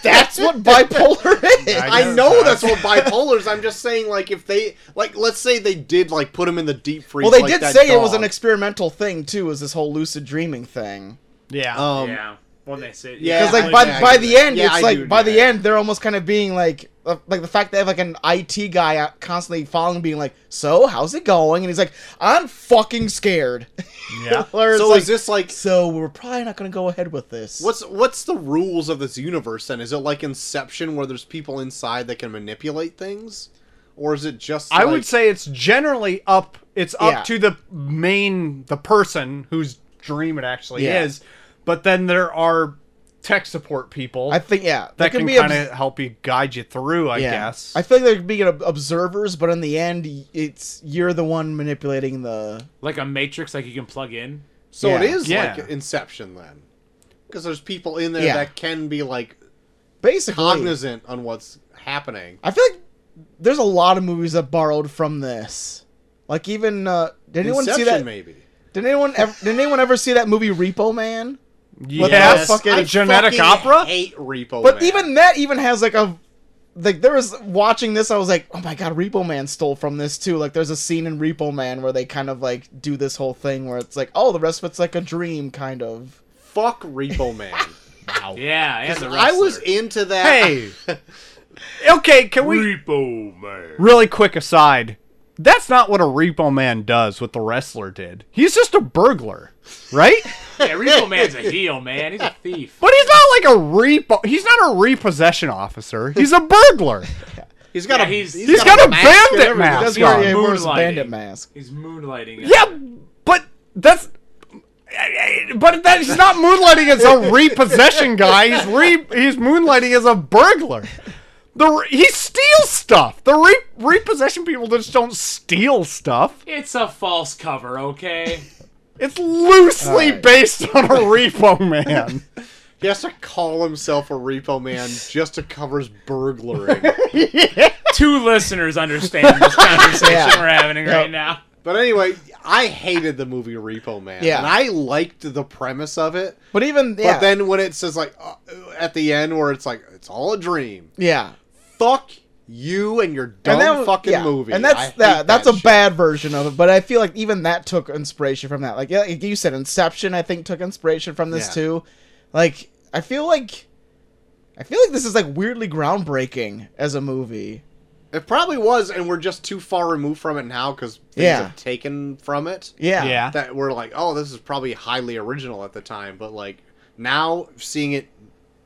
Speaker 1: that's [laughs] what bipolar is.
Speaker 4: I
Speaker 2: [laughs] I
Speaker 4: know
Speaker 2: know
Speaker 4: that.
Speaker 1: [laughs]
Speaker 2: that's what bipolar is. I'm just saying, like, if they, like, let's say they did, like, put him in the deep freeze.
Speaker 1: well, they
Speaker 2: like
Speaker 1: did
Speaker 2: that
Speaker 1: say it was
Speaker 2: dog.
Speaker 1: an experimental thing too, was this whole lucid dreaming thing.
Speaker 4: Yeah.
Speaker 2: Um,
Speaker 3: yeah. When they say
Speaker 2: Yeah,
Speaker 1: Because
Speaker 2: I-
Speaker 1: like by
Speaker 2: yeah, I
Speaker 1: by
Speaker 2: do
Speaker 1: the
Speaker 2: that.
Speaker 1: end,
Speaker 2: Yeah,
Speaker 1: it's
Speaker 2: I do
Speaker 1: like by
Speaker 2: do
Speaker 1: the
Speaker 2: that.
Speaker 1: end, they're almost kind of being like uh, like the fact they have like an IT guy out- constantly following, being like, "So how's it going?" And he's like, "I'm fucking scared." [laughs]
Speaker 4: yeah.
Speaker 1: Or it's
Speaker 2: So
Speaker 1: like,
Speaker 2: is this like
Speaker 1: So we're probably not going to go ahead with this.
Speaker 2: what's what's the rules of this universe? Then is it like Inception, where there's people inside that can manipulate things, or is it just?
Speaker 4: I
Speaker 2: like-
Speaker 4: would say it's generally up. It's up
Speaker 1: Yeah.
Speaker 4: to the main, the person whose dream it actually
Speaker 1: Yeah.
Speaker 4: is. But then there are tech support people
Speaker 1: I think yeah, there
Speaker 4: that can,
Speaker 1: obs-
Speaker 4: kind of help you guide you through. I guess.
Speaker 1: I feel like there could be ob- observers, but in the end, y- it's you're the one manipulating the
Speaker 3: like a matrix, like you can plug in.
Speaker 2: So it
Speaker 1: Yeah.
Speaker 2: is
Speaker 4: Yeah.
Speaker 2: like Inception then, because there's people in there
Speaker 1: Yeah.
Speaker 2: that can be like
Speaker 1: Basically,
Speaker 2: cognizant on what's happening.
Speaker 1: I feel like there's a lot of movies that borrowed from this. Like even uh, did anyone
Speaker 2: Inception,
Speaker 1: see that?
Speaker 2: maybe.
Speaker 1: Did anyone ever, did anyone ever see that movie Repo Man?
Speaker 4: Yes.
Speaker 1: Yes.
Speaker 4: fucking
Speaker 2: I
Speaker 4: genetic
Speaker 2: fucking
Speaker 4: opera.
Speaker 2: Hate Repo.
Speaker 1: But
Speaker 2: Man.
Speaker 1: even that even has like a like there was watching this I was like, "Oh my god, Repo Man stole from this too." Like there's a scene in Repo Man where they kind of like do this whole thing where it's like, "Oh, the rest of it's like a dream kind of."
Speaker 2: fuck
Speaker 1: [laughs]
Speaker 2: Repo Man. wow.
Speaker 3: Yeah, and the
Speaker 2: I was
Speaker 3: wrestler.
Speaker 2: into that.
Speaker 4: Hey. okay, can we
Speaker 3: Repo
Speaker 4: [laughs]
Speaker 3: Man.
Speaker 4: really quick aside? That's not what a repo man does. What the wrestler did. He's just a burglar, right?
Speaker 3: Yeah, Repo Man's a heel, man. He's a thief.
Speaker 4: but he's not like a repo. He's not a repossession officer. He's a burglar.
Speaker 2: [laughs] He's got
Speaker 3: Yeah,
Speaker 2: a
Speaker 3: he's-
Speaker 4: He's got a bandit
Speaker 2: everything.
Speaker 4: mask.
Speaker 1: That's
Speaker 4: That's on.
Speaker 1: where he wears a
Speaker 3: Moonlighting.
Speaker 1: bandit mask.
Speaker 3: He's moonlighting.
Speaker 4: Yeah, but that's. But that, he's not moonlighting as a repossession guy. He's re, he's moonlighting as a burglar. The re- he steals stuff. The re, repossession people just don't steal stuff.
Speaker 3: It's a false cover, okay?
Speaker 4: It's loosely
Speaker 1: Alright.
Speaker 4: based on a repo man.
Speaker 2: He has to call himself a
Speaker 1: [laughs]
Speaker 2: Repo Man just to cover his burglary.
Speaker 3: Two listeners understand this conversation
Speaker 1: Yeah.
Speaker 3: we're having
Speaker 1: Yep.
Speaker 3: right now.
Speaker 2: but anyway, I hated the movie Repo Man.
Speaker 1: Yeah.
Speaker 2: And I liked the premise of it.
Speaker 1: But even yeah.
Speaker 2: But then when it says, like, uh, at the end where it's like, it's all a dream.
Speaker 1: yeah.
Speaker 2: Fuck you and your dumb
Speaker 1: that-
Speaker 2: fucking
Speaker 1: yeah.
Speaker 2: movie.
Speaker 1: And
Speaker 2: I
Speaker 1: that's
Speaker 2: hate
Speaker 1: that, that's a
Speaker 2: shit.
Speaker 1: bad version of it, but I feel like even that took inspiration from that. Like, yeah, like you said, Inception I think took inspiration from this
Speaker 2: Yeah.
Speaker 1: too. Like I feel like I feel like this is like weirdly groundbreaking as a movie.
Speaker 2: It probably was, and we're just too far removed from it now because things
Speaker 1: Yeah.
Speaker 2: have taken from it.
Speaker 1: Yeah.
Speaker 4: Yeah.
Speaker 2: that were like, oh, this is probably highly original at the time, but like now seeing it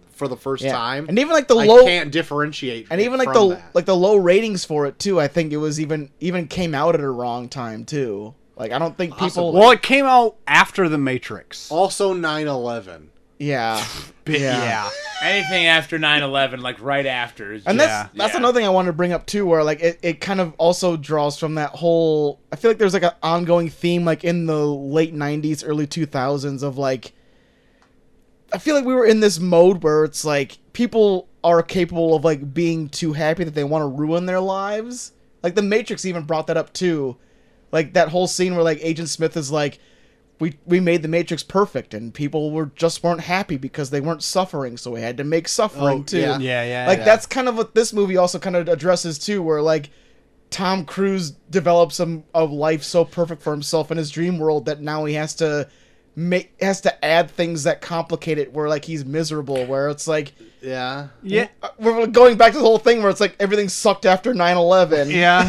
Speaker 2: for the first
Speaker 1: Yeah.
Speaker 2: time,
Speaker 1: And even like the
Speaker 2: I
Speaker 1: low
Speaker 2: can't differentiate.
Speaker 1: and even like
Speaker 2: from
Speaker 1: the
Speaker 2: that.
Speaker 1: like the low ratings for it too. I think it was even even came out at a wrong time too. Like I don't think people
Speaker 2: Possibly.
Speaker 4: Well, it came out after the Matrix.
Speaker 2: also 9/11.
Speaker 1: yeah. yeah.
Speaker 3: Anything after 9-11, like right after. Is
Speaker 1: And
Speaker 3: just,
Speaker 1: that's
Speaker 3: Yeah.
Speaker 1: that's another thing I wanted to bring up too, where like it, it kind of also draws from that whole. I feel like there's like an ongoing theme, like in the late '90s, early 2000s, of like. I feel like we were in this mode where it's like people are capable of like being too happy that they want to ruin their lives. Like the Matrix even brought that up too, like that whole scene where like Agent Smith is like. We, we made the Matrix perfect, and people were just weren't happy because they weren't suffering, so we had to make suffering
Speaker 2: Oh,
Speaker 1: too
Speaker 2: yeah.
Speaker 4: Yeah, yeah.
Speaker 1: like
Speaker 4: yeah.
Speaker 1: that's kind of what this movie also kind of addresses too where like tom cruise develops a, a life so perfect for himself in his dream world that now he has to make has to add things that complicate it where like he's miserable where it's like uh,
Speaker 2: Yeah,
Speaker 4: yeah.
Speaker 1: we're going back to the whole thing where it's like everything sucked after 9-11
Speaker 4: Yeah.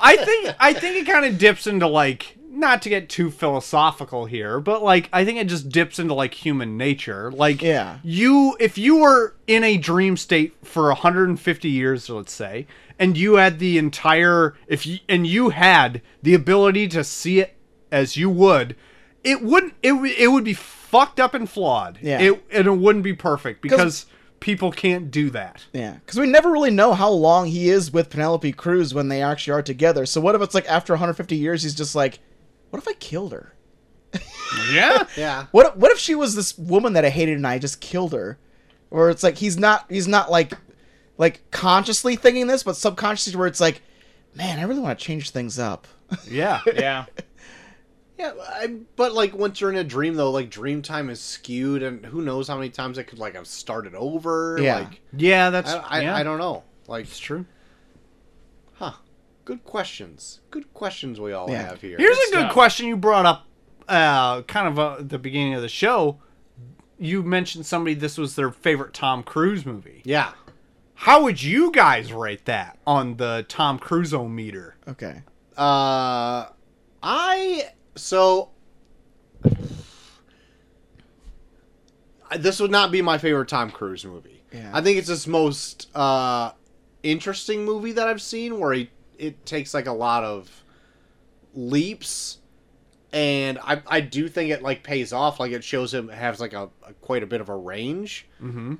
Speaker 4: I think I think it kind of dips into like not to get too philosophical here, but like I think it just dips into like human nature. Like
Speaker 1: Yeah.
Speaker 4: you if you were in a dream state for 150 years, let's say, and you had the entire if you and you had the ability to see it as you would, it wouldn't it w- it would be fucked up and flawed.
Speaker 1: Yeah.
Speaker 4: It and it wouldn't be perfect because people can't do that.
Speaker 1: Yeah, because we never really know how long he is with Penelope Cruz when they actually are together. So what if it's like after 150 years, he's just like, what if I killed her?
Speaker 4: Yeah.
Speaker 2: yeah.
Speaker 1: What what if she was this woman that I hated and I just killed her? Or it's like he's not he's not like like consciously thinking this, but subconsciously where it's like, man, I really want to change things up. [laughs]
Speaker 4: yeah.
Speaker 3: Yeah.
Speaker 2: Yeah, I, but like once you're in a dream though, like dream time is skewed, and who knows how many times it could like have started over.
Speaker 1: Yeah.
Speaker 2: like,
Speaker 4: Yeah, that's
Speaker 2: I, I,
Speaker 4: yeah.
Speaker 2: I don't know. Like,
Speaker 4: It's true.
Speaker 2: huh? Good questions. Good questions we all
Speaker 1: Yeah.
Speaker 2: have here.
Speaker 4: Here's
Speaker 3: Good
Speaker 4: a good
Speaker 3: stuff.
Speaker 4: question you brought up, uh, kind of uh, at the beginning of the show. You mentioned somebody this was their favorite Tom Cruise movie.
Speaker 2: yeah.
Speaker 4: How would you guys rate that on the Tom Cruise meter?
Speaker 1: Okay.
Speaker 2: Uh, I so I- this would not be my favorite Tom Cruise movie.
Speaker 1: Yeah.
Speaker 2: I think it's his most uh, interesting movie that I've seen, where he it takes like a lot of leaps, and I I do think it like pays off. Like it shows him has like a, a quite a bit of a range.
Speaker 4: Mm-hmm.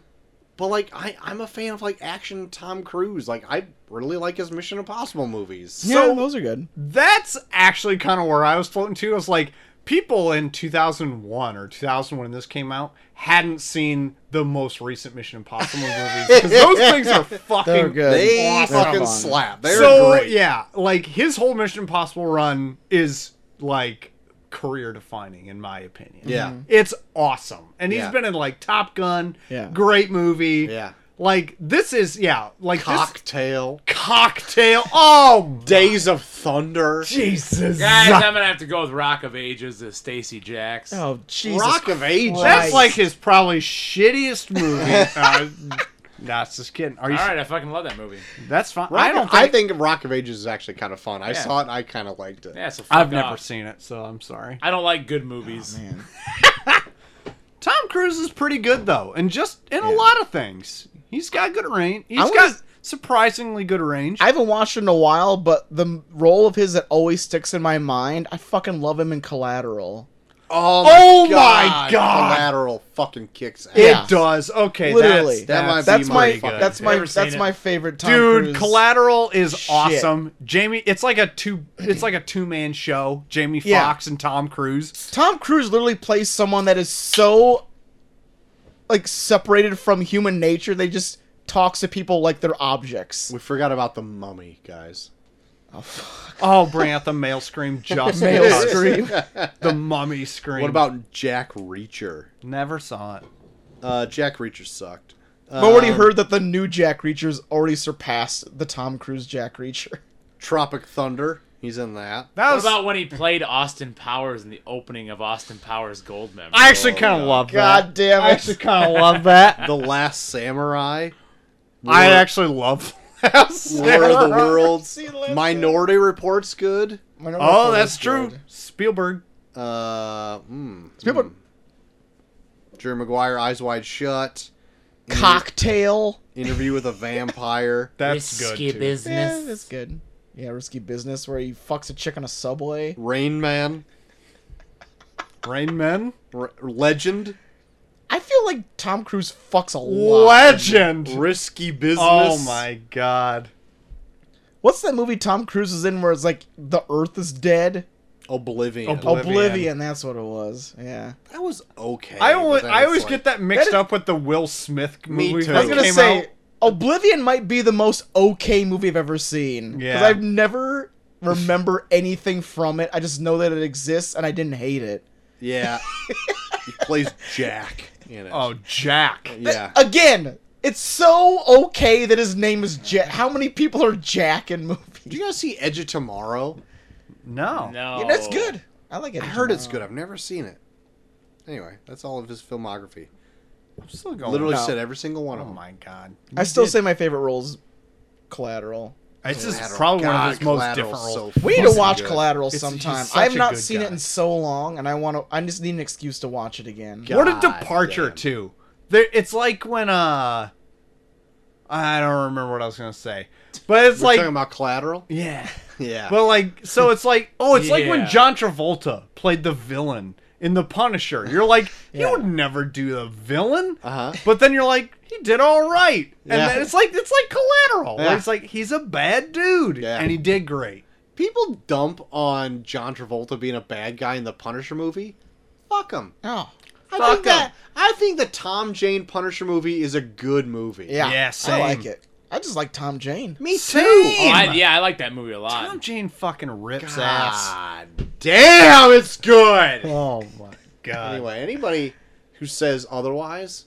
Speaker 2: But like I I'm a fan of like action Tom Cruise. Like I really like his Mission Impossible movies.
Speaker 1: Yeah,
Speaker 4: So-
Speaker 1: those are good.
Speaker 4: That's actually kind of where I was floating to. I was like, people in 2001 or 2000 when this came out hadn't seen the most recent Mission Impossible movies because those things are fucking
Speaker 1: They're good.
Speaker 2: They
Speaker 1: Awesome.
Speaker 2: fucking slap. They're
Speaker 4: so
Speaker 2: great.
Speaker 4: yeah, like his whole Mission Impossible run is like career defining in my opinion.
Speaker 2: Yeah.
Speaker 4: It's awesome. And he's
Speaker 2: Yeah.
Speaker 4: been in like Top Gun,
Speaker 1: Yeah.
Speaker 4: great movie.
Speaker 2: Yeah.
Speaker 4: Like this is yeah, like this-
Speaker 2: Cocktail.
Speaker 4: cocktail. Oh
Speaker 2: Days of Thunder.
Speaker 4: Jesus.
Speaker 3: Guys, I'm gonna have to go with Rock of Ages as Stacy Jacks.
Speaker 1: Oh, Jesus.
Speaker 2: Rock of Ages.
Speaker 4: That's
Speaker 1: Christ.
Speaker 4: like his probably shittiest movie. uh, nah, it's just kidding. Are you?
Speaker 3: All right, I fucking love that movie.
Speaker 4: That's fine.
Speaker 2: Rock-
Speaker 4: I don't. Think,
Speaker 2: Rock of Ages is actually kind of fun. I
Speaker 3: Yeah.
Speaker 2: saw it and I kind of liked it.
Speaker 3: Yeah, so fuck
Speaker 4: I've never
Speaker 3: off.
Speaker 4: seen Oh, it, so I'm sorry.
Speaker 3: I don't like good movies.
Speaker 1: Man.
Speaker 4: Tom Cruise is pretty good though, and just in a lot of things, he's got good range. He's
Speaker 1: I
Speaker 4: got
Speaker 1: was-
Speaker 4: surprisingly good range.
Speaker 1: I haven't watched it in a while, but the m- role of his that always sticks in my mind, I fucking love him in Collateral.
Speaker 2: Oh
Speaker 4: Oh my God.
Speaker 2: Collateral fucking kicks ass.
Speaker 4: it
Speaker 1: Yeah.
Speaker 4: does. Okay,
Speaker 1: Literally.
Speaker 4: That's,
Speaker 2: That might
Speaker 4: that's-
Speaker 1: That's
Speaker 2: be
Speaker 1: my,
Speaker 2: pretty good.
Speaker 1: that's my
Speaker 3: Never
Speaker 1: that's
Speaker 3: seen it.
Speaker 1: my favorite Tom
Speaker 4: dude.
Speaker 1: Cruise.
Speaker 4: Collateral is
Speaker 1: Shit.
Speaker 4: awesome. Jamie, it's like a two. It's like a two man show. Jamie
Speaker 1: Yeah.
Speaker 4: Foxx and Tom Cruise.
Speaker 1: Tom Cruise literally plays someone that is so like separated from human nature. They just talks to people like they're objects.
Speaker 2: We forgot about the mummy, guys.
Speaker 4: Oh, bring out the male
Speaker 1: [laughs]
Speaker 4: scream just
Speaker 1: Male
Speaker 4: because.
Speaker 1: scream.
Speaker 4: the mummy scream.
Speaker 2: What about Jack Reacher?
Speaker 4: Never saw it.
Speaker 2: Uh, Jack Reacher sucked.
Speaker 1: I've already
Speaker 2: Um,
Speaker 1: heard that the new Jack Reacher's already surpassed the Tom Cruise Jack Reacher. [laughs]
Speaker 2: Tropic Thunder. He's in that.
Speaker 4: That
Speaker 3: What
Speaker 4: was.
Speaker 3: about when he played Austin Powers in the opening of Austin Powers Goldmember?
Speaker 4: I actually
Speaker 2: Oh,
Speaker 4: kind of
Speaker 2: God.
Speaker 4: love
Speaker 1: God
Speaker 4: that.
Speaker 1: damn
Speaker 4: I
Speaker 1: it.
Speaker 4: actually kind of love
Speaker 1: [laughs]
Speaker 4: that.
Speaker 2: The Last Samurai.
Speaker 4: I
Speaker 2: War-
Speaker 4: actually love.
Speaker 2: War of
Speaker 4: [laughs]
Speaker 2: the
Speaker 4: World.
Speaker 2: Worlds.
Speaker 1: See the last
Speaker 2: Minority Report's good.
Speaker 1: Minority
Speaker 4: Oh,
Speaker 1: Report
Speaker 4: that's
Speaker 1: is
Speaker 4: true.
Speaker 1: good.
Speaker 4: Spielberg.
Speaker 2: Uh, mm,
Speaker 1: People-
Speaker 2: mm. Drew McGuire, Eyes Wide Shut.
Speaker 1: Cocktail.
Speaker 2: Interview with a Vampire. [laughs]
Speaker 4: That's good. Too.
Speaker 1: Yeah, that's good. Yeah, risky business where he fucks a chick on a subway.
Speaker 2: Rain Man.
Speaker 4: Rain Man.
Speaker 2: R- Legend.
Speaker 1: I feel like Tom Cruise fucks a lot.
Speaker 4: Legend.
Speaker 2: Risky Business.
Speaker 4: Oh my god.
Speaker 1: What's that movie Tom Cruise is in where it's like the Earth is dead?
Speaker 2: Oblivion.
Speaker 4: Obli-
Speaker 1: Oblivion.
Speaker 4: Oblivion.
Speaker 1: that's what it was. Yeah.
Speaker 2: that was okay.
Speaker 4: I
Speaker 2: but
Speaker 4: always,
Speaker 2: then
Speaker 4: I
Speaker 2: it's
Speaker 4: always
Speaker 2: like-
Speaker 4: get that mixed
Speaker 1: That is-
Speaker 4: up with the Will Smith
Speaker 2: Me
Speaker 4: movie.
Speaker 2: too.
Speaker 4: that
Speaker 1: I was gonna
Speaker 4: came
Speaker 1: say
Speaker 4: out.
Speaker 1: Oblivion might be the most okay movie I've ever seen. Because
Speaker 4: Yeah.
Speaker 1: I've never remember [laughs] anything from it. I just know that it exists and I didn't hate it.
Speaker 4: [laughs]
Speaker 2: Yeah. he plays Jack. In it.
Speaker 4: Oh, Jack.
Speaker 2: yeah.
Speaker 1: Again, it's so okay that his name is Jack. How many people are Jack in movies?
Speaker 2: Did you guys see Edge of Tomorrow?
Speaker 4: No.
Speaker 3: No,
Speaker 1: Yeah, that's good. I like it.
Speaker 2: Oh. I heard it's good. I've never seen it. Anyway, that's all of his filmography.
Speaker 4: I'm still going.
Speaker 2: Literally
Speaker 1: No.
Speaker 2: said every single one
Speaker 4: Oh
Speaker 2: of them.
Speaker 4: my god.
Speaker 1: I still say my favorite role's Collateral.
Speaker 4: It's just
Speaker 2: Collateral.
Speaker 4: probably one
Speaker 2: God,
Speaker 4: of his most
Speaker 2: Collateral's
Speaker 4: different
Speaker 2: so
Speaker 4: roles.
Speaker 1: We need to
Speaker 2: fucking
Speaker 1: watch
Speaker 2: good.
Speaker 1: Collateral
Speaker 4: It's- he's
Speaker 1: sometime.
Speaker 4: such
Speaker 1: I have
Speaker 4: a
Speaker 1: not
Speaker 4: good
Speaker 1: seen
Speaker 4: guy.
Speaker 1: it in so long, and I want to. I just need an excuse to watch it again.
Speaker 2: God
Speaker 4: what a departure
Speaker 2: damn.
Speaker 4: too. There, it's like when uh, I don't remember what I was gonna say, but it's
Speaker 2: We're
Speaker 4: like
Speaker 2: talking about Collateral. [laughs]
Speaker 4: yeah,
Speaker 2: Yeah.
Speaker 4: but like so it's like oh, it's like when
Speaker 3: Yeah.
Speaker 4: John Travolta played the villain in The Punisher. You're like he
Speaker 1: Yeah.
Speaker 4: would never do the villain,
Speaker 2: Uh-huh.
Speaker 4: but then you're like he did all right, and
Speaker 2: Yeah.
Speaker 4: then it's like it's like Collateral. where
Speaker 2: Yeah.
Speaker 4: it's like he's a bad dude,
Speaker 2: Yeah.
Speaker 4: and he did great.
Speaker 2: People dump on John Travolta being a bad guy in the Punisher movie. Fuck him.
Speaker 1: Oh,
Speaker 2: I
Speaker 4: Fuck
Speaker 2: think that I think the Tom Jane Punisher movie is a good movie.
Speaker 1: yeah.
Speaker 4: Yeah,
Speaker 1: I
Speaker 4: same.
Speaker 1: like it. I just like Tom Jane.
Speaker 2: Me
Speaker 4: Same.
Speaker 3: Oh,
Speaker 2: too.
Speaker 3: I, yeah, I like that movie a lot.
Speaker 4: Tom Jane fucking rips ass.
Speaker 2: God damn, it's good.
Speaker 4: Oh my god.
Speaker 2: Anyway, anybody who says otherwise,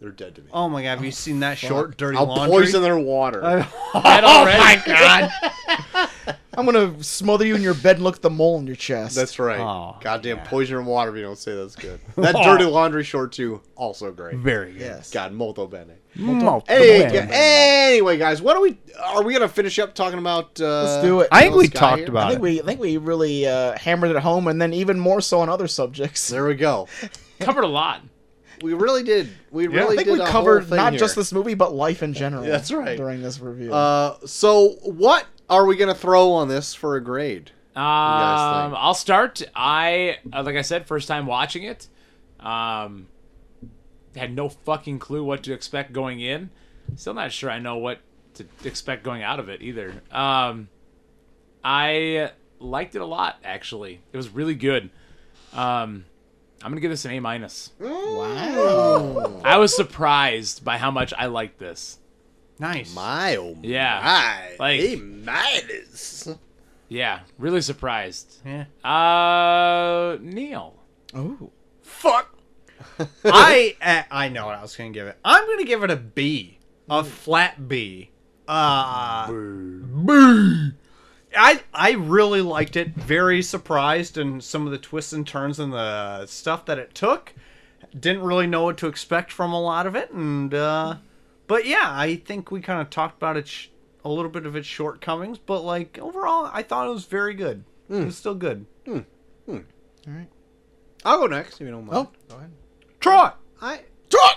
Speaker 2: they're dead to me.
Speaker 4: Oh my god, have you seen that short, dirty
Speaker 2: I'll
Speaker 4: laundry? Oh,
Speaker 2: poison their water.
Speaker 3: That already-
Speaker 4: god!
Speaker 1: I'm gonna smother you in your bed and look at the mole in your chest.
Speaker 2: That's right.
Speaker 4: Oh,
Speaker 2: Goddamn
Speaker 4: yeah. Oh.
Speaker 2: poison and water if you don't say that's
Speaker 4: [laughs]
Speaker 2: good. That dirty laundry short too, also great.
Speaker 4: [laughs] Very good.
Speaker 1: yes.
Speaker 2: God, molto bene.
Speaker 4: Multiple
Speaker 2: Hey,
Speaker 4: wins.
Speaker 2: yeah, anyway, guys, what are we? Are we gonna finish up talking about? Uh,
Speaker 1: Let's do it.
Speaker 4: I think we
Speaker 2: Sky
Speaker 4: talked
Speaker 2: here?
Speaker 1: I
Speaker 4: about
Speaker 1: think
Speaker 4: it.
Speaker 1: we I think we really uh, hammered it home, and then even more so on other subjects.
Speaker 2: There we go.
Speaker 3: [laughs] Covered a lot.
Speaker 2: We really did. We
Speaker 4: Yeah.
Speaker 2: really
Speaker 1: I think
Speaker 2: did.
Speaker 1: we
Speaker 2: a whole
Speaker 1: covered
Speaker 2: thing
Speaker 1: not
Speaker 2: here.
Speaker 1: just this movie, but life in general.
Speaker 2: That's right.
Speaker 1: During this review,
Speaker 2: Uh, so what are we gonna throw on this for a grade? guys
Speaker 3: Um,
Speaker 2: think?
Speaker 3: I'll start. I uh, like I said, first time watching it. Um, had no fucking clue what to expect going in. Still not sure I know what to expect going out of it either. Um, I liked it a lot actually. It was really good. Um, I'm gonna give this an A minus.
Speaker 1: Wow.
Speaker 3: I was surprised by how much I liked this.
Speaker 4: Nice.
Speaker 2: My oh
Speaker 3: Yeah.
Speaker 2: my.
Speaker 3: Like-
Speaker 2: A minus.
Speaker 3: Yeah, really surprised.
Speaker 4: Yeah.
Speaker 3: Uh, Neil.
Speaker 1: oh.
Speaker 4: Fuck. [laughs] I uh, I know what I was gonna give it. I'm gonna give it a B, a flat B. Uh, B. I I really liked it. Very surprised and some of the twists and turns and the stuff that it took. Didn't really know what to expect from a lot of it, and uh, but yeah, I think we kind of talked about it sh- a little bit of its shortcomings, but like overall, I thought it was very good. It was still good.
Speaker 1: All right.
Speaker 2: I'll go next if you don't mind.
Speaker 1: Oh. Go ahead.
Speaker 4: Troy.
Speaker 2: I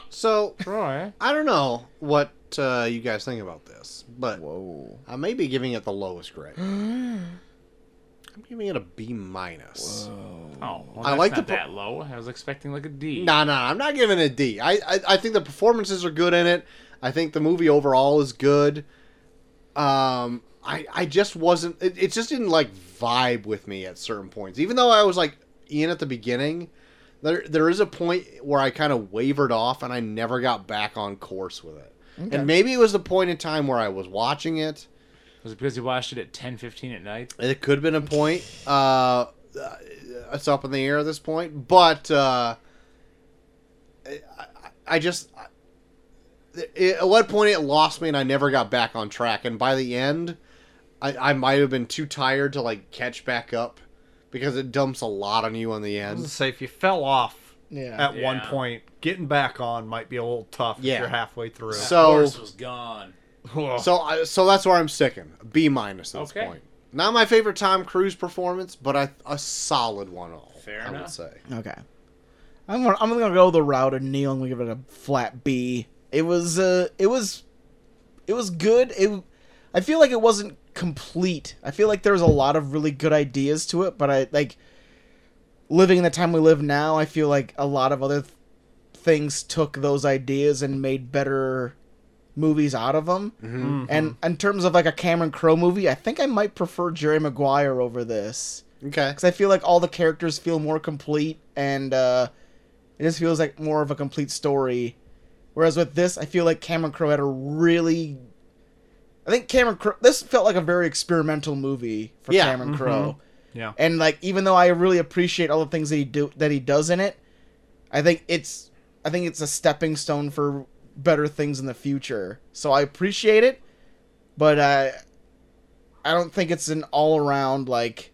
Speaker 2: so I don't know what uh, you guys think about this, but
Speaker 1: Whoa.
Speaker 2: I may be giving it the lowest [gasps] grade. I'm giving it a B minus.
Speaker 3: Oh, well,
Speaker 2: I
Speaker 3: that's
Speaker 2: like
Speaker 3: not
Speaker 2: the pro-
Speaker 3: that low. I was expecting like a D.
Speaker 2: Nah, nah, I'm not giving it a D. I, I I think the performances are good in it. I think the movie overall is good. Um, I I just wasn't. It, it just didn't like vibe with me at certain points. Even though I was like Ian at the beginning, there there is a point where I kind of wavered off and I never got back on course with it.
Speaker 1: Okay.
Speaker 2: And maybe it was the point in time where I was watching it.
Speaker 3: Was it because you watched it at 10:15 at night?
Speaker 2: It could have been a point. Uh, uh, it's up in the air at this point, but uh, I, I- I just it, at what point it lost me, and I never got back on track. And by the end, I, I might have been too tired to like catch back up because it dumps a lot on you on the
Speaker 4: I was gonna
Speaker 2: end.
Speaker 4: say if you fell off
Speaker 1: Yeah.
Speaker 4: at one
Speaker 3: Yeah.
Speaker 4: point, getting back on might be a little tough
Speaker 2: Yeah.
Speaker 4: if you're halfway through. [laughs]
Speaker 2: So-
Speaker 3: Horse was gone.
Speaker 4: Ugh.
Speaker 2: So I, so that's where I'm sticking. B minus at this
Speaker 3: Okay.
Speaker 2: point. Not my favorite Tom Cruise performance, but I, a solid one all.
Speaker 3: Fair
Speaker 2: I would
Speaker 3: enough.
Speaker 2: say.
Speaker 1: Okay. I'm gonna I'm gonna go the route of Neil. I'm gonna give it a flat B. It was uh it was it was good. It I feel like it wasn't complete. I feel like there was a lot of really good ideas to it, but I like living in the time we live now. I feel like a lot of other th- things took those ideas and made better movies out of them.
Speaker 4: Mm.
Speaker 1: And in terms of like a Cameron Crowe movie, I think I might prefer Jerry Maguire over this
Speaker 2: Okay.
Speaker 1: because I feel like all the characters feel more complete, and uh, it just feels like more of a complete story. Whereas with this, I feel like Cameron Crowe had a really, I think Cameron Crowe. This felt like a very experimental movie for
Speaker 2: Yeah,
Speaker 1: Cameron Crowe,
Speaker 4: yeah.
Speaker 1: and like even though I really appreciate all the things that he do that he does in it, I think it's I think it's a stepping stone for better things in the future. So I appreciate it, but I I don't think it's an all around like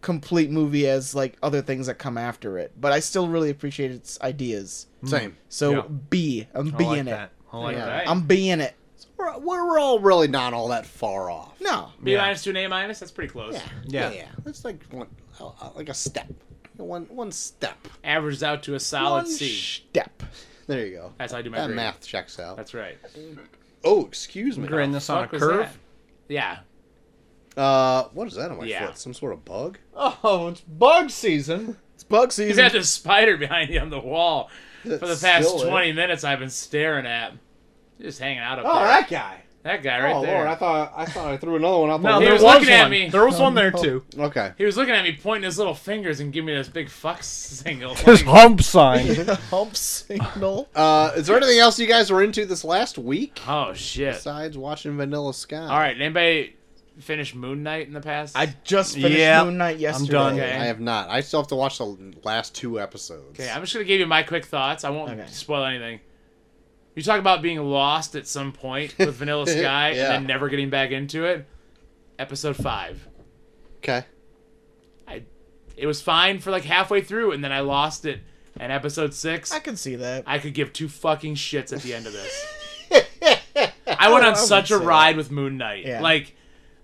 Speaker 1: complete movie as like other things that come after it. But I still really appreciate its ideas.
Speaker 2: Same.
Speaker 1: So
Speaker 4: Yeah.
Speaker 1: B, I'm
Speaker 4: I
Speaker 1: B
Speaker 4: like
Speaker 1: in it.
Speaker 4: that. I like
Speaker 1: Yeah,
Speaker 4: that.
Speaker 1: I'm B in it.
Speaker 2: We're, we're, we're all really not all that far off.
Speaker 1: No,
Speaker 3: B
Speaker 4: Yeah.
Speaker 3: minus to an A minus. That's pretty close.
Speaker 2: Yeah, yeah,
Speaker 4: Yeah.
Speaker 2: yeah. That's like one, uh, uh, like a step, one, one step.
Speaker 3: Averages out to a solid
Speaker 1: one
Speaker 3: C.
Speaker 1: step.
Speaker 2: There you go.
Speaker 3: That's how I do my
Speaker 2: that
Speaker 3: grade.
Speaker 2: math checks out.
Speaker 3: That's right.
Speaker 2: oh, excuse me.
Speaker 4: Grin this on a
Speaker 3: Fuck was
Speaker 4: curve.
Speaker 3: that? Yeah.
Speaker 2: Uh, what is that on my
Speaker 3: Yeah.
Speaker 2: foot? Some sort of bug?
Speaker 4: Oh, it's bug season.
Speaker 1: It's bug
Speaker 3: He's
Speaker 1: season.
Speaker 3: got this spider behind you on the wall for the
Speaker 2: That's
Speaker 3: past
Speaker 2: still it.
Speaker 3: 20 minutes. I've been staring at. Just hanging out up
Speaker 2: Oh,
Speaker 3: there.
Speaker 2: that guy.
Speaker 3: That guy right
Speaker 2: oh
Speaker 3: there.
Speaker 2: Lord, I thought I thought I threw another one out.
Speaker 3: He
Speaker 4: No, there
Speaker 2: there
Speaker 3: was
Speaker 4: was,
Speaker 3: looking
Speaker 4: one.
Speaker 3: at me.
Speaker 4: There was one there too.
Speaker 2: Okay.
Speaker 3: He was looking at me, pointing his little fingers, and giving me this big fuck [laughs] single. like,
Speaker 4: His hump sign.
Speaker 1: [laughs] Hump
Speaker 4: [laughs]
Speaker 1: signal.
Speaker 2: Uh, is there anything else you guys were into this last week
Speaker 3: oh shit!
Speaker 2: besides watching Vanilla Sky?
Speaker 3: All right, did anybody finish Moon Knight in the past?
Speaker 1: I just finished
Speaker 4: Yeah,
Speaker 1: Moon Knight yesterday.
Speaker 4: done.
Speaker 3: Okay.
Speaker 2: I have not. I still have to watch the last two episodes.
Speaker 3: Okay, I'm just gonna give you my quick thoughts. I won't
Speaker 1: Okay.
Speaker 3: spoil anything. You talk about being lost at some point
Speaker 1: [laughs]
Speaker 3: with Vanilla Sky
Speaker 2: Yeah.
Speaker 3: and then never getting back into it. Episode five,
Speaker 2: okay.
Speaker 3: I it was fine for like halfway through, and then I lost it. And episode six,
Speaker 1: I can see that.
Speaker 3: I could give two fucking shits at the end
Speaker 1: [laughs]
Speaker 3: of this. I went on
Speaker 1: I
Speaker 3: such a
Speaker 1: would say
Speaker 3: ride with Moon Knight.
Speaker 1: Yeah.
Speaker 3: Like,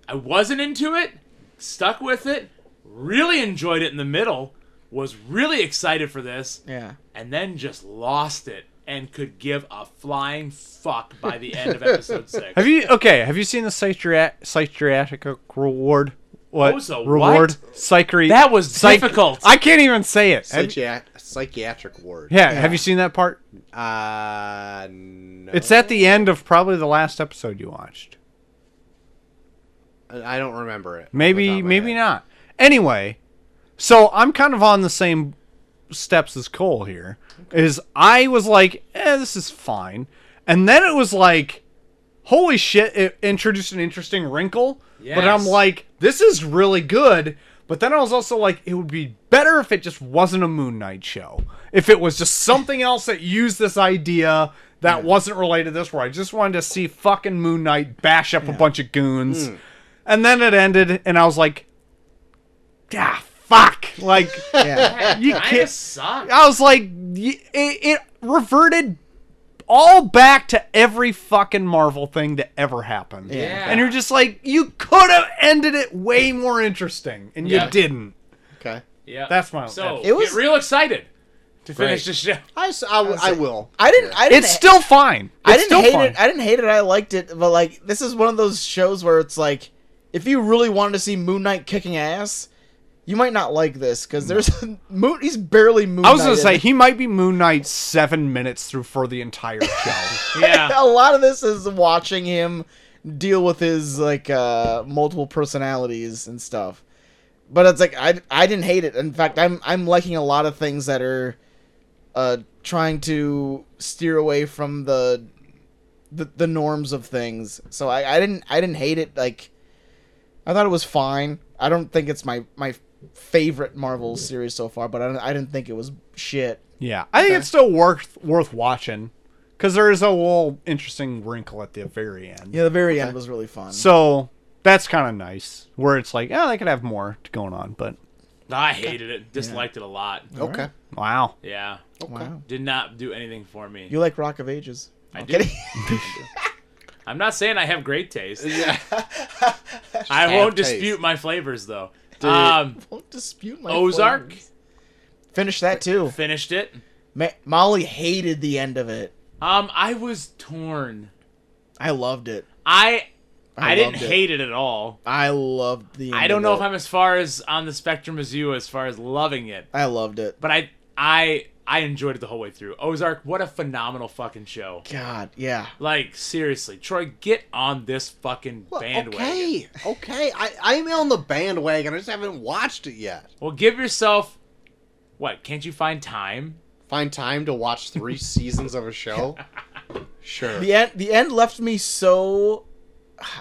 Speaker 3: I wasn't into it, stuck with it, really enjoyed it in the middle, was really excited for this,
Speaker 1: yeah.
Speaker 3: and then just lost it and could give a flying fuck by the
Speaker 4: [laughs]
Speaker 3: end of episode six.
Speaker 4: have you okay? Have you seen the psychiatric psychiatric reward? What
Speaker 3: was a
Speaker 4: reward? Psychri-
Speaker 3: that was
Speaker 4: psych-
Speaker 3: difficult.
Speaker 4: I can't even say it. Have-
Speaker 2: Psychiat- psychiatric ward.
Speaker 4: yeah, Have you seen that part?
Speaker 2: Uh, no.
Speaker 4: It's at the end of probably the last episode you watched.
Speaker 2: I don't remember it. off the top
Speaker 4: Maybe
Speaker 2: of my
Speaker 4: maybe
Speaker 2: head.
Speaker 4: not. Anyway, So I'm kind of on the same steps as Cole here. Is I was like, eh, this is fine, and then it was like, holy shit, it introduced an interesting wrinkle. But I'm
Speaker 3: Yes.
Speaker 4: like, this is really good. But then I was also like, it would be better if it just wasn't a Moon Knight show. If it was just something else that used this idea that wasn't related to this, where I just wanted to see fucking Moon Knight bash up a bunch of goons. And then it ended, and I was like, ah, fuck. Like,
Speaker 1: Yeah.
Speaker 4: you
Speaker 3: Kinda
Speaker 4: can't. Ah,
Speaker 3: sucks.
Speaker 4: I was like, y- it, it reverted all back to every fucking Marvel thing that ever happened.
Speaker 3: Yeah.
Speaker 4: And you're just like, you could have ended it way more interesting, and
Speaker 3: Yeah.
Speaker 4: you didn't.
Speaker 2: Okay.
Speaker 3: Yeah.
Speaker 4: That's my-
Speaker 3: So
Speaker 1: It was-
Speaker 3: get real excited to finish
Speaker 4: Right.
Speaker 3: the show.
Speaker 2: I, s- I w- I will.
Speaker 1: I didn't. I didn't.
Speaker 4: It's still fine.
Speaker 1: I
Speaker 4: It's
Speaker 1: didn't
Speaker 4: still
Speaker 1: hate
Speaker 4: fine.
Speaker 1: it. I didn't hate it. I liked it. But like, this is one of those shows where it's like, if you really wanted to see Moon Knight kicking ass, you might not like this because there's [laughs] Moon. He's barely Moon.
Speaker 4: I was gonna
Speaker 1: Knighted.
Speaker 4: say he might be Moon Knight seven minutes through for the
Speaker 1: [laughs]
Speaker 4: entire show.
Speaker 3: Yeah.
Speaker 1: a lot of this is watching him deal with his like uh multiple personalities and stuff. But it's like I I didn't hate it. In fact, I'm I'm liking a lot of things that are uh trying to steer away from the the, the norms of things. So I, I didn't I didn't hate it like I thought it was fine. I don't think it's my my favorite Marvel series so far, but I, don't, I didn't think it was shit.
Speaker 4: yeah, I think it's still worth worth watching because there is a little interesting wrinkle at the very end.
Speaker 1: Yeah, the very end was really fun.
Speaker 4: So that's kind of nice, where it's like, oh, they could have more going on, but
Speaker 3: I hated it. Disliked it a lot.
Speaker 2: Okay.
Speaker 4: wow.
Speaker 3: Yeah.
Speaker 1: wow.
Speaker 3: Did not do anything for me.
Speaker 1: You like Rock of Ages?
Speaker 3: I
Speaker 1: I'm
Speaker 3: do.
Speaker 1: kidding. [laughs]
Speaker 3: I'm not saying I have great taste.
Speaker 2: [laughs] Yeah.
Speaker 3: I
Speaker 2: have
Speaker 3: won't
Speaker 2: taste.
Speaker 3: dispute my flavors though. Um,
Speaker 1: Don't dispute my
Speaker 3: Ozark
Speaker 1: flavors. Finished that too.
Speaker 3: finished it.
Speaker 1: Ma- Molly hated the end of it.
Speaker 3: Um, I was torn.
Speaker 1: I loved it.
Speaker 3: I I,
Speaker 1: I
Speaker 3: didn't
Speaker 1: loved it.
Speaker 3: hate it at all.
Speaker 1: I loved the. End
Speaker 3: I don't
Speaker 1: of
Speaker 3: know if
Speaker 1: it.
Speaker 3: I'm as far as on the spectrum as you as far as loving it,
Speaker 1: I loved it.
Speaker 3: but I I I enjoyed it the whole way through. Ozark, what a phenomenal fucking show.
Speaker 1: God, yeah.
Speaker 3: Like seriously, Troy, get on this fucking
Speaker 2: Well,
Speaker 3: bandwagon.
Speaker 2: okay. Okay. I, I'm on the bandwagon. I just haven't watched it yet.
Speaker 3: Well, give yourself what? Can't you find time?
Speaker 2: Find time to watch three [laughs] seasons of
Speaker 3: [laughs]
Speaker 2: a show? Sure.
Speaker 1: The end. The end left me so.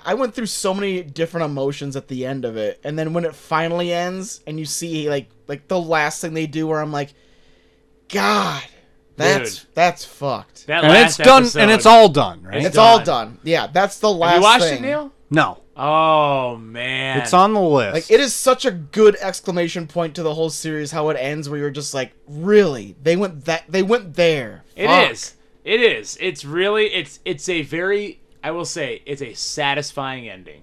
Speaker 1: I went through so many different emotions at the end of it, and then when it finally ends, and you see like like the last thing they do, where I'm like, God, that's
Speaker 3: Dude.
Speaker 1: that's fucked.
Speaker 3: That
Speaker 4: And
Speaker 3: last
Speaker 4: it's done, and
Speaker 3: episode-
Speaker 4: it's all done, right?
Speaker 1: it's
Speaker 3: done.
Speaker 1: all done. Yeah, that's the last.
Speaker 3: Have you watched
Speaker 1: thing.
Speaker 3: it, Neil?
Speaker 4: no,
Speaker 3: Oh man,
Speaker 4: it's on the list.
Speaker 1: Like it is such a good exclamation point to the whole series how it ends where you're just like, really? They went that they went there.
Speaker 3: It
Speaker 1: Fuck.
Speaker 3: is. It is. It's really. It's. It's a very. I will say it's a satisfying ending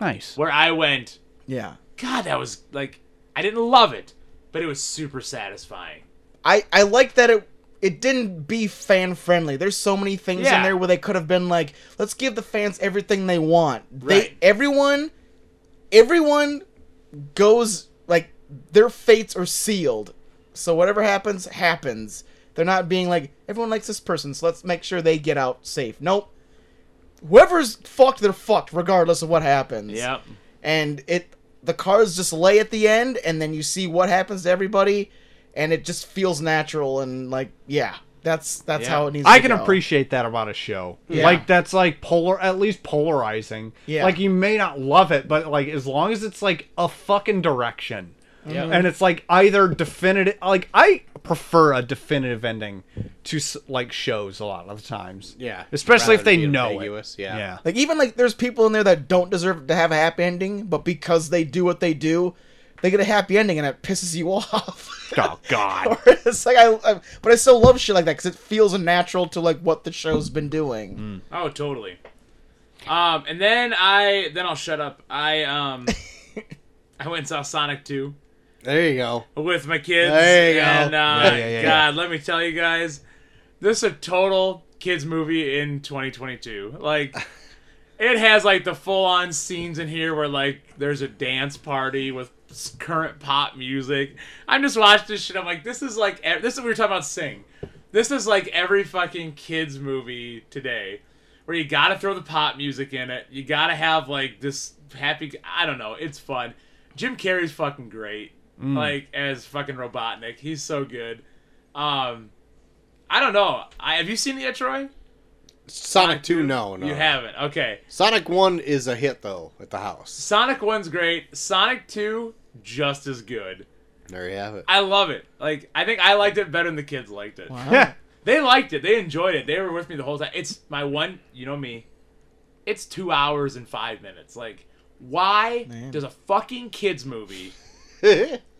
Speaker 4: nice.
Speaker 3: where I went.
Speaker 1: Yeah.
Speaker 3: God, that was like I didn't love it, but it was super satisfying.
Speaker 1: I I like that it it didn't be fan friendly. There's so many things
Speaker 3: Yeah.
Speaker 1: in there where they could have been like, let's give the fans everything they want.
Speaker 3: Right.
Speaker 1: They everyone everyone goes like their fates are sealed. So whatever happens happens. They're not being like everyone likes this person, so let's make sure they get out safe. Nope. Whoever's fucked, they're fucked regardless of what happens.
Speaker 3: Yep.
Speaker 1: and it the cards just lay at the end and then you see what happens to everybody and it just feels natural and like yeah that's that's
Speaker 3: Yeah.
Speaker 1: how it needs
Speaker 4: I
Speaker 1: to
Speaker 4: can
Speaker 1: go.
Speaker 4: appreciate that about a show.
Speaker 1: Yeah.
Speaker 4: Like that's like polar, at least polarizing.
Speaker 1: Yeah.
Speaker 4: Like you may not love it, but like as long as it's like a fucking direction,
Speaker 3: Yeah.
Speaker 4: and it's like either definitive. Like I prefer a definitive ending to s- like shows a lot of the times.
Speaker 2: Yeah.
Speaker 4: Especially if
Speaker 2: Rather
Speaker 4: they
Speaker 2: be
Speaker 4: know it.
Speaker 2: ambiguous, Yeah.
Speaker 4: Yeah.
Speaker 1: like even like there's people in there that don't deserve to have a happy ending but because they do what they do they get a happy ending and it pisses you [laughs] off
Speaker 4: Oh God.
Speaker 1: Or it's like I, I but i still love shit like that because it feels natural to like what the show's been doing
Speaker 4: Mm.
Speaker 3: Oh, totally. Um, and then I then I'll shut up. I
Speaker 4: [laughs]
Speaker 3: um, I went and saw Sonic Two
Speaker 2: There you go.
Speaker 3: with my kids.
Speaker 2: There you go.
Speaker 3: and, uh,
Speaker 4: Yeah, yeah, yeah,
Speaker 3: God, let me tell you guys, this is a total kids movie in 2022.
Speaker 4: [laughs]
Speaker 3: Like, it has like the full on scenes in here where like there's a dance party with s- current pop music. I'm just watching this shit. I'm like, this is like ev- this is what we were talking about. Sing. This is like every fucking kids movie today, where you gotta throw the pop music in it. You gotta have like this happy. I don't know. It's fun. Jim Carrey's fucking great. like as fucking Robotnik. He's so good. Um, I don't know. I, have you seen it yet, Troy?
Speaker 2: Sonic Two, no, no.
Speaker 3: You haven't. Okay.
Speaker 2: Sonic One is a hit though at the house.
Speaker 3: Sonic One's great. Sonic Two just as good.
Speaker 2: There you have it.
Speaker 3: I love it. Like I think I liked it better than the kids liked it.
Speaker 1: Wow.
Speaker 3: They liked it. They enjoyed it. They were with me the whole time. It's my one. You know me. It's two hours and five minutes. Like, why
Speaker 1: Man.
Speaker 3: does a fucking kids movie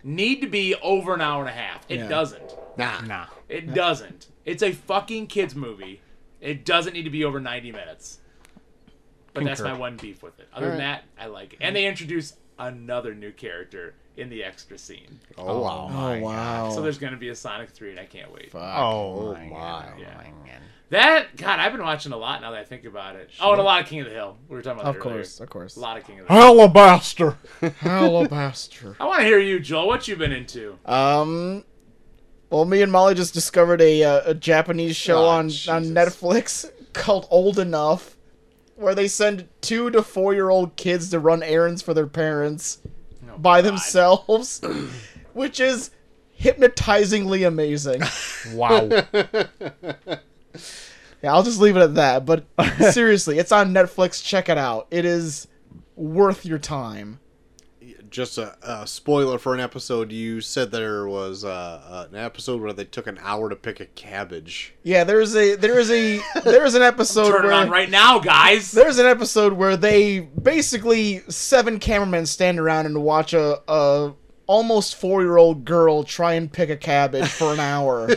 Speaker 3: need to be over an hour and a half? It
Speaker 1: Yeah.
Speaker 3: doesn't.
Speaker 2: [laughs] nah.
Speaker 4: Nah.
Speaker 3: It doesn't. It's a fucking kids movie. It doesn't need to be over 90 minutes. But that's
Speaker 4: Concur.
Speaker 3: my one beef with it. Other than that, I like it. And they introduce another new character in the extra scene.
Speaker 2: Oh wow.
Speaker 1: oh wow.
Speaker 3: So there's going to be a Sonic 3 and I can't wait.
Speaker 4: Oh,
Speaker 2: Oh
Speaker 4: my.
Speaker 2: my.
Speaker 3: Yeah. That God, I've been watching a lot now that I think about it. Oh, and a lot of King of the Hill. We were talking about
Speaker 4: Oh.
Speaker 1: of
Speaker 3: that
Speaker 1: course,
Speaker 3: earlier.
Speaker 1: of course.
Speaker 3: A lot of King of the Hill.
Speaker 4: Alabaster.
Speaker 1: Alabaster.
Speaker 3: I want to hear you, Joel. What you been into?
Speaker 1: Um. Well, me and Molly just discovered a, uh, a Japanese show
Speaker 2: Oh,
Speaker 1: on, on
Speaker 2: Jesus.
Speaker 1: Netflix [laughs] called Old Enough, where they send two to four year old kids to run errands for their parents
Speaker 3: Oh,
Speaker 1: by
Speaker 3: God. [clears throat]
Speaker 1: themselves, which is hypnotizingly
Speaker 3: [laughs]
Speaker 1: amazing.
Speaker 4: Wow.
Speaker 1: Yeah, I'll just leave it at that. But
Speaker 3: [laughs]
Speaker 1: seriously, it's on Netflix. Check it out. It is worth your time.
Speaker 2: Just a, a spoiler for an episode. You said there was uh, uh, an episode where they took an hour to pick a cabbage.
Speaker 1: Yeah, there's a there is a there
Speaker 3: [laughs]
Speaker 1: is an episode
Speaker 3: Turn
Speaker 1: where
Speaker 3: it on right
Speaker 1: [laughs]
Speaker 3: now, guys.
Speaker 1: there's an episode where they basically seven cameramen stand around and watch a a almost four year old girl try and pick a cabbage for an hour.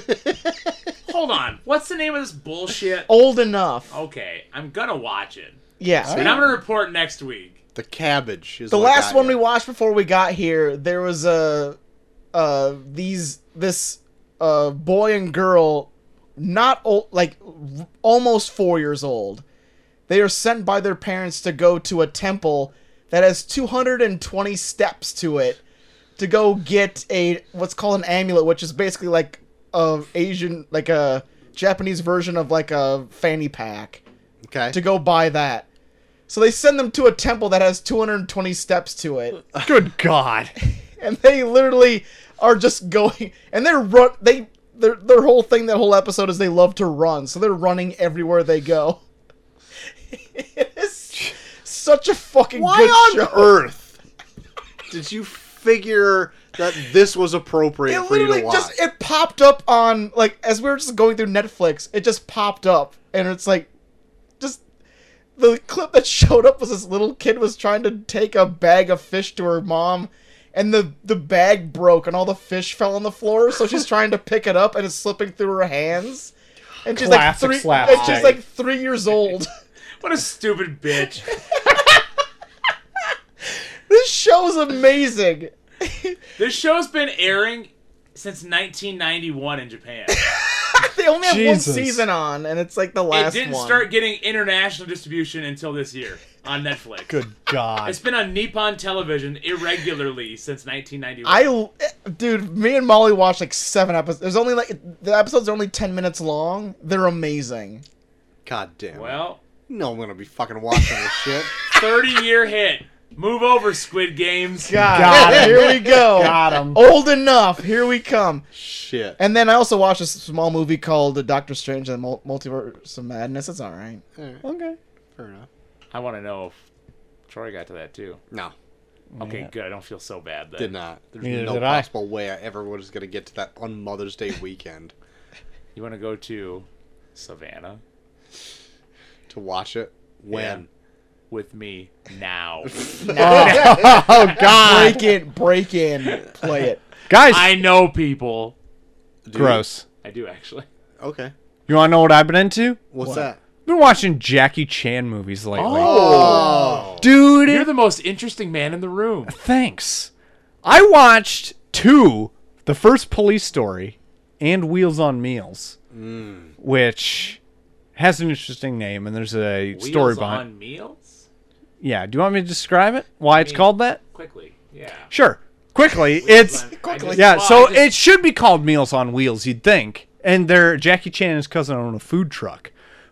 Speaker 3: Hold on. What's the name of this bullshit?
Speaker 1: Old enough.
Speaker 3: Okay, I'm gonna watch it.
Speaker 1: Yeah.
Speaker 3: And I'm gonna report next week.
Speaker 2: The cabbage is
Speaker 1: the
Speaker 2: what
Speaker 1: last
Speaker 2: got
Speaker 1: one we
Speaker 2: you.
Speaker 1: watched before we got here there was a uh these this uh boy and girl not old like r- almost four years old they are sent by their parents to go to a temple that has 220 steps to it to go get a what's called an amulet which is basically like a asian like a japanese version of like a fanny pack
Speaker 2: Okay.
Speaker 1: to go buy that so they send them to a temple that has 220 steps to
Speaker 2: [laughs]
Speaker 1: it
Speaker 4: [laughs] Good God.
Speaker 1: and they literally are just going and they're run they their their whole thing that whole episode is they love to run so they're running everywhere they go [laughs] it is such a fucking
Speaker 2: Why
Speaker 1: good
Speaker 2: on
Speaker 1: show
Speaker 2: earth did you figure that this was appropriate
Speaker 1: it
Speaker 2: for you
Speaker 1: literally
Speaker 2: to watch?
Speaker 1: just it popped up on like as we were just going through netflix it just popped up and it's like just the clip that [laughs] showed up was this little kid was trying to take a bag of fish to her mom and the the bag broke and all the fish fell on the floor so
Speaker 2: [laughs]
Speaker 1: she's trying to pick it up and it's slipping through her hands and she's
Speaker 4: Classic
Speaker 1: like three, and
Speaker 4: slapstick.
Speaker 1: she's like three years old [laughs]
Speaker 3: What a stupid bitch.
Speaker 1: this show's amazing [laughs]
Speaker 3: this show's been airing since 1991 in Japan.
Speaker 1: they only have
Speaker 4: Jesus.
Speaker 1: one season on and it's like the [laughs]
Speaker 3: It
Speaker 1: last
Speaker 3: didn't
Speaker 1: one
Speaker 3: start getting international distribution until this year on Netflix.
Speaker 4: Good God.
Speaker 3: It's been on Nippon television irregularly since 1991.
Speaker 1: I, l- dude, me and Molly watched like seven episodes. There's only like the episodes are only ten minutes long. They're amazing.
Speaker 2: God damn. it.
Speaker 3: well,
Speaker 2: no, I'm gonna be fucking watching this
Speaker 1: [laughs]
Speaker 2: shit.
Speaker 3: 30 year hit. Move over, Squid Games.
Speaker 1: God,
Speaker 4: Got 'em.
Speaker 1: here we go.
Speaker 4: Got 'em.
Speaker 1: Old enough. Here we come.
Speaker 2: Shit.
Speaker 1: And then I also watched a s- small movie called uh, Doctor Strange and the Mul- Multiverse of Madness. It's all right.
Speaker 4: okay.
Speaker 2: Fair enough.
Speaker 3: I want to know if Troy got to that too.
Speaker 2: No,
Speaker 3: Okay, good. I don't feel so bad then.
Speaker 2: did not. There's
Speaker 4: Neither
Speaker 2: no
Speaker 4: did I.
Speaker 2: possible way I ever was gonna get to that on Mother's Day weekend
Speaker 3: You want to go to Savannah
Speaker 2: to watch it. When?
Speaker 3: with me
Speaker 4: [laughs]
Speaker 3: now?
Speaker 4: Oh, oh, God.
Speaker 1: Break in, break in, play it.
Speaker 4: Guys.
Speaker 3: I know people.
Speaker 2: Dude.
Speaker 4: gross.
Speaker 3: I do actually.
Speaker 2: Okay.
Speaker 4: You want to know what I've been into?
Speaker 2: What's
Speaker 1: What?
Speaker 2: that?
Speaker 4: been watching Jackie Chan movies lately.
Speaker 2: Oh.
Speaker 4: Dude,
Speaker 3: You're the most interesting man in the room.
Speaker 4: thanks. I watched two the first police story and Wheels on Meals,
Speaker 3: Mm.
Speaker 4: which has an interesting name, and there's a story
Speaker 3: Wheels
Speaker 4: behind
Speaker 3: on meals?
Speaker 4: Yeah, do you want me to describe it? Why it's
Speaker 3: mean-
Speaker 4: called that?
Speaker 3: Quickly, yeah.
Speaker 4: [laughs] Sure.
Speaker 3: [laughs]
Speaker 4: Quickly, it's
Speaker 3: on- I Quickly. just-
Speaker 4: Yeah,
Speaker 3: well,
Speaker 4: so
Speaker 3: I just-
Speaker 4: it should be called Meals on Wheels, you'd think. And they're Jackie Chan and his cousin own a food truck.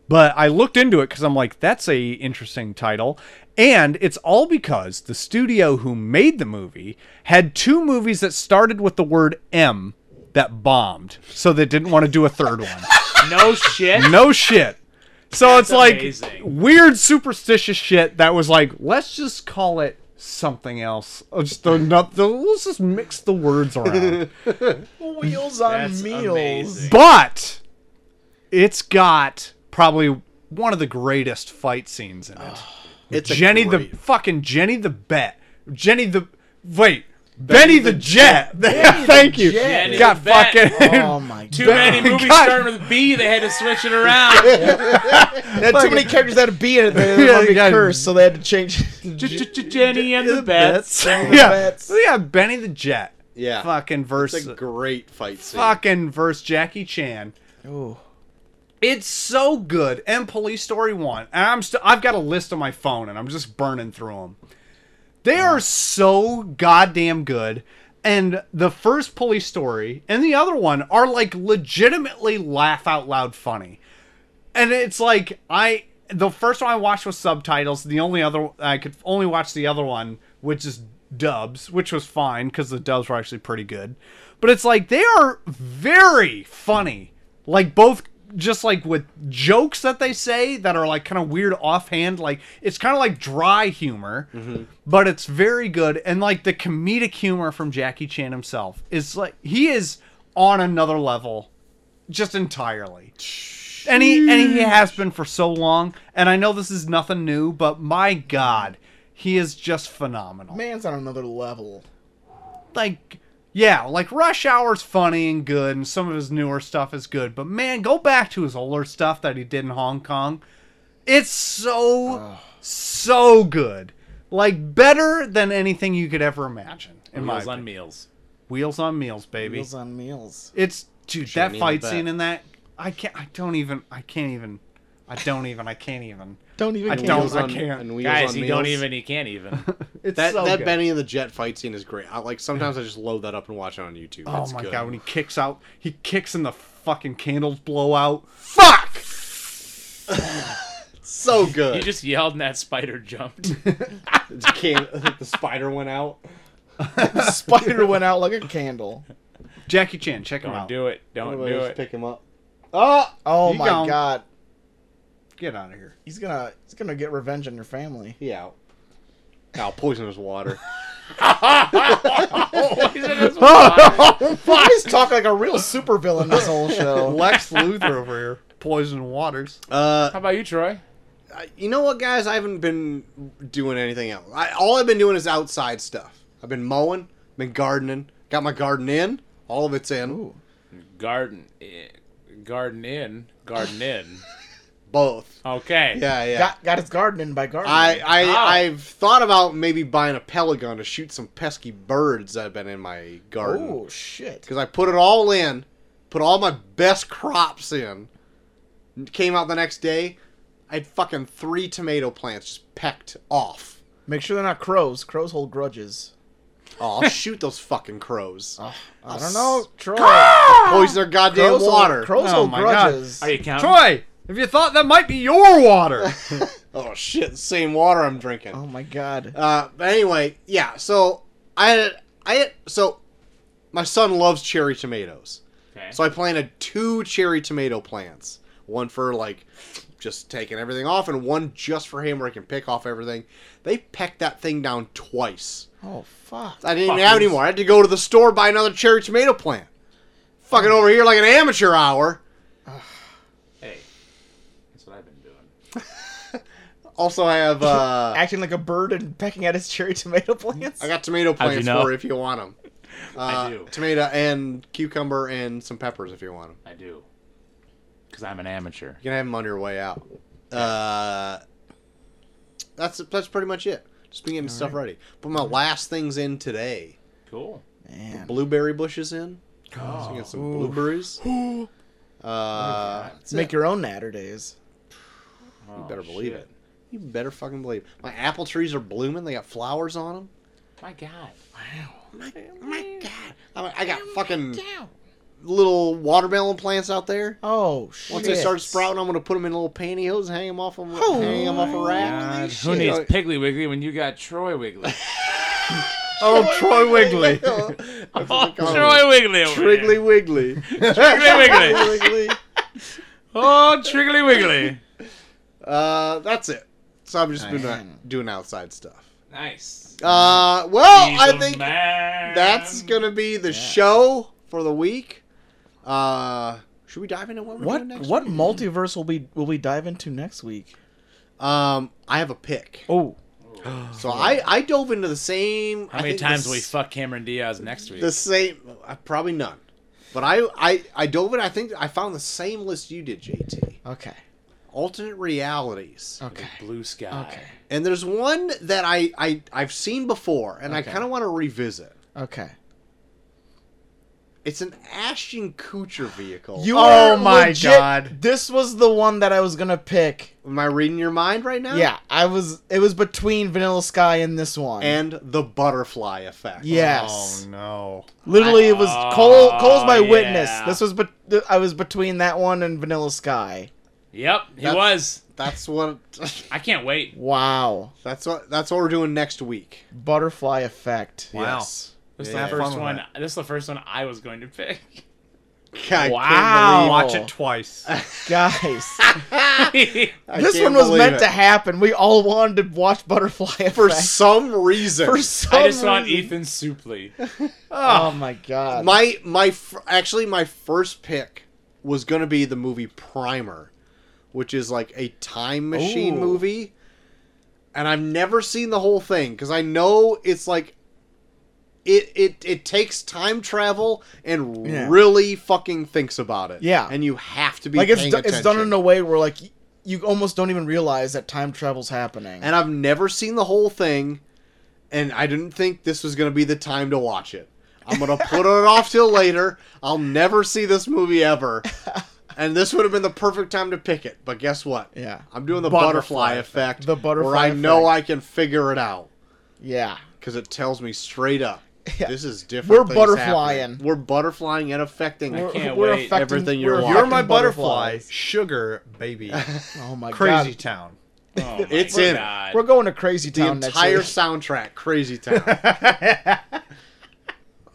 Speaker 4: But I looked into it because I'm like, that's a interesting title. And it's all because the studio who made the movie had two movies that started with the word M that bombed. So they didn't want to do a
Speaker 3: [laughs]
Speaker 4: third one.
Speaker 3: No shit.
Speaker 4: No shit. So it's like
Speaker 3: amazing.
Speaker 4: weird superstitious shit that was like, let's just call it something else. Or Just the, not the, let's just mix the words around.
Speaker 1: [laughs] Wheels on
Speaker 3: That's
Speaker 1: meals.
Speaker 3: amazing.
Speaker 4: but it's got probably one of the greatest fight scenes in it.
Speaker 2: It's a
Speaker 4: Jenny
Speaker 2: great-
Speaker 4: the fucking Jenny the Bet. Jenny the wait. Benny, the, Jet. [laughs] Thank you.
Speaker 1: Jet.
Speaker 3: Jenny
Speaker 4: got
Speaker 3: the Bet.
Speaker 4: fucking [laughs]
Speaker 1: Oh my
Speaker 3: Too
Speaker 1: god.
Speaker 3: many movies
Speaker 4: God.
Speaker 3: starting with B. They had to switch it
Speaker 4: [laughs]
Speaker 3: around.
Speaker 1: They had too many characters that had to be in it. [laughs] They
Speaker 4: Yeah,
Speaker 1: yeah,
Speaker 4: you
Speaker 1: be
Speaker 4: gotta-
Speaker 1: cursed, so they had to change. [laughs]
Speaker 3: J- j- j- Jenny and the Bets.
Speaker 1: Benny the
Speaker 4: yeah.
Speaker 1: Bets.
Speaker 4: yeah, Benny the Jet.
Speaker 2: Yeah.
Speaker 4: Fucking verse
Speaker 2: It's a great fight scene.
Speaker 4: fucking verse Jackie Chan.
Speaker 1: Ooh.
Speaker 4: It's so good. And Police Story One. And I'm st- I've got a list on my phone, and I'm just burning through them. They are so goddamn good. And the first Police Story and the other one are like legitimately laugh out loud funny. And it's like I the first one I watched was subtitles. The only other I could only watch the other one, which is dubs, which was fine because the dubs were actually pretty good. But it's like they are very funny. Like both just like with jokes that they say that are like kind of weird offhand like it's kind of like dry humor but it's very good and like the comedic humor from Jackie Chan himself is like he is on another level just entirely and he and he has been for so long. And I know this is nothing new, but my God, he is just phenomenal.
Speaker 1: Man's on another level.
Speaker 4: Like, yeah, like Rush Hour's funny and good, and some of his newer stuff is good. But man, go back to his older stuff that he did in Hong Kong. It's so so good. Like better than anything you could ever imagine. In my
Speaker 3: Meals on
Speaker 4: opinion.
Speaker 3: meals.
Speaker 4: Wheels on meals, baby.
Speaker 1: Wheels on meals.
Speaker 4: It's dude,
Speaker 2: Shouldn't
Speaker 4: that
Speaker 2: even
Speaker 4: fight
Speaker 2: bet.
Speaker 4: scene in that I can't I don't even I can't even I don't even I can't even.
Speaker 1: Don't even.
Speaker 4: I
Speaker 1: get
Speaker 4: don't-
Speaker 1: me
Speaker 4: I
Speaker 1: started.
Speaker 4: can't.
Speaker 2: and wheels
Speaker 3: Guys,
Speaker 2: on
Speaker 3: he
Speaker 2: meals.
Speaker 3: don't even. He can't
Speaker 2: [laughs]
Speaker 3: even.
Speaker 4: It's
Speaker 2: That
Speaker 4: so
Speaker 2: that
Speaker 4: good.
Speaker 2: Benny and the Jet fight scene is great. I like sometimes I just load that up and watch it on YouTube.
Speaker 4: Oh
Speaker 2: It's
Speaker 4: my
Speaker 2: good.
Speaker 4: god, when he kicks out, he kicks and the fucking candles blow out. Fuck!
Speaker 2: so good.
Speaker 3: You just yelled and that spider
Speaker 2: [laughs]
Speaker 3: jumped. [laughs]
Speaker 2: It's can- the spider went
Speaker 4: [laughs]
Speaker 2: out.
Speaker 1: The spider went out like a candle.
Speaker 4: Jackie Chan, check him
Speaker 3: Don't
Speaker 4: out.
Speaker 3: do it. Don't
Speaker 2: Somebody
Speaker 3: do
Speaker 2: just
Speaker 3: it.
Speaker 2: Pick him up. Oh,
Speaker 1: Oh
Speaker 4: You
Speaker 1: my
Speaker 4: gone.
Speaker 1: god.
Speaker 4: Get out of here.
Speaker 1: He's gonna he's gonna get revenge on your
Speaker 2: [laughs]
Speaker 1: family.
Speaker 2: he out.
Speaker 4: [laughs]
Speaker 2: Now poisonous water. [laughs]
Speaker 1: Why does talk like a real supervillain this
Speaker 2: [laughs]
Speaker 1: whole show?
Speaker 4: Lex Luthor over here. Poison waters.
Speaker 2: Uh,
Speaker 3: How about you, Troy?
Speaker 2: I- you know what, guys? I haven't been doing anything else. I, all I've been doing is outside stuff. I've been mowing, been gardening, got my garden in. All of it's in.
Speaker 3: Garden, in, garden in, garden in.
Speaker 2: Both.
Speaker 3: [laughs] Okay.
Speaker 2: Yeah, yeah.
Speaker 1: Got Ah. got his garden in by gardening.
Speaker 2: I, I
Speaker 3: Oh.
Speaker 2: I've thought about maybe buying a pelican to shoot some pesky birds that have been in my garden
Speaker 1: oh shit.
Speaker 2: because I put it all in, put all my best crops in. Came out the next day, I had fucking three tomato plants just pecked off.
Speaker 1: Make sure they're not crows. Crows hold grudges.
Speaker 2: Oh, I'll shoot those fucking crows.
Speaker 1: I don't know, Troy.
Speaker 2: Poison their goddamn
Speaker 1: Crows
Speaker 2: water.
Speaker 1: Hold, crows
Speaker 4: Oh
Speaker 1: hold
Speaker 4: my God.
Speaker 1: grudges.
Speaker 3: Are you counting?
Speaker 4: Troy, if you thought that might be
Speaker 1: [laughs]
Speaker 4: your water.
Speaker 2: Oh shit, same water I'm drinking.
Speaker 1: Oh my god.
Speaker 2: Uh, but anyway, yeah. So I I so my son loves cherry tomatoes.
Speaker 3: Okay.
Speaker 2: So I planted two cherry tomato plants. One for like just taking everything off, and one just for him where he can pick off everything. They pecked that thing down twice.
Speaker 1: Oh fuck.
Speaker 2: I didn't even have
Speaker 3: Fuckers.
Speaker 2: any more. I had to go to the store buy another cherry tomato plant. Fucking over here like an amateur hour.
Speaker 3: hey, that's what I've been doing.
Speaker 2: Also, I
Speaker 3: [laughs]
Speaker 2: have uh,
Speaker 1: Acting like a bird and pecking at his cherry tomato
Speaker 2: [laughs]
Speaker 1: plants.
Speaker 2: I got tomato plants
Speaker 3: know?
Speaker 2: for if you want them. Uh,
Speaker 3: I do.
Speaker 2: Tomato and cucumber and some peppers if you want them.
Speaker 3: I do. Because I'm an amateur.
Speaker 2: You can have them on your way out. Uh, that's that's pretty much it. Just been getting stuff ready. Put my last things in today.
Speaker 3: Cool.
Speaker 1: Man.
Speaker 2: Blueberry bushes in. So
Speaker 3: Oh.
Speaker 2: get some blueberries. Uh, that's
Speaker 1: Make
Speaker 2: it.
Speaker 1: your own natter days.
Speaker 2: you better believe it. You better fucking believe. it. My apple trees are blooming. They got flowers on them.
Speaker 3: My God. Oh,
Speaker 2: My, my God, I, I got fucking little watermelon plants out there.
Speaker 1: Oh shit!
Speaker 2: Once they start sprouting, I'm gonna put them in little pantyhose, hang them off a
Speaker 1: Oh
Speaker 2: hang 'em off a rack.
Speaker 3: God, who
Speaker 2: Shit.
Speaker 3: needs [laughs] Piggly Wiggly when you got Troy
Speaker 2: [laughs]
Speaker 3: Wiggly?
Speaker 4: Oh, Troy Wiggly.
Speaker 2: That's
Speaker 3: oh,
Speaker 2: what they call it.
Speaker 3: Troy Wiggly. over here.
Speaker 2: [laughs] Triggly Wiggly.
Speaker 3: Triggly Wiggly.
Speaker 2: Wiggly.
Speaker 3: Oh, Triggly Wiggly.
Speaker 2: Uh, that's it. So I've just been
Speaker 1: Nice.
Speaker 2: uh, doing outside stuff.
Speaker 3: [laughs] Nice.
Speaker 2: Uh, well,
Speaker 3: He's
Speaker 2: I
Speaker 3: a
Speaker 2: think
Speaker 3: man.
Speaker 2: that's gonna be the show for the week. Uh, should we dive into what we're
Speaker 1: What
Speaker 2: doing next?
Speaker 1: what multiverse will we will we dive into next week?
Speaker 2: Um, I have a pick.
Speaker 1: Oh,
Speaker 2: So I I dove into the same.
Speaker 3: How
Speaker 2: I
Speaker 3: many
Speaker 2: think
Speaker 3: times
Speaker 2: the
Speaker 3: will we
Speaker 2: s-
Speaker 3: fuck Cameron Diaz next week?
Speaker 2: The same, uh, probably none. But I I I dove in. I think I found the same list you did, JT.
Speaker 1: okay,
Speaker 2: Alternate realities.
Speaker 1: okay,
Speaker 3: Blue sky.
Speaker 1: Okay.
Speaker 2: And there's one that I I I've seen before, and
Speaker 1: Okay.
Speaker 2: I kind of want to revisit.
Speaker 1: okay.
Speaker 2: It's an Ashton Kutcher vehicle.
Speaker 1: You
Speaker 4: Oh
Speaker 1: were
Speaker 4: my
Speaker 1: legit-
Speaker 4: God.
Speaker 1: This was the one that I was gonna pick.
Speaker 2: Am I reading your mind right now?
Speaker 1: Yeah, I was. It was between Vanilla Sky and this one.
Speaker 2: And the butterfly effect.
Speaker 1: yes,
Speaker 4: Oh no.
Speaker 1: literally, it was
Speaker 3: Oh,
Speaker 1: Cole. Cole's my witness.
Speaker 3: yeah.
Speaker 1: This was, but I was between that one and Vanilla Sky.
Speaker 3: Yep, he
Speaker 2: That's-
Speaker 3: was.
Speaker 2: That's what [laughs]
Speaker 3: I can't wait.
Speaker 1: Wow,
Speaker 2: that's what that's what we're doing next week.
Speaker 1: butterfly effect.
Speaker 4: Wow.
Speaker 3: This is
Speaker 4: Yeah.
Speaker 3: the
Speaker 4: Have fun
Speaker 3: first
Speaker 4: with
Speaker 3: one.
Speaker 4: that.
Speaker 3: This is the first one I was going to pick. [laughs]
Speaker 2: I
Speaker 1: Wow.
Speaker 2: can't
Speaker 4: Watch
Speaker 1: [laughs]
Speaker 4: it twice.
Speaker 1: Guys,
Speaker 3: I
Speaker 2: believe- I
Speaker 1: this
Speaker 2: can't
Speaker 1: one was
Speaker 2: believe
Speaker 1: meant
Speaker 2: it.
Speaker 1: to happen. We all wanted to watch Butterfly Effect
Speaker 2: for some
Speaker 1: [laughs]
Speaker 2: reason.
Speaker 1: For some
Speaker 3: just E want
Speaker 1: reason.
Speaker 3: Ethan Supley.
Speaker 1: Oh my god!
Speaker 2: my my fir- actually my first pick was going to be the movie Primer, which is like a time machine
Speaker 1: Ooh.
Speaker 2: movie. And I've never seen the whole thing cuz I know it's like it it it takes time travel and
Speaker 1: Yeah.
Speaker 2: really fucking thinks about it.
Speaker 1: Yeah.
Speaker 2: And you have to be
Speaker 1: like it's
Speaker 2: paying
Speaker 1: do- it's done
Speaker 2: attention.
Speaker 1: in a way where like y- you almost don't even realize that time travel's happening.
Speaker 2: and I've never seen the whole thing, and I didn't think this was going to be the time to watch it. I'm going to put it off till later. I'll never see this
Speaker 1: [laughs]
Speaker 2: movie ever. And this would have been the perfect time to pick it. But guess what?
Speaker 1: Yeah.
Speaker 2: I'm doing the
Speaker 4: Butterfly
Speaker 2: butterfly, effect.
Speaker 1: The butterfly
Speaker 2: Where I know
Speaker 1: effect.
Speaker 2: I can figure it out
Speaker 1: yeah.
Speaker 2: because it tells me straight up.
Speaker 1: Yeah.
Speaker 2: This is different.
Speaker 1: We're
Speaker 2: things happening.
Speaker 1: butterflying.
Speaker 2: We're butterflying and affecting.
Speaker 3: I can't wait.
Speaker 2: Everything you're
Speaker 1: we're
Speaker 2: watching.
Speaker 4: You're
Speaker 1: affecting
Speaker 4: my butterfly,
Speaker 1: butterflies.
Speaker 4: sugar
Speaker 1: [laughs]
Speaker 4: baby.
Speaker 1: Oh my
Speaker 4: Crazy
Speaker 1: god. [laughs]
Speaker 4: town.
Speaker 3: Oh my
Speaker 2: It's in.
Speaker 3: God.
Speaker 1: We're going to Crazy
Speaker 2: the
Speaker 1: Town
Speaker 2: entire
Speaker 1: next week.
Speaker 2: soundtrack, Crazy Town.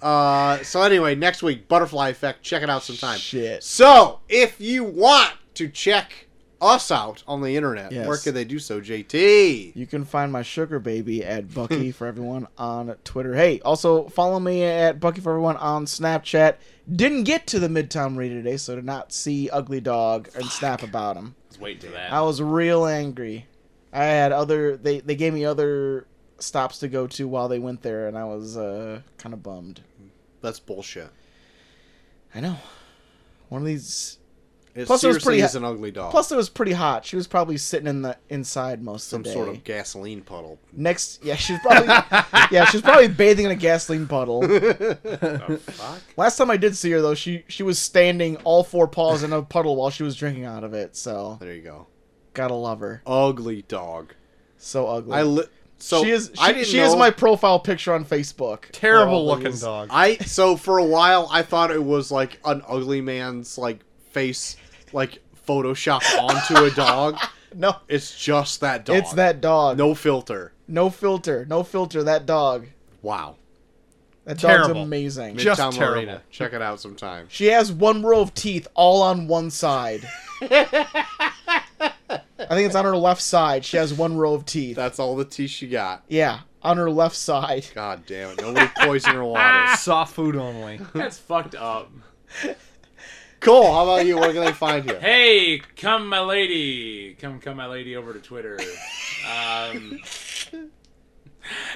Speaker 2: uh, so anyway, next week, Butterfly Effect. Check it out sometime.
Speaker 1: Shit.
Speaker 2: So if you want to check us out on the internet,
Speaker 1: Yes.
Speaker 2: where can they do so, JT?
Speaker 1: You can find my sugar baby
Speaker 2: [laughs]
Speaker 1: at Bucky for everyone on Twitter. Hey, also follow me at Bucky for everyone on Snapchat. Didn't get to the Midtown read today, so to not see Ugly Dog and snap about him.
Speaker 3: Let's wait till that.
Speaker 1: I was real angry. I had other they they gave me other stops to go to while they went there, and I was uh, kind of bummed.
Speaker 2: That's bullshit.
Speaker 1: I know. One of these.
Speaker 2: It
Speaker 1: Plus, it was
Speaker 2: seriously
Speaker 1: pretty
Speaker 2: is
Speaker 1: ha-
Speaker 2: an ugly dog.
Speaker 1: Plus, it was pretty hot. She was probably sitting in the inside most
Speaker 2: some
Speaker 1: of the day.
Speaker 2: sort of gasoline puddle.
Speaker 1: Next, yeah, she's
Speaker 2: [laughs]
Speaker 1: probably yeah, she's probably bathing in a gasoline puddle.
Speaker 3: The fuck?
Speaker 1: Last time I did see her though, she she was standing all four paws in a puddle while she was drinking out of it. So
Speaker 2: There you go.
Speaker 1: gotta love her.
Speaker 2: Ugly dog.
Speaker 1: So ugly.
Speaker 2: I li- so
Speaker 1: she is she,
Speaker 2: I didn't
Speaker 1: she
Speaker 2: know,
Speaker 1: is my profile picture on Facebook. for
Speaker 4: Terrible
Speaker 1: all
Speaker 4: looking
Speaker 1: these-
Speaker 4: dog.
Speaker 2: I so for a while I thought it was like an ugly man's like face like Photoshop onto a dog.
Speaker 1: [laughs] No,
Speaker 2: It's just that dog.
Speaker 1: it's that dog. No,
Speaker 2: no filter.
Speaker 1: filter, no filter. That dog.
Speaker 2: Wow.
Speaker 1: That dog's
Speaker 4: Terrible.
Speaker 1: amazing.
Speaker 4: Just
Speaker 2: Midtown
Speaker 4: terrible.
Speaker 2: Marina. Check it out sometime.
Speaker 1: She has one row of teeth all on one
Speaker 2: [laughs]
Speaker 1: side. I think it's on her left side. She has one row of teeth.
Speaker 2: That's all the tea she got.
Speaker 1: Yeah, on her left
Speaker 2: [laughs]
Speaker 1: side.
Speaker 2: God damn it. Nobody poison her water.
Speaker 4: Soft food only.
Speaker 3: That's fucked up.
Speaker 2: Cool. How about you? Where can they find you?
Speaker 3: Hey, come my lady, come come my lady over to Twitter.
Speaker 2: [laughs]
Speaker 3: Um,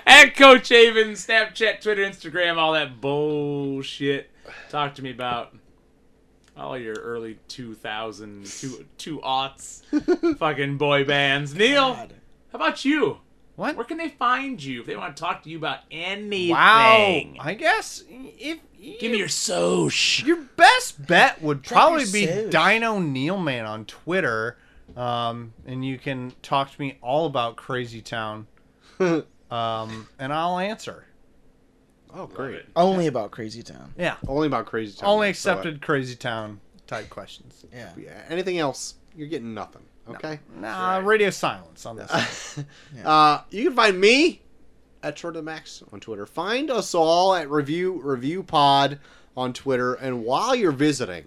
Speaker 3: at Coach Haven, Snapchat, Twitter, Instagram, all that bullshit. Talk to me about all your early 2000, two, two
Speaker 2: [laughs]
Speaker 3: aughts, fucking boy bands. Neil, how about you?
Speaker 4: What?
Speaker 3: Where can they find you if they want to talk to you about anything?
Speaker 4: Wow. I guess if
Speaker 3: Give me your soch.
Speaker 4: Your best bet would probably
Speaker 1: your
Speaker 4: be
Speaker 1: suit.
Speaker 4: Dino Neilman on Twitter, um, and you can talk
Speaker 3: [laughs]
Speaker 4: to me all about Crazy Town, um, and I'll answer. Oh, great.
Speaker 3: it.
Speaker 1: Only about Crazy Town.
Speaker 4: Yeah.
Speaker 2: Only about Crazy Town.
Speaker 4: Only
Speaker 2: So, uh,
Speaker 4: accepted Crazy Town type questions.
Speaker 1: Yeah.
Speaker 2: yeah, anything else, you're getting nothing. Okay.
Speaker 4: Nah, radio silence on this. one.
Speaker 2: [laughs] Uh, you can find me at Short of the Max on Twitter. Find us all at Review Review Pod on Twitter. And while you're visiting,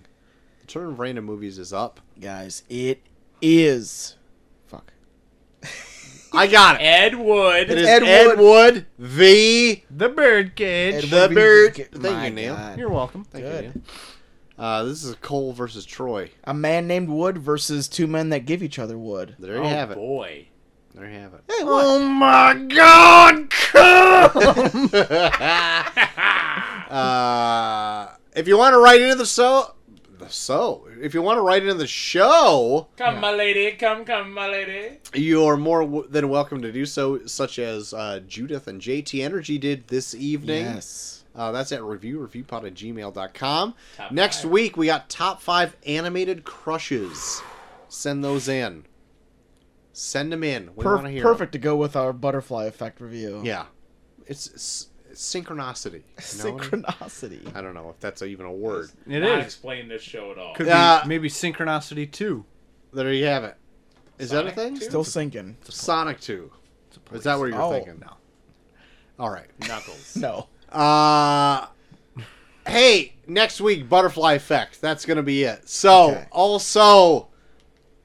Speaker 2: the turn of random movies is up.
Speaker 1: Guys, it is. Fuck.
Speaker 2: I got
Speaker 3: [laughs]
Speaker 2: it.
Speaker 3: Ed Wood.
Speaker 2: It is
Speaker 1: Ed
Speaker 2: Ed,
Speaker 1: Wood.
Speaker 2: Wood. The
Speaker 4: [laughs] the birdcage.
Speaker 1: Ed
Speaker 2: The
Speaker 1: Wood,
Speaker 2: bird-
Speaker 1: get-
Speaker 2: Thank
Speaker 1: my
Speaker 2: you, Neil.
Speaker 1: God.
Speaker 4: You're welcome.
Speaker 2: Thank
Speaker 1: Good.
Speaker 2: you. Neil. Uh, this is Cole versus Troy.
Speaker 1: A man named Wood versus two men that give each other wood.
Speaker 2: There you
Speaker 3: Oh
Speaker 2: have it.
Speaker 3: boy.
Speaker 2: There you have it.
Speaker 1: Hey, what?
Speaker 4: Oh my God, [laughs] come!
Speaker 2: [laughs] Uh, if you want to write into the so, the so, if you want to write into the show,
Speaker 3: Come, my lady. Come, come, my lady.
Speaker 2: You're more w- than welcome to do so, such as uh, Judith and JT Energy did this evening.
Speaker 1: Yes.
Speaker 2: Uh, that's at review, reviewpod at gmail.com.
Speaker 3: Top
Speaker 2: Next
Speaker 3: five.
Speaker 2: week, we got top five animated crushes. Send those in. Send them in. We want to
Speaker 1: Perf-
Speaker 2: hear 'em.
Speaker 1: perfect to go with our butterfly effect review. [laughs]
Speaker 2: Yeah. It's, s synchronicity. You know what I mean?
Speaker 1: Synchronicity.
Speaker 2: [laughs] I don't know if that's even a word.
Speaker 4: It
Speaker 3: Not
Speaker 4: is.
Speaker 3: explain this show at all.
Speaker 4: Could
Speaker 2: Uh,
Speaker 4: be maybe synchronicity too.
Speaker 2: There you have it. Is
Speaker 3: Sonic
Speaker 2: that a thing?
Speaker 3: two?
Speaker 1: Still sinking.
Speaker 2: Sonic 2. Is that what you're
Speaker 1: Oh.
Speaker 2: thinking?
Speaker 4: No.
Speaker 2: All right.
Speaker 3: Knuckles.
Speaker 1: No.
Speaker 2: Uh, hey, next week, Butterfly Effect. That's going to be it. So,
Speaker 1: Okay.
Speaker 2: also,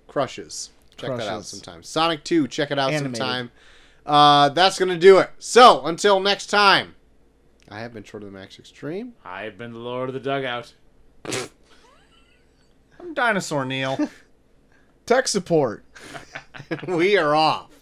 Speaker 2: Crushes. Check that out
Speaker 1: Crushes.
Speaker 2: sometime. Sonic 2, check it out
Speaker 1: Animated.
Speaker 2: sometime. Uh, that's going to do it. So, until next time, I have been short of the max extreme. [laughs]
Speaker 3: I've been the lord of the dugout.
Speaker 4: I'm dinosaur Neil.
Speaker 1: Tech support.
Speaker 2: we are off.